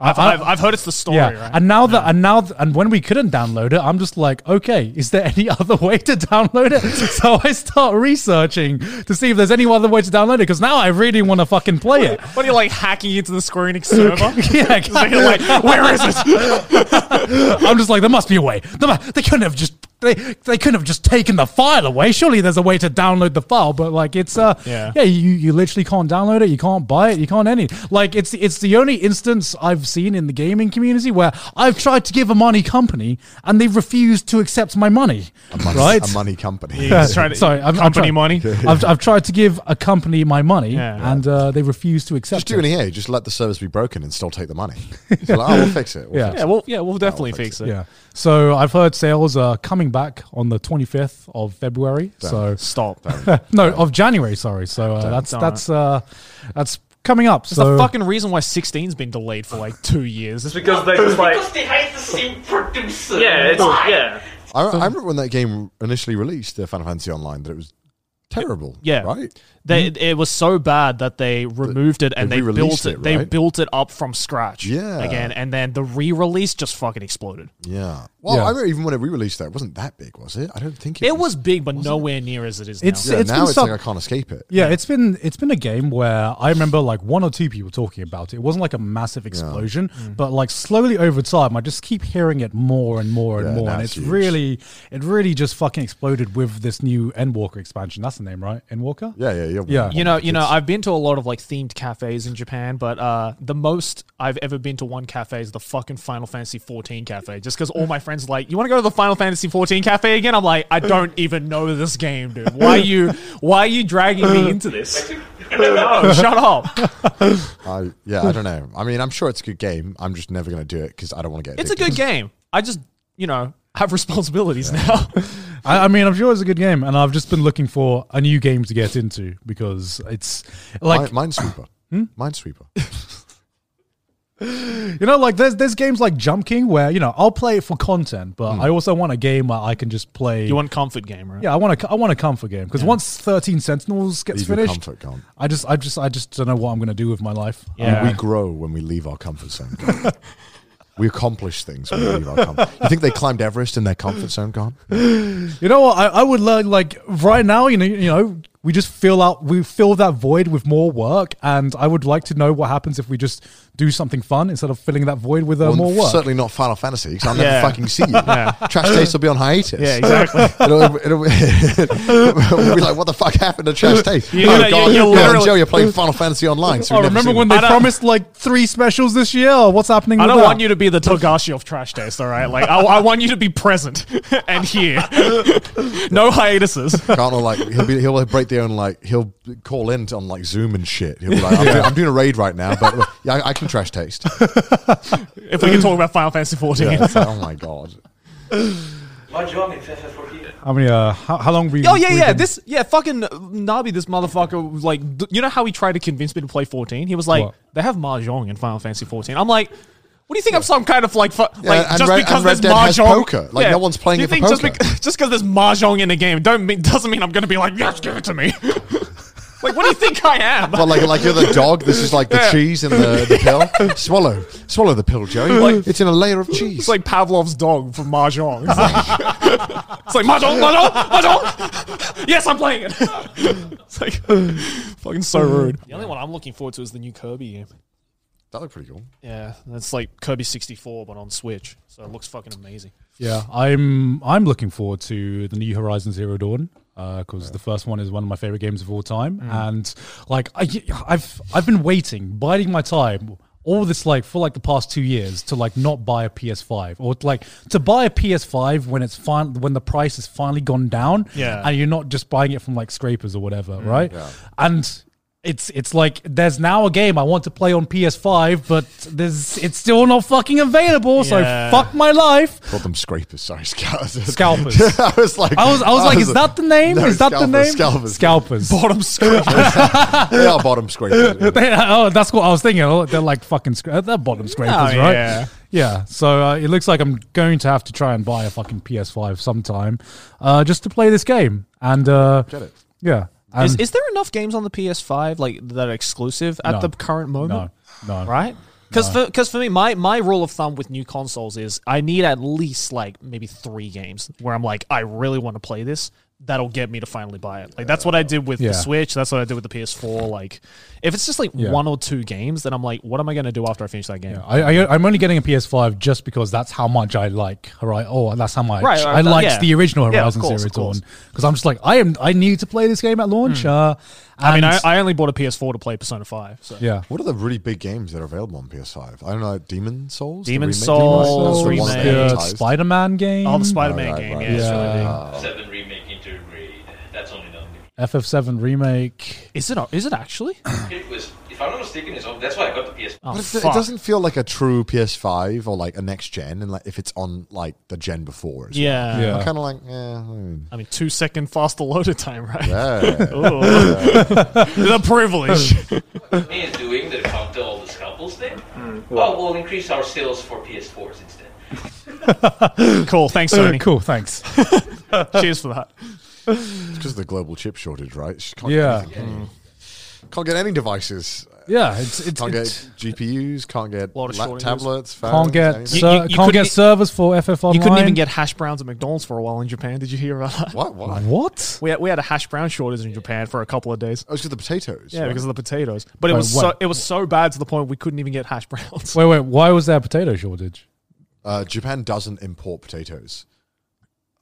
[SPEAKER 3] I've,
[SPEAKER 2] I-
[SPEAKER 3] I've, I've heard it's the story.
[SPEAKER 2] yeah,
[SPEAKER 3] Right?
[SPEAKER 2] and now that and now th- and when we couldn't download it, I'm just like, okay, is there any other way to download it? so I start researching to see if there's any other way to download it because now I really want to fucking play it.
[SPEAKER 3] what are you like hacking into the Square Enix server?
[SPEAKER 2] Yeah,
[SPEAKER 3] So you're like, where is it?
[SPEAKER 2] I'm just like, there must be a way. There mu- They couldn't have just they, they couldn't have just taken the file away. Surely there's a way to download the file, but like it's uh
[SPEAKER 3] Yeah.
[SPEAKER 2] you, you literally can't download it, you can't buy it, you can't any like it's it's the only instance I've seen in the gaming community where I've tried to give a money company and they've refused to accept my money.
[SPEAKER 4] money,
[SPEAKER 2] right?
[SPEAKER 4] a money company?
[SPEAKER 3] Yeah. He's trying to-
[SPEAKER 2] Sorry, I've, I've
[SPEAKER 3] company
[SPEAKER 2] tried,
[SPEAKER 3] money.
[SPEAKER 2] I've, I've tried to give a company my money,
[SPEAKER 3] Yeah.
[SPEAKER 2] and uh, they refuse to accept.
[SPEAKER 4] Just do an
[SPEAKER 2] it.
[SPEAKER 4] EA. Just let the service be broken and still take the money. It's like, oh, we'll fix it. We'll
[SPEAKER 2] Yeah.
[SPEAKER 4] fix
[SPEAKER 3] Yeah,
[SPEAKER 4] it.
[SPEAKER 3] well, yeah, we'll definitely fix it.
[SPEAKER 2] Yeah. So I've heard sales are coming back on the 25th of February. So
[SPEAKER 3] Stop.
[SPEAKER 2] no, of January. Sorry. So uh, that's
[SPEAKER 3] Don't.
[SPEAKER 2] that's uh, that's coming up.
[SPEAKER 3] There's
[SPEAKER 2] so
[SPEAKER 3] a fucking reason why 16's been delayed for like two years. It's
[SPEAKER 9] Because they just like.
[SPEAKER 5] Because they hate the same producer.
[SPEAKER 9] Yeah, it's.
[SPEAKER 5] Why?
[SPEAKER 9] Yeah.
[SPEAKER 4] I, I remember when that game initially released, the Final Fantasy Online, that it was terrible.
[SPEAKER 3] Yeah.
[SPEAKER 4] right.
[SPEAKER 3] They, It was so bad that they removed it and
[SPEAKER 4] they
[SPEAKER 3] they, built
[SPEAKER 4] re-released
[SPEAKER 3] it.
[SPEAKER 4] it,
[SPEAKER 3] They
[SPEAKER 4] right?
[SPEAKER 3] built it up from scratch.
[SPEAKER 4] Yeah.
[SPEAKER 3] Again, and then the re-release just fucking exploded.
[SPEAKER 4] Yeah. Well,
[SPEAKER 2] Yeah.
[SPEAKER 4] I remember even when it re-released that, it wasn't that big, was it? I don't think it.
[SPEAKER 3] It was big, but nowhere near as it is now.
[SPEAKER 2] It's-
[SPEAKER 4] Yeah, now
[SPEAKER 2] been
[SPEAKER 4] it's
[SPEAKER 2] some-
[SPEAKER 4] like I can't escape it.
[SPEAKER 2] yeah, it's been it's been a game where I remember like one or two people talking about it. It wasn't like a massive explosion,
[SPEAKER 3] Mm-hmm.
[SPEAKER 2] but like slowly over time, I just keep hearing it more and more and
[SPEAKER 4] Yeah,
[SPEAKER 2] more,
[SPEAKER 4] now
[SPEAKER 2] and
[SPEAKER 4] it's
[SPEAKER 2] it's
[SPEAKER 4] huge.
[SPEAKER 2] really it really just fucking exploded with this new Endwalker expansion. That's the name, right? Endwalker.
[SPEAKER 4] Yeah, yeah, yeah.
[SPEAKER 2] Yeah.
[SPEAKER 3] you know, you know,
[SPEAKER 4] It's-
[SPEAKER 3] I've been to a lot of like themed cafes in Japan, but uh, the most I've ever been to one cafe is the fucking Final Fantasy 14 cafe. Just because all my friends are like, you want to go to the Final Fantasy 14 cafe again? I'm like, I don't even know this game, dude. Why are you, why are you dragging me into this? No, shut up.
[SPEAKER 4] I, yeah, I don't know. I mean, I'm sure it's a good game. I'm just never going to do it because I don't want to get.
[SPEAKER 3] It's a
[SPEAKER 4] addicted.
[SPEAKER 3] good game. I just, you know, have responsibilities now.
[SPEAKER 2] I, I mean, I'm sure it's a good game, and I've just been looking for a new game to get into because it's like
[SPEAKER 4] Mi- Minesweeper.
[SPEAKER 3] Hmm?
[SPEAKER 4] Minesweeper.
[SPEAKER 2] you know, like there's there's games like Jump King where you know I'll play it for content, but I also want a game where I can just play.
[SPEAKER 3] Hmm. you want comfort game, right?
[SPEAKER 2] yeah, I want a I want a comfort game because once 13 Sentinels gets
[SPEAKER 4] Leave your
[SPEAKER 2] finished,
[SPEAKER 4] comfort gone.
[SPEAKER 2] I just I just I just don't know what I'm gonna do with my life. Um,
[SPEAKER 3] Yeah.
[SPEAKER 4] We grow when we leave our comfort zone. Gone. we accomplish things when we leave our comfort. You think they climbed Everest in their comfort zone? Gone.
[SPEAKER 2] You know what? I, I would learn like right now. You know, you know, we just fill out we fill that void with more work, and I would like to know what happens if we just do something fun instead of filling that void with uh,
[SPEAKER 4] Well,
[SPEAKER 2] more work.
[SPEAKER 4] Certainly not Final Fantasy because I'll
[SPEAKER 3] Yeah.
[SPEAKER 4] never fucking see you. Trash Taste will be on hiatus.
[SPEAKER 3] Yeah, exactly.
[SPEAKER 4] It'll, it'll, it'll be like, what the fuck happened to Trash Taste?
[SPEAKER 3] You-
[SPEAKER 4] oh,
[SPEAKER 3] you-
[SPEAKER 4] God,
[SPEAKER 3] you
[SPEAKER 4] God,
[SPEAKER 3] literally- Oh,
[SPEAKER 4] Joe, you're playing Final Fantasy Online. So
[SPEAKER 2] I
[SPEAKER 4] we've
[SPEAKER 2] remember
[SPEAKER 4] never seen
[SPEAKER 2] when
[SPEAKER 4] it.
[SPEAKER 2] they
[SPEAKER 3] I don't-
[SPEAKER 2] promised like three specials this year. What's happening?
[SPEAKER 3] I
[SPEAKER 2] with
[SPEAKER 3] don't
[SPEAKER 2] that?
[SPEAKER 3] want you to be the Togashi of trash taste, all right? Like, I, I want you to be present and here. no hiatuses.
[SPEAKER 4] Connell, like he'll be, he'll break the own like he'll call in on like Zoom and shit. He'll be like, I'm, doing, I'm doing a raid right now, but yeah, I, I can trash taste.
[SPEAKER 3] if we can talk about Final Fantasy 14.
[SPEAKER 4] Yeah, it's like, oh my god,
[SPEAKER 5] Mahjong in FF14.
[SPEAKER 2] How many? Uh, how, how long? We,
[SPEAKER 3] Oh yeah,
[SPEAKER 2] we
[SPEAKER 3] yeah.
[SPEAKER 2] been-
[SPEAKER 3] This yeah, fucking Nabi, this motherfucker was like, th- you know how he tried to convince me to play 14? He was like,
[SPEAKER 2] What?
[SPEAKER 3] they have mahjong in Final Fantasy 14. I'm like, what do you think? I'm some kind of like, fu- like
[SPEAKER 4] and
[SPEAKER 3] just
[SPEAKER 4] Red-
[SPEAKER 3] because
[SPEAKER 4] and Red
[SPEAKER 3] there's
[SPEAKER 4] Dead has
[SPEAKER 3] mahjong,
[SPEAKER 4] poker. Like, no one's playing
[SPEAKER 3] Do you think
[SPEAKER 4] it for
[SPEAKER 3] just
[SPEAKER 4] poker.
[SPEAKER 3] bec- just because there's mahjong in a game, don't mean doesn't mean I'm gonna be like, yes, give it to me. Like, what do you think I am?
[SPEAKER 4] But like, like you're the dog. This is like the
[SPEAKER 3] Yeah.
[SPEAKER 4] cheese and the, the pill. Swallow, swallow the pill, Joe.
[SPEAKER 3] Like-
[SPEAKER 4] it's in a layer of cheese.
[SPEAKER 3] It's like Pavlov's dog from Mahjong. It's like, it's like Mahjong, Mahjong, Mahjong. Yes, I'm playing it. it's like fucking so rude. The only one I'm looking forward to is the new Kirby game.
[SPEAKER 4] That looked pretty cool.
[SPEAKER 3] Yeah, that's like Kirby 64, but on Switch. So it looks fucking amazing.
[SPEAKER 2] Yeah, I'm I'm looking forward to the new Horizon Zero Dawn because the first one is one of my favorite games of all time,
[SPEAKER 3] Mm.
[SPEAKER 2] and like I, I've I've been waiting, biding my time, all this like for like the past two years to like not buy a PS5 or like to buy a PS5 when it's fin- when the price has finally gone down,
[SPEAKER 3] Yeah. Mm,
[SPEAKER 2] and you're not just buying it from like scrapers or whatever, right?
[SPEAKER 3] yeah.
[SPEAKER 2] And it's it's like there's now a game I want to play on PS5, but there's it's still not fucking available,
[SPEAKER 4] Yeah.
[SPEAKER 2] so fuck my life.
[SPEAKER 4] Called them scrapers. Sorry, scalpers.
[SPEAKER 2] Scalpers.
[SPEAKER 4] I was like,
[SPEAKER 2] I was, I was like, is that the name?
[SPEAKER 4] No,
[SPEAKER 2] is that the
[SPEAKER 4] scalpers,
[SPEAKER 2] name?
[SPEAKER 4] Scalpers.
[SPEAKER 2] Scalpers.
[SPEAKER 3] Bottom scrapers.
[SPEAKER 4] they are bottom scrapers.
[SPEAKER 2] They- oh, that's what I was thinking. Oh, They're like fucking scra- they're bottom scrapers,
[SPEAKER 3] Oh,
[SPEAKER 2] right?
[SPEAKER 3] yeah.
[SPEAKER 2] Yeah. So uh, it looks like I'm going to have to try and buy a fucking PS5 sometime, uh, just to play this game. And uh,
[SPEAKER 3] Get it.
[SPEAKER 2] Yeah. And
[SPEAKER 3] is, is there enough games on the PS5 like that are exclusive at
[SPEAKER 2] No.
[SPEAKER 3] the current moment?
[SPEAKER 2] No. No.
[SPEAKER 3] Right? Because
[SPEAKER 2] No.
[SPEAKER 3] for, 'cause for me, my, my rule of thumb with new consoles is I need at least like maybe three games where I'm like, I really want to play this. That'll get me to finally buy it. Like that's what I did with
[SPEAKER 2] Yeah.
[SPEAKER 3] the Switch. That's what I did with the PS4. Like, if it's just like
[SPEAKER 2] Yeah.
[SPEAKER 3] one or two games, then I'm like, what am I going to do after I finish that game?
[SPEAKER 2] I, I, I'm only getting a PS5 just because that's how much I like Horizon. Oh, that's how much
[SPEAKER 3] Right, right,
[SPEAKER 2] I liked
[SPEAKER 3] yeah.
[SPEAKER 2] the original
[SPEAKER 3] Yeah, of
[SPEAKER 2] Horizon
[SPEAKER 3] course,
[SPEAKER 2] Zero
[SPEAKER 3] of course. Hmm.
[SPEAKER 2] Dawn because I'm just like I am. I need to play this game at launch. Uh,
[SPEAKER 3] I mean,
[SPEAKER 2] and-
[SPEAKER 3] I, I only bought a PS4 to play Persona 5. So.
[SPEAKER 4] What are the really big games that are available on PS5? I don't know. Demon Souls. The
[SPEAKER 3] Demon
[SPEAKER 4] remake?
[SPEAKER 3] Souls,
[SPEAKER 4] the one that
[SPEAKER 3] remake.
[SPEAKER 4] advertised.
[SPEAKER 2] the Spider-Man game.
[SPEAKER 3] Oh, the Spider-Man game, yeah, it's really big.
[SPEAKER 5] Seven remake into raid. That's only done.
[SPEAKER 2] FF7 remake.
[SPEAKER 3] Is it? Is it actually?
[SPEAKER 5] It was, if I'm not mistaken, it's on. That's why I got the PS.
[SPEAKER 4] But it, it doesn't feel like a true PS5 or like a next gen, and like if it's on like the gen before. as well.
[SPEAKER 3] Yeah.
[SPEAKER 4] I'm kind of like, yeah.
[SPEAKER 3] I mean, two second faster loaded time, right?
[SPEAKER 4] Yeah.
[SPEAKER 3] Ooh. the privilege.
[SPEAKER 5] Me is doing the counter all the scalpels thing.
[SPEAKER 3] Hmm.
[SPEAKER 5] Oh, Well, we'll increase our sales for PS4s instead.
[SPEAKER 3] cool. Thanks, Sony.
[SPEAKER 2] cool. Thanks.
[SPEAKER 3] Cheers for that.
[SPEAKER 4] It's because of the global chip shortage, right? It's- Can't
[SPEAKER 2] Yeah.
[SPEAKER 4] Get anything, can you? Can't get any devices.
[SPEAKER 2] Yeah, it's- it's-
[SPEAKER 4] can't
[SPEAKER 2] it's-
[SPEAKER 4] get GPUs. Can't get
[SPEAKER 3] Lot of
[SPEAKER 4] lap-
[SPEAKER 3] shortages.
[SPEAKER 4] tablets.
[SPEAKER 2] Can't
[SPEAKER 4] phones,
[SPEAKER 2] get
[SPEAKER 4] anything.
[SPEAKER 2] ser- can't
[SPEAKER 4] e-
[SPEAKER 2] get servers for FF Online.
[SPEAKER 3] You couldn't even get hash browns at McDonald's for a while in Japan. Did you hear about that?
[SPEAKER 4] What? Why?
[SPEAKER 2] What?
[SPEAKER 3] We had, we had a hash brown shortage in Japan for a couple of days.
[SPEAKER 4] Oh, it's because the potatoes.
[SPEAKER 3] Yeah,
[SPEAKER 4] right?
[SPEAKER 3] because of the potatoes. But it
[SPEAKER 2] Wait,
[SPEAKER 3] was
[SPEAKER 2] what?
[SPEAKER 3] so it was so bad to the point we couldn't even get hash browns.
[SPEAKER 2] Wait, wait. Why was there a potato shortage?
[SPEAKER 4] uh, Japan doesn't import potatoes.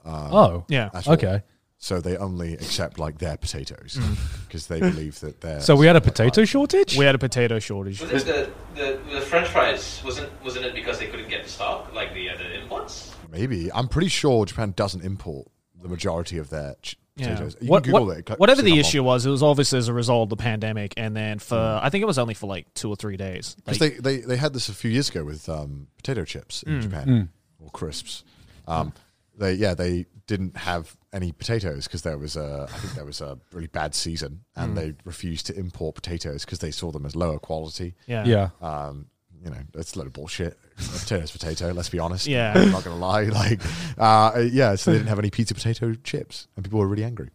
[SPEAKER 4] Um,
[SPEAKER 2] Oh.
[SPEAKER 3] Yeah.
[SPEAKER 4] at all.
[SPEAKER 2] Okay.
[SPEAKER 4] So they only accept like their potatoes
[SPEAKER 3] Mm.
[SPEAKER 4] because they believe that they're.
[SPEAKER 2] So we had a
[SPEAKER 4] Uh,
[SPEAKER 2] potato shortage.
[SPEAKER 3] We had a potato shortage.
[SPEAKER 5] Was it the, the, the French fries? Wasn't wasn't it because they couldn't get the stock like the other imports?
[SPEAKER 4] Maybe I'm pretty sure Japan doesn't import the majority of their ch- potatoes. You
[SPEAKER 3] What-
[SPEAKER 4] can Google
[SPEAKER 3] what-
[SPEAKER 4] it. Cl-
[SPEAKER 3] whatever
[SPEAKER 4] click up
[SPEAKER 3] the
[SPEAKER 4] on-
[SPEAKER 3] issue was, it was obviously as a result of the pandemic, and then for
[SPEAKER 4] Mm.
[SPEAKER 3] I think it was only for like two or three days. Like,
[SPEAKER 4] Because they, they, they had this a few years ago with um, potato chips in
[SPEAKER 3] Mm.
[SPEAKER 4] Japan
[SPEAKER 2] Mm.
[SPEAKER 4] or crisps. Um, they yeah they didn't have any potatoes because there was a I think there was a really bad season and
[SPEAKER 3] Mm.
[SPEAKER 4] they refused to import potatoes because they saw them as lower quality.
[SPEAKER 3] yeah,
[SPEAKER 2] Yeah.
[SPEAKER 4] Um, you know that's a load of bullshit. Potato's potato. Let's be honest.
[SPEAKER 3] Yeah.
[SPEAKER 4] I'm not gonna lie. Like uh, yeah, so they didn't have any pizza potato chips and people were really angry.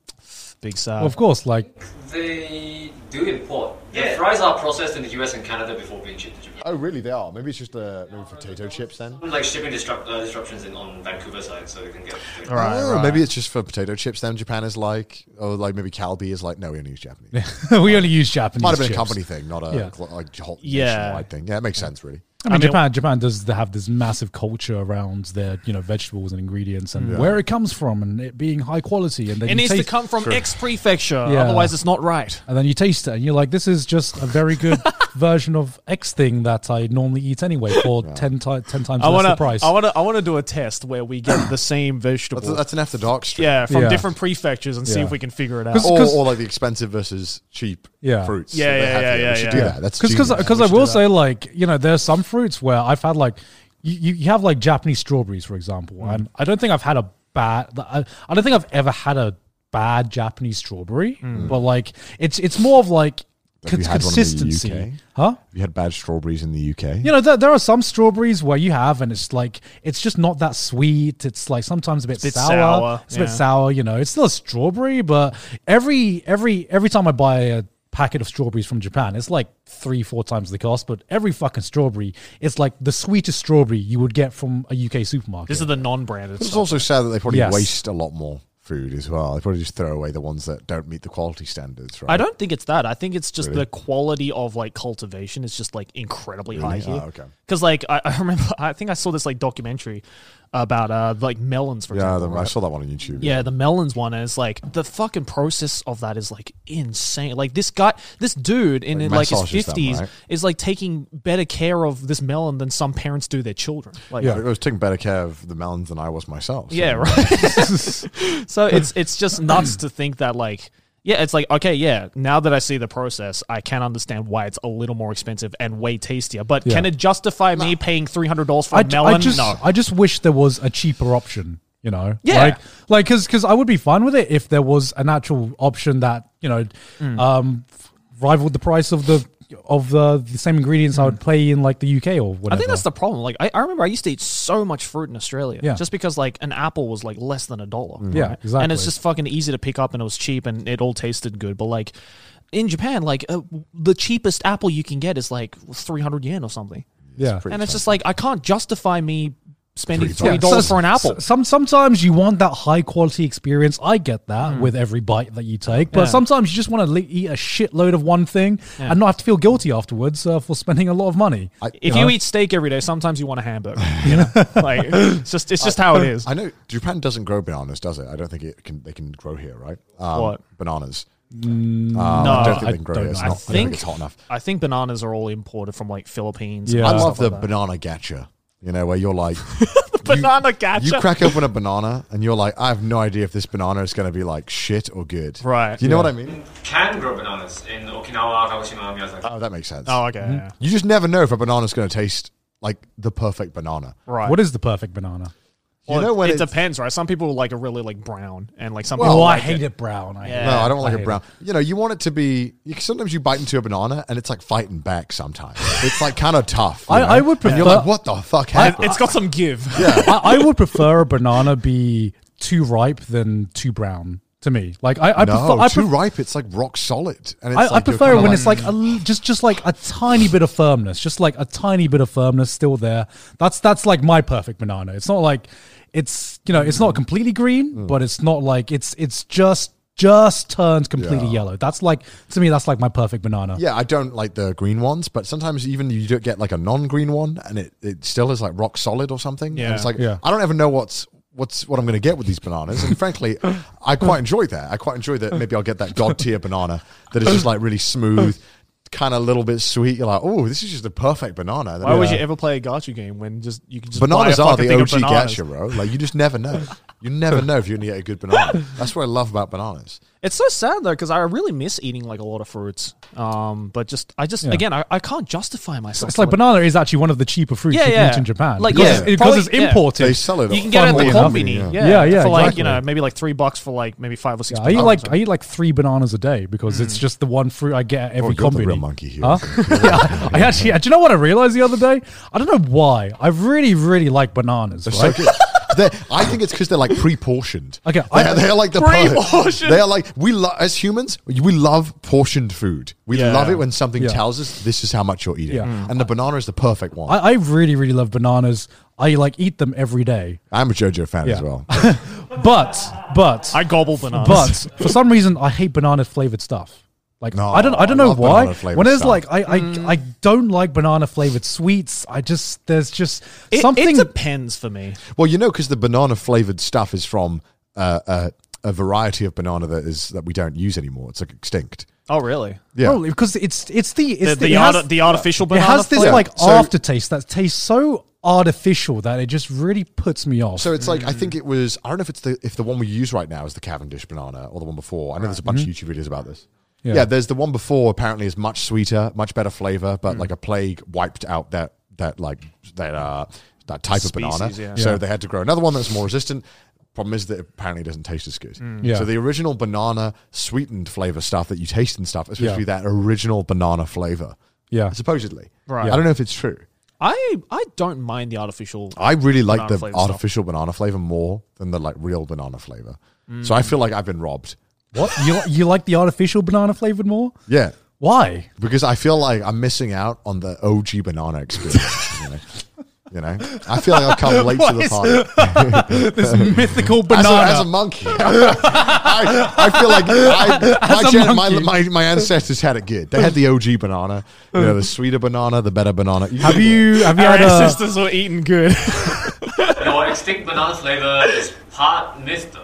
[SPEAKER 3] big sad.
[SPEAKER 2] Well, of course, like
[SPEAKER 9] They do import. The fries are processed in the US and Canada before being shipped to Japan.
[SPEAKER 4] Oh really? They are. Maybe it's just uh, maybe potato chips then.
[SPEAKER 9] Like shipping disrupt- uh, disruptions in, on Vancouver side, so they can get.
[SPEAKER 3] All right,
[SPEAKER 4] Oh,
[SPEAKER 3] right.
[SPEAKER 4] Maybe it's just for potato chips. Then Japan is like, or like maybe Calbee is like, no, we only use Japanese.
[SPEAKER 2] we only use Japanese.
[SPEAKER 4] Might have been
[SPEAKER 2] chips.
[SPEAKER 4] a company thing, not a
[SPEAKER 2] Yeah.
[SPEAKER 4] cl- like whole
[SPEAKER 3] Yeah.
[SPEAKER 4] nationwide thing. Yeah, it makes sense, really.
[SPEAKER 2] I mean,
[SPEAKER 3] I mean-
[SPEAKER 2] Japan. Japan does have this massive culture around their, you know, vegetables and ingredients and
[SPEAKER 4] Yeah.
[SPEAKER 2] where it comes from and it being high quality. And then
[SPEAKER 3] It
[SPEAKER 2] you
[SPEAKER 3] needs to
[SPEAKER 2] taste-
[SPEAKER 3] come from X prefecture,
[SPEAKER 2] Yeah.
[SPEAKER 3] otherwise it's not right.
[SPEAKER 2] and then you taste it and you're like this is just a very good version of x thing that i normally eat anyway for 10, ti 10 times
[SPEAKER 3] I
[SPEAKER 2] less
[SPEAKER 3] want
[SPEAKER 2] the
[SPEAKER 3] to.
[SPEAKER 2] price
[SPEAKER 3] I want to. I want to do a test where we get the same vegetable.
[SPEAKER 4] That's, that's an after dark stream.
[SPEAKER 3] yeah, from
[SPEAKER 2] Yeah.
[SPEAKER 3] different prefectures and see
[SPEAKER 2] Yeah.
[SPEAKER 3] if we can figure it out.
[SPEAKER 2] 'Cause-
[SPEAKER 4] Or, or like the expensive versus cheap
[SPEAKER 2] Yeah.
[SPEAKER 4] fruits.
[SPEAKER 3] Yeah,
[SPEAKER 4] that they
[SPEAKER 3] yeah,
[SPEAKER 4] have
[SPEAKER 3] yeah,
[SPEAKER 4] here.
[SPEAKER 3] yeah,
[SPEAKER 4] We should
[SPEAKER 3] yeah.
[SPEAKER 4] do
[SPEAKER 3] Yeah.
[SPEAKER 4] that. That's
[SPEAKER 2] because
[SPEAKER 4] genius.
[SPEAKER 2] because
[SPEAKER 4] We
[SPEAKER 2] i
[SPEAKER 4] should
[SPEAKER 2] will
[SPEAKER 4] do
[SPEAKER 2] say
[SPEAKER 4] that.
[SPEAKER 2] like you know there's some fruits where i've had like you, you- you have like japanese strawberries for example
[SPEAKER 4] Mm.
[SPEAKER 2] and i don't think i've had a bad I, I don't think i've ever had a bad japanese strawberry but like it's it's more of like
[SPEAKER 4] Mm. Have you
[SPEAKER 2] cons-
[SPEAKER 4] had one in the
[SPEAKER 2] consistency
[SPEAKER 4] UK?
[SPEAKER 2] huh
[SPEAKER 4] you had bad strawberries in the UK.
[SPEAKER 2] You know, there, there are some strawberries where you have, and it's like it's just not that sweet. It's like sometimes a bit,
[SPEAKER 3] Bit
[SPEAKER 2] sour.
[SPEAKER 3] sour,
[SPEAKER 2] It's a bit
[SPEAKER 3] yeah.
[SPEAKER 2] sour. You know, it's still a strawberry, but every every every time I buy a packet of strawberries from Japan. It's like three, four times the cost, but every fucking strawberry is like the sweetest strawberry you would get from a UK supermarket.
[SPEAKER 3] This is the non-branded.
[SPEAKER 4] It's
[SPEAKER 3] stuff.
[SPEAKER 4] also sad that they probably
[SPEAKER 2] Yes.
[SPEAKER 4] waste a lot more food as well. They probably just throw away the ones that don't meet the quality standards, right?
[SPEAKER 3] I don't think it's that. I think it's just
[SPEAKER 4] Really?
[SPEAKER 3] the quality of like cultivation is just like incredibly high
[SPEAKER 4] Really?
[SPEAKER 3] here.
[SPEAKER 4] Ah, okay.
[SPEAKER 3] Because like I, I remember, I think I saw this like documentary about uh like melons for
[SPEAKER 4] Yeah,
[SPEAKER 3] example.
[SPEAKER 4] the, I saw that one on YouTube.
[SPEAKER 3] Yeah, the melons one is like the fucking process of that is like insane. Like this guy, this dude in
[SPEAKER 4] Like,
[SPEAKER 3] like, his
[SPEAKER 4] massages them,
[SPEAKER 3] fifties
[SPEAKER 4] right?
[SPEAKER 3] is like taking better care of this melon than some parents do their children. Like,
[SPEAKER 4] yeah, I was taking better care of the melons than I was myself. so-
[SPEAKER 3] yeah, right. so it's it's just nuts to think that like yeah, it's like okay, yeah. Now that I see the process, I can understand why it's a little more expensive and way tastier. But can
[SPEAKER 2] Yeah.
[SPEAKER 3] it justify me paying three hundred dollars for a
[SPEAKER 2] I-
[SPEAKER 3] melon?
[SPEAKER 2] I just,
[SPEAKER 3] no.
[SPEAKER 2] I just wish there was a cheaper option. You know,
[SPEAKER 3] Yeah.
[SPEAKER 2] like, like, cause, 'cause I would be fine with it if there was an actual option that you know,
[SPEAKER 3] Mm.
[SPEAKER 2] um, rivaled the price of the of the, the same ingredients I would play in like the UK or whatever.
[SPEAKER 3] Mm. I think that's the problem. Like I, I remember I used to eat so much fruit in Australia
[SPEAKER 2] Yeah.
[SPEAKER 3] just because like an apple was like less than a dollar.
[SPEAKER 2] Mm. Yeah,
[SPEAKER 3] And
[SPEAKER 2] exactly.
[SPEAKER 3] it's just fucking easy to pick up and it was cheap and it all tasted good. But like in Japan, like uh, the cheapest apple you can get is like 300 yen or something.
[SPEAKER 2] yeah,
[SPEAKER 3] and it's just like I can't justify me spending
[SPEAKER 2] Yeah,
[SPEAKER 3] three dollars
[SPEAKER 2] so-
[SPEAKER 3] for an apple.
[SPEAKER 2] so- Some sometimes you want that high quality experience. I get that
[SPEAKER 3] Mm.
[SPEAKER 2] with every bite that you take, but
[SPEAKER 3] Yeah.
[SPEAKER 2] sometimes you just want to le- eat a shitload of one thing
[SPEAKER 3] Yeah.
[SPEAKER 2] and not have to feel guilty afterwards uh, for spending a lot of money.
[SPEAKER 3] if you eat steak every day, sometimes you want a hamburger. You know? like it's just it's just
[SPEAKER 4] I-
[SPEAKER 3] how it is.
[SPEAKER 4] I know Japan doesn't grow bananas, does it? I don't think it can. They can grow here, right? Um,
[SPEAKER 3] What?
[SPEAKER 4] bananas? Um,
[SPEAKER 2] Mm,
[SPEAKER 4] I don't think they can grow
[SPEAKER 2] don't
[SPEAKER 4] here. It's
[SPEAKER 2] know.
[SPEAKER 3] I
[SPEAKER 4] not, I don't think
[SPEAKER 3] think
[SPEAKER 4] it's hot enough.
[SPEAKER 3] I think bananas are all imported from like Philippines.
[SPEAKER 4] I
[SPEAKER 3] and
[SPEAKER 4] love
[SPEAKER 3] stuff
[SPEAKER 4] the
[SPEAKER 3] like that.
[SPEAKER 4] banana gacha. You know, where you're like,
[SPEAKER 3] banana gacha.
[SPEAKER 4] you crack open a banana and you're like, I have no idea if this banana is going to be like shit or good.
[SPEAKER 3] Right.
[SPEAKER 4] Do you know what I mean?
[SPEAKER 9] Can grow bananas in Okinawa, Kagoshima, Miyazaki.
[SPEAKER 4] Oh, that makes sense.
[SPEAKER 3] Oh, okay. yeah.
[SPEAKER 4] You just never know if a banana's going to taste like the perfect banana.
[SPEAKER 3] Right.
[SPEAKER 2] What is the perfect banana?
[SPEAKER 4] You know when
[SPEAKER 3] it,
[SPEAKER 4] it's-
[SPEAKER 3] depends, right? Some people like are really like brown and like some
[SPEAKER 4] Well,
[SPEAKER 3] people
[SPEAKER 4] I
[SPEAKER 3] like
[SPEAKER 2] Oh, hate it brown. I hate
[SPEAKER 3] yeah.
[SPEAKER 4] No, I don't like
[SPEAKER 2] I
[SPEAKER 4] a
[SPEAKER 2] hate
[SPEAKER 4] brown. You know, you want it to be. You, sometimes you bite into a banana and it's like fighting back. Sometimes it's like kind of tough. you
[SPEAKER 2] I-
[SPEAKER 4] know?
[SPEAKER 2] I would
[SPEAKER 4] And you're
[SPEAKER 2] prefer-
[SPEAKER 4] like, what the fuck
[SPEAKER 3] I-
[SPEAKER 4] happened?
[SPEAKER 3] it's got some give.
[SPEAKER 2] I, I would prefer a banana be too ripe than too brown to me. Like I, I
[SPEAKER 4] no,
[SPEAKER 2] prefer, I
[SPEAKER 4] too
[SPEAKER 2] pref-
[SPEAKER 4] ripe. It's like rock solid. And it's
[SPEAKER 2] I,
[SPEAKER 4] like
[SPEAKER 2] I
[SPEAKER 4] you're
[SPEAKER 2] prefer it
[SPEAKER 4] kinda
[SPEAKER 2] when it's like a, l- just just like a tiny bit of firmness, just like a tiny bit of firmness still there. That's that's like my perfect banana. It's not like it's you know it's not completely green,
[SPEAKER 4] Mm.
[SPEAKER 2] but it's not like it's it's just just turns completely
[SPEAKER 4] Yeah.
[SPEAKER 2] yellow. That's like to me that's like my perfect banana.
[SPEAKER 4] Yeah, I don't like the green ones, but sometimes even you don't get like a non-green one, and it, it still is like rock solid or something.
[SPEAKER 3] Yeah.
[SPEAKER 4] and it's like
[SPEAKER 2] Yeah.
[SPEAKER 4] I don't ever know what's what's what I'm going to get with these bananas. And frankly, I quite enjoy that. I quite enjoy that. Maybe I'll get that god tier banana that is just like really smooth, kind of a little bit sweet. You're like, oh, this is just a perfect banana. And then
[SPEAKER 3] Why would you
[SPEAKER 4] Yeah.
[SPEAKER 3] ever play a gacha game when just you can just
[SPEAKER 4] Bananas
[SPEAKER 3] buy a
[SPEAKER 4] are
[SPEAKER 3] fucking
[SPEAKER 4] the
[SPEAKER 3] thing
[SPEAKER 4] OG
[SPEAKER 3] of bananas?
[SPEAKER 4] gacha, bro. Like you just never know. You never know if you're gonna get a good banana. That's what I love about bananas.
[SPEAKER 3] It's so sad though because I really miss eating like a lot of fruits. Um, but just I just
[SPEAKER 2] Yeah.
[SPEAKER 3] again I, I can't justify myself.
[SPEAKER 2] It's like banana is actually one of the cheaper fruits
[SPEAKER 3] Yeah,
[SPEAKER 2] you can
[SPEAKER 3] yeah.
[SPEAKER 2] eat in Japan.
[SPEAKER 3] Like,
[SPEAKER 2] because
[SPEAKER 3] yeah,
[SPEAKER 2] it's, because it's
[SPEAKER 3] probably- yeah.
[SPEAKER 2] imported.
[SPEAKER 4] They sell it.
[SPEAKER 3] You can get it at
[SPEAKER 2] funnily
[SPEAKER 3] the
[SPEAKER 2] enough,
[SPEAKER 3] company,
[SPEAKER 4] yeah.
[SPEAKER 3] yeah,
[SPEAKER 2] Yeah, yeah,
[SPEAKER 3] for like you
[SPEAKER 2] exactly.
[SPEAKER 3] know maybe like three bucks for like maybe five or six.
[SPEAKER 2] Yeah, I
[SPEAKER 3] bucks
[SPEAKER 2] eat
[SPEAKER 3] or
[SPEAKER 2] like I
[SPEAKER 3] something.
[SPEAKER 2] eat like three bananas a day because
[SPEAKER 3] Mm.
[SPEAKER 2] it's just the one fruit I get at
[SPEAKER 4] Oh,
[SPEAKER 2] every
[SPEAKER 4] you're the
[SPEAKER 2] company.
[SPEAKER 4] real monkey here.
[SPEAKER 2] Huh? yeah, I actually. Do you know what I realized the other day? I don't know why. I really, really like bananas.
[SPEAKER 4] They're so
[SPEAKER 2] right?
[SPEAKER 4] good. They're- I think it's because they're like pre-portioned.
[SPEAKER 2] Okay,
[SPEAKER 4] they're,
[SPEAKER 2] I-
[SPEAKER 4] they're like the
[SPEAKER 3] Pre-portioned.
[SPEAKER 4] They are like we lo- as humans we love portioned food. We
[SPEAKER 3] Yeah.
[SPEAKER 4] love it when something
[SPEAKER 2] Yeah.
[SPEAKER 4] tells us this is how much you're eating,
[SPEAKER 2] Yeah. Mm.
[SPEAKER 4] and the banana is the perfect one.
[SPEAKER 2] I, I really, really love bananas. I like eat them every day.
[SPEAKER 4] I, am a JoJo fan
[SPEAKER 2] Yeah.
[SPEAKER 4] as well.
[SPEAKER 2] But, but,
[SPEAKER 3] I gobble bananas.
[SPEAKER 2] but for some reason, I hate banana flavored stuff. Like
[SPEAKER 4] No,
[SPEAKER 2] I don't, I don't
[SPEAKER 4] I
[SPEAKER 2] know
[SPEAKER 4] love
[SPEAKER 2] why.
[SPEAKER 4] banana-flavored
[SPEAKER 2] When there's
[SPEAKER 4] stuff.
[SPEAKER 2] like, I, I,
[SPEAKER 3] Mm.
[SPEAKER 2] I don't like banana flavored sweets. I just there's just
[SPEAKER 3] It-
[SPEAKER 2] something.
[SPEAKER 3] it depends for me.
[SPEAKER 4] Well, you know, because the banana flavored stuff is from uh, uh, a variety of banana that is that we don't use anymore. It's like extinct.
[SPEAKER 3] Oh really?
[SPEAKER 4] Yeah.
[SPEAKER 2] Probably because it's it's the it's
[SPEAKER 3] The,
[SPEAKER 2] the,
[SPEAKER 3] the,
[SPEAKER 2] it has-
[SPEAKER 3] arti- the artificial
[SPEAKER 2] it
[SPEAKER 3] banana.
[SPEAKER 2] has this
[SPEAKER 3] flavor.
[SPEAKER 2] like
[SPEAKER 4] So-
[SPEAKER 2] aftertaste that tastes so artificial that it just really puts me off.
[SPEAKER 4] So it's like I
[SPEAKER 2] Hmm.
[SPEAKER 4] think it was I don't know if it's the if the one we use right now is the Cavendish banana or the one before. I know there's a bunch of YouTube videos about this. Yeah.
[SPEAKER 2] Yeah.
[SPEAKER 4] there's the one before apparently is much sweeter, much better flavor,
[SPEAKER 2] Hmm.
[SPEAKER 4] but like a plague wiped out that that like that uh that type of banana.
[SPEAKER 3] Species, yeah.
[SPEAKER 4] So
[SPEAKER 2] Yeah.
[SPEAKER 4] they had to grow another one that's more resistant. Problem is that it apparently doesn't taste as good.
[SPEAKER 2] Hmm. Yeah.
[SPEAKER 4] So the original banana sweetened flavor stuff that you taste and stuff is supposed
[SPEAKER 2] Yeah.
[SPEAKER 4] to be that original banana flavor.
[SPEAKER 2] Yeah.
[SPEAKER 4] Supposedly.
[SPEAKER 3] Right.
[SPEAKER 4] I don't know if it's true.
[SPEAKER 3] I I don't mind the artificial.
[SPEAKER 4] I really like the
[SPEAKER 3] flavor stuff.
[SPEAKER 4] artificial banana flavor more than the like real banana
[SPEAKER 2] Mm.
[SPEAKER 4] flavor. So I feel like I've been robbed.
[SPEAKER 2] What you you like the artificial banana flavored more?
[SPEAKER 4] Yeah.
[SPEAKER 2] Why?
[SPEAKER 4] Because I feel like I'm missing out on the OG banana experience. you, know? You know? I feel like I've come late to the party.
[SPEAKER 2] this mythical
[SPEAKER 4] As a,
[SPEAKER 2] banana.
[SPEAKER 4] as a monkey, I, I feel like I,
[SPEAKER 2] As
[SPEAKER 4] my,
[SPEAKER 2] a
[SPEAKER 4] gen, my,
[SPEAKER 2] monkey.
[SPEAKER 4] my, my ancestors had it good. They had the OG banana, you know, the sweeter banana, the better banana.
[SPEAKER 2] Have you have you
[SPEAKER 3] Our
[SPEAKER 2] had a
[SPEAKER 3] ancestors were eating good.
[SPEAKER 9] No, extinct banana flavor is part myth though.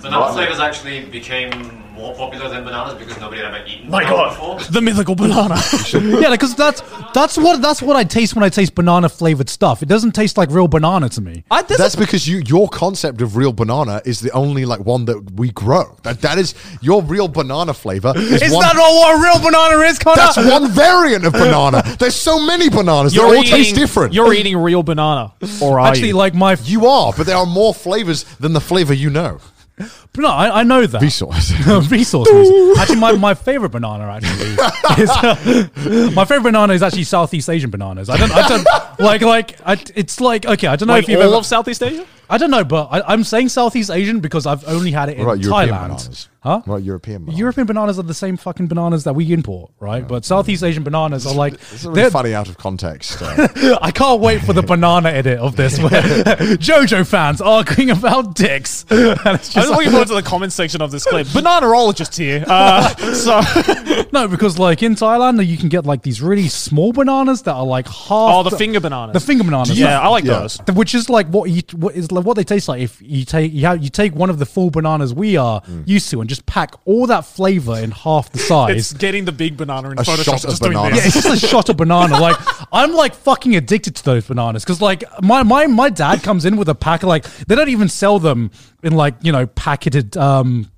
[SPEAKER 9] Banana flavors actually became more popular than bananas because nobody had ever eaten banana before.
[SPEAKER 3] the mythical banana.
[SPEAKER 2] yeah, because that's that's what that's what I taste when I taste banana flavored stuff. It doesn't taste like real banana to me.
[SPEAKER 3] I, this
[SPEAKER 4] That's because you your concept of real banana is the only like one that we grow. That that is your real banana flavor. Is
[SPEAKER 2] It's
[SPEAKER 4] one,
[SPEAKER 2] not all what a real banana is, Connor.
[SPEAKER 4] that's one variant of banana. There's so many bananas. They all taste different.
[SPEAKER 3] You're eating real banana, or are
[SPEAKER 2] Actually,
[SPEAKER 3] you?
[SPEAKER 2] like my f-
[SPEAKER 4] You are, but there are more flavors than the flavor you know.
[SPEAKER 2] no, I, I know that.
[SPEAKER 4] Vsauce.
[SPEAKER 2] Resource reason. Actually, my, my favorite banana actually is my favorite banana is actually Southeast Asian bananas. I don't, I don't like like I, it's like okay. I don't know
[SPEAKER 3] Like
[SPEAKER 2] if you've
[SPEAKER 3] all
[SPEAKER 2] ever.
[SPEAKER 3] of Southeast Asia.
[SPEAKER 2] I don't know, but I, I'm saying Southeast Asian because I've only had it in
[SPEAKER 4] What about European
[SPEAKER 2] Thailand.
[SPEAKER 4] bananas?
[SPEAKER 2] Huh?
[SPEAKER 4] What about European bananas?
[SPEAKER 2] European bananas are the same fucking bananas that we import, right? But Southeast Asian bananas are like
[SPEAKER 4] This is really
[SPEAKER 2] they're-
[SPEAKER 4] funny out of context. uh,
[SPEAKER 2] I can't wait for the banana edit of this where JoJo fans arguing about dicks. And it's
[SPEAKER 3] I was
[SPEAKER 2] just
[SPEAKER 3] looking forward to the comment section of this clip. Bananaologist here. Uh, so,
[SPEAKER 2] no, because like in Thailand, you can get like these really small bananas that are like half.
[SPEAKER 3] oh, the finger bananas.
[SPEAKER 2] The finger bananas.
[SPEAKER 3] Yeah, I like
[SPEAKER 4] Yeah.
[SPEAKER 3] those.
[SPEAKER 2] Th- Which is like what you what is like what they taste like if you take you, have, you take one of the full bananas we are
[SPEAKER 3] Mm.
[SPEAKER 2] used to and just pack all that flavor in half the
[SPEAKER 3] It's
[SPEAKER 2] size.
[SPEAKER 3] getting the big banana in
[SPEAKER 4] A
[SPEAKER 3] Photoshop.
[SPEAKER 4] shot of
[SPEAKER 3] just doing
[SPEAKER 4] banana.
[SPEAKER 2] yeah,
[SPEAKER 3] this.
[SPEAKER 2] it's just a shot of banana. Like I'm like fucking addicted to those bananas because like my my my dad comes in with a pack of like they don't even sell them in like you know packeted um.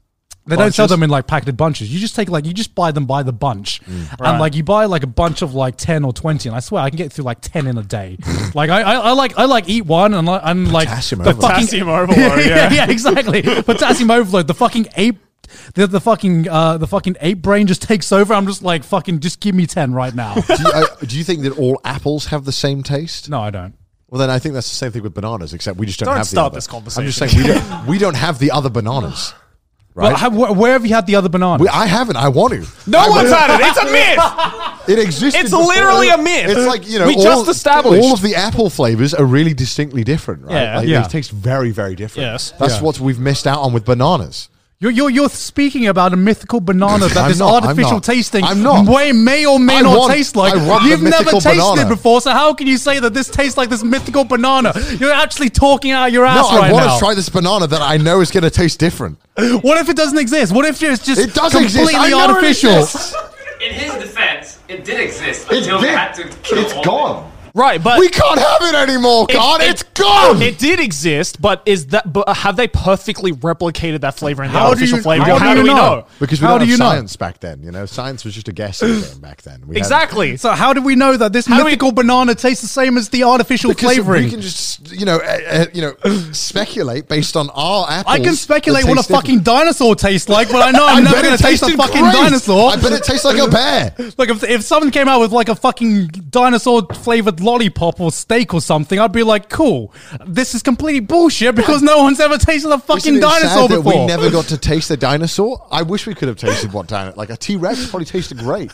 [SPEAKER 2] They don't sell
[SPEAKER 4] Bunches? Mm.
[SPEAKER 2] them in like packeted bunches. You just take like you just buy them by the bunch, and like you buy like a bunch of like ten or twenty. And I swear I can get through like ten in a day. like I, I, I like I like eat one and like and like
[SPEAKER 4] Potassium
[SPEAKER 2] the
[SPEAKER 4] overload.
[SPEAKER 3] Potassium overload, yeah.
[SPEAKER 2] yeah, exactly. Potassium overload. The fucking ape. The, the fucking uh, the fucking ape brain just takes over. I'm just like fucking. Just give me ten right now.
[SPEAKER 4] do, you, uh, do you think that all apples have the same taste?
[SPEAKER 2] no, I don't.
[SPEAKER 4] Well, then I think that's the same thing with bananas, except we just don't,
[SPEAKER 3] Don't
[SPEAKER 4] have
[SPEAKER 3] start
[SPEAKER 4] the other.
[SPEAKER 3] this
[SPEAKER 4] I'm just
[SPEAKER 3] conversation.
[SPEAKER 4] saying we don't, we don't have the other bananas, right?
[SPEAKER 2] But have, wh- where have you had the other banana?
[SPEAKER 4] we, I haven't. I want to.
[SPEAKER 3] No one's had it. Oh, It's a myth.
[SPEAKER 4] It exists.
[SPEAKER 3] It's literally a myth.
[SPEAKER 4] It's like you know,
[SPEAKER 3] We
[SPEAKER 4] all,
[SPEAKER 3] just established.
[SPEAKER 4] all of the apple flavors are really distinctly different, right?
[SPEAKER 3] Yeah.
[SPEAKER 4] like,
[SPEAKER 2] Yeah.
[SPEAKER 4] They taste very, very different.
[SPEAKER 3] Yes.
[SPEAKER 4] that's
[SPEAKER 2] Yeah.
[SPEAKER 4] what we've missed out on with bananas.
[SPEAKER 2] you're, you're you're speaking about a mythical banana that
[SPEAKER 4] I'm
[SPEAKER 2] this
[SPEAKER 4] not, I'm
[SPEAKER 2] artificial
[SPEAKER 4] not.
[SPEAKER 2] tasting
[SPEAKER 4] I'm not.
[SPEAKER 2] way may or may
[SPEAKER 4] I
[SPEAKER 2] not
[SPEAKER 4] want-
[SPEAKER 2] taste like.
[SPEAKER 4] I want the
[SPEAKER 2] You've never
[SPEAKER 4] mythical
[SPEAKER 2] tasted it
[SPEAKER 4] banana.
[SPEAKER 2] before, so how can you say that this tastes like this mythical banana? You're actually talking out your ass
[SPEAKER 4] no,
[SPEAKER 2] right
[SPEAKER 4] I want
[SPEAKER 2] now.
[SPEAKER 4] to try this banana that I know is going to taste different.
[SPEAKER 2] what if it doesn't exist? What if it's just
[SPEAKER 4] It does
[SPEAKER 2] completely
[SPEAKER 4] exist. I know it
[SPEAKER 2] artificial?
[SPEAKER 4] exists.
[SPEAKER 9] In his defense, it did exist
[SPEAKER 4] It's
[SPEAKER 9] until they
[SPEAKER 4] been-
[SPEAKER 9] had to kill
[SPEAKER 4] it's
[SPEAKER 9] all of it.
[SPEAKER 4] gone.
[SPEAKER 3] Right, but
[SPEAKER 4] We can't have it anymore, God.
[SPEAKER 3] it-
[SPEAKER 4] It, has gone.
[SPEAKER 3] It did exist, but is that? But have they perfectly replicated that flavor in the
[SPEAKER 2] How do
[SPEAKER 3] artificial
[SPEAKER 2] you-
[SPEAKER 3] flavor?
[SPEAKER 2] how do you
[SPEAKER 3] we
[SPEAKER 2] know?
[SPEAKER 4] because we
[SPEAKER 2] How do
[SPEAKER 4] don't have
[SPEAKER 2] you know?
[SPEAKER 4] science back then. You know, science was just a guessing game back then. We had-
[SPEAKER 3] Exactly.
[SPEAKER 2] So how do we know that this
[SPEAKER 3] do we-
[SPEAKER 2] mythical banana tastes the same as the artificial
[SPEAKER 4] Because
[SPEAKER 2] flavoring?
[SPEAKER 4] we can just, you know, uh, uh, you know, speculate based on our apples.
[SPEAKER 2] I can speculate
[SPEAKER 4] that
[SPEAKER 2] what a
[SPEAKER 4] taste different.
[SPEAKER 2] fucking dinosaur tastes like, but I know I'm
[SPEAKER 4] I
[SPEAKER 2] never
[SPEAKER 4] bet
[SPEAKER 2] going
[SPEAKER 4] it
[SPEAKER 2] to taste a
[SPEAKER 4] tasted
[SPEAKER 2] fucking
[SPEAKER 4] great.
[SPEAKER 2] dinosaur.
[SPEAKER 4] I bet it tastes like a bear.
[SPEAKER 2] Like if, if someone came out with like a fucking dinosaur flavored lollipop or steak or something, I'd be like, cool. This is completely bullshit because no one's ever tasted a fucking
[SPEAKER 4] Isn't it
[SPEAKER 2] dinosaur
[SPEAKER 4] sad that
[SPEAKER 2] before.
[SPEAKER 4] We never got to taste a dinosaur. I wish we could have tasted what dinosaur. Like a T Rex probably tasted great.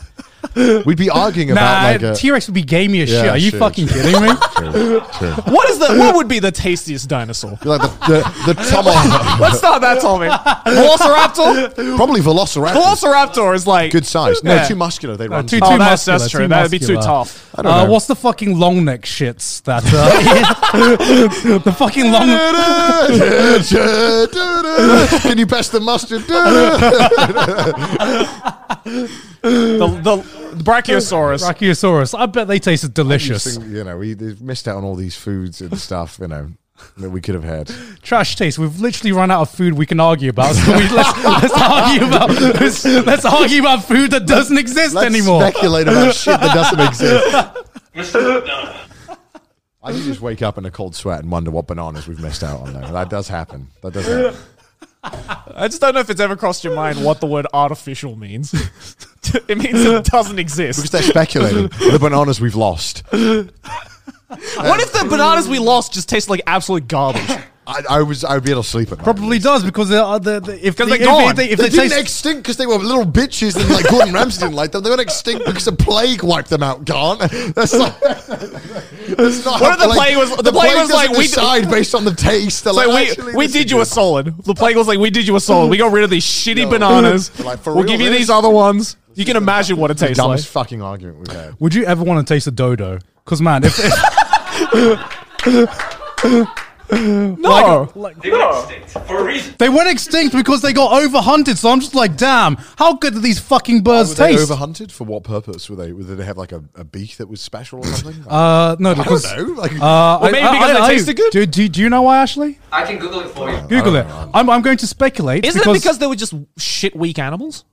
[SPEAKER 4] We'd be arguing
[SPEAKER 2] nah,
[SPEAKER 4] about like a
[SPEAKER 2] T Rex would be gamey as shit.
[SPEAKER 4] Yeah,
[SPEAKER 2] Are you
[SPEAKER 4] sure,
[SPEAKER 2] fucking
[SPEAKER 4] sure.
[SPEAKER 2] kidding me?
[SPEAKER 4] True, true.
[SPEAKER 3] What is the? What would be the tastiest dinosaur?
[SPEAKER 4] Like the the, the tomahawk.
[SPEAKER 3] Let's start that topic. Velociraptor.
[SPEAKER 4] probably Velociraptor.
[SPEAKER 3] Velociraptor is like
[SPEAKER 4] Good size. No,
[SPEAKER 3] Yeah.
[SPEAKER 4] too muscular. They run.
[SPEAKER 2] Too, too
[SPEAKER 3] Oh, that's-
[SPEAKER 2] muscular.
[SPEAKER 3] that's
[SPEAKER 2] too
[SPEAKER 3] true. That'd be too
[SPEAKER 2] muscular.
[SPEAKER 3] tough.
[SPEAKER 4] I don't
[SPEAKER 2] uh,
[SPEAKER 4] know.
[SPEAKER 2] What's the fucking long neck shits that? Uh, the fucking long.
[SPEAKER 4] Can you pass the mustard?
[SPEAKER 3] the, the the Brachiosaurus.
[SPEAKER 2] Brachiosaurus. I bet they tasted delicious.
[SPEAKER 4] you know, we they've missed out on all these foods and stuff. You know. That we could have had.
[SPEAKER 2] Trash taste. We've literally run out of food we can argue about. So we, let's, let's argue about let's, let's argue about food that doesn't exist
[SPEAKER 4] Let's
[SPEAKER 2] anymore.
[SPEAKER 4] speculate about shit that doesn't exist.
[SPEAKER 9] Mr. Banana.
[SPEAKER 4] I can just wake up in a cold sweat and wonder what bananas we've missed out on. Though that does happen. That does happen.
[SPEAKER 3] I just don't know if it's ever crossed your mind what the word artificial means. it means it doesn't
[SPEAKER 4] Because
[SPEAKER 3] exist.
[SPEAKER 4] they're speculating. the bananas we've lost.
[SPEAKER 3] What if the bananas we lost just taste like absolute garbage?
[SPEAKER 4] I, I was I would be able to sleep at night.
[SPEAKER 2] Probably does because they are, the, the, if, they,
[SPEAKER 4] Because
[SPEAKER 2] if,
[SPEAKER 4] they're
[SPEAKER 2] they,
[SPEAKER 4] gone.
[SPEAKER 2] if they, if
[SPEAKER 4] they,
[SPEAKER 2] they,
[SPEAKER 4] didn't
[SPEAKER 2] taste
[SPEAKER 4] extinct because they were little bitches and like Gordon Ramsay didn't like them. They went extinct because the plague wiped them out, Garn. That's not. That's not
[SPEAKER 6] What
[SPEAKER 4] how
[SPEAKER 6] if the plague was- the plague was
[SPEAKER 4] doesn't
[SPEAKER 6] like, we-
[SPEAKER 4] decide based on the taste. They're
[SPEAKER 6] So
[SPEAKER 4] like,
[SPEAKER 6] we,
[SPEAKER 4] actually,
[SPEAKER 6] we
[SPEAKER 4] this
[SPEAKER 6] did
[SPEAKER 4] is
[SPEAKER 6] you a
[SPEAKER 4] good.
[SPEAKER 6] solid. The plague was like, we did you a solid. We got rid of these shitty
[SPEAKER 4] No.
[SPEAKER 6] bananas.
[SPEAKER 4] Like, for
[SPEAKER 6] we'll
[SPEAKER 4] real,
[SPEAKER 6] give you
[SPEAKER 4] this-
[SPEAKER 6] these other ones. You can imagine what it
[SPEAKER 4] The
[SPEAKER 6] tastes like.
[SPEAKER 4] dumbest fucking argument we've had.
[SPEAKER 2] Would you ever want to taste a dodo? Because man, if, no,
[SPEAKER 5] They went extinct for a reason.
[SPEAKER 2] they went extinct because they got overhunted. So I'm just like, damn, how good do these fucking birds
[SPEAKER 4] Were they
[SPEAKER 2] taste?
[SPEAKER 4] overhunted? For what purpose? Were they? Did they have like a, a beak that was special or something?
[SPEAKER 2] uh, no,
[SPEAKER 4] I don't
[SPEAKER 2] because
[SPEAKER 4] know, like-
[SPEAKER 2] uh,
[SPEAKER 4] Well,
[SPEAKER 2] I-
[SPEAKER 4] maybe
[SPEAKER 2] I-
[SPEAKER 4] because
[SPEAKER 2] I-
[SPEAKER 4] they
[SPEAKER 2] I-
[SPEAKER 4] tasted good?
[SPEAKER 2] Do, do, do you know why, Ashley?
[SPEAKER 10] I can Google it for you.
[SPEAKER 2] Google it.
[SPEAKER 4] Oh.
[SPEAKER 2] I'm, I'm going to speculate.
[SPEAKER 6] Isn't
[SPEAKER 2] because
[SPEAKER 6] it because they were just shit weak animals?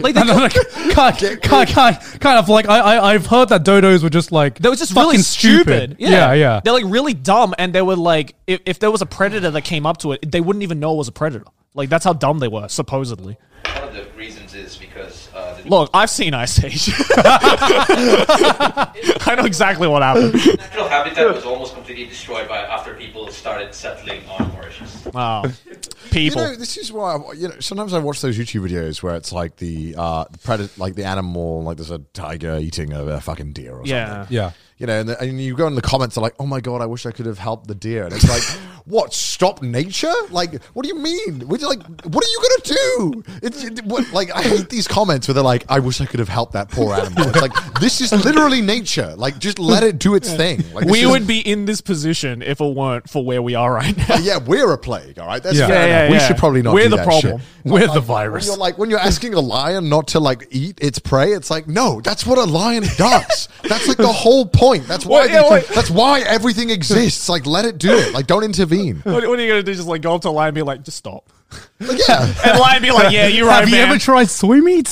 [SPEAKER 6] like
[SPEAKER 2] No, no, no, kind, kind, kind, kind of like I, I, I've heard that dodos were just like they
[SPEAKER 6] were just really stupid.
[SPEAKER 2] Yeah, yeah.
[SPEAKER 6] They're like really dumb, and they were like, if, if there was a predator that came up to it, they wouldn't even know it was a predator. Like that's how dumb they were, supposedly.
[SPEAKER 5] One of the reasons is because uh, the
[SPEAKER 6] Look, I've seen Ice Age. I know exactly what happened.
[SPEAKER 5] natural habitat was almost completely destroyed by after people started settling on Mauritius.
[SPEAKER 6] Wow, people.
[SPEAKER 4] You know, this is why I, you know. Sometimes I watch those YouTube videos where it's like the uh, predator, like the animal, like there's a tiger eating a, a fucking deer or
[SPEAKER 6] Yeah.
[SPEAKER 4] something.
[SPEAKER 2] Yeah.
[SPEAKER 4] You know, and, the, and you go in the comments are like, "Oh my god, I wish I could have helped the deer." And it's like, what? Stop nature? Like, what do you mean? Would you like, what are you gonna do? It's it- what, like I hate these comments where they're like, "I wish I could have helped that poor animal." It's like this is literally nature. Like, just let it do its thing. Like, this
[SPEAKER 6] we
[SPEAKER 4] is-
[SPEAKER 6] would be in this position if it weren't for where we are right now.
[SPEAKER 4] yeah, we're a plague. All right, that's
[SPEAKER 6] Yeah.
[SPEAKER 4] fair
[SPEAKER 6] Yeah,
[SPEAKER 4] enough.
[SPEAKER 6] yeah,
[SPEAKER 4] we
[SPEAKER 6] yeah.
[SPEAKER 4] should probably not.
[SPEAKER 6] We're
[SPEAKER 4] do
[SPEAKER 6] the
[SPEAKER 4] that
[SPEAKER 6] problem.
[SPEAKER 4] shit.
[SPEAKER 2] We're the
[SPEAKER 4] When
[SPEAKER 2] virus.
[SPEAKER 4] you're like when you're asking a lion not to like eat its prey, it's like no, that's what a lion does. that's like the whole point. That's why.
[SPEAKER 6] Well, yeah,
[SPEAKER 4] the-
[SPEAKER 6] wait.
[SPEAKER 4] that's why everything exists. Like let it do it. Like don't intervene.
[SPEAKER 6] What, what are you gonna do? Just like go up to a lion and be like, just stop.
[SPEAKER 4] Like, yeah.
[SPEAKER 6] And lion be like, yeah, you're right,
[SPEAKER 2] Have you
[SPEAKER 6] man.
[SPEAKER 2] ever tried soy meat?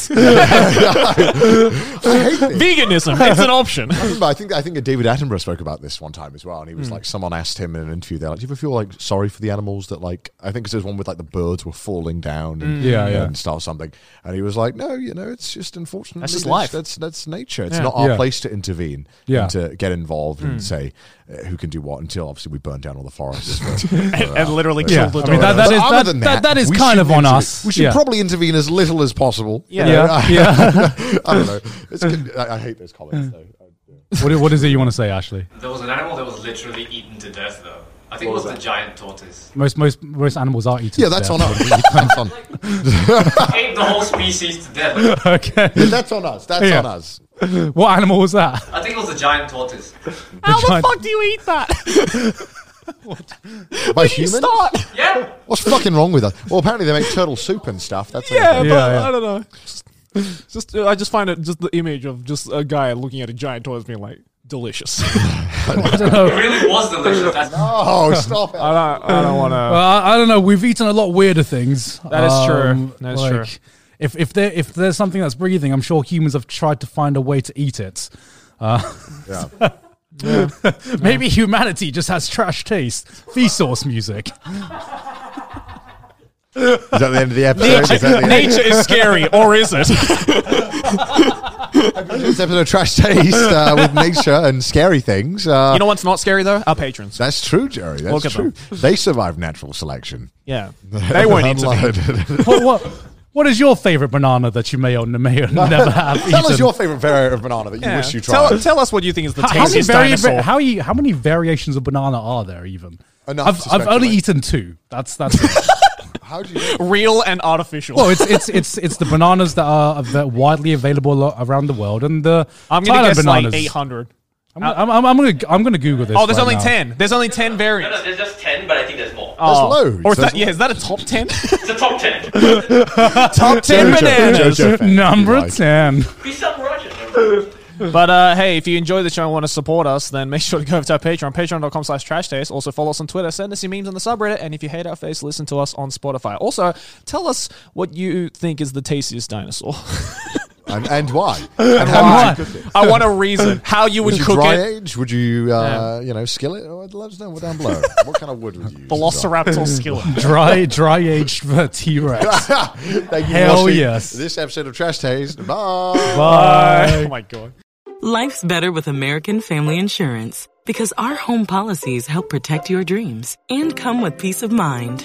[SPEAKER 6] Veganism, it's an option.
[SPEAKER 4] I remember, I think I think that David Attenborough spoke about this one time as well, and he
[SPEAKER 2] Hmm.
[SPEAKER 4] was like, someone asked him in an interview, they're like, "Do you ever feel like sorry for the animals that like?" I think 'cause there's one with like the birds were falling down,
[SPEAKER 2] Mm.
[SPEAKER 4] and,
[SPEAKER 2] Yeah,
[SPEAKER 4] and,
[SPEAKER 2] yeah.
[SPEAKER 4] stuff something, and he was like, "No, you know, it's just unfortunately
[SPEAKER 6] That's just life.
[SPEAKER 4] That's that's nature. It's
[SPEAKER 6] Yeah.
[SPEAKER 4] not our
[SPEAKER 2] Yeah.
[SPEAKER 4] place to intervene,
[SPEAKER 2] Yeah. Hmm.
[SPEAKER 4] and to get involved and say uh, who can do what until obviously we burn down all the forests." uh,
[SPEAKER 6] and, and literally
[SPEAKER 2] Yeah.
[SPEAKER 6] killed the
[SPEAKER 2] I mean, that-
[SPEAKER 6] dog.
[SPEAKER 2] that
[SPEAKER 4] But
[SPEAKER 2] is-
[SPEAKER 4] other
[SPEAKER 2] that-
[SPEAKER 4] than
[SPEAKER 2] that- that is
[SPEAKER 4] we
[SPEAKER 2] kind
[SPEAKER 4] should
[SPEAKER 2] of on
[SPEAKER 4] intervene-
[SPEAKER 2] us.
[SPEAKER 4] We should
[SPEAKER 2] Yeah.
[SPEAKER 4] probably intervene as little as possible. you
[SPEAKER 6] Yeah.
[SPEAKER 4] know?
[SPEAKER 2] Yeah, yeah.
[SPEAKER 4] I don't know. It's good. I, I hate those comments though.
[SPEAKER 2] what, i- what is it you want to say, Ashley?
[SPEAKER 10] There was an animal that was literally eaten to death, though. I think it was the giant tortoise.
[SPEAKER 2] Most most most animals are eaten. to
[SPEAKER 4] Yeah, that's
[SPEAKER 2] death.
[SPEAKER 4] on us. That's on.
[SPEAKER 10] Ate the whole species to death.
[SPEAKER 2] okay.
[SPEAKER 4] Yeah, that's on us. That's
[SPEAKER 2] Yeah.
[SPEAKER 4] on us.
[SPEAKER 2] What animal was that?
[SPEAKER 10] I think it was the giant tortoise.
[SPEAKER 6] How the
[SPEAKER 2] giant-
[SPEAKER 6] fuck do you eat that?
[SPEAKER 4] By humans?
[SPEAKER 6] Stop.
[SPEAKER 10] Yeah.
[SPEAKER 4] What's fucking wrong with us? Well, apparently they make turtle soup and stuff. That's
[SPEAKER 6] Yeah,
[SPEAKER 4] okay.
[SPEAKER 6] but
[SPEAKER 2] yeah.
[SPEAKER 6] I don't know. Just, just uh, I just find it just the image of just a guy looking at a giant tortoise being like delicious.
[SPEAKER 2] I don't know.
[SPEAKER 10] It really was delicious. That's
[SPEAKER 4] Oh, stop it!
[SPEAKER 6] I don't, I don't want to.
[SPEAKER 2] Well, Uh, I, I don't know. We've eaten a lot weirder things. Um,
[SPEAKER 6] That is true. That is true.
[SPEAKER 2] If if there if there's something that's breathing, I'm sure humans have tried to find a way to eat it. Uh,
[SPEAKER 4] Yeah.
[SPEAKER 2] Maybe humanity just has trash taste. Feast source music.
[SPEAKER 4] Is that the end of the episode? Is that the end
[SPEAKER 6] Nature is scary, or is it?
[SPEAKER 4] of this episode of Trash Taste uh, with nature and scary things? Uh,
[SPEAKER 6] you know what's not scary though? Our patrons.
[SPEAKER 4] that's true, Jerry. That's
[SPEAKER 6] Look at
[SPEAKER 4] true.
[SPEAKER 6] them.
[SPEAKER 4] They survived natural selection.
[SPEAKER 6] Yeah, they weren't into
[SPEAKER 4] Unlike-
[SPEAKER 2] what, what what is your favorite banana that you may or may or never have eaten?
[SPEAKER 4] Tell us your favorite variant of banana that you wish you tried.
[SPEAKER 6] Tell, tell us what you think is the
[SPEAKER 2] how, how many
[SPEAKER 6] tastiest
[SPEAKER 2] vari-
[SPEAKER 6] dinosaur.
[SPEAKER 2] how, you, how many variations of banana are there even?
[SPEAKER 4] Enough to
[SPEAKER 2] I've, I've only
[SPEAKER 4] speculate.
[SPEAKER 2] eaten two. That's that's. it.
[SPEAKER 4] How do you?
[SPEAKER 6] Real and artificial.
[SPEAKER 2] Well, it's it's it's it's the bananas that are av- widely available lo- around the world, and the
[SPEAKER 6] I'm gonna
[SPEAKER 2] Thailand
[SPEAKER 6] guess
[SPEAKER 2] bananas.
[SPEAKER 6] like 800.
[SPEAKER 2] I'm, I'm, I'm, I'm gonna I'm gonna Google this.
[SPEAKER 6] Oh, there's
[SPEAKER 2] right
[SPEAKER 6] only
[SPEAKER 2] now.
[SPEAKER 6] 10. There's only 10
[SPEAKER 5] No,
[SPEAKER 6] variants.
[SPEAKER 5] no, there's just ten, but I think there's more.
[SPEAKER 4] There's loads.
[SPEAKER 6] Oh. Or is
[SPEAKER 4] There's
[SPEAKER 6] that, yeah, is that a top 10?
[SPEAKER 5] It's a top ten.
[SPEAKER 6] top 10
[SPEAKER 4] Jojo-
[SPEAKER 6] bananas.
[SPEAKER 4] Jojo fan, if
[SPEAKER 2] Number
[SPEAKER 4] you like.
[SPEAKER 2] ten.
[SPEAKER 5] Peace out, Roger.
[SPEAKER 6] But uh, hey, if you enjoy the show and want to support us, then make sure to go over to our Patreon, patreon.com slash trash taste. Also follow us on Twitter, send us your memes on the subreddit, and if you hate our face, listen to us on Spotify. Also, tell us what you think is the tastiest dinosaur.
[SPEAKER 4] And, and why?
[SPEAKER 2] why?
[SPEAKER 6] I want a reason. How you would
[SPEAKER 4] Would you
[SPEAKER 6] cook
[SPEAKER 4] dry
[SPEAKER 6] it.
[SPEAKER 4] age? Would you, uh, you know, skillet? Oh, let us know down below. what kind of wood would you use?
[SPEAKER 6] Velociraptor skillet.
[SPEAKER 2] Dry dry aged T Rex.
[SPEAKER 4] Thank you
[SPEAKER 2] Hell
[SPEAKER 4] for watching
[SPEAKER 2] yes.
[SPEAKER 4] this episode of Trash Taste. Bye.
[SPEAKER 6] Bye. Oh my god.
[SPEAKER 11] Life's better with American Family Insurance. because our home policies help protect your dreams and come with peace of mind.